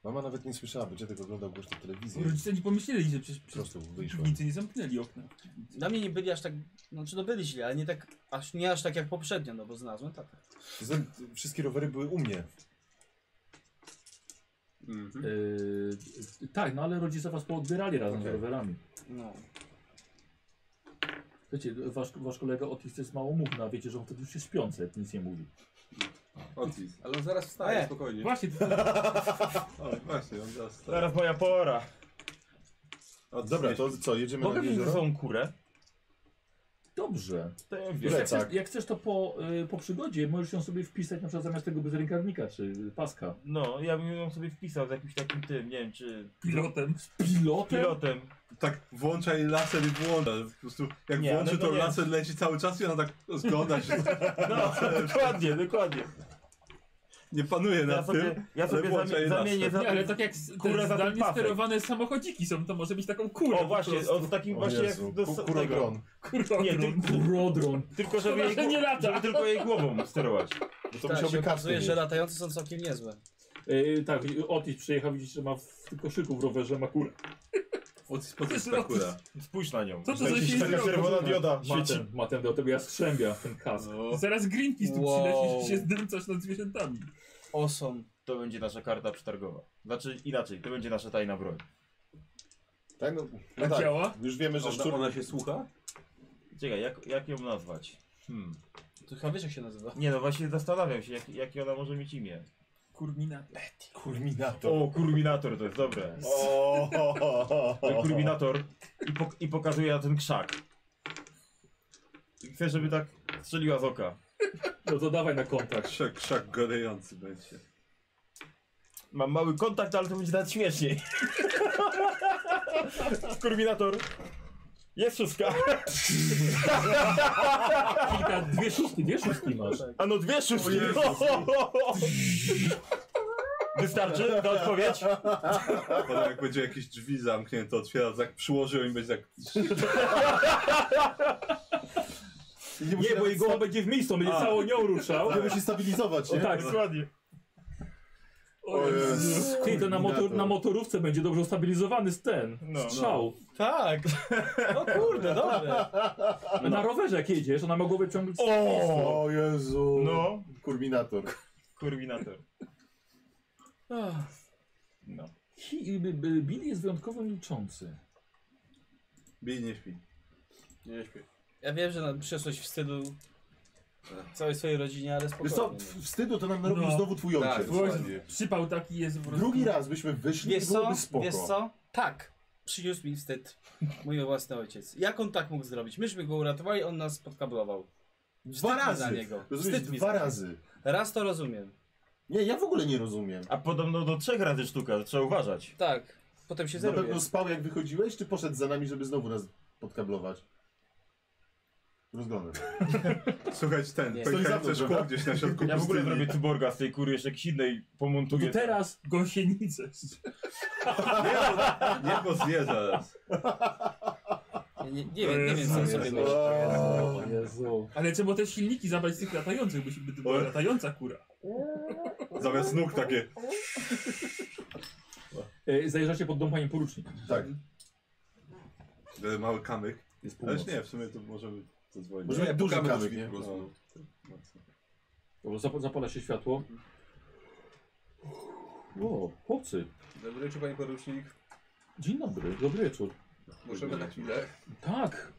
Speaker 1: mama nawet nie słyszała, będzie tego oglądał głośno telewizję.
Speaker 9: Rodzice nie pomyśleli, że przez,
Speaker 1: Po prostu
Speaker 9: przez
Speaker 1: wyszła.
Speaker 9: piwnicę nie zamknęli okna.
Speaker 4: Dla mnie nie byli aż tak, znaczy no byli źli, ale nie tak, aż, nie aż tak jak poprzednio, no bo znalazłem tatę.
Speaker 1: Zem- Wszystkie rowery były u mnie.
Speaker 2: Mhm. E, tak, no ale rodzice was poodbierali razem z rowerami.
Speaker 4: No.
Speaker 2: Wiecie, wasz, wasz kolega Otis to jest małomówny, a wiecie, że on wtedy już jest śpiący, jak nic nie mówi.
Speaker 3: Otis.
Speaker 8: Ale on zaraz wstaje,
Speaker 3: E.
Speaker 8: spokojnie.
Speaker 9: Właśnie.
Speaker 3: O, właśnie, on zaraz stał.
Speaker 13: Teraz moja pora.
Speaker 3: Otis
Speaker 1: Dobra,
Speaker 3: jest-
Speaker 1: to co, jedziemy
Speaker 13: Mogę
Speaker 1: na
Speaker 13: wziąć ze
Speaker 1: jezioro?
Speaker 13: sobą kurę?
Speaker 2: Dobrze.
Speaker 13: To ja
Speaker 2: Wiesz, jak,
Speaker 13: wiem.
Speaker 2: chcesz, jak chcesz to po, y, po przygodzie, możesz ją sobie wpisać na przykład zamiast tego bez rękawnika czy paska.
Speaker 13: No, ja bym ją sobie wpisał z jakimś takim tym, nie wiem, czy...
Speaker 9: Pilotem.
Speaker 2: Pilotem?
Speaker 13: Pilotem.
Speaker 3: Tak włącza i laser i włącza. Po prostu jak
Speaker 13: Nie,
Speaker 3: włączy,
Speaker 13: no to
Speaker 3: to
Speaker 13: nie.
Speaker 3: laser leci cały czas i ona tak zgląda się.
Speaker 13: No, dokładnie, dokładnie.
Speaker 3: nie panuję nad
Speaker 13: Ja sobie-
Speaker 3: tym.
Speaker 13: ja sobie
Speaker 3: ale włącza
Speaker 13: zamie-
Speaker 3: je
Speaker 13: zamienię
Speaker 3: zawsze.
Speaker 13: za-
Speaker 9: Nie, ale tak jak s- te
Speaker 13: za ten
Speaker 9: zdalnie
Speaker 13: pasek.
Speaker 9: sterowane samochodziki są, to może być taką kulą.
Speaker 13: O, właśnie, o, takim O właśnie Jezu, jak do- ku- kurodron.
Speaker 9: Kurodron.
Speaker 13: Nie, ty-
Speaker 9: kurodron.
Speaker 13: Tylko żeby
Speaker 9: Szkoda,
Speaker 13: jej
Speaker 9: że nie
Speaker 13: gło-
Speaker 9: lata.
Speaker 13: żeby tylko jej głową sterować.
Speaker 2: Bo
Speaker 4: to Tak, musiałby się kapsel okazuje, mieć. że latające są całkiem niezłe.
Speaker 2: Yy, tak, Otis przyjechał, widzisz, że ma w tylko szyku w rowerze ma kurę.
Speaker 3: Otis,
Speaker 2: po
Speaker 3: co jest ta kura?
Speaker 2: Spójrz na nią.
Speaker 9: Co to za Jakaś taka silnik? czerwona dioda świeci.
Speaker 2: Matem, matem do tego jastrzębia ten kask.
Speaker 9: Zaraz Greenpeace tu
Speaker 2: Wow.
Speaker 9: przyleci, że się zdręcasz nad zwierzętami.
Speaker 4: Osom.
Speaker 13: To będzie nasza karta przetargowa. Znaczy inaczej, to będzie nasza tajna broń.
Speaker 1: Tak? No,
Speaker 13: Tak działa?
Speaker 1: Już wiemy, że
Speaker 13: Ona-
Speaker 1: szczur...
Speaker 13: ona się słucha? Czekaj, jak, jak ją nazwać? Hmm.
Speaker 4: To chyba wiesz jak się nazywa.
Speaker 13: Nie no, właśnie zastanawiam się, jak, jakie ona może mieć imię.
Speaker 9: Kurminator.
Speaker 1: Kurminator.
Speaker 13: O, kurminator to jest dobre.
Speaker 1: O, ho, ho, ho, ho.
Speaker 13: Ten kurminator i, pok i pokazuje na ten krzak. I Chcę, żeby tak strzeliła z oka.
Speaker 2: No to dawaj na kontakt.
Speaker 3: Krzak, krzak gorejący będzie.
Speaker 13: Mam mały kontakt, ale to będzie nawet śmieszniej. Skurminator. Jest szóstka.
Speaker 2: Kilka, dwie szóstki, dwie szóstki masz.
Speaker 13: A no dwie szóstki. Wystarczy na odpowiedź? No,
Speaker 3: Potem jak będzie jakieś drzwi zamknięte, otwiera, tak przyłożył i będzie tak...
Speaker 13: Nie, bo jego głowa będzie w miejscu, on będzie
Speaker 3: A.
Speaker 13: całą nią ruszał.
Speaker 3: Nie musi
Speaker 1: stabilizować,
Speaker 2: O,
Speaker 1: nie?
Speaker 2: tak, dokładnie. O Jezu. Ty, to na, motor, na motorówce będzie dobrze ustabilizowany z ten,
Speaker 13: No,
Speaker 2: strzał.
Speaker 4: Tak. No kurde, dobre.
Speaker 2: A Na rowerze jak jedziesz, ona ma głowę ciągle...
Speaker 1: O, o Jezu.
Speaker 2: No.
Speaker 1: Kurminator.
Speaker 13: Kurminator.
Speaker 2: No. Hi, b, b, Bill jest wyjątkowo milczący.
Speaker 3: Bij, nie śpi.
Speaker 8: Nie śpię.
Speaker 4: Ja wiem, że nam przyniosłeś wstydu całej swojej rodzinie, ale
Speaker 1: Wiesz co,
Speaker 4: spokojnie.
Speaker 1: w- wstydu to nam narobił znowu twój ojciec.
Speaker 9: Przypał taki jest po prostu.
Speaker 1: Drugi raz byśmy wyszli
Speaker 4: Wiesz
Speaker 1: i byłoby
Speaker 4: co?
Speaker 1: spoko.
Speaker 4: Wiesz co? Tak. Przyniósł mi wstyd. Mój własny ojciec. Jak on tak mógł zrobić? Myśmy go uratowali, on nas podkablował.
Speaker 1: Dwa
Speaker 4: mi
Speaker 1: razy.
Speaker 4: za niego.
Speaker 1: Rozumiesz,
Speaker 4: Wstyd mi
Speaker 1: dwa
Speaker 4: za niego.
Speaker 1: razy.
Speaker 4: Raz to rozumiem.
Speaker 1: Nie, ja w ogóle nie rozumiem.
Speaker 13: A podobno do trzech razy sztuka, to trzeba uważać.
Speaker 4: Tak. Potem się
Speaker 1: Na
Speaker 4: zeruje.
Speaker 1: pewno spał jak wychodziłeś, czy poszedł za nami, żeby znowu nas podkablować? Rozglądam.
Speaker 3: Słuchaj, ten,
Speaker 1: Nie. Stoi za
Speaker 3: pękające
Speaker 1: mną,
Speaker 3: szkło
Speaker 1: prawda?
Speaker 3: gdzieś na środku
Speaker 13: Ja w ogóle
Speaker 3: pustyni.
Speaker 13: zrobię cyborga z tej kury, jeszcze jakiś innej
Speaker 2: To
Speaker 13: pomontuję.
Speaker 2: No teraz...
Speaker 9: Gąsienicę.
Speaker 3: Nie, bo zje zaraz.
Speaker 4: Nie, nie, nie wiem, nie wiem co on sobie myśli.
Speaker 2: O Jezu.
Speaker 9: Ale trzeba też silniki zabrać z tych latających, bo się- by to była latająca kura.
Speaker 3: Zamiast nóg takie.
Speaker 2: E, Zajeżdżacie pod dom pani porucznik.
Speaker 1: Tak.
Speaker 3: E, Mały kamyk.
Speaker 2: Jest
Speaker 3: Ależ
Speaker 2: północ.
Speaker 3: nie, w sumie to No, możemy zadzwonić.
Speaker 1: Może mieć duży
Speaker 3: pokamy
Speaker 1: kamyk,
Speaker 3: drzwi
Speaker 1: nie?
Speaker 3: po prostu.
Speaker 2: Dobra, zap- zapala się światło. O, chłopcy.
Speaker 8: Dobry wieczór, panie porucznik.
Speaker 2: Dzień dobry, dobry wieczór.
Speaker 8: Możemy na chwilę.
Speaker 2: Tak.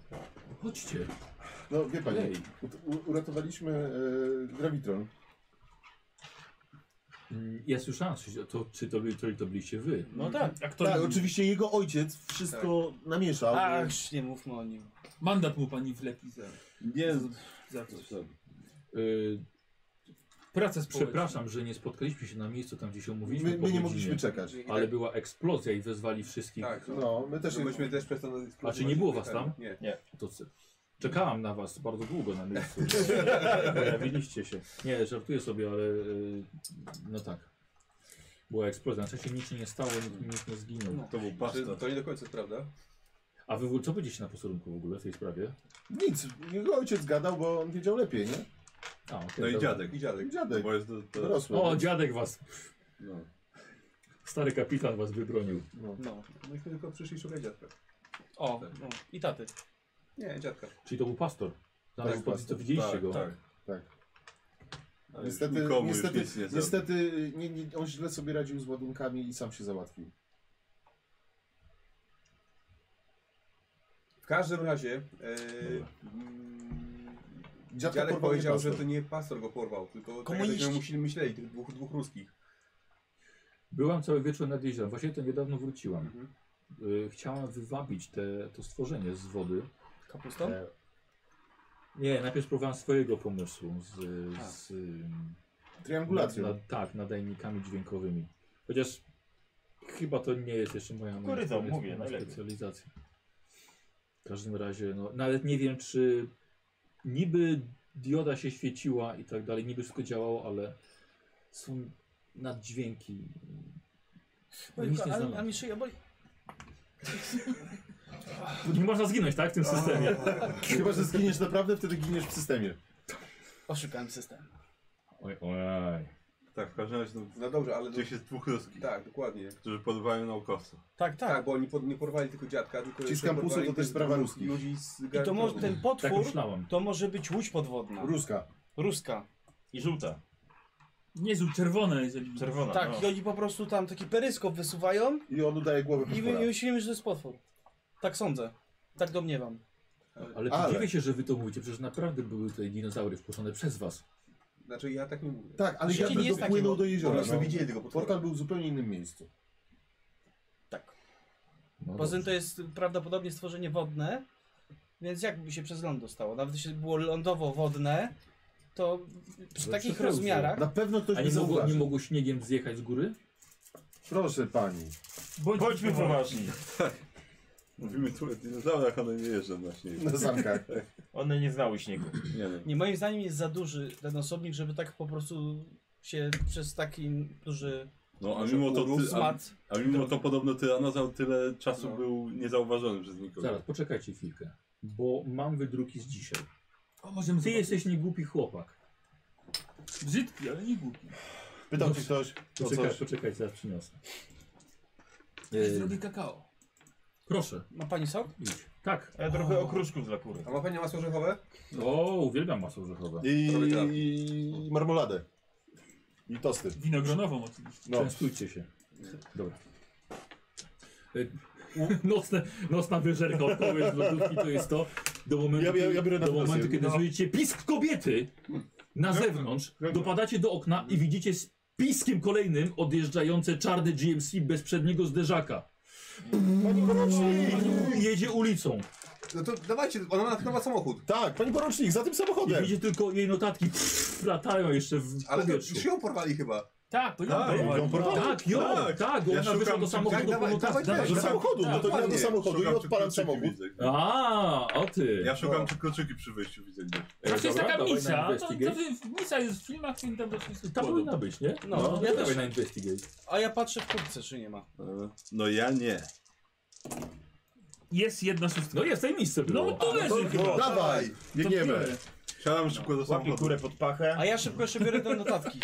Speaker 2: Chodźcie.
Speaker 1: No wie pani,
Speaker 2: Ej.
Speaker 1: u- uratowaliśmy e, Gravitron.
Speaker 2: Mm, Ja słyszałem, czy to, czy to, by- to, to byliście wy.
Speaker 4: No tak.
Speaker 9: A kto
Speaker 1: Tak, oczywiście jego ojciec wszystko namieszał.
Speaker 4: Ach,
Speaker 1: więc-
Speaker 4: nie mówmy o nim.
Speaker 9: Mandat mu pani wlepi za,
Speaker 3: nie,
Speaker 9: za coś.
Speaker 2: Y,
Speaker 9: Praca społeczna.
Speaker 2: Przepraszam, że nie spotkaliśmy się na miejscu tam, gdzie się umówiliśmy.
Speaker 1: My- my
Speaker 2: po
Speaker 1: nie
Speaker 2: godzinie,
Speaker 1: mogliśmy czekać.
Speaker 2: Ale była eksplozja i wezwali wszystkich.
Speaker 8: Tak,
Speaker 1: No, my też...
Speaker 8: No, myśmy też przez to na
Speaker 2: A czy nie było was tam?
Speaker 8: Nie.
Speaker 2: To co? Czekałam na was bardzo długo na miejscu. Pojawiliście się. Nie, żartuję sobie, ale y, no tak. Była eksplozja. Na szczęście nic się nie stało, nikt, nikt nie zginął.
Speaker 3: To był
Speaker 8: Znaczy,
Speaker 3: pasztet.
Speaker 8: to nie do końca, jest prawda?
Speaker 2: A wy co będziecie na posterunku w ogóle w tej sprawie?
Speaker 1: Nic, jego ojciec gadał, bo on wiedział lepiej, nie?
Speaker 2: A, okej,
Speaker 3: No i
Speaker 2: dobra.
Speaker 3: dziadek.
Speaker 8: I dziadek.
Speaker 1: Dziadek.
Speaker 3: Bo jest do, to...
Speaker 1: Dorosły.
Speaker 2: O, dziadek was.
Speaker 3: No.
Speaker 2: Stary kapitan was wybronił.
Speaker 1: No.
Speaker 4: No.
Speaker 8: Myśmy tylko przyszli szukać dziadka.
Speaker 4: O, no. i taty.
Speaker 8: Nie, dziadka.
Speaker 2: Czyli to był pastor. Zaraz
Speaker 1: Tak,
Speaker 2: po
Speaker 1: pastor.
Speaker 2: co widzieliście
Speaker 3: Tak,
Speaker 2: go.
Speaker 3: tak.
Speaker 1: Tak.
Speaker 3: Ale już
Speaker 1: Niestety,
Speaker 3: nikomu już
Speaker 1: niestety,
Speaker 3: nic nie zrobi.
Speaker 1: niestety nie, nie, on źle sobie radził z ładunkami i sam się załatwił.
Speaker 8: W każdym razie. e, mm,
Speaker 1: Dziadka
Speaker 8: dziadek
Speaker 1: porwał nie
Speaker 8: powiedział,
Speaker 1: pastor.
Speaker 8: że to nie pastor go porwał, tylko
Speaker 1: Komuniści.
Speaker 8: tak, musieli myśleli, tych dwóch, dwóch ruskich.
Speaker 2: Byłam cały wieczór nad jeziorem. Właśnie to niedawno wróciłam.
Speaker 8: Mhm.
Speaker 2: Y, Chciałam wywabić te, to stworzenie z wody.
Speaker 4: Kapustą?
Speaker 2: E, Nie, najpierw próbowałem swojego pomysłu z,
Speaker 1: A.
Speaker 2: z ym,
Speaker 1: Triangulacją.
Speaker 2: na- tak, nadajnikami dźwiękowymi. Chociaż chyba to nie jest jeszcze moja, moja,
Speaker 13: Korytarz,
Speaker 2: moja,
Speaker 13: mówię,
Speaker 2: moja
Speaker 13: najlepiej.
Speaker 2: specjalizacja. W każdym razie, no, nawet nie wiem, czy niby dioda się świeciła i tak dalej, niby wszystko działało, ale są naddźwięki.
Speaker 4: Oj,
Speaker 2: Nic nie
Speaker 4: a-
Speaker 2: znamy.
Speaker 4: A mi szyja boli.
Speaker 2: Nie można zginąć, tak? W tym systemie.
Speaker 1: Chyba, że zginiesz naprawdę, wtedy giniesz w systemie.
Speaker 4: Oszukałem system.
Speaker 2: Oj, oj.
Speaker 3: Tak, w każdym razie, no,
Speaker 7: No dobrze, ale...
Speaker 3: gdzieś jest dwóch ruskich,
Speaker 7: Tak, dokładnie.
Speaker 3: którzy porwają naukowców.
Speaker 4: Tak, tak.
Speaker 7: bo oni pod, nie porwali tylko dziadka, tylko...
Speaker 3: Ci z
Speaker 7: jeszcze
Speaker 3: kampusu
Speaker 7: porwali
Speaker 3: to też
Speaker 7: tych
Speaker 3: sprawa
Speaker 7: dwóch
Speaker 3: ruskich.
Speaker 7: Ludzi z
Speaker 4: I to może ten
Speaker 2: Tak
Speaker 4: potwór, to może być łódź podwodna.
Speaker 1: Ruska.
Speaker 4: Ruska.
Speaker 5: I żółta.
Speaker 9: Nie zrób czerwone, jeżeli.
Speaker 5: Czerwona.
Speaker 4: tak,
Speaker 5: no.
Speaker 4: i oni po prostu tam taki peryskop wysuwają
Speaker 1: I on udaje głowę
Speaker 4: i my
Speaker 1: potwora.
Speaker 4: myślimy, że to jest potwór. Tak sądzę. Tak domniemam.
Speaker 2: Ale,
Speaker 1: Ale-
Speaker 2: ale. dziwię się, że wy to mówicie, przecież naprawdę były tutaj dinozaury wpuszczone przez was.
Speaker 7: Znaczy ja tak nie mówię.
Speaker 1: Tak, ale
Speaker 4: Czyli
Speaker 1: ja
Speaker 4: nie jest
Speaker 1: dopłynął do
Speaker 4: taki-
Speaker 1: jeziora. no.
Speaker 7: Myśmy widzieli tego potwora.
Speaker 1: Portal był w zupełnie innym miejscu.
Speaker 3: Tak.
Speaker 2: No
Speaker 4: Poza
Speaker 2: dobrze.
Speaker 4: tym to jest prawdopodobnie stworzenie wodne, więc jakby się przez ląd dostało? Nawet jeśli było lądowo-wodne, to przy
Speaker 2: Ale
Speaker 4: takich
Speaker 2: przepraszam.
Speaker 4: rozmiarach...
Speaker 1: Na pewno ktoś
Speaker 2: A
Speaker 1: nie
Speaker 2: nie mogło, nie
Speaker 1: zauważy.
Speaker 2: mogło śniegiem zjechać z góry?
Speaker 1: Proszę pani.
Speaker 9: Bądźmy
Speaker 13: poważni.
Speaker 3: Mówimy tu o dinozaurach, one nie jeżdżą na śniegu.
Speaker 1: Na zamkach.
Speaker 5: One nie znały śniegu.
Speaker 3: Nie no.
Speaker 4: Nie, moim zdaniem jest za duży ten osobnik, żeby tak po prostu się przez taki duży...
Speaker 3: No, a
Speaker 4: duży
Speaker 3: mimo to,
Speaker 4: urus,
Speaker 3: ty, a,
Speaker 4: mat-
Speaker 3: a mimo to podobno tyranozaur tyle czasu był niezauważony przez nikogo.
Speaker 2: Zaraz, poczekajcie chwilkę, bo mam wydruki z dzisiaj.
Speaker 9: O, możemy
Speaker 2: Ty
Speaker 9: zobaczyć.
Speaker 2: jesteś niegłupi chłopak.
Speaker 9: Brzydki, ale nie głupi.
Speaker 2: No
Speaker 1: Pytał ci ktoś o
Speaker 2: Poczekaj,
Speaker 1: coś.
Speaker 2: poczekaj, zaraz przyniosę.
Speaker 9: Ja
Speaker 2: Yy,
Speaker 9: zrobię kakao.
Speaker 2: proszę,
Speaker 4: Ma pani sok?
Speaker 2: idź. Tak.
Speaker 5: A ja trochę okruszków dla kury.
Speaker 7: A ma pani masło orzechowe?
Speaker 2: O, uwielbiam masło orzechowe.
Speaker 1: I,
Speaker 7: Robię tak.
Speaker 1: I marmoladę. I tosty.
Speaker 9: Winogronową oczywiście.
Speaker 1: No.
Speaker 2: Częstujcie się. Dobra. Y, Nocne, nocna wyżerka od kogoś z lodówki to jest to, do momentu,
Speaker 1: Ja- ja- ja biorę na
Speaker 2: do momentu
Speaker 1: presję,
Speaker 2: kiedy
Speaker 1: no.
Speaker 2: czujecie pisk kobiety na zewnątrz, dopadacie do okna i widzicie z piskiem kolejnym odjeżdżające czarne GMC bez przedniego zderzaka.
Speaker 1: Pani porucznik!
Speaker 2: Jedzie ulicą
Speaker 7: No to dawajcie, ona ma, ona ma samochód.
Speaker 1: Tak, pani porucznik, za tym
Speaker 2: i
Speaker 1: samochodem.
Speaker 2: widzicie tylko jej notatki latają jeszcze w
Speaker 7: Ale to
Speaker 2: powietrzu.
Speaker 7: już ją porwali chyba.
Speaker 9: Tak, to
Speaker 1: Tak,
Speaker 9: ja
Speaker 1: ją porwali.
Speaker 2: Tak, ją, tak,
Speaker 3: Ja
Speaker 2: ona wyszła
Speaker 3: szukam-
Speaker 2: do samochodu
Speaker 7: tak, dawaj,
Speaker 2: po notatkach.
Speaker 1: Do
Speaker 7: dawaj, Szukam-
Speaker 1: samochodu, no to ja do
Speaker 7: dokładnie.
Speaker 1: samochodu i
Speaker 3: Szukam, czy
Speaker 1: odpalam
Speaker 3: kluczyki
Speaker 1: samochód.
Speaker 3: widzę.
Speaker 2: A, o ty.
Speaker 3: Ja szukam,
Speaker 7: No.
Speaker 3: czy kluczyki przy wyjściu widzę gdzieś.
Speaker 9: Właśnie Znaczy, jest
Speaker 2: E, Dobra,
Speaker 9: taka
Speaker 2: dawaj na
Speaker 9: misa. To, to,
Speaker 2: investigate.
Speaker 9: to, misa jest w filmach, więc tam doszli z
Speaker 2: Ta powinna być, nie?
Speaker 4: No, ja
Speaker 2: dawaj
Speaker 4: też.
Speaker 2: na investigate.
Speaker 4: A ja patrzę w kurtce, czy nie ma.
Speaker 3: No ja nie.
Speaker 9: Jest jedna szóstka.
Speaker 2: No jest, w tej miejsce było.
Speaker 9: No to leży chyba.
Speaker 1: Dawaj, biegniemy.
Speaker 9: biorę.
Speaker 3: Siadam szybko do
Speaker 5: Łapie
Speaker 3: samochodu.
Speaker 5: kurę pod pachę.
Speaker 4: A ja szybko jeszcze biorę te notatki.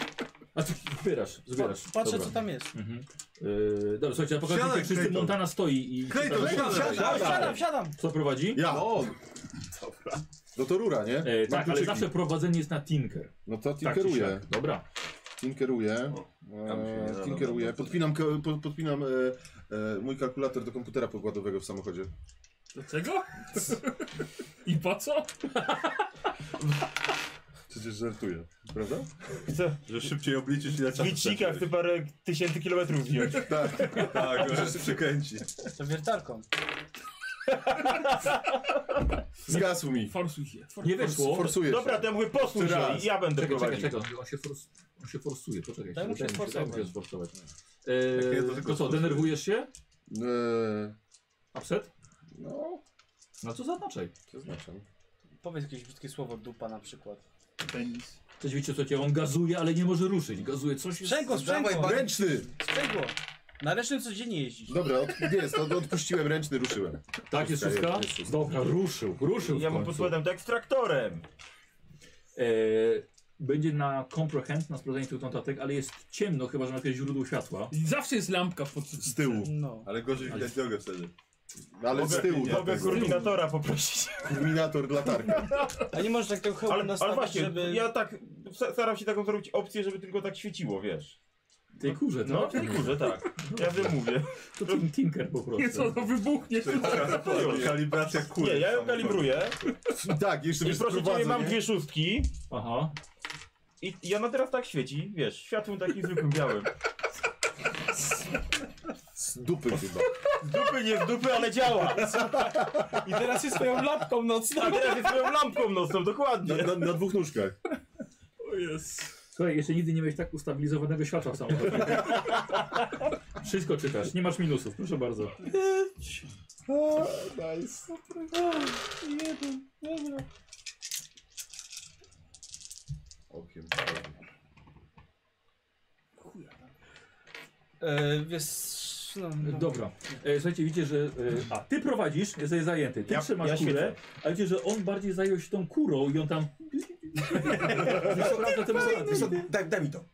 Speaker 2: A ty zbierasz, zbierasz.
Speaker 4: Pa- Patrzę,
Speaker 2: Dobra.
Speaker 4: co tam jest.
Speaker 2: Mhm. Yy, dobra, słuchajcie, na pokazie
Speaker 3: Siadaj,
Speaker 2: wszyscy
Speaker 3: Clayton.
Speaker 2: Montana stoi i...
Speaker 3: Clayton,
Speaker 2: czyta-
Speaker 3: siadaj, siadaj.
Speaker 4: O, Wsiadam, wsiadam!
Speaker 2: Co prowadzi?
Speaker 1: Ja.
Speaker 3: No on.
Speaker 1: No to rura, nie?
Speaker 2: E,
Speaker 1: Mam
Speaker 2: tak, ale
Speaker 1: kluczyki.
Speaker 2: zawsze prowadzenie jest na Tinker.
Speaker 1: No to
Speaker 2: Tak, czy
Speaker 1: tinkeruję.
Speaker 2: siak. Dobra.
Speaker 1: Tinkeruję.
Speaker 3: tam się nie da,
Speaker 1: Eee,
Speaker 3: dobra,
Speaker 1: tinkeruję.
Speaker 3: dobra.
Speaker 1: Podpinam, ko- po- podpinam e, e, mój kalkulator do komputera pokładowego w samochodzie.
Speaker 9: Dlaczego? I po co?
Speaker 1: Przecież żartuję, prawda?
Speaker 5: Chcę
Speaker 3: Że szybciej obliczyć ile
Speaker 5: w
Speaker 3: czasu
Speaker 5: licznikach ty parę tysięcy kilometrów wziąć.
Speaker 1: Tak.
Speaker 3: Tak, że się przykręci.
Speaker 4: To wiertarką.
Speaker 1: Zgasł mi.
Speaker 9: Forsuj się.
Speaker 2: Nie wyszło.
Speaker 1: Forsuję
Speaker 5: Dobra,
Speaker 1: się.
Speaker 5: to ja mówię posłuchaj,
Speaker 1: Jeszcze raz.
Speaker 5: i ja będę
Speaker 2: Czekaj,
Speaker 5: prowadził.
Speaker 2: czekaj, czekaj. On się, fors... on się forsuje, poczekaj.
Speaker 4: Daj mu się
Speaker 2: daj
Speaker 4: sforsować.
Speaker 2: daj mu się sforsować.
Speaker 3: Tak, ja
Speaker 2: Eee,
Speaker 3: to
Speaker 2: to
Speaker 3: tylko
Speaker 2: co,
Speaker 3: sforsuję.
Speaker 2: denerwujesz się?
Speaker 1: Eee,
Speaker 2: Upset?
Speaker 1: no,
Speaker 2: No co zaznaczaj.
Speaker 1: zaznaczam.
Speaker 4: Powiedz jakieś brzydkie słowo, dupa na przykład.
Speaker 9: Penis.
Speaker 2: Cześć, wiecie co, cię on gazuje, ale nie może ruszyć. Gazuje coś. Jest...
Speaker 4: Sprzęgło, sprzęgło!
Speaker 1: Ręczny!
Speaker 4: Sprzęgło! Na ręcznym codziennie jeździsz.
Speaker 2: No.
Speaker 1: Dobra, od, nie jest, od, odpuściłem ręczny, ruszyłem.
Speaker 2: Tak, jest szóstka?
Speaker 1: Jest szóstka.
Speaker 2: Dobra, ruszył, ruszył w
Speaker 5: Ja mu
Speaker 2: końcu.
Speaker 5: podpowiadam tak z traktorem.
Speaker 2: Eee, będzie na comprehend, na sprawdzenie tych notatek, ale jest ciemno, chyba że ma jakieś źródło światła.
Speaker 9: I Zawsze jest lampka pod
Speaker 1: Z tyłu.
Speaker 4: No.
Speaker 3: Ale gorzej widać drogę wtedy.
Speaker 1: Ale z tyłu.
Speaker 5: Mogę
Speaker 1: dlatego.
Speaker 5: koordynatora poprosić.
Speaker 1: Kulminator latarka.
Speaker 4: A nie możesz tak tego hełmu
Speaker 5: Ale, ale
Speaker 4: nastawić,
Speaker 5: właśnie,
Speaker 4: żeby...
Speaker 5: ja tak sta- staram się taką zrobić opcję, żeby tylko tak świeciło, wiesz.
Speaker 2: Tej kurze, to
Speaker 5: No, czyli kurze, tak. Ja wiem mówię.
Speaker 2: To Tim Tinker po prostu.
Speaker 9: Nie co, to wybuchnie. Tak
Speaker 3: Kalibracja kuli.
Speaker 5: Nie, ja ją kalibruję.
Speaker 1: Tak, jeszcze
Speaker 5: I
Speaker 1: mnie
Speaker 5: proszę ciebie,
Speaker 1: sprowadzę,
Speaker 5: mam
Speaker 1: nie?
Speaker 5: dwie szóstki.
Speaker 2: Aha.
Speaker 5: I i ona teraz tak świeci, wiesz, światłem takim zwykłym białym.
Speaker 1: Z dupy chyba.
Speaker 5: Z dupy, nie z dupy, ale działa.
Speaker 4: I teraz jest swoją lampką nocną.
Speaker 5: A teraz jest swoją lampką nocną, dokładnie.
Speaker 1: Na, na, na dwóch nóżkach.
Speaker 9: O jest.
Speaker 2: Słuchaj, jeszcze nigdy nie miałeś tak ustabilizowanego światła w samochodzie. Wszystko czytasz, nie masz minusów, proszę bardzo.
Speaker 1: Nice. Okiem.
Speaker 4: E, wiesz, no, no.
Speaker 2: Dobra. E, słuchajcie, widzicie, że. E, a ty prowadzisz, jesteś zajęty. Ty
Speaker 13: Ja-
Speaker 2: trzymasz
Speaker 13: ja
Speaker 2: kurę,
Speaker 13: świecę.
Speaker 2: a widzicie, że on bardziej zajął się tą kurą i on tam. Sprawdza te
Speaker 8: No Wiesz co, Daj, daj mi to.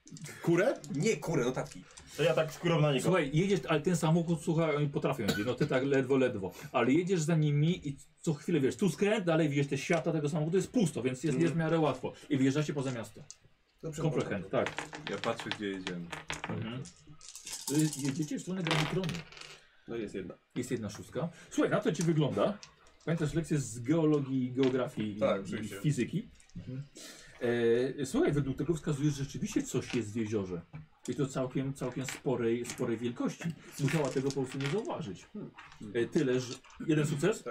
Speaker 2: Kurę?
Speaker 8: Nie kurę, no notatki.
Speaker 13: To ja tak skórą na niego.
Speaker 2: Słuchaj, jedziesz, ale ten samochód, słuchaj, oni potrafią jeździć, no ty tak ledwo, ledwo, ale jedziesz za nimi i co chwilę, wiesz, tu skręt, dalej widzisz te światła tego samochodu, jest pusto, więc jest,
Speaker 13: Mhm.
Speaker 2: jest w miarę łatwo i wyjeżdżacie poza miasto.
Speaker 8: Dobrze,
Speaker 2: Komprehend, tak.
Speaker 3: Ja patrzę, gdzie jedziemy.
Speaker 2: Mhm. Y, Jedziecie w stronę granitronu.
Speaker 8: No jest jedna.
Speaker 2: Jest jedna szóstka. Słuchaj, na to ci wygląda. Pamiętasz lekcję z geologii, geografii i-
Speaker 3: Tak,
Speaker 2: i
Speaker 3: oczywiście.
Speaker 2: fizyki? Mhm. E, słuchaj, według tego wskazuje, że rzeczywiście coś jest w jeziorze. I to całkiem, całkiem sporej, sporej wielkości. Musiała tego po prostu nie zauważyć. E, tyle, że... Jeden sukces?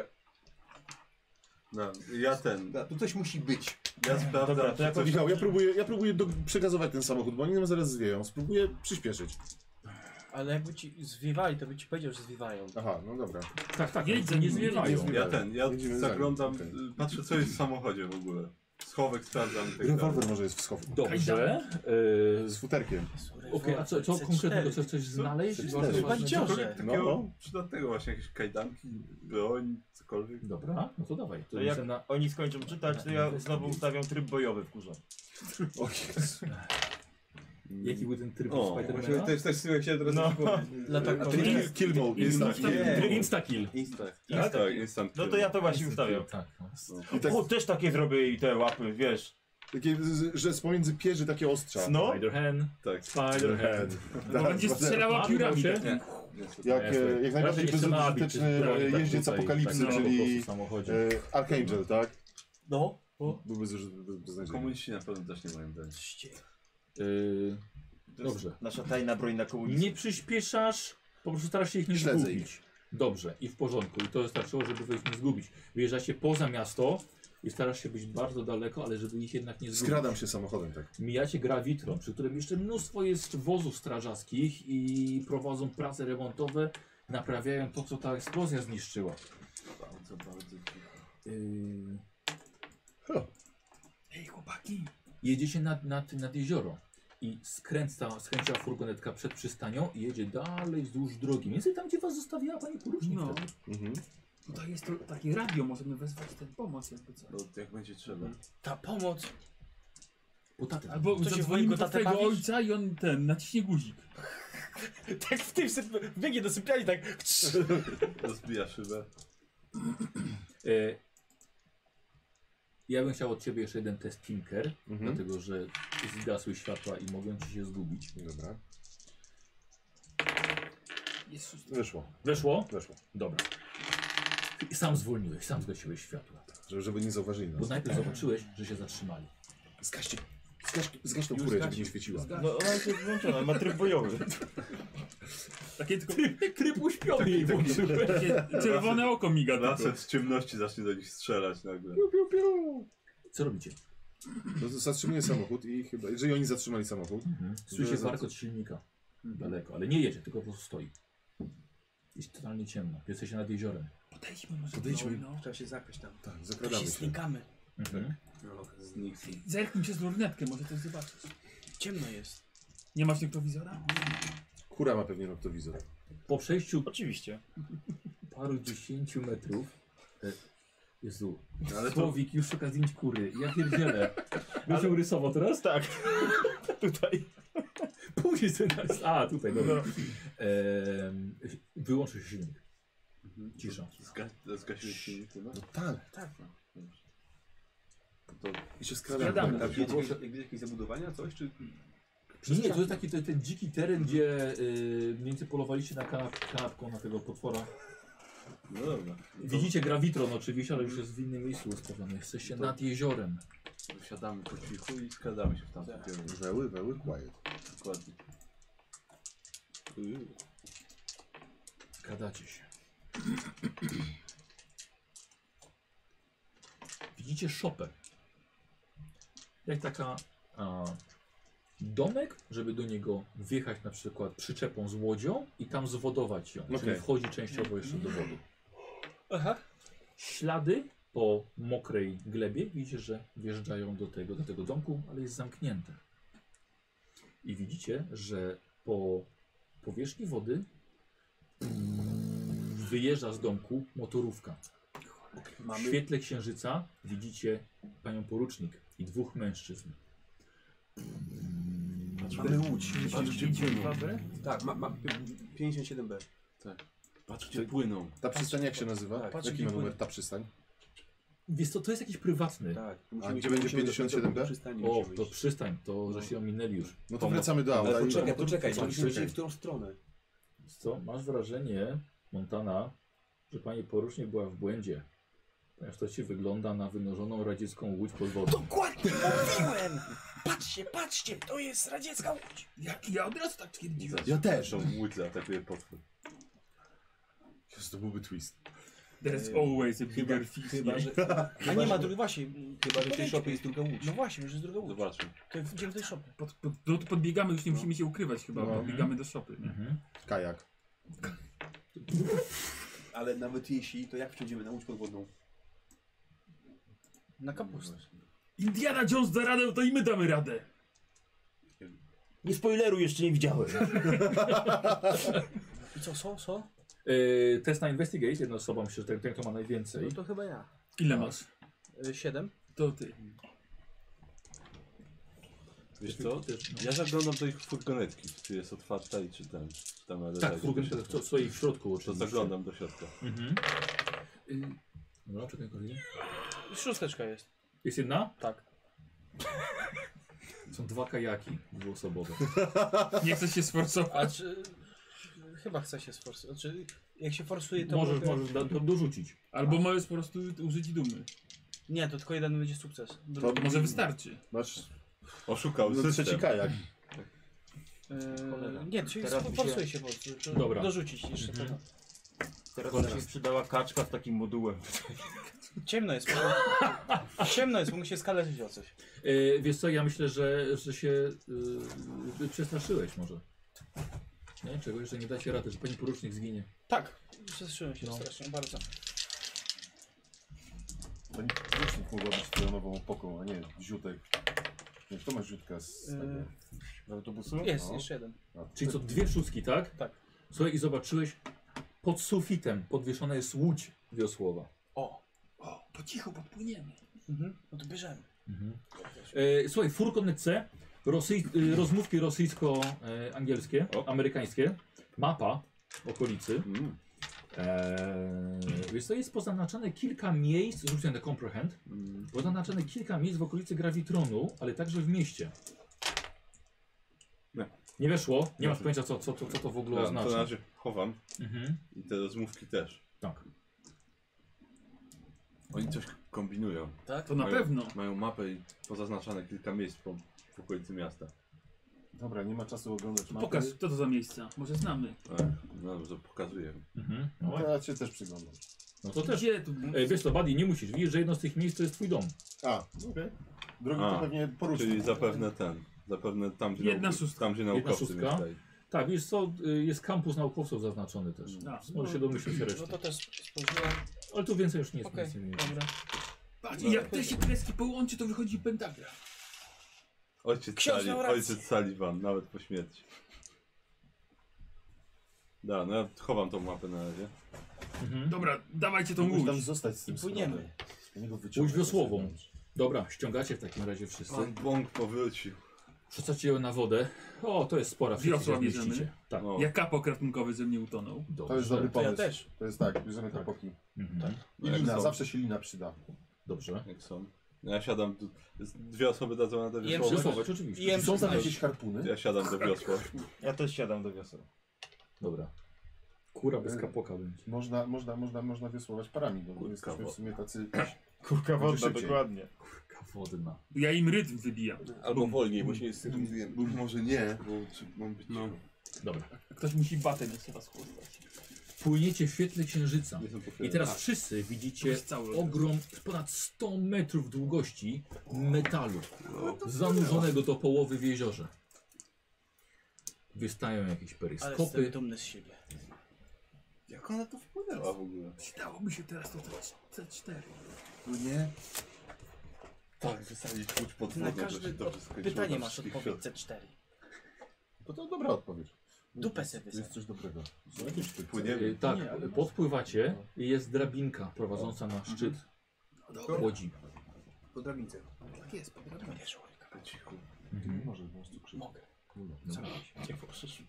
Speaker 3: No, ja ten.
Speaker 8: tu coś musi być.
Speaker 3: Ja sprawdzam.
Speaker 1: Dobra, to ja,
Speaker 3: czy coś-
Speaker 1: Michał, ja próbuję, ja próbuję do, przegazować ten samochód, bo oni nam zaraz zwieją. Spróbuję przyspieszyć.
Speaker 4: Ale jakby ci zwiewali, to by ci powiedział, że zwiewają.
Speaker 1: Aha, no dobra.
Speaker 2: Tak, tak,
Speaker 1: Jedź za nimi, jedź za nimi.
Speaker 3: Ja ten, ja
Speaker 1: Jedziemy za nim,
Speaker 3: zaglądam,
Speaker 1: okej.
Speaker 3: y, patrzę co jest w samochodzie w ogóle. Schowek sprawdzam. i tak dalej.
Speaker 1: Rewolwer może jest w schowku.
Speaker 2: Dobrze. E,
Speaker 1: Z futerkiem.
Speaker 2: Okej, a co, co konkretnego? Chcesz coś znaleźć?
Speaker 3: Co-
Speaker 2: Bardzo
Speaker 3: co-
Speaker 2: ważne.
Speaker 3: cokolwiek
Speaker 1: No,
Speaker 3: Takiego
Speaker 1: no.
Speaker 3: przydatnego właśnie, jakieś kajdanki, broń, cokolwiek.
Speaker 2: Dobra, no to dawaj. To
Speaker 5: To jak
Speaker 2: jestem na...
Speaker 5: oni skończą czytać, to ja znowu ustawiam tryb bojowy w kurze.
Speaker 2: Jaki był ten tryb
Speaker 8: O, właśnie
Speaker 2: Spidermana?
Speaker 8: też, też sobie chciałem teraz
Speaker 5: No.
Speaker 8: A
Speaker 5: Dlatego-
Speaker 8: ty tak, nie-
Speaker 5: Kill- kill mode,
Speaker 8: Insta-
Speaker 5: instant kill.
Speaker 8: nie.
Speaker 5: Tryb
Speaker 2: Instakill.
Speaker 5: Tak?
Speaker 3: Instant, instant
Speaker 5: No to
Speaker 3: kill.
Speaker 5: ja to właśnie
Speaker 2: Instant kill,
Speaker 5: ustawiam.
Speaker 2: tak, no.
Speaker 1: I tak-
Speaker 5: O, też takie zrobię i te łapy, wiesz.
Speaker 1: Takie, z- że z pomiędzy pierzy takie ostrza.
Speaker 5: No.
Speaker 2: Spider-Hen.
Speaker 3: Tak.
Speaker 2: Spider-Hen. tak,
Speaker 1: Tak,
Speaker 2: będzie
Speaker 1: właśnie.
Speaker 2: strzelała piórami.
Speaker 1: Jak,
Speaker 2: Nie.
Speaker 1: e, jak najbardziej bezużyteczny
Speaker 2: tak,
Speaker 1: e, jeździec apokalipsy, czyli
Speaker 2: no,
Speaker 1: e, Archangel, tak?
Speaker 4: No.
Speaker 1: Byłby zużyty beznadziejny.
Speaker 3: Komuniści na pewno też nie mają dać.
Speaker 1: E,
Speaker 2: Yy,
Speaker 5: To jest
Speaker 2: Dobrze.
Speaker 5: Nasza tajna broń na komunizm.
Speaker 2: Nie przyspieszasz, po prostu starasz się ich nie
Speaker 1: Śledzę
Speaker 2: zgubić. Dobrze, i w porządku. I to wystarczyło, żeby wy ich nie zgubić. Wyjeżdżacie poza miasto i starasz się być bardzo daleko, ale żeby ich jednak nie zgubić.
Speaker 1: Skradam się samochodem, tak.
Speaker 2: Mijacie grawitron, przy którym jeszcze mnóstwo jest wozów strażackich i prowadzą prace remontowe, naprawiają to, co ta eksplozja zniszczyła.
Speaker 3: Bardzo, bardzo cicho.
Speaker 2: Yy,
Speaker 12: Ej, chłopaki.
Speaker 2: jedziecie nad, nad, nad jezioro i skręca, skręca furgonetka przed przystanią i jedzie dalej wzdłuż drogi. Mniej więcej tam, gdzie was zostawiła pani porucznik
Speaker 12: No.
Speaker 2: wtedy.
Speaker 9: Mhm.
Speaker 12: Tutaj jest to takie radio, możemy wezwać tę pomoc jakby co.
Speaker 3: No, jak będzie trzeba.
Speaker 4: Ta pomoc.
Speaker 2: Bo tatę
Speaker 9: Albo
Speaker 4: Co się
Speaker 9: zadzwonimy
Speaker 4: w
Speaker 9: do
Speaker 4: tatę
Speaker 9: twojego
Speaker 4: bawisz?
Speaker 9: ojca i on ten, naciśnie guzik.
Speaker 4: Tak w tym syp... biegnie do sypialni, tak...
Speaker 3: Rozbija szybę.
Speaker 2: E, ja bym chciał od ciebie jeszcze jeden test Tinker, dlatego że zgasły światła i mogą ci się zgubić.
Speaker 1: Dobra.
Speaker 12: Jezus.
Speaker 1: Wyszło.
Speaker 2: Weszło?
Speaker 1: Weszło.
Speaker 2: Dobra. I Sam zwolniłeś, sam zgasiłeś światła.
Speaker 1: Żeby, żeby nie zauważyli
Speaker 2: Bo
Speaker 1: nas.
Speaker 2: najpierw zobaczyłeś, że się zatrzymali.
Speaker 1: Zgaście. Zgaś, zgaś tą kurę, żeby nie świeciła.
Speaker 5: No ona jest włączona, ma tryb bojowy.
Speaker 9: Takie tylko...
Speaker 2: Tryb uśpiony jej włączyłem.
Speaker 9: Takie czerwone oko miga tylko.
Speaker 3: Laser z ciemności zacznie do nich strzelać nagle.
Speaker 2: Co robicie?
Speaker 1: No, to zatrzymuję samochód i chyba, jeżeli oni zatrzymali samochód,
Speaker 2: Słyszy
Speaker 1: Że za-
Speaker 2: warkot silnika daleko, ale nie jedzie, tylko po prostu stoi. Jest totalnie ciemno, jesteście nad jeziorem.
Speaker 12: Podejdźmy może
Speaker 1: Podejdźmy.
Speaker 12: do no.
Speaker 8: Trzeba się zakraść tam.
Speaker 1: tak,
Speaker 12: To się
Speaker 1: zakradamy się.
Speaker 12: znikamy.
Speaker 2: Mhm.
Speaker 1: Tak, no,
Speaker 3: Zniknij.
Speaker 9: Zerknij się z lornetkę, może coś zobaczysz.
Speaker 12: Ciemno jest.
Speaker 9: Nie masz niektowizora?
Speaker 1: Kura ma pewnie noktowizor.
Speaker 2: Po przejściu
Speaker 5: Oczywiście.
Speaker 2: paru dziesięciu metrów. e, Jezu,
Speaker 3: Ale to-
Speaker 2: Słowik już szuka zdjęć kury. Ja pierdzielę. Będziesz ją rysował teraz?
Speaker 5: Tak.
Speaker 2: Tutaj. Później scenariusz. A, tutaj, dobra. Ehm, wyłączył się silnik. Cisza.
Speaker 3: Zga- Zgasiłeś silnik chyba?
Speaker 1: No tak.
Speaker 8: Tak.
Speaker 3: To
Speaker 1: I się skradamy.
Speaker 7: Tak,
Speaker 2: Skradamy.
Speaker 8: A
Speaker 1: no.
Speaker 8: wiecie jakieś- jakieś jakieś zabudowania, coś? Czy...
Speaker 2: Nie, nie, to jest taki ten, ten dziki teren, gdzie y, między polowaliście na kanap, kanapką na tego potwora.
Speaker 3: No dobra.
Speaker 2: Widzicie grawitron oczywiście, ale już jest w innym miejscu ustawiony. Jesteście
Speaker 3: To-
Speaker 2: nad jeziorem.
Speaker 3: Wysiadamy po cichu i skradamy się w tamtym kierunku.
Speaker 1: Weły, weły, quiet.
Speaker 3: Dokładnie.
Speaker 2: Gadacie się. Widzicie szopę. Jak taka a, domek, żeby do niego wjechać na przykład przyczepą z łodzią i tam zwodować ją. Czyli
Speaker 1: Okej.
Speaker 2: wchodzi częściowo jeszcze do wody.
Speaker 4: Aha.
Speaker 2: Ślady po mokrej glebie widzicie, że wjeżdżają do tego, do tego domku, ale jest zamknięte. I widzicie, że po powierzchni wody wyjeżdża z domku motorówka. W świetle księżyca widzicie panią porucznik i dwóch mężczyzn.
Speaker 8: Mamy łódź.
Speaker 3: Patrz, gdzie płyną.
Speaker 8: Tak, ma, ma 57B.
Speaker 3: Tak. Patrz, gdzie płyną.
Speaker 1: Ta przystań jak się nazywa?
Speaker 8: Tak, patrz,
Speaker 1: Jaki
Speaker 8: gdzie
Speaker 1: ma numer
Speaker 8: płynie.
Speaker 1: ta przystań?
Speaker 2: Wiesz co, to jest jakiś prywatny.
Speaker 8: Tak.
Speaker 1: A gdzie będzie 57B?
Speaker 2: O, to przystań, to żeście ominęli już.
Speaker 1: No to wracamy do auta.
Speaker 8: Ale
Speaker 1: i-
Speaker 8: poczekaj, poczekaj,
Speaker 2: Co,
Speaker 8: bo musimy
Speaker 2: czekaj.
Speaker 8: wiedzieć, w którą stronę.
Speaker 2: Co, masz wrażenie, Montana, że pani porucznik była w błędzie. Ponieważ to ci wygląda na wynożoną radziecką łódź pod wodą.
Speaker 4: Dokładnie mówiłem! Patrzcie, patrzcie, to jest radziecka łódź.
Speaker 9: Ja, ja od razu tak twierdziłem.
Speaker 1: Ja też.
Speaker 3: To łódź zaatakuje potwór.
Speaker 1: Jezu, to byłby twist.
Speaker 9: There's always a
Speaker 8: Chyba,
Speaker 9: bigger fish.
Speaker 8: chyba,
Speaker 9: nie?
Speaker 8: że...
Speaker 4: A nie ma drugiej, właśnie.
Speaker 8: Chyba, że w tej szopie jest druga łódź.
Speaker 4: No właśnie, że jest druga łódź.
Speaker 3: Zobaczmy.
Speaker 4: To idziemy do tej szopy.
Speaker 9: Pod, pod, no to podbiegamy, już nie musimy się ukrywać chyba,
Speaker 1: No.
Speaker 9: podbiegamy do szopy. Nie?
Speaker 1: Kajak.
Speaker 8: Ale nawet jeśli, to jak wsiądziemy na łódź podwodną?
Speaker 4: Na kapustę.
Speaker 9: Indiana Jones da radę, to i my damy radę.
Speaker 13: Nie spoileruj, jeszcze nie widziałem.
Speaker 4: I co, co, co?
Speaker 2: Yy, test na investigate, jedna osoba myślę, że ten, ten kto ma najwięcej.
Speaker 4: No to chyba ja.
Speaker 9: Ile masz?
Speaker 4: Y, Siedem.
Speaker 9: To ty.
Speaker 3: Wiesz co? Ja zaglądam do ich furgonetki, czy jest otwarta i czy tam. Czy tam ale
Speaker 2: Tak, furgonetka
Speaker 3: do środka.
Speaker 2: to stoi w środku
Speaker 3: To
Speaker 2: oczywiście.
Speaker 3: zaglądam do środka.
Speaker 2: Mhm. Yy, dobra, czekaj, kolejny.
Speaker 4: Szósteczka jest.
Speaker 2: Jest jedna?
Speaker 4: Tak.
Speaker 2: Są dwa kajaki dwuosobowe.
Speaker 9: Nie chcesz się sforcować.
Speaker 4: A czy... Chyba chce się sforsować. Znaczy, jak się forsuje, to...
Speaker 2: Możesz,
Speaker 4: mogę-
Speaker 2: możesz da, do, dorzucić.
Speaker 9: Albo możesz po prostu użyć dumy.
Speaker 4: Nie, to tylko jeden będzie sukces.
Speaker 9: To
Speaker 4: Drugi.
Speaker 9: może wystarczy.
Speaker 1: Masz
Speaker 3: Oszukał
Speaker 1: no, trzeci
Speaker 3: system.
Speaker 1: kajak.
Speaker 4: Yy, nie, to się
Speaker 2: Teraz mi
Speaker 4: forsuje się po prostu. to
Speaker 2: Dobra. Mhm.
Speaker 4: Dorzucić jeszcze tego.
Speaker 13: Teraz by się sprzedała kaczka z takim modułem.
Speaker 4: Ciemno jest. bo- Ciemno jest, bo musi się skalerzyć o coś.
Speaker 2: Yy, wiesz co, ja myślę, że, że się yy, przestraszyłeś może. Nie? Czegoś, że nie dacie rady, że pani porucznik zginie.
Speaker 4: Tak, przestraszyłem się
Speaker 2: No.
Speaker 4: strasznie bardzo.
Speaker 1: To nie Zresztą mogła być twoją nową opoką, a nie ziutek. Nie, kto ma ziutka z tego?
Speaker 4: Yy.
Speaker 1: Z autobusu?
Speaker 4: Jest,
Speaker 1: No.
Speaker 4: jeszcze jeden.
Speaker 1: A,
Speaker 2: Czyli co, dwie szóstki, tak?
Speaker 4: Tak.
Speaker 2: Słuchaj, i zobaczyłeś, pod sufitem podwieszona jest łódź wiosłowa.
Speaker 4: O,
Speaker 9: O, po cichu podpłyniemy.
Speaker 4: mhm. no to bierzemy.
Speaker 2: E, słuchaj, w furgonetce rosy, e, rozmówki rosyjsko-angielskie, amerykańskie, mapa okolicy.
Speaker 3: Mm.
Speaker 2: E, wiesz co, jest pozaznaczane kilka miejsc, rzucę na comprehend,
Speaker 3: Mm.
Speaker 2: pozaznaczane kilka miejsc w okolicy grawitronu, ale także w mieście.
Speaker 3: Nie.
Speaker 2: Nie weszło? Nie masz
Speaker 3: Nie.
Speaker 2: pojęcia co, co, co, co to w ogóle
Speaker 3: Dobra, Tak, To znaczy- na
Speaker 2: oznacza.
Speaker 3: razie chowam
Speaker 2: Mhm.
Speaker 3: i te rozmówki też.
Speaker 2: Tak.
Speaker 3: Oni coś kombinują.
Speaker 4: Tak?
Speaker 9: To na
Speaker 3: mają,
Speaker 9: pewno.
Speaker 3: Mają mapę i pozaznaczane kilka miejsc po, w okolicy miasta.
Speaker 1: Dobra, nie ma czasu oglądać mapy.
Speaker 9: Pokaż, co to za miejsca. Może znamy.
Speaker 3: Tak, no dobrze, pokazuję.
Speaker 2: Mhm.
Speaker 1: No, to ja cię też przyglądam.
Speaker 2: No to też.
Speaker 9: Gdzie tu?
Speaker 2: E, wiesz co, Buddy, nie musisz. Widzisz, że jedno z tych miejsc to jest twój dom.
Speaker 1: A, okej. Drugi
Speaker 3: A,
Speaker 1: to pewnie porucznik.
Speaker 3: Czyli zapewne ten. Zapewne tam, gdzie,
Speaker 9: Jedna
Speaker 3: nauk-
Speaker 9: szóstka.
Speaker 3: tam, gdzie naukowcy
Speaker 2: szóstka.
Speaker 3: mieszkali.
Speaker 2: Tak, wiesz co, y, jest kampus naukowców zaznaczony też.
Speaker 9: A,
Speaker 2: Może się domyślić
Speaker 4: No
Speaker 2: reszty.
Speaker 4: to też spojrzałem.
Speaker 2: Ale tu więcej już nie jest.
Speaker 4: Okej,
Speaker 2: nic nie mieli.
Speaker 4: dobra.
Speaker 9: Patrz, jak te się kreski połączy, to wychodzi pentagram.
Speaker 3: Ojciec,
Speaker 4: Ksiądz
Speaker 3: Sali,
Speaker 4: miał rację.
Speaker 3: ojciec Sullivan, nawet po śmierci. Da, no ja chowam tą mapę na razie.
Speaker 2: Mhm.
Speaker 9: Dobra, dawajcie tą
Speaker 1: Mógłbyś tam
Speaker 9: łódź.
Speaker 1: zostać z tym
Speaker 4: Płyniemy.
Speaker 2: Łódź wiosłową. Dobra, ściągacie w takim razie wszyscy.
Speaker 4: Tak.
Speaker 3: Pan Bąk powrócił.
Speaker 2: Wrzucacie ją na wodę. O, to jest spora. wszyscy się
Speaker 9: Wiosła bierzemy?
Speaker 2: zmieścicie. Tak.
Speaker 3: No,
Speaker 9: Jak kapo kratunkowy ze mnie utonął.
Speaker 2: Dobrze.
Speaker 1: To jest dobry tak.
Speaker 4: To ja
Speaker 1: pomysł.
Speaker 4: też.
Speaker 1: To jest tak, bierzemy kapoki.
Speaker 2: Mhm.
Speaker 1: I
Speaker 3: Jak
Speaker 1: lina,
Speaker 3: są.
Speaker 1: zawsze się lina przyda.
Speaker 2: Dobrze.
Speaker 3: jak są. No, Ja siadam, tu, z- dwie osoby dadzą na te
Speaker 4: Jem
Speaker 3: wiosło.
Speaker 2: Wiosłować oczywiście.
Speaker 4: Jem
Speaker 1: Są tam
Speaker 4: przyznaję.
Speaker 1: jakieś harpuny?
Speaker 3: Ja siadam do wiosła.
Speaker 13: Ja też siadam do wiosła.
Speaker 2: Dobra. Kura
Speaker 1: E,
Speaker 2: bez kapoka będzie.
Speaker 1: Można, można, można, można wiosłować parami, bo
Speaker 3: Kurka
Speaker 1: jesteśmy w
Speaker 3: wodna.
Speaker 1: sumie tacy...
Speaker 13: Kurka
Speaker 1: wodna,
Speaker 13: wodna, dokładnie.
Speaker 2: Kurka wodna.
Speaker 9: Ja im rytm wybijam.
Speaker 3: Albo wolniej, bo się nie synchronizuję. Może nie, bo czy mam być... No.
Speaker 2: Dobra.
Speaker 9: Ktoś musi batę jeszcze raz chłostać.
Speaker 2: Płyniecie w świetle księżyca.
Speaker 3: Jestem po
Speaker 2: I
Speaker 3: chwili.
Speaker 1: Tak.
Speaker 2: teraz
Speaker 3: A,
Speaker 2: wszyscy
Speaker 9: To
Speaker 2: widzicie
Speaker 9: jest cały
Speaker 2: ogrom ponad 100 metrów długości metalu, zanurzonego do połowy w jeziorze. Wystają jakieś
Speaker 4: Ale jestem
Speaker 2: peryskopy.
Speaker 4: dumny z siebie.
Speaker 3: Jak ona to wpłynęła w ogóle?
Speaker 9: Przydałoby się teraz to C4.
Speaker 1: No nie?
Speaker 3: Tak, wysadzić łódź pod
Speaker 4: Ty na
Speaker 3: wodę, to się
Speaker 4: każde
Speaker 3: dobrze
Speaker 4: od...
Speaker 3: skończyło.
Speaker 4: pytanie
Speaker 3: na
Speaker 4: masz
Speaker 3: wszystkich
Speaker 4: odpowiedź C4.
Speaker 1: To to dobra odpowiedź.
Speaker 4: Dupę sobie
Speaker 1: To jest coś dobrego.
Speaker 2: Płyniemy. Tak, podpływacie i jest drabinka prowadząca na szczyt
Speaker 8: Dobra.
Speaker 2: łodzi.
Speaker 8: Po drabince. Tak jest, po drabince.
Speaker 1: Po cichu. Nie może po prostu krzyczeć.
Speaker 8: Mogę.
Speaker 1: Nie możesz.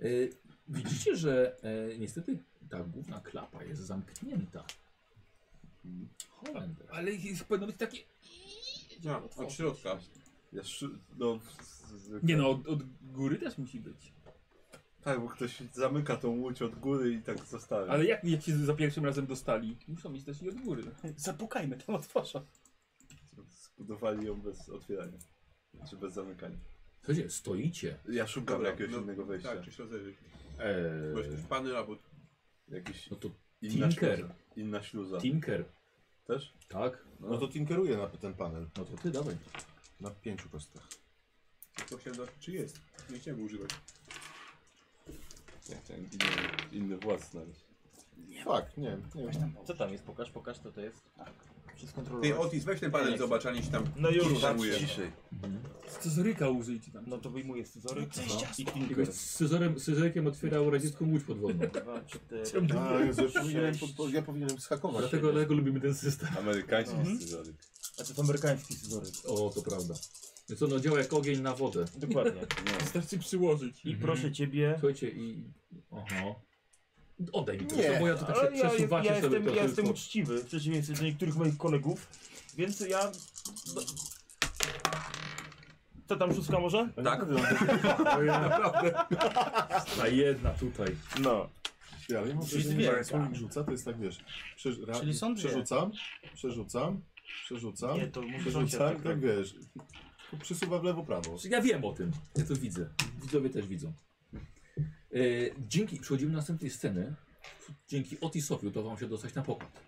Speaker 2: Y, Widzicie, że e, niestety ta główna klapa jest zamknięta. Holender.
Speaker 9: Ale ich powinno być takie...
Speaker 3: Ja, od środka. Ja szy... no, z, z,
Speaker 9: Nie no, od, od góry też musi być.
Speaker 3: Tak, bo ktoś zamyka tą łódź od góry i tak zostawia.
Speaker 9: Ale jak, jak się za pierwszym razem dostali? Muszą mieć też i od góry.
Speaker 4: Zapukajmy tam otworzą.
Speaker 3: Zbudowali ją bez otwierania. Czy bez zamykania.
Speaker 2: Słuchajcie, stoicie.
Speaker 3: Ja szukam
Speaker 8: Dobra,
Speaker 3: jakiegoś
Speaker 8: no,
Speaker 3: innego wejścia.
Speaker 8: tak, czy się rozejrzyj.
Speaker 2: Eee.
Speaker 8: Bo jakiś pany albo...
Speaker 3: Jakiś
Speaker 2: No to
Speaker 3: inna
Speaker 2: Tinker.
Speaker 3: śluza. Inna śluza.
Speaker 2: Tinker.
Speaker 3: Też?
Speaker 2: Tak.
Speaker 1: No to tinkeruję na ten panel.
Speaker 2: No to ty dawaj.
Speaker 1: Na pięciu kostkach.
Speaker 8: To się da, czy jest. Nie chciałem go używać.
Speaker 3: Ja chciałem inny, inny włas znaleźć.
Speaker 1: Fakt, nie. nie wiem.
Speaker 13: Co tam jest? Pokaż, pokaż, to to jest. Wszystko
Speaker 8: Ty Otis, weź ten panel zobacz, a nie ci tam
Speaker 5: No
Speaker 8: ciszej.
Speaker 3: ciszej.
Speaker 9: Scyzoryka użyjcie tam.
Speaker 13: No to wyjmuję scyzoryk
Speaker 2: No.
Speaker 13: no. i
Speaker 2: Jakbyś
Speaker 13: tinker.
Speaker 2: z scyzorem, scyzorykiem otwierał radziecką łódź podwodną.
Speaker 13: Dwa, cztery,
Speaker 1: A, Jezu, ja
Speaker 13: sześć.
Speaker 1: powinienem po- po- ja powinienem schakować.
Speaker 2: Dlatego, dlatego lubimy ten system.
Speaker 3: Amerykański
Speaker 13: Mhm.
Speaker 3: scyzoryk.
Speaker 13: A to amerykański scyzoryk.
Speaker 2: O, to prawda. Więc ono działa jak ogień na wodę.
Speaker 13: Dokładnie.
Speaker 9: Wystarczy przyłożyć.
Speaker 13: I proszę ciebie.
Speaker 2: Słuchajcie i... Oho. Odejmij to,
Speaker 13: Nie,
Speaker 2: bo ja tu tak
Speaker 13: ale
Speaker 2: się
Speaker 13: ja, ja,
Speaker 2: przesuwacie sobie
Speaker 13: jestem,
Speaker 2: to
Speaker 13: ja jestem
Speaker 2: tylko.
Speaker 13: uczciwy, w przeciwieństwie do niektórych moich kolegów, więc ja... no. Co tam szóstka może?
Speaker 8: Tak.
Speaker 2: Ta jedna tutaj.
Speaker 1: No. Ja, ale ja mam
Speaker 13: Czyli
Speaker 1: wrażenie,
Speaker 13: dwie.
Speaker 1: że jak słowik rzuca, to jest tak, wiesz, przeż, ra,
Speaker 13: Czyli są dwie.
Speaker 1: przerzucam, przerzucam, przerzucam,
Speaker 13: Nie, to muszą się
Speaker 1: przerzucam,
Speaker 13: tak
Speaker 1: tak, wiesz, tylko przesuwa w lewo, prawo.
Speaker 2: Ja wiem o tym. Ja to widzę. Widzowie też widzą. E, dzięki, przechodzimy do następnej sceny. Dzięki Otisowi udało wam się dostać na pokład.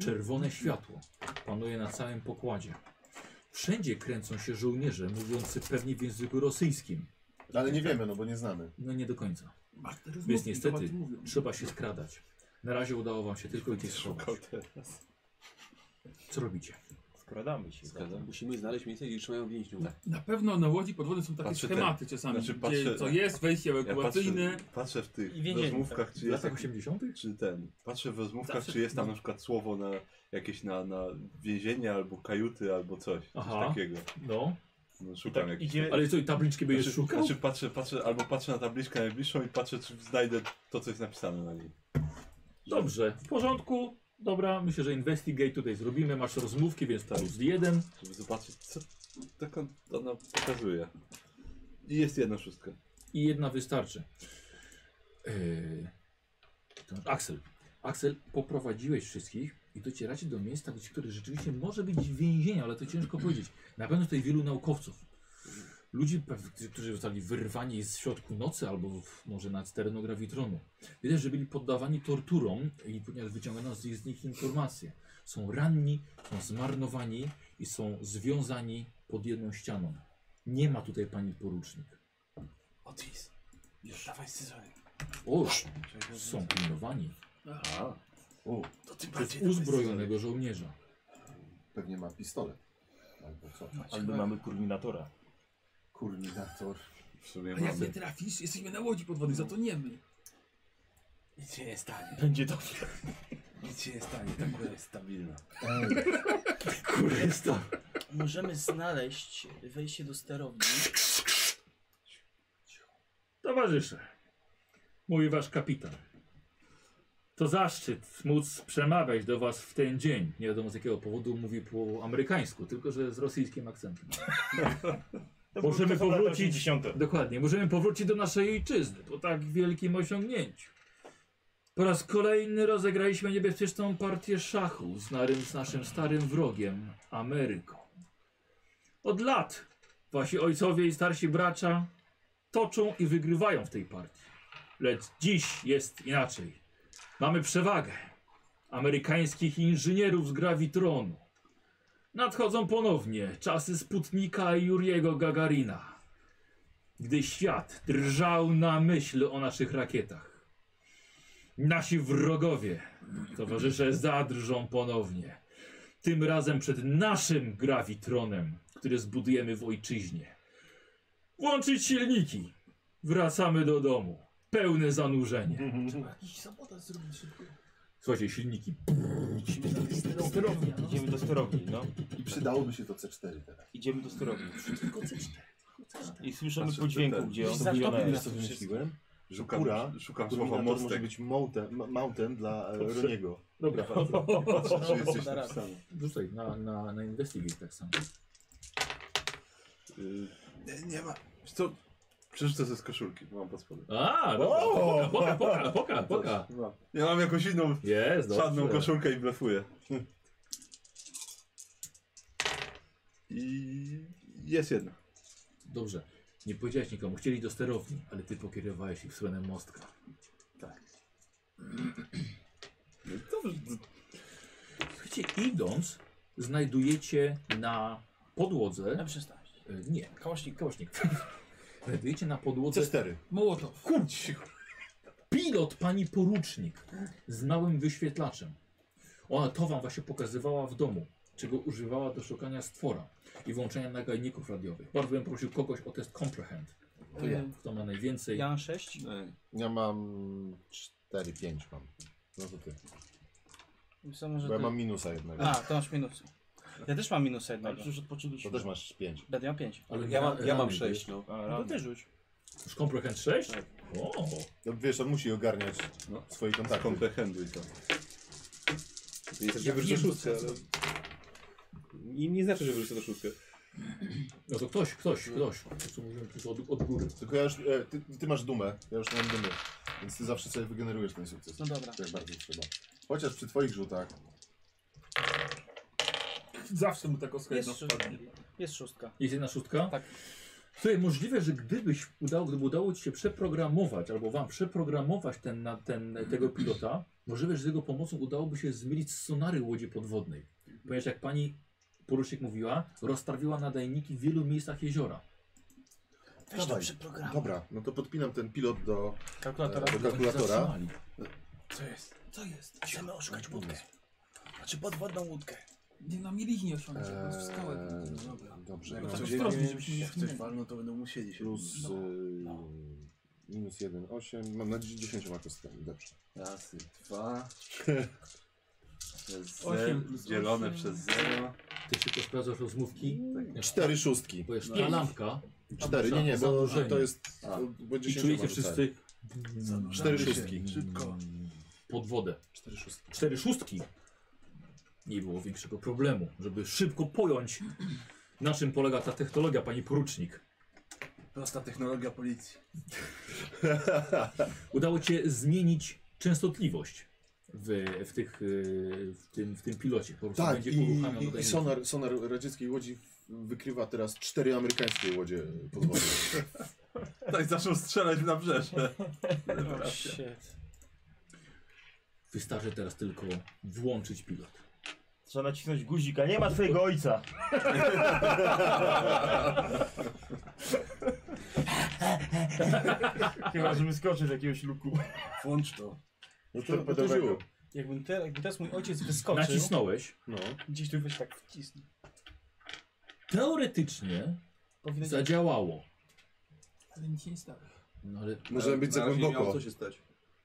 Speaker 2: Czerwone światło panuje na całym pokładzie. Wszędzie kręcą się żołnierze mówiący pewnie w języku rosyjskim.
Speaker 1: Ale nie wiemy, no bo nie znamy.
Speaker 2: No nie do końca. Więc niestety trzeba się skradać. Na razie udało wam się tylko gdzieś schować. Co robicie?
Speaker 13: Skradamy się.
Speaker 7: Musimy znaleźć miejsce, gdzie trzymają więźniów.
Speaker 9: Na pewno na łodzi pod wodą są takie
Speaker 3: Patrzę
Speaker 9: schematy
Speaker 3: ten-
Speaker 9: czasami,
Speaker 3: znaczy
Speaker 9: gdzie
Speaker 3: patrzę-
Speaker 9: co jest, wejście
Speaker 3: Ja
Speaker 9: ewakuacyjne.
Speaker 3: patrzę, patrzę w tych
Speaker 9: I więzienie,
Speaker 3: rozmówkach,
Speaker 9: tak.
Speaker 3: czy jest
Speaker 2: Latach
Speaker 3: tak,
Speaker 2: 80.?
Speaker 3: czy ten. Patrzę w rozmówkach,
Speaker 2: Zawsze-
Speaker 3: czy jest tam
Speaker 2: no.
Speaker 3: na przykład słowo na jakieś na, na więzienie albo kajuty albo coś,
Speaker 2: Aha.
Speaker 3: coś takiego.
Speaker 2: No.
Speaker 3: No, szukam
Speaker 13: tak
Speaker 3: jakichś
Speaker 13: idzie-
Speaker 3: takich.
Speaker 2: Ale co, i tabliczki będziesz
Speaker 3: znaczy,
Speaker 2: szukał?
Speaker 3: Znaczy patrzę, patrzę, albo patrzę na tabliczkę najbliższą i patrzę, czy znajdę to, co jest napisane na niej.
Speaker 2: Dobrze, w porządku. Dobra, myślę, że investigate tutaj zrobimy. Masz rozmówki, więc to plus jeden.
Speaker 3: Żeby zobaczyć, co tak on- ona pokazuje. I jest jedna szóstka.
Speaker 2: I jedna wystarczy. Yy, to- Aksel. Aksel, poprowadziłeś wszystkich i docieracie do miejsca, gdzie- które rzeczywiście może być więzienie, ale to ciężko powiedzieć. Na pewno tutaj wielu naukowców. Ludzi, pew- którzy zostali wyrwani z środku nocy albo w, może nad terenu grawitronu. Widać, że byli poddawani torturom i ponieważ wyciągano z, z nich informacje. Są ranni, są zmarnowani i są związani pod jedną ścianą. Nie ma tutaj pani porucznik.
Speaker 13: Otis, już dawaj scyzoryk.
Speaker 2: O, są pilnowani
Speaker 1: A, o,
Speaker 13: To
Speaker 2: przez
Speaker 13: tym bardziej
Speaker 2: uzbrojonego żołnierza.
Speaker 1: pewnie ma pistolet. Albo co?
Speaker 13: Albo mamy kurminatora.
Speaker 1: Kurminator.
Speaker 3: W sumie
Speaker 9: A jak nie
Speaker 3: mamy.
Speaker 9: trafisz, jesteśmy na łodzi pod wodą, zatoniemy.
Speaker 13: Nic się nie stanie. Będzie dobrze. Nic się nie stanie,
Speaker 9: Tak
Speaker 13: ta kura jest stabilna.
Speaker 2: Kurwa.
Speaker 4: Możemy znaleźć wejście do sterowni.
Speaker 26: Towarzysze, mówi wasz kapitan. To zaszczyt móc przemawiać do was w ten dzień.
Speaker 2: Nie wiadomo z jakiego powodu mówi po amerykańsku, tylko że z rosyjskim akcentem.
Speaker 26: Możemy
Speaker 13: To są lata
Speaker 26: powrócić.
Speaker 13: 80.
Speaker 2: Dokładnie, możemy powrócić do naszej ojczyzny po tak wielkim osiągnięciu. Po raz kolejny rozegraliśmy niebezpieczną partię szachu z, narym, z naszym starym wrogiem, Ameryką. Od lat wasi ojcowie i starsi bracia toczą i wygrywają w tej partii. Lecz dziś jest inaczej. Mamy przewagę amerykańskich inżynierów z grawitronu. Nadchodzą ponownie czasy Sputnika i Juriego Gagarina gdy świat drżał na myśl o naszych rakietach. Nasi wrogowie, towarzysze, zadrżą ponownie. Tym razem przed naszym grawitronem, który zbudujemy w ojczyźnie. Włączyć silniki, Wracamy do domu. Pełne zanurzenie.
Speaker 27: Trzeba jakiś sabotaż zrobić szybko.
Speaker 2: Słuchajcie, silniki.
Speaker 13: Sterowni. Idziemy do sterowni, no.
Speaker 1: I przydałoby się to C4 teraz.
Speaker 13: Idziemy do sterowni.
Speaker 1: Tylko C4.
Speaker 13: I słyszymy po dźwięku, gdzie on
Speaker 1: Za
Speaker 13: mówi
Speaker 1: to
Speaker 13: ona jest.
Speaker 1: co wymyśliłem? Że
Speaker 3: Szukam-
Speaker 1: kura,
Speaker 3: szukam
Speaker 1: którą
Speaker 3: słowa
Speaker 1: Minator
Speaker 3: mostek.
Speaker 1: może być mountem, ma- mountem dla e,
Speaker 2: Dobrze.
Speaker 1: Roniego.
Speaker 2: Dobra.
Speaker 1: Patrzę, czy jesteś
Speaker 2: Dobra.
Speaker 1: napisany.
Speaker 2: Rzucaj na, na, na investigate tak samo.
Speaker 3: y, Nie, nie ma. Wiesz co? Przeczytę ze z koszulki, bo mam pod spodem.
Speaker 2: A, dobra.
Speaker 3: O!
Speaker 2: Poka, poka, poka, poka.
Speaker 3: Coś, no. Ja mam jakąś inną
Speaker 2: Jest,
Speaker 3: czarną
Speaker 2: dobrze.
Speaker 3: koszulkę i blefuję. I jest jedna.
Speaker 2: Dobrze. Nie powiedziałeś nikomu, chcieli do sterowni, ale ty pokierowałeś ich w stronę mostka.
Speaker 3: Tak.
Speaker 2: No Słuchajcie, idąc, znajdujecie na podłodze. Na Nie. Kałaśnik. Kałaśnik. znajdujecie na podłodze.
Speaker 1: C4.
Speaker 2: Mołotow. Kurczę. Pilot pani porucznik z małym wyświetlaczem. Ona to wam właśnie pokazywała w domu, czego używała do szukania stwora i włączenia nagajników radiowych. Bardzo bym prosił kogoś o test comprehend. Kto,
Speaker 4: Ja.
Speaker 2: kto ma najwięcej?
Speaker 4: Ja mam 6.
Speaker 1: Ja mam 4, 5 mam. No to ty.
Speaker 4: Co, może
Speaker 1: Bo ja
Speaker 4: ty-
Speaker 1: mam minusa jednego.
Speaker 4: A, to masz minusy. Ja też mam minusa jednego.
Speaker 1: Ale przecież odpoczyliśmy. To też masz 5.
Speaker 4: Będę miał 5.
Speaker 2: Ale
Speaker 1: Ja mam- ja mam
Speaker 2: rany,
Speaker 1: sześć, Tak.
Speaker 2: wiesz?
Speaker 1: no. A,
Speaker 4: No to
Speaker 1: rany.
Speaker 4: ty rzuć.
Speaker 2: Już comprehend 6? O.
Speaker 1: No wiesz, on musi ogarniać swoje kontakty.
Speaker 3: Komprehenduj to.
Speaker 8: Jest ja wyrzucę szóstkę, ale... I nie znaczy, że wyrzucę do szóstkę.
Speaker 2: No to ktoś, ktoś, ktoś. To co mówiłem, to od, od góry.
Speaker 1: Tylko ja już, e, ty, ty masz dumę, ja już mam dumę. Więc ty zawsze sobie wygenerujesz ten sukces.
Speaker 4: No dobra.
Speaker 1: Tak bardzo trzeba. Chociaż przy twoich rzutach.
Speaker 9: Zawsze mu tak oska jedna
Speaker 4: Jest, szóstka.
Speaker 9: wpadnie.
Speaker 4: jest szóstka.
Speaker 2: Jest jedna szóstka? Tak. Słuchaj, możliwe, że gdybyś udało, gdyby udało ci się przeprogramować, albo wam przeprogramować ten, na, ten, tego pilota, możliwe, że z jego pomocą udałoby się zmylić sonary łodzi podwodnej. Ponieważ jak pani porucznik mówiła, rozstawiła nadajniki w wielu miejscach jeziora.
Speaker 1: Dawaj. Dobra, no to podpinam ten pilot do
Speaker 4: Kalkulatora.
Speaker 1: e, Do kalkulatora.
Speaker 2: Zatrzymali.
Speaker 4: Co jest? Co jest? Chcemy oszukać
Speaker 1: E,
Speaker 4: łódkę. Znaczy podwodną łódkę.
Speaker 9: Nie na mieliźnie osiągnie,
Speaker 1: Eee,
Speaker 9: eee, w skałę. No dobra.
Speaker 1: Dobrze.
Speaker 9: No tak
Speaker 1: Codziennie
Speaker 9: ostrożnie, żebyśmy nie
Speaker 1: jak coś
Speaker 9: wsunęli.
Speaker 1: walną, to będą musieli się. Plus
Speaker 9: No,
Speaker 1: y, minus 1, 8. Mam na 10 ma kostkami, dobrze.
Speaker 3: Raz, dwa. Jest
Speaker 9: Osiem
Speaker 3: zer,
Speaker 9: plus
Speaker 3: dzielone
Speaker 9: osiem.
Speaker 3: przez zero.
Speaker 2: Ty szybko sprawdzasz rozmówki.
Speaker 1: Cztery szóstki.
Speaker 2: Bo jest
Speaker 1: Pięć.
Speaker 2: ta lampka.
Speaker 1: Cztery, nie, nie, bo że to jest. to będzie
Speaker 2: I
Speaker 1: się
Speaker 2: czujecie
Speaker 1: chyba
Speaker 2: wszyscy
Speaker 1: rzucali. Cztery szóstki.
Speaker 2: Szybko.
Speaker 1: no,
Speaker 2: Pod wodę. Cztery szóstki. Nie było większego problemu, żeby szybko pojąć, na czym polega ta technologia, pani porucznik.
Speaker 28: Prosta technologia policji.
Speaker 2: Udało ci się zmienić częstotliwość w, w, tych, y, w, tym, w tym pilocie. Po prostu
Speaker 1: Tak,
Speaker 2: będzie
Speaker 1: i,
Speaker 2: uruchamiał
Speaker 1: i, i sonar, sonar radzieckiej łodzi w- wykrywa teraz cztery amerykańskie łodzie pod wodą.
Speaker 3: Tak zaczął strzelać na brzeże.
Speaker 4: Oh, shit.
Speaker 2: Wystarczy teraz tylko włączyć pilot.
Speaker 13: Trzeba nacisnąć guzika. Nie ma twojego ojca. Chyba, że wyskoczy z jakiegoś luku.
Speaker 28: Włącz to.
Speaker 1: No
Speaker 4: to- no to żyło. Jakbym te, jakby teraz mój ojciec wyskoczył.
Speaker 2: Nacisnąłeś.
Speaker 1: No.
Speaker 4: Gdzieś tu weź tak wcisnął.
Speaker 2: Teoretycznie
Speaker 4: Powinien-
Speaker 2: zadziałało.
Speaker 9: Ale nic się nie stało.
Speaker 2: No ale
Speaker 1: Możemy być za
Speaker 8: Na razie nie
Speaker 1: głęboko.
Speaker 8: miało co się stać.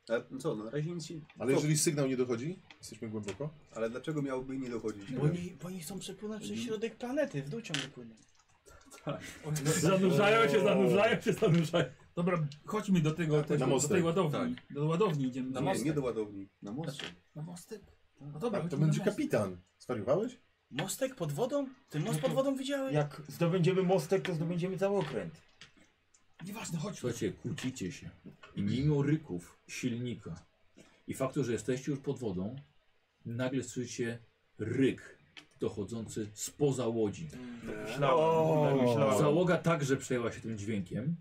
Speaker 8: Ale co, no? na razie nic się...
Speaker 1: Ale
Speaker 8: Co?
Speaker 1: jeżeli sygnał nie dochodzi, jesteśmy głęboko.
Speaker 8: Ale dlaczego miałoby nie dochodzić?
Speaker 4: Bo oni, bo oni chcą przepłynąć przez środek planety, w dół ciągle płyną.
Speaker 9: Zanurzają się, zanurzają się, zanurzają. no, Dobra, chodźmy do tego,
Speaker 1: na
Speaker 9: tego do
Speaker 1: mostek.
Speaker 9: tej ładowni. Do ładowni idziemy.
Speaker 8: Nie, nie do ładowni.
Speaker 3: Na mostek.
Speaker 9: Na mostek? No
Speaker 1: A,
Speaker 9: dobra,
Speaker 1: tak, to
Speaker 9: chodźmy
Speaker 1: będzie
Speaker 9: na mostek.
Speaker 1: kapitan. Zwariowałeś?
Speaker 4: Mostek pod wodą? Ty most pod wodą widziałeś?
Speaker 13: Jak zdobędziemy mostek, to zdobędziemy cały okręt.
Speaker 9: Nieważne, chodź.
Speaker 2: Słuchajcie, kłócicie się. I mimo ryków silnika i faktu, że jesteście już pod wodą, nagle słyszycie ryk dochodzący spoza łodzi.
Speaker 13: Myślałem, o, myślałem.
Speaker 2: Załoga także przejęła się tym dźwiękiem,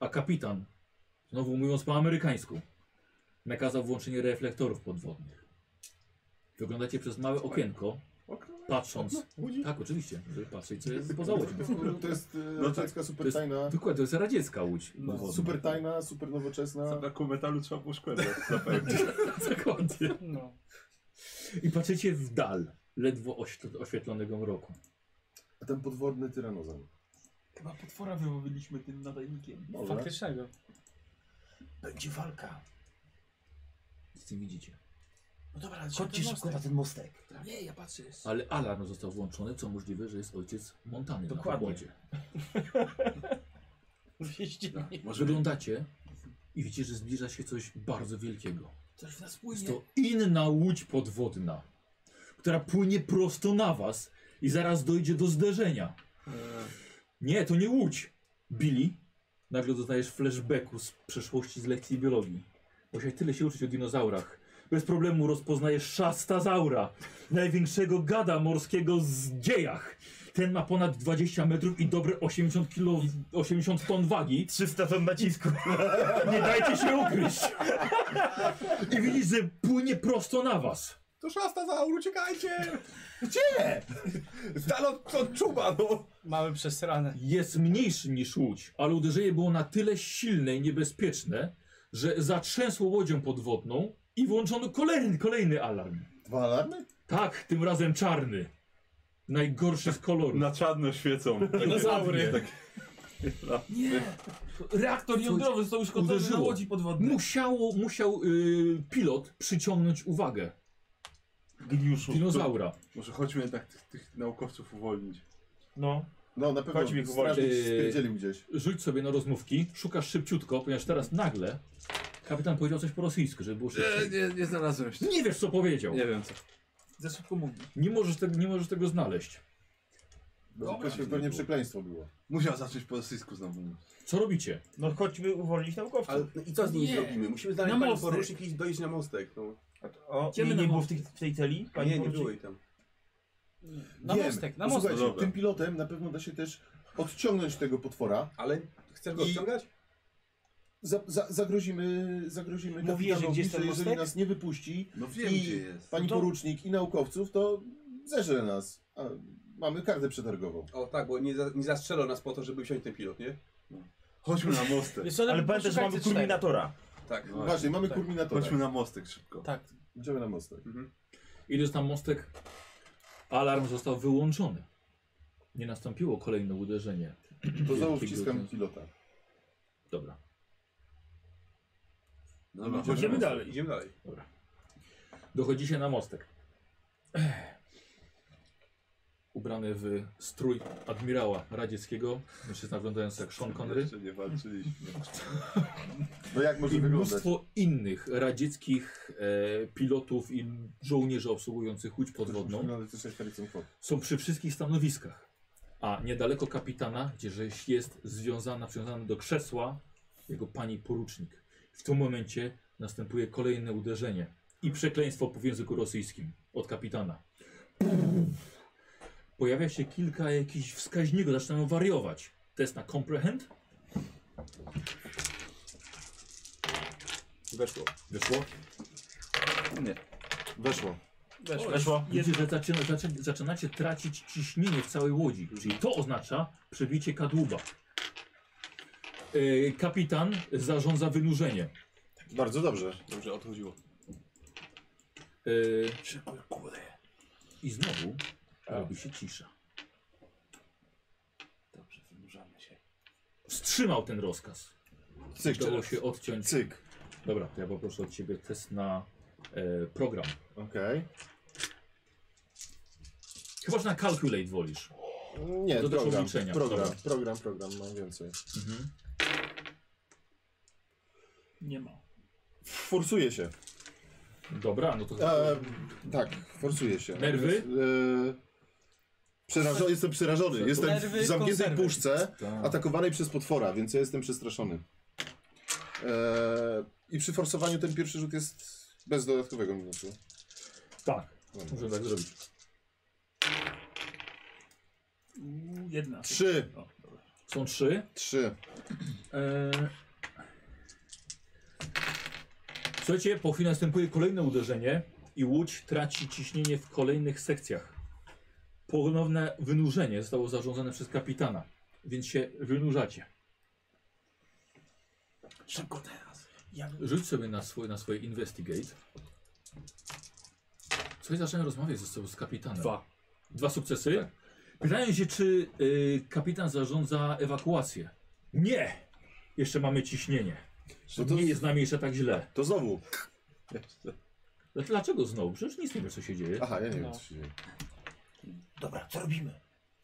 Speaker 2: a kapitan, znowu mówiąc po amerykańsku, nakazał włączenie reflektorów podwodnych. Wyglądacie przez małe okienko, patrząc. Tak, oczywiście, żeby patrzeć, co jest poza łodzią.
Speaker 1: To jest
Speaker 2: No
Speaker 1: e,
Speaker 2: tak.
Speaker 1: radziecka
Speaker 2: To
Speaker 1: super
Speaker 2: jest,
Speaker 1: tajna.
Speaker 2: dokładnie, to jest radziecka łódź.
Speaker 7: No,
Speaker 2: podwodna.
Speaker 1: Super tajna, super nowoczesna.
Speaker 3: Taką metalu trzeba było szkłem zapewnić.
Speaker 2: Dokładnie.
Speaker 4: No.
Speaker 2: I patrzycie w dal, ledwo oświetl- oświetlonego mroku.
Speaker 1: A ten podwodny tyranozan.
Speaker 9: Chyba potwora wyłowiliśmy tym nadajnikiem.
Speaker 4: Może. Faktycznego.
Speaker 9: Będzie walka.
Speaker 2: Z tym widzicie.
Speaker 9: No dobra,
Speaker 2: Chodźcie szybko na ten mostek.
Speaker 4: Tak,
Speaker 9: Nie, ja patrzę. jest-
Speaker 2: Ale alarm został włączony, co możliwe, że jest ojciec Montany
Speaker 9: Dokładnie.
Speaker 2: na pokładzie. Może wyglądacie i widzicie, że zbliża się coś bardzo wielkiego.
Speaker 9: Coś w nas
Speaker 2: Jest
Speaker 9: płynie.
Speaker 2: to inna łódź podwodna, która płynie prosto na was i zaraz dojdzie do zderzenia.
Speaker 13: E.
Speaker 2: Nie, to nie łódź. Billy, nagle doznajesz flashbacku z przeszłości z lekcji biologii. Musiałeś tyle się uczyć o dinozaurach. Bez problemu rozpoznajesz szastazaura, największego gada morskiego z dziejach. Ten ma ponad 20 metrów i dobre 80, kilo, 80 ton wagi.
Speaker 13: 300 ton nacisku.
Speaker 2: Nie dajcie się ukryć. I widzisz, że płynie prosto na was.
Speaker 8: To szasta za uciekajcie! Gdzie? Dala od czuba, no!
Speaker 4: Mamy przesrane.
Speaker 2: Jest mniejszy niż łódź, ale uderzenie było na tyle silne i niebezpieczne, że zatrzęsło łodzią podwodną i włączono kolejny, kolejny alarm.
Speaker 1: Dwa alarmy?
Speaker 2: Tak, tym razem czarny. Najgorszy z kolorów.
Speaker 3: Na czarno świecą.
Speaker 2: Dinozaury.
Speaker 3: Tak.
Speaker 9: Nie! Reaktor jądrowy został uszkodzony na
Speaker 2: uderzyło.
Speaker 9: łodzi podwodnej.
Speaker 2: Musiało, musiał y, pilot przyciągnąć uwagę.
Speaker 3: Geniuszu.
Speaker 2: Dinozaura.
Speaker 3: Może chodźmy jednak tych, tych naukowców uwolnić.
Speaker 13: No.
Speaker 1: No, na pewno
Speaker 13: Chodźmy,
Speaker 1: strażnik
Speaker 2: Yy,
Speaker 4: Eee,
Speaker 1: spierdzielił gdzieś.
Speaker 2: Rzuć sobie na rozmówki, szukasz szybciutko, ponieważ teraz nagle kapitan powiedział coś po rosyjsku, żeby było szybciej.
Speaker 3: Nie, nie, nie znalazłem się.
Speaker 2: Nie wiesz co powiedział.
Speaker 3: Nie wiem co.
Speaker 9: Za szybko mówi.
Speaker 2: Nie możesz, tego, nie możesz tego znaleźć.
Speaker 1: No,
Speaker 3: Dobra,
Speaker 1: to się
Speaker 3: nie
Speaker 1: pewnie
Speaker 3: było.
Speaker 1: przekleństwo było.
Speaker 3: Musiał zacząć po rosyjsku znowu mówić.
Speaker 2: Co robicie?
Speaker 13: No chodźmy uwolnić naukowców.
Speaker 8: Ale i co z nimi
Speaker 9: Nie.
Speaker 8: zrobimy? Musimy znaleźć
Speaker 9: Na
Speaker 8: panią
Speaker 9: mostek.
Speaker 8: porusznik i dojść na mostek. No.
Speaker 13: O,
Speaker 9: Idziemy
Speaker 13: nie,
Speaker 9: na
Speaker 13: nie było w,
Speaker 9: mostek.
Speaker 13: tych, w tej celi? Pani
Speaker 8: nie, nie
Speaker 13: porucznik?
Speaker 8: było jej tam.
Speaker 4: Na
Speaker 1: Wiem.
Speaker 4: mostek, na
Speaker 1: No,
Speaker 4: mostek.
Speaker 1: Słuchajcie,
Speaker 3: Dobra.
Speaker 1: tym pilotem na pewno da się też odciągnąć tego potwora.
Speaker 8: Ale chcesz go
Speaker 1: I-
Speaker 8: ściągać?
Speaker 1: Za, za, zagrozimy zagrozimy
Speaker 4: Mówiłeś, że
Speaker 1: kapitanowi,
Speaker 4: gdzie jest ten
Speaker 1: że jeżeli
Speaker 4: mostek?
Speaker 1: nas nie wypuści
Speaker 3: No wiem,
Speaker 1: i
Speaker 3: gdzie jest.
Speaker 1: pani
Speaker 4: No to-
Speaker 1: porucznik i naukowców, to zerze nas. A, mamy kartę przetargową.
Speaker 8: O tak, bo nie, za, nie zastrzelał nas po to, żeby wsiąść ten pilot, nie?
Speaker 3: Chodźmy na mostek.
Speaker 4: Wiesz co,
Speaker 13: Ale
Speaker 4: no,
Speaker 13: pamiętaj, że mamy
Speaker 4: poszukajcie czterech.
Speaker 13: kulminatora.
Speaker 8: Tak.
Speaker 3: No,
Speaker 1: Właśnie, mamy
Speaker 8: tak.
Speaker 1: kurminatora.
Speaker 3: Chodźmy na mostek szybko.
Speaker 4: Tak.
Speaker 1: Idziemy na mostek.
Speaker 2: Idziesz na mostek, alarm został wyłączony. Nie nastąpiło kolejne uderzenie.
Speaker 1: To znowu
Speaker 2: Wielkiego
Speaker 1: wciskam
Speaker 2: ten-
Speaker 1: pilota.
Speaker 2: Dobra.
Speaker 3: No, dobra,
Speaker 1: Idziemy
Speaker 3: chodźmy.
Speaker 9: dalej.
Speaker 8: Idziemy dalej.
Speaker 2: Dobra. Dochodzicie na mostek. Ubrany w strój admirała radzieckiego, mężczyzna wyglądający jak Sean Connery
Speaker 3: Jeszcze nie walczyliśmy.
Speaker 1: No jak może
Speaker 2: i
Speaker 1: wyglądać?
Speaker 2: mnóstwo innych radzieckich e, pilotów i żołnierzy obsługujących łódź podwodną
Speaker 1: Wygląda też jak Harrison Ford.
Speaker 2: są przy wszystkich stanowiskach. A niedaleko kapitana, gdzie żeś jest związana, przywiązana do krzesła, jego pani porucznik. W tym momencie następuje kolejne uderzenie i przekleństwo po języku rosyjskim od kapitana. Pojawia się kilka jakichś wskaźników, zaczynają wariować. Test na comprehend.
Speaker 8: Weszło.
Speaker 2: Wyszło.
Speaker 3: Nie.
Speaker 1: Weszło.
Speaker 4: Weszło.
Speaker 13: Weszło.
Speaker 2: Widzicie, że zaczyna, zaczyna, zaczynacie tracić ciśnienie w całej łodzi, czyli to oznacza przebicie kadłuba. E, kapitan zarządza wynurzenie.
Speaker 1: Bardzo dobrze.
Speaker 8: Dobrze, odchodziło.
Speaker 2: E, I znowu
Speaker 8: Tak.
Speaker 2: robi się cisza.
Speaker 8: Dobrze, wynurzamy się.
Speaker 2: Wstrzymał ten rozkaz.
Speaker 1: Cyk,
Speaker 2: Udało się odciąć.
Speaker 1: cyk.
Speaker 2: Dobra, to ja poproszę od ciebie test na e, program.
Speaker 1: Okej.
Speaker 2: Chyba, że na calculate wolisz.
Speaker 1: Nie,
Speaker 2: To też
Speaker 1: program,
Speaker 2: obliczenia.
Speaker 1: program,
Speaker 2: Dobra.
Speaker 1: program, program, mam więcej.
Speaker 2: Mhm.
Speaker 9: Nie ma.
Speaker 1: Forsuje się.
Speaker 2: Dobra, no to chyba.
Speaker 1: E, tak, forsuje się.
Speaker 2: Nerwy?
Speaker 1: E, przerażo, jestem przerażony. Jestem
Speaker 4: Nerwy,
Speaker 1: w zamkniętej
Speaker 4: konserwy.
Speaker 1: puszce,
Speaker 2: Tak.
Speaker 1: atakowanej przez potwora, więc ja jestem przestraszony. E, I przy forsowaniu ten pierwszy rzut jest bez dodatkowego minusu.
Speaker 2: Tak,
Speaker 1: Dobra.
Speaker 2: możemy tak zrobić.
Speaker 9: Uuu, Jedna.
Speaker 1: Trzy.
Speaker 9: O, dobra.
Speaker 2: Są trzy.
Speaker 1: Trzy.
Speaker 2: E... Słuchajcie, po chwili następuje kolejne uderzenie i łódź traci ciśnienie w kolejnych sekcjach. Ponowne wynurzenie zostało zarządzone przez kapitana, więc się wynurzacie.
Speaker 9: Szybko teraz. Ja...
Speaker 2: Rzuć sobie na, swój, na swoje investigate.
Speaker 9: Tak.
Speaker 2: Coś zacząłem rozmawiać ze sobą z kapitanem. Dwa. Dwa sukcesy? Pytają się, czy y, kapitan zarządza ewakuację. Nie! Jeszcze mamy ciśnienie. Bo to nie jest z nami jeszcze tak źle.
Speaker 1: To znowu.
Speaker 2: Dl- Dlaczego znowu? Przecież nic nie wiesz, co się dzieje.
Speaker 1: Aha, ja nie
Speaker 4: No.
Speaker 1: wiem, co się dzieje.
Speaker 4: Dobra, co robimy?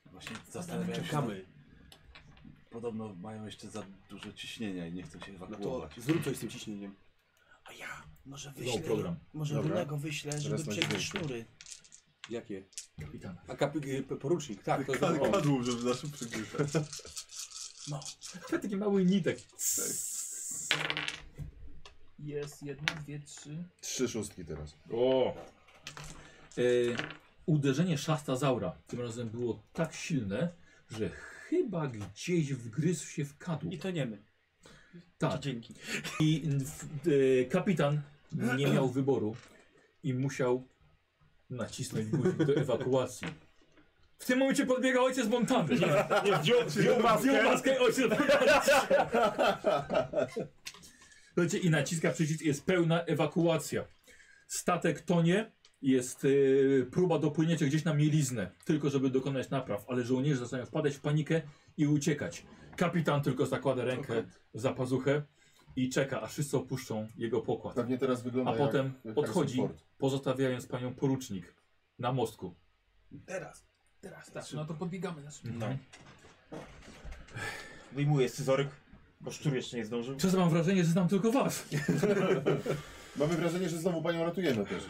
Speaker 3: Właśnie
Speaker 4: Zastanawiam się
Speaker 3: czekamy. Podobno mają jeszcze za dużo ciśnienia i nie chcą się
Speaker 8: No to
Speaker 3: ewakuować.
Speaker 8: zrób coś z tym ciśnieniem.
Speaker 4: A ja może
Speaker 3: Znowu
Speaker 4: wyślę.
Speaker 3: program.
Speaker 4: Może
Speaker 3: Dobra.
Speaker 4: Brunego wyślę, żeby
Speaker 3: Teraz na
Speaker 4: przebić
Speaker 3: dźwięku.
Speaker 4: sznury.
Speaker 8: Jakie?
Speaker 2: Kapitan.
Speaker 8: A kapi- y, p- porucznik, tak. To
Speaker 3: Ka-
Speaker 8: o.
Speaker 3: kadłub, żeby zawsze przygryzać.
Speaker 4: No.
Speaker 2: Taki mały nitek.
Speaker 9: Jest jedna, dwie, trzy.
Speaker 1: Trzy szóstki teraz.
Speaker 2: O! Y, uderzenie szastazaura tym razem było tak silne, że chyba gdzieś wgryzł się w kadłub. I
Speaker 29: to nie my.
Speaker 2: Tak.
Speaker 29: Dzięki.
Speaker 2: I w, y, kapitan nie miał wyboru i musiał nacisnąć guzik do ewakuacji. W tym momencie podbiega ojciec Montany.
Speaker 30: Nie zdjął- zdjął maskę.
Speaker 2: Zdjął maskę ojciec Słuchajcie, i naciska przycisk, jest pełna ewakuacja. Statek tonie, jest y, próba dopłynięcia gdzieś na mieliznę, tylko żeby dokonać napraw, ale żołnierze zaczynają wpadać w panikę i uciekać. Kapitan tylko zakłada rękę za pazuchę i czeka, aż wszyscy opuszczą jego pokład.
Speaker 1: Pewnie teraz wygląda
Speaker 2: A
Speaker 1: jak
Speaker 2: potem
Speaker 1: Harrison
Speaker 2: odchodzi,
Speaker 1: Ford.
Speaker 2: pozostawiając panią porucznik na mostku.
Speaker 9: Teraz, teraz, tak. No to podbiegamy na szybko.
Speaker 2: No.
Speaker 30: Wyjmuję scyzoryk, bo szczur jeszcze nie zdążył.
Speaker 2: Czasem mam wrażenie, że znam tylko was.
Speaker 1: Mamy wrażenie, że znowu panią ratujemy też.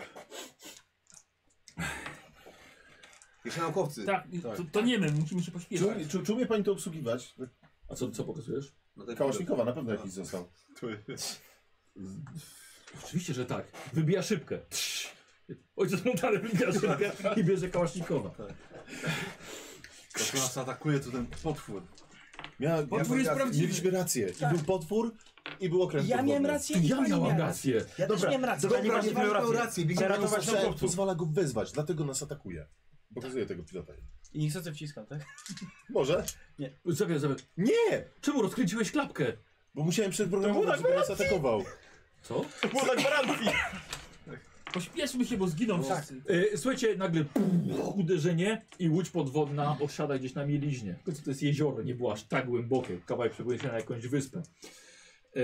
Speaker 8: Jeszcze naukowcy.
Speaker 9: Tak, To, to nie my, musimy się pośpieszyć.
Speaker 3: tak.
Speaker 1: Czy, czy, czy umie pani to obsługiwać?
Speaker 2: A co, co pokazujesz?
Speaker 1: Kałasznikowa na pewno jakiś został.
Speaker 2: Oczywiście, że tak. Wybija szybkę. Ojciec Montany wybija szybkę i bierze kałasznikowa.
Speaker 3: To nas atakuje tu ten potwór.
Speaker 1: Mia,
Speaker 3: Potwór jest prawdziwy.
Speaker 1: Mieliśmy rację.
Speaker 4: Tak.
Speaker 1: I był potwór, i był okręt
Speaker 4: Ja miałem
Speaker 1: podwodny.
Speaker 4: rację, To ja pani miałam miała. rację. Ja też miałem rację.
Speaker 1: Dobra,
Speaker 4: Pani
Speaker 1: dobra,
Speaker 4: właśnie
Speaker 1: nie miał
Speaker 4: miała
Speaker 1: rację.
Speaker 4: rację.
Speaker 1: Big
Speaker 4: Trzeba
Speaker 1: Brother
Speaker 4: ratować
Speaker 1: słyszałem,
Speaker 4: naukowców.
Speaker 1: Pozwala go wezwać, dlatego nas atakuje. Pokazuję tego pilota.
Speaker 29: I nie chcę wciskać, tak?
Speaker 1: Może?
Speaker 29: Nie.
Speaker 2: Zabij, zabij.
Speaker 1: Nie!
Speaker 2: Czemu rozkręciłeś klapkę?
Speaker 1: Bo musiałem przedprogramować, żeby nas atakował.
Speaker 2: Co?
Speaker 30: Młoda
Speaker 1: tak
Speaker 30: gwarancji!
Speaker 9: Pośpieszmy się, bo zginą wszyscy.
Speaker 2: E, słuchajcie, nagle pff, uderzenie i łódź podwodna osiada gdzieś na mieliźnie. W końcu to jest jezioro, nie było aż tak głębokie. Kawałek przepłynie się na jakąś wyspę. E,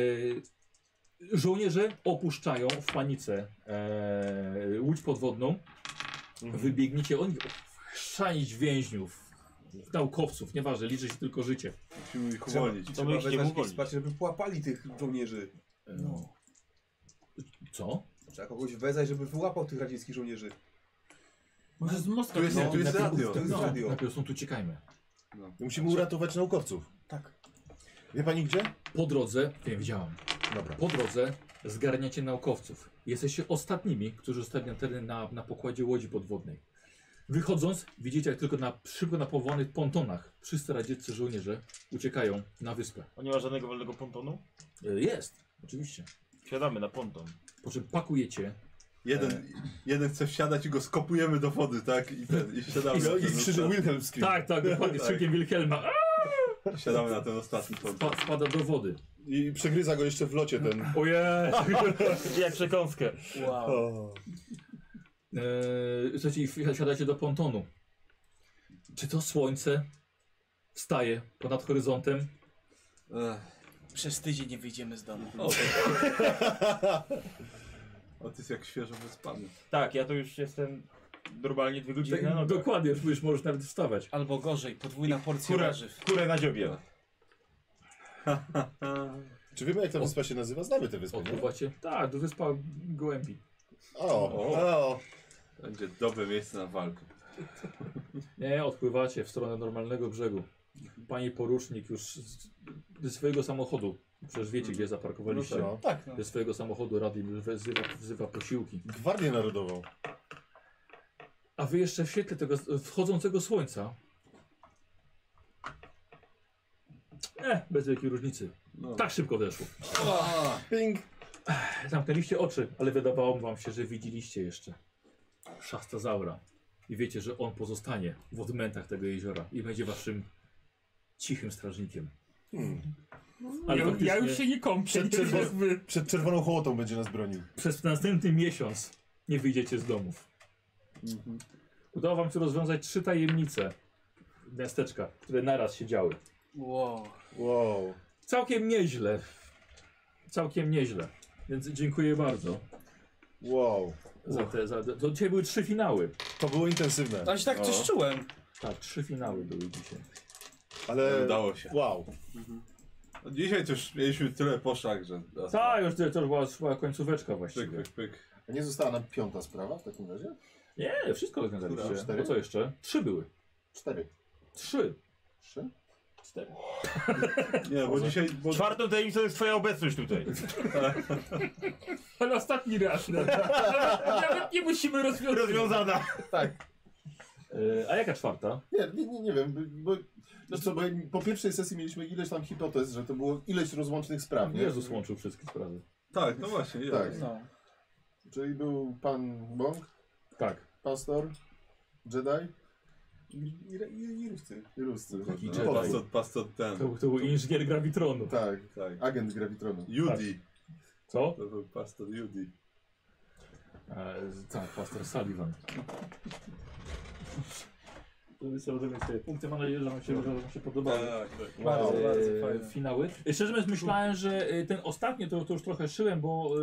Speaker 2: żołnierze opuszczają w panice e, łódź podwodną.
Speaker 9: Mhm.
Speaker 2: Wybiegniecie, oni chrzanić więźniów, naukowców, nieważne, liczy się tylko życie.
Speaker 3: Musimy ich
Speaker 8: Trzeba-
Speaker 3: uwolnić.
Speaker 8: Trzeba
Speaker 2: ich nie
Speaker 8: wezwać
Speaker 2: uwolnić.
Speaker 8: wsparcie, żeby połapali tych żołnierzy.
Speaker 2: No. Co?
Speaker 8: Trzeba kogoś wezwać, żeby wyłapał tych radzieckich żołnierzy.
Speaker 9: Może z mostka.
Speaker 8: Tu jest- tu jest
Speaker 9: najpierw-
Speaker 8: radio.
Speaker 9: tu jest
Speaker 8: No.
Speaker 9: radio.
Speaker 2: Najpierw stąd uciekajmy.
Speaker 1: Musimy uratować naukowców.
Speaker 4: Tak.
Speaker 1: Wie pani gdzie?
Speaker 2: Po drodze, wiem, widziałam.
Speaker 1: Dobra.
Speaker 2: Po drodze zgarniacie naukowców. Jesteście ostatnimi, którzy zostawiają teren na, na pokładzie łodzi podwodnej. Wychodząc, widzicie, jak tylko na szybko napowołanych pontonach wszyscy radzieccy żołnierze uciekają na wyspę.
Speaker 13: On nie ma żadnego wolnego pontonu?
Speaker 2: E, Jest, oczywiście.
Speaker 13: Siadamy na ponton.
Speaker 2: Po czym pakujecie.
Speaker 3: Jeden, jeden chce wsiadać i go skopujemy do wody, tak? I ten, i siadamy. na
Speaker 1: tak.
Speaker 3: ten ostatni-
Speaker 2: Tak, tak, dokładnie, z krzykiem Wilhelma.
Speaker 3: Siadamy na ten ostatni ton.
Speaker 2: Spa- Spada do wody.
Speaker 1: I przegryza go jeszcze w locie ten.
Speaker 2: Ojej!
Speaker 13: Jak przekąskę.
Speaker 1: O.
Speaker 2: Eee, Słuchajcie, i wsi- siadacie do pontonu. Czy to słońce staje ponad horyzontem?
Speaker 4: Przez tydzień nie wyjdziemy z domu.
Speaker 3: O, ty jest jak świeżo wyspany.
Speaker 13: Tak, ja to już jestem normalnie dwie godziny na
Speaker 2: Tak,
Speaker 13: nogach.
Speaker 2: dokładnie, już, już możesz nawet wstawać.
Speaker 4: Albo gorzej, podwójna porcja
Speaker 13: kurę-
Speaker 4: warzyw.
Speaker 30: kurę na dziobie.
Speaker 1: Czy wiemy jak ta wyspa się nazywa? Znamy tę wyspę. nie?
Speaker 2: Odpływacie? Tak, do wyspa gołębi.
Speaker 1: O, o.
Speaker 3: Będzie dobre miejsce na walkę.
Speaker 2: Nie, odpływacie w stronę normalnego brzegu. Pani porucznik już z- ze swojego samochodu, przecież wiecie gdzie zaparkowaliście,
Speaker 1: No tak, no.
Speaker 2: ze swojego samochodu radzi wzywa, wzywa posiłki.
Speaker 1: Gwardię Narodową.
Speaker 2: A wy jeszcze w świetle tego s- wschodzącego słońca. E, bez wielkiej różnicy. Tak szybko weszło.
Speaker 1: Ping.
Speaker 2: Zamknęliście oczy, ale wydawało wam się, że widzieliście jeszcze szastazaura. I wiecie, że on pozostanie w odmętach tego jeziora i będzie waszym cichym strażnikiem. Ale
Speaker 9: ja,
Speaker 2: faktycznie-
Speaker 9: ja już się nie kąpię.
Speaker 1: Przed,
Speaker 9: nie wiem,
Speaker 1: czerwo...
Speaker 9: jakby-
Speaker 1: Przed czerwoną hołotą będzie nas bronił.
Speaker 2: Przez następny miesiąc nie wyjdziecie z domów. Udało wam się rozwiązać trzy tajemnice. miasteczka, które naraz się działy.
Speaker 4: Wow.
Speaker 31: Wow.
Speaker 2: Całkiem nieźle. Całkiem nieźle. Więc dziękuję bardzo.
Speaker 31: Wow.
Speaker 2: Za te, za te, to dzisiaj były trzy finały.
Speaker 31: To było intensywne.
Speaker 4: Ale się tak coś czułem.
Speaker 2: Tak, trzy finały były dzisiaj.
Speaker 31: Ale
Speaker 3: udało się.
Speaker 31: Wow.
Speaker 3: No Dzisiaj to już mieliśmy tyle poszlak, że...
Speaker 2: Tak, już to, to była, już była końcóweczka
Speaker 3: Pyk,
Speaker 2: właściwie.
Speaker 3: pyk, pyk.
Speaker 1: A nie została nam piąta sprawa w takim razie?
Speaker 2: Nie, wszystko rozwiązaliście.
Speaker 1: Która? Cztery?
Speaker 2: No co jeszcze? Trzy były.
Speaker 1: Cztery.
Speaker 2: Trzy.
Speaker 1: Trzy?
Speaker 2: Cztery.
Speaker 3: Nie, bo dzisiaj... Bo...
Speaker 13: Czwartą tajemnicą jest twoja obecność tutaj.
Speaker 9: Ale ostatni raz. no. Nawet nie musimy rozwiązać.
Speaker 13: Rozwiązana.
Speaker 1: Tak.
Speaker 2: E, a jaka czwarta?
Speaker 1: Nie, nie, nie, nie wiem, bo, no co, bo po pierwszej sesji mieliśmy ileś tam hipotez, że to było ileś rozłącznych spraw, nie?
Speaker 2: Jezus łączył wszystkie sprawy.
Speaker 3: Tak, no właśnie. Jezus.
Speaker 1: Tak. Czyli był pan Bąk,
Speaker 2: Tak.
Speaker 1: pastor, Jedi
Speaker 8: I, i, i rówcy.
Speaker 1: i Ruscy.
Speaker 2: Taki
Speaker 1: No,
Speaker 2: Jedi.
Speaker 1: potem.
Speaker 3: Pastor, pastor ten.
Speaker 2: E, To, był- to był inżynier gravitronu.
Speaker 1: Tak,
Speaker 3: Tak.
Speaker 1: agent Gravitronu.
Speaker 3: Judy.
Speaker 2: Co?
Speaker 3: To był pastor Judy.
Speaker 2: E, z- tak, pastor Sullivan. To myślę, że swoje punkty. Mam nadzieję, że wam się, że wam się podobało.
Speaker 3: Tak, tak.
Speaker 2: No, Bardzo,
Speaker 1: Wow.
Speaker 2: bardzo fajne. Eee, Finały. E, Szczerze mówiąc, myślałem, że e, ten ostatni to, to już trochę szyłem, bo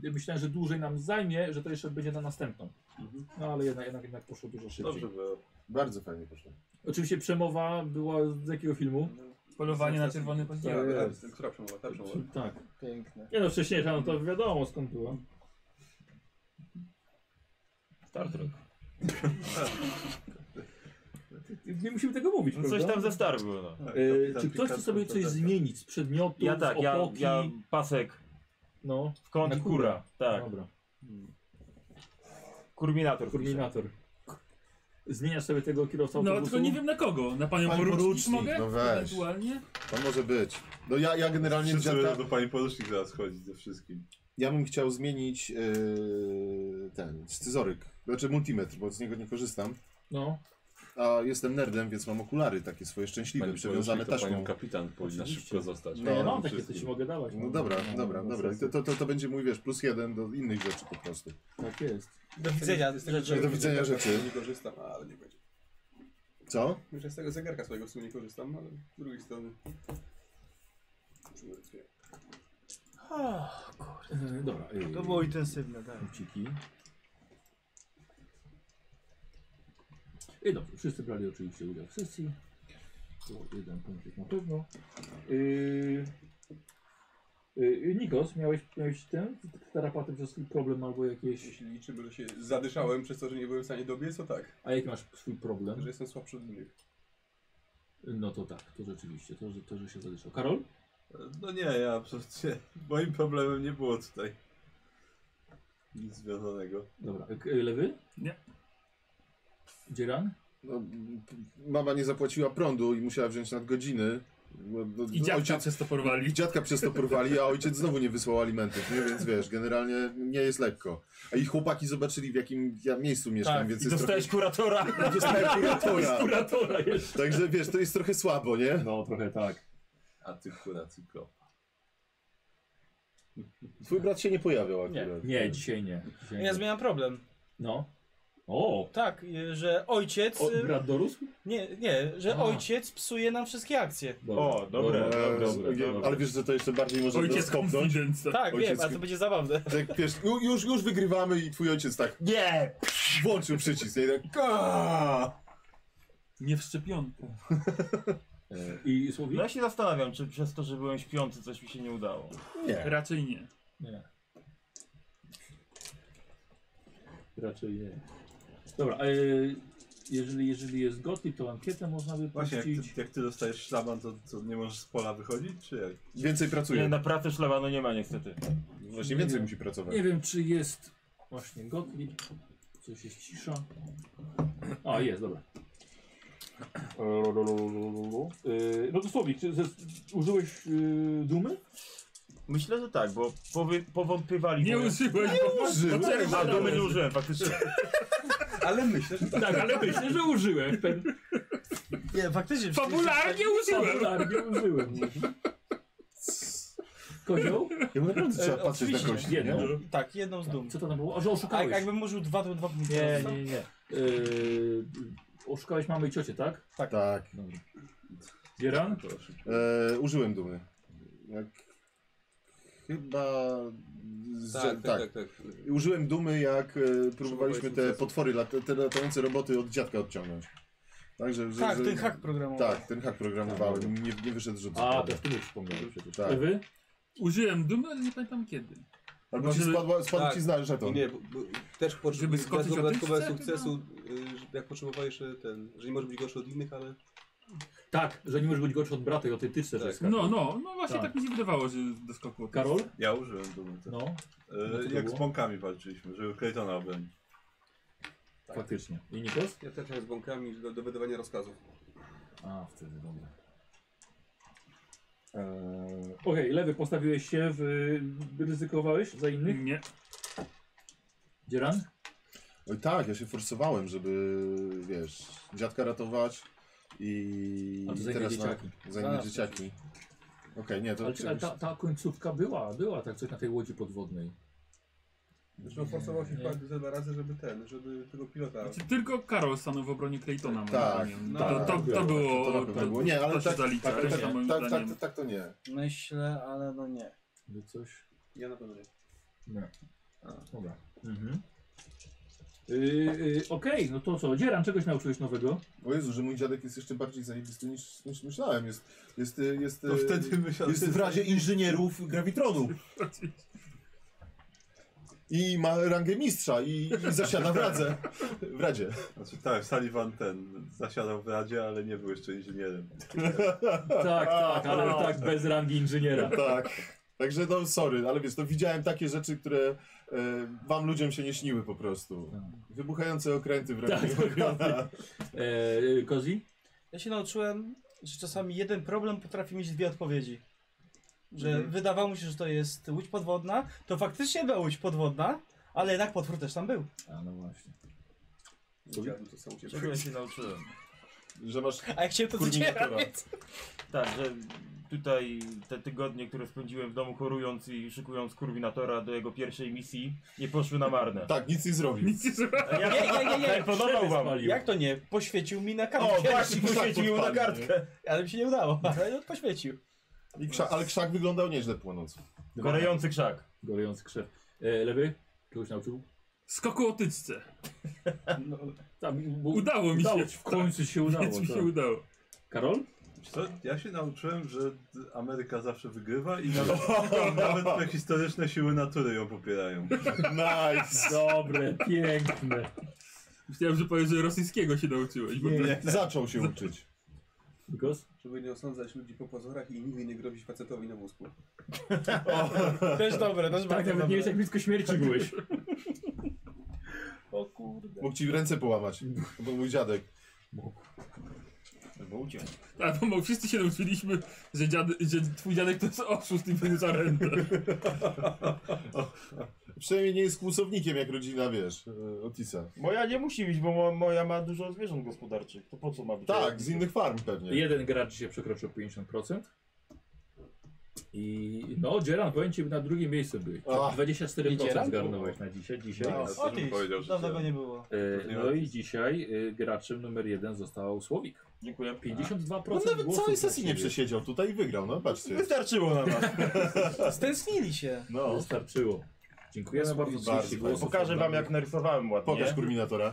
Speaker 2: ym, myślałem, że dłużej nam zajmie, że to jeszcze będzie na następną.
Speaker 13: Mhm.
Speaker 2: No ale jednak, jednak, jednak poszło dużo szybciej.
Speaker 3: Dobrze było.
Speaker 1: Bardzo fajnie poszło.
Speaker 2: Oczywiście przemowa była z jakiego filmu?
Speaker 9: Polowanie na czerwony
Speaker 3: Nie,
Speaker 9: październik.
Speaker 3: ale Tak, która przemowa? Ta
Speaker 13: No,
Speaker 3: przemowa.
Speaker 2: Tak.
Speaker 4: Piękne.
Speaker 2: Nie no, wcześniejsza, no to wiadomo skąd była.
Speaker 13: Star Trek.
Speaker 2: Nie musimy tego mówić,
Speaker 13: No coś
Speaker 2: prawda?
Speaker 13: tam za star było. No.
Speaker 3: Tak,
Speaker 2: E, czy ktoś chce sobie coś zmienić z przedmiotów,
Speaker 13: tak. Ja tak,
Speaker 2: z
Speaker 13: ja,
Speaker 2: opoki?
Speaker 13: ja pasek
Speaker 2: No,
Speaker 13: w kąt
Speaker 2: Na
Speaker 13: i
Speaker 2: kurę.
Speaker 13: kura. Tak.
Speaker 2: dobra.
Speaker 13: Kurminator.
Speaker 2: Kurminator. Zmieniasz sobie tego kierowcę
Speaker 9: No
Speaker 2: autobusu?
Speaker 9: tylko nie wiem na kogo. Na panią
Speaker 1: Pani
Speaker 9: porucznik
Speaker 1: porucznik,
Speaker 9: mogę?
Speaker 1: no weź.
Speaker 9: Ewentualnie?
Speaker 1: To może być. No ja, ja generalnie
Speaker 3: Wszyscy
Speaker 1: dziadka-
Speaker 3: będą do pani porucznik zaraz chodzić ze wszystkim.
Speaker 1: Ja bym chciał zmienić yy, ten scyzoryk, znaczy multimetr, bo z niego nie korzystam.
Speaker 2: No.
Speaker 1: A jestem nerdem, więc mam okulary takie swoje szczęśliwe,
Speaker 3: Pani
Speaker 1: przewiązane
Speaker 3: porucznik to
Speaker 1: taśmą.
Speaker 3: panią kapitan powinna
Speaker 2: Oczywiście.
Speaker 3: szybko zostać.
Speaker 2: No, ja mam
Speaker 1: no,
Speaker 2: takie, to ci
Speaker 3: wszystkim.
Speaker 2: mogę dawać.
Speaker 1: No dobra, dobra,
Speaker 2: no,
Speaker 1: dobra. I
Speaker 2: sesję.
Speaker 1: to, to, to, to będzie mój wiesz, plus jeden do innych rzeczy po prostu.
Speaker 2: Tak jest.
Speaker 4: Do widzenia rzeczy.
Speaker 1: Do widzenia rzeczy.
Speaker 8: Nie korzystam, ale nie będzie.
Speaker 1: Co?
Speaker 8: Myślę, z tego zegarka swojego w sumie nie korzystam, ale z drugiej strony... Przymocuję.
Speaker 2: E, Dobra. e,
Speaker 32: To było intensywne, tak.
Speaker 2: Punkciki. I dobrze, wszyscy brali oczywiście udział w sesji. To jeden punkcik na pewno. Yy, yy, Nikos, miałeś, miałeś ten tarapaty przez swój problem albo jakieś...
Speaker 8: Jeśli liczymy, że się zadyszałem przez to, że nie byłem w stanie dobiec, to tak.
Speaker 2: A jaki masz swój problem?
Speaker 8: Że jestem słabszy od innych.
Speaker 2: No to tak, to rzeczywiście, to, że, to, że się zadyszał. Karol?
Speaker 3: No nie, ja przecież nie, moim problemem nie było tutaj nic związanego.
Speaker 2: Dobra, e, K- lewy?
Speaker 9: Nie.
Speaker 2: Dzieran?
Speaker 1: No, mama nie zapłaciła prądu i musiała wziąć nadgodziny. bo- bo-
Speaker 9: I dziadka
Speaker 1: ojciec-
Speaker 9: przez to porwali.
Speaker 1: I dziadka przez to porwali, a ojciec znowu nie wysłał alimentów, nie? więc wiesz, generalnie nie jest lekko. A ich chłopaki zobaczyli, w jakim ja miejscu mieszkam,
Speaker 13: Tak,
Speaker 1: więc
Speaker 13: i
Speaker 1: jest
Speaker 13: dostałeś kuratora.
Speaker 1: trochę... Dostałem kuratora.
Speaker 2: Kuratora jeszcze.
Speaker 1: Także wiesz, to jest trochę słabo, nie?
Speaker 2: No, trochę tak.
Speaker 3: A ty kura, ty kopa.
Speaker 1: Twój brat się nie pojawiał
Speaker 4: akurat.
Speaker 1: akurat.
Speaker 2: Nie, dzisiaj nie. Dzisiaj
Speaker 4: Ja
Speaker 2: nie.
Speaker 4: zmieniam problem.
Speaker 2: No. O!
Speaker 4: Tak, y, że ojciec...
Speaker 2: o
Speaker 4: y,
Speaker 2: brat dorósł?
Speaker 4: Nie, nie, że
Speaker 2: A.
Speaker 4: ojciec psuje nam wszystkie akcje.
Speaker 13: O, dobre, dobre, dobre. dobre.
Speaker 1: Ale wiesz, że to jeszcze bardziej może
Speaker 9: Ojciec
Speaker 1: kopnąć.
Speaker 9: konfident.
Speaker 4: Tak,
Speaker 1: Ojciec-
Speaker 4: wiem, ale to będzie zabawne.
Speaker 1: Tak, wiesz, ju- już, już wygrywamy i twój ojciec tak
Speaker 13: Nie!
Speaker 1: włączył przycisk. Nie? Tak, aaa.
Speaker 9: Nie w szczepionku.
Speaker 2: E, I
Speaker 13: No
Speaker 2: słowi?
Speaker 13: ja się zastanawiam, czy przez to, że byłem śpiący, coś mi się nie udało.
Speaker 1: nie.
Speaker 9: Raczej nie.
Speaker 2: Nie. Raczej nie. Dobra, e, jeżeli, jeżeli jest gotów, to ankietę można
Speaker 3: Właśnie, jak
Speaker 2: wypuścić.
Speaker 3: ty, jak ty dostajesz szlaban, to, to nie możesz z pola wychodzić, czy jak?
Speaker 1: Więcej
Speaker 13: Nie,
Speaker 1: pracuje.
Speaker 13: na pracę szlabanu nie ma niestety.
Speaker 1: Właśnie więcej musi pracować.
Speaker 2: Nie wiem, czy jest właśnie Gottlieb. Coś jest cisza. A, jest, dobra. E, Yy, No to Słowik, czy ze- użyłeś yy, dumy?
Speaker 13: Myślę, że tak, bo powy, powątpiewali.
Speaker 9: Nie
Speaker 13: moje-
Speaker 9: użyłeś go.
Speaker 13: No czekaj, A domy nie użyłem faktycznie.
Speaker 8: Ale myślę, że tak.
Speaker 2: Tak, ale myślę, że użyłem.
Speaker 4: Nie, faktycznie.
Speaker 9: Fabularnie użyłem.
Speaker 2: Fabularnie użyłem. Kozioł?
Speaker 1: Ja mówię, naprawdę trzeba
Speaker 4: E,
Speaker 1: patrzeć na
Speaker 4: oczywiście.
Speaker 1: kości,
Speaker 2: Jedną.
Speaker 1: nie?
Speaker 4: Tak, jedną z dum.
Speaker 2: Co to tam było? A, że
Speaker 4: A
Speaker 2: oszukałeś.
Speaker 4: jakbym użył dwa, to bym dwa punkty.
Speaker 2: Nie,
Speaker 4: dostał.
Speaker 2: nie, nie. Yy, Oszukałeś mamy i ciocię, tak?
Speaker 1: Tak. tak.
Speaker 2: Gieran?
Speaker 1: E, użyłem dumy. Jak... Chyba. z-
Speaker 3: Tak,
Speaker 1: że-
Speaker 3: tak, tak, tak.
Speaker 1: Użyłem dumy, jak e, próbowaliśmy te potwory, lata- te latające roboty od dziadka odciągnąć. Tak, że, że,
Speaker 4: Tak,
Speaker 1: że,
Speaker 4: ten hak programowy.
Speaker 1: Tak, ten hak programowałem. Nie, nie wyszedł rzut.
Speaker 2: A,
Speaker 1: zupełnie.
Speaker 2: to wtedy wspomniałem przecież.
Speaker 1: Tak.
Speaker 2: A Wy?
Speaker 9: Użyłem dumy, ale nie pamiętam kiedy.
Speaker 1: Albo ci spadła, spadł ci zna żeton.
Speaker 8: Nie, bo, bo też po,
Speaker 9: Żeby
Speaker 8: żeby
Speaker 9: skoczyć o
Speaker 8: dodatkowe
Speaker 9: tyczce,
Speaker 8: sukcesu, y, że- jak potrzebowałeś y, ten, że nie możesz być gorszy od innych, ale...
Speaker 2: Tak, że nie możesz być gorszy od brata i o tej tyczce, że skakał.
Speaker 9: No, no, no właśnie tak mi się wydawało, że doskoku.
Speaker 2: Karol?
Speaker 3: Ja użyłem dumy. tak.
Speaker 2: No.
Speaker 3: E,
Speaker 2: No, co to
Speaker 3: jak
Speaker 2: było?
Speaker 3: z bąkami walczyliśmy, żeby Claytona obronić.
Speaker 2: Faktycznie. I Nikos?
Speaker 8: Ja też miałem z bąkami do, do wydawania rozkazów.
Speaker 2: A, wtedy, dobra. Eee, Okej, lewy postawiłeś się, w, ryzykowałeś za innych?
Speaker 9: Nie.
Speaker 2: Dzieran?
Speaker 1: Oj, Tak, ja się forsowałem, żeby, wiesz, dziadka ratować i,
Speaker 2: A to
Speaker 1: i
Speaker 2: za inne dzieciaki.
Speaker 1: za inne
Speaker 2: Zaraz,
Speaker 1: dzieciaki. Okej, nie, to...
Speaker 2: Ale, ale ta, ta końcówka była, była tak coś na tej łodzi podwodnej.
Speaker 8: Zresztą forsował się chyba ze dwa razy, żeby ten, żeby tego pilota...
Speaker 9: Znaczy, tylko Karol stanął w obronie Claytona. moim
Speaker 8: Tak,
Speaker 9: zdaniem.
Speaker 8: tak,
Speaker 9: to, to, to,
Speaker 8: tak,
Speaker 9: było.
Speaker 8: to na pewno
Speaker 1: było. Nie, ale
Speaker 9: to się
Speaker 1: tak-
Speaker 9: zalicza.
Speaker 1: tak,
Speaker 9: reszta
Speaker 1: tak,
Speaker 9: moim
Speaker 1: tak,
Speaker 9: zdaniem.
Speaker 1: tak, to nie.
Speaker 4: Myślę, ale no nie.
Speaker 2: Wy coś?
Speaker 8: Ja na pewno nie.
Speaker 2: Nie. Dobra. Mhm. Yy, yy, Okej, no to co? Dzieran, czegoś nauczyłeś nowego?
Speaker 1: O Jezu, że mój dziadek jest jeszcze bardziej zajebisty niż, niż myślałem. Jest, jest, y, jest,
Speaker 3: To
Speaker 1: y,
Speaker 3: wtedy myślałem,
Speaker 1: jest
Speaker 3: że-
Speaker 1: w razie inżynierów grawitronu. I ma rangę mistrza i, i zasiada w radze. W radzie.
Speaker 3: Znaczy tak, Sullivan ten zasiadał w Radzie, ale nie był jeszcze inżynierem.
Speaker 2: Tak, tak, ale tak bez rangi inżyniera.
Speaker 1: Tak. Także no sorry, ale wiesz, to widziałem takie rzeczy, które e, wam ludziom się nie śniły po prostu.
Speaker 2: Tak.
Speaker 1: Wybuchające okręty w ręku.
Speaker 2: Eee, Kozi?
Speaker 4: Ja się nauczyłem, że czasami jeden problem potrafi mieć dwie odpowiedzi. Że
Speaker 8: Mhm.
Speaker 4: wydawało mi się, że to jest łódź podwodna, to faktycznie była łódź podwodna, ale jednak potwór też tam był.
Speaker 2: A no właśnie.
Speaker 8: Chciałbym to samo się
Speaker 13: Czego ja się nauczyłem?
Speaker 1: Że masz
Speaker 4: A jak się to
Speaker 13: kurminatora.
Speaker 4: dzieje?
Speaker 13: Tak, że tutaj te tygodnie, które spędziłem w domu chorując i szykując kurminatora do jego pierwszej misji, nie poszły na marne.
Speaker 1: Tak, nic nie zrobił.
Speaker 13: Nic nie zrobił.
Speaker 4: Nie, nie, nie, nie.
Speaker 13: Imponował wam.
Speaker 4: Jak to nie? Poświecił mi na kartkę.
Speaker 13: O, właśnie, poświecił mi na kartkę.
Speaker 4: Ale mi się nie udało, ale poświecił.
Speaker 1: I krza- ale krzak wyglądał nieźle płonąc.
Speaker 13: Gorejący krzak.
Speaker 2: Gorejący krzew. E, lewy? Czegoś nauczył?
Speaker 9: Skoku o tyczce.
Speaker 4: No,
Speaker 2: tam, bo-
Speaker 9: Udało mi
Speaker 2: udało
Speaker 9: się.
Speaker 2: ci, w końcu się udało,
Speaker 9: Więc mi
Speaker 2: tak.
Speaker 9: się udało.
Speaker 2: Karol?
Speaker 3: Wiesz Co? Ja się nauczyłem, że Ameryka zawsze wygrywa i nawet, nawet prehistoryczne siły natury ją popierają.
Speaker 1: Nice!
Speaker 2: Dobre, piękne.
Speaker 9: Myślałem, że powiesz, że rosyjskiego się nauczyłeś. Bo tak-
Speaker 1: Nie, zaczął się uczyć.
Speaker 2: Nikos?
Speaker 8: Żeby nie osądzać ludzi po pozorach i nigdy nie grozić facetowi na wózku.
Speaker 4: Też dobre, też
Speaker 2: Tak,
Speaker 4: bardzo
Speaker 2: nawet nie
Speaker 4: dobre.
Speaker 2: wiesz jak blisko śmierci byłeś.
Speaker 13: O kurde.
Speaker 1: Mógł ci ręce połamać. To był mój dziadek.
Speaker 13: Albo uciął.
Speaker 9: A bo my wszyscy się nauczyliśmy, że, dziad, że twój dziadek to jest oszust i wymusza rentę.
Speaker 1: Przynajmniej nie jest kłusownikiem, jak rodzina, wiesz, e, Otisa.
Speaker 13: Moja nie musi być, bo mo- moja ma dużo zwierząt gospodarczych. To po co ma być?
Speaker 1: Tak, z innych farm pewnie.
Speaker 2: Jeden gracz się przekroczył 50%. I no, Dzieran, powiem ci, na drugie miejsce byłeś.
Speaker 1: A.
Speaker 2: 24%
Speaker 4: Dzieran?
Speaker 2: zgarnąłeś na dzisiaj. dzisiaj.
Speaker 4: No,
Speaker 2: Nice.
Speaker 4: o, ty, dawno go nie było.
Speaker 2: E, no i dzisiaj y, graczem numer jeden został Słowik.
Speaker 13: Dziękuję.
Speaker 2: 52%
Speaker 1: On No nawet
Speaker 2: głosów
Speaker 1: całej
Speaker 2: dla
Speaker 1: sesji nie
Speaker 2: siebie.
Speaker 1: przesiedział tutaj i wygrał, no patrzcie.
Speaker 13: Wystarczyło na nas.
Speaker 4: Stęsknili się.
Speaker 1: No.
Speaker 2: Wystarczyło. Dziękujemy bardzo.
Speaker 1: Bardzo
Speaker 2: 30
Speaker 1: fajnie.
Speaker 2: głosów.
Speaker 13: Pokażę wam jak narysowałem ładnie.
Speaker 1: Pokaż kurminatora.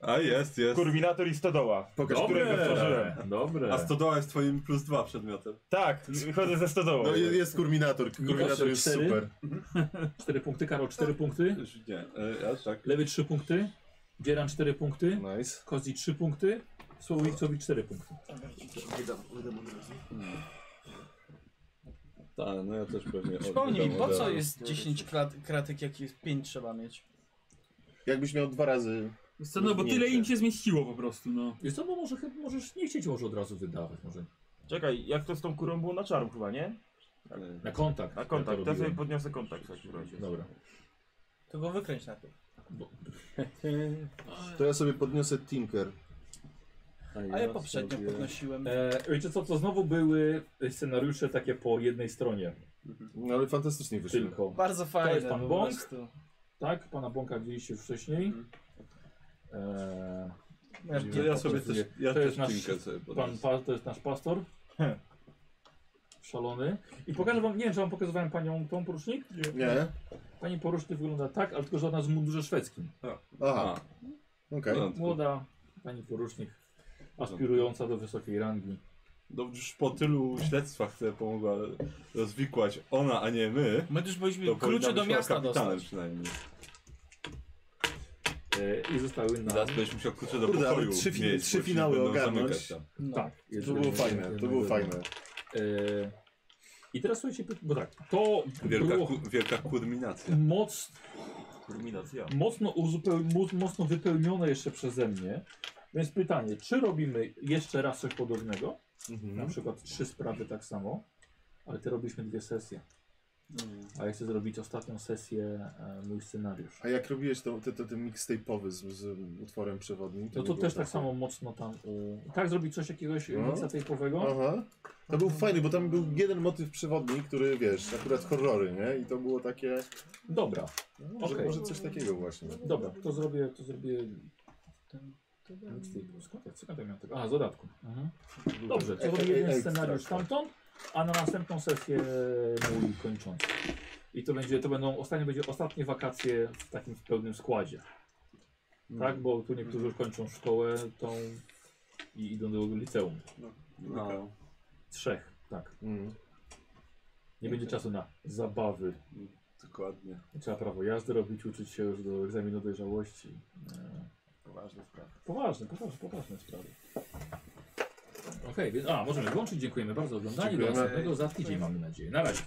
Speaker 3: A jest, jest.
Speaker 13: Kurminator i stodoła.
Speaker 1: Pokaż
Speaker 13: którego
Speaker 1: kurminatora.
Speaker 13: stworzyłem.
Speaker 2: Dobre.
Speaker 3: A stodoła jest twoim plus dwa przedmiotem.
Speaker 13: Tak, wychodzę ze stodołą.
Speaker 1: No je- jest kurminator. Kurminator jest
Speaker 2: cztery.
Speaker 1: super.
Speaker 2: 4 punkty, Karol 4 punkty.
Speaker 3: Już nie, e, ja tak.
Speaker 2: Lewy 3 punkty. Dzieran 4 punkty.
Speaker 1: Nice.
Speaker 2: Kozi 3 punkty. Słowicowi 4 punkty.
Speaker 3: Tak, no ja też pewnie.
Speaker 4: Przypomnij mi, po co
Speaker 3: odbieram.
Speaker 4: jest 10 krat, kratek, jakich 5 trzeba mieć?
Speaker 1: Jakbyś miał dwa razy.
Speaker 9: Wiesz Co, no bo tyle im się zmieściło po prostu, no.
Speaker 2: Jest to, bo może, chyba- możesz nie chcieć może od razu wydawać. Może
Speaker 13: Czekaj, jak to z tą kurą było na czarm chyba, nie?
Speaker 2: na kontakt.
Speaker 13: Na
Speaker 2: Ja
Speaker 13: kontakt,
Speaker 2: to
Speaker 13: ja sobie
Speaker 2: robiłem. No.
Speaker 13: podniosę kontakt w takim razie.
Speaker 2: Dobra.
Speaker 4: To go wykręć najpierw.
Speaker 1: To ja sobie podniosę Tinker.
Speaker 4: A ja poprzednio podnosiłem.
Speaker 2: E, wiecie co, to znowu były scenariusze takie po jednej stronie.
Speaker 1: No ale fantastycznie wyszło.
Speaker 2: Tylko.
Speaker 4: Bardzo
Speaker 2: To
Speaker 4: fajne
Speaker 2: jest pan
Speaker 4: po
Speaker 2: Bąk.
Speaker 4: prostu.
Speaker 2: Tak, pana Bąka widzieliście wcześniej. E,
Speaker 3: Ja, to ja sobie też, ja
Speaker 2: to
Speaker 3: też
Speaker 2: jest nasz,
Speaker 3: pinkę sobie
Speaker 2: pan,
Speaker 3: podniosę.
Speaker 2: pa- To jest nasz pastor. Szalony. I pokażę wam, nie wiem czy wam pokazywałem panią tą porucznik?
Speaker 1: Nie.
Speaker 2: Pani porucznik wygląda tak, ale tylko że ona z mundurze szwedzkim.
Speaker 1: Aha. Okej.
Speaker 3: No,
Speaker 2: Młoda pani porucznik, aspirująca do wysokiej rangi.
Speaker 3: Dobrze, No już po tylu śledztwach, które pomogła rozwikłać ona, a nie my.
Speaker 5: My też byliśmy
Speaker 3: to
Speaker 5: klucze
Speaker 3: powinna
Speaker 5: do
Speaker 3: być chyba
Speaker 5: miasta
Speaker 3: kapitanem
Speaker 5: dostać.
Speaker 3: przynajmniej.
Speaker 1: Tak.
Speaker 2: e, I zostały na...
Speaker 3: Teraz będziesz musiał klucze do
Speaker 1: Kurde, ale
Speaker 3: pokoju
Speaker 1: trzy, fin-
Speaker 3: mieć, bo
Speaker 1: trzy
Speaker 3: ci
Speaker 1: finały
Speaker 3: będą
Speaker 1: ogarnąć.
Speaker 3: zamykać tam.
Speaker 2: Tak,
Speaker 1: to było fajne, to było fajne.
Speaker 2: E, I teraz słuchajcie, py- bo tak, to
Speaker 3: Wielka,
Speaker 2: było
Speaker 3: ku, wielka kulminacja.
Speaker 2: moc,
Speaker 3: Kulminacja.
Speaker 2: mocno, uzupeł, mo- mocno wypełnione jeszcze przeze mnie, więc pytanie, czy robimy jeszcze raz coś podobnego,
Speaker 1: Mhm.
Speaker 2: na przykład trzy sprawy tak samo, ale te robiliśmy dwie sesje, a ja chcę zrobić ostatnią sesję, e, mój scenariusz.
Speaker 1: A jak robiłeś to, te, te, te mixtape'owy z, z utworem przewodnim?
Speaker 2: No
Speaker 1: nie
Speaker 2: to
Speaker 1: było
Speaker 2: też tak samo mocno tam, e, tak zrobić coś jakiegoś
Speaker 1: No.
Speaker 2: no. typowego.
Speaker 1: Aha. To
Speaker 2: Mhm.
Speaker 1: był fajny, bo tam był jeden motyw przewodni, który wiesz, akurat horrory, nie? I to było takie.
Speaker 2: Dobra.
Speaker 1: No, może,
Speaker 2: Okej.
Speaker 1: może coś takiego właśnie.
Speaker 2: Dobra, to zrobię, to zrobię... Mixtape. Skąd ja- skąd ja miałem tego? A, z dodatku. Mhm. Dobrze, to
Speaker 1: E- e-
Speaker 2: robię jeden
Speaker 1: ekstrakt,
Speaker 2: scenariusz stamtąd, a na następną sesję mój kończący. I to będzie, to będą, ostatnie, będzie ostatnie wakacje w takim w pełnym składzie. Tak, bo tu niektórzy już kończą szkołę tą i idą do liceum.
Speaker 3: No.
Speaker 2: Trzech, tak.
Speaker 1: Mhm.
Speaker 2: Nie będzie czasu na zabawy.
Speaker 3: Dokładnie.
Speaker 2: Trzeba prawo jazdy robić, uczyć się już do egzaminu dojrzałości. E,
Speaker 33: Poważne sprawy.
Speaker 2: Poważne, poważne, poważne sprawy. Okej, więc a, możemy włączyć. Dziękujemy bardzo za oglądanie. Do
Speaker 33: Dziękujemy.
Speaker 2: następnego za tydzień mamy nadzieję. Na razie.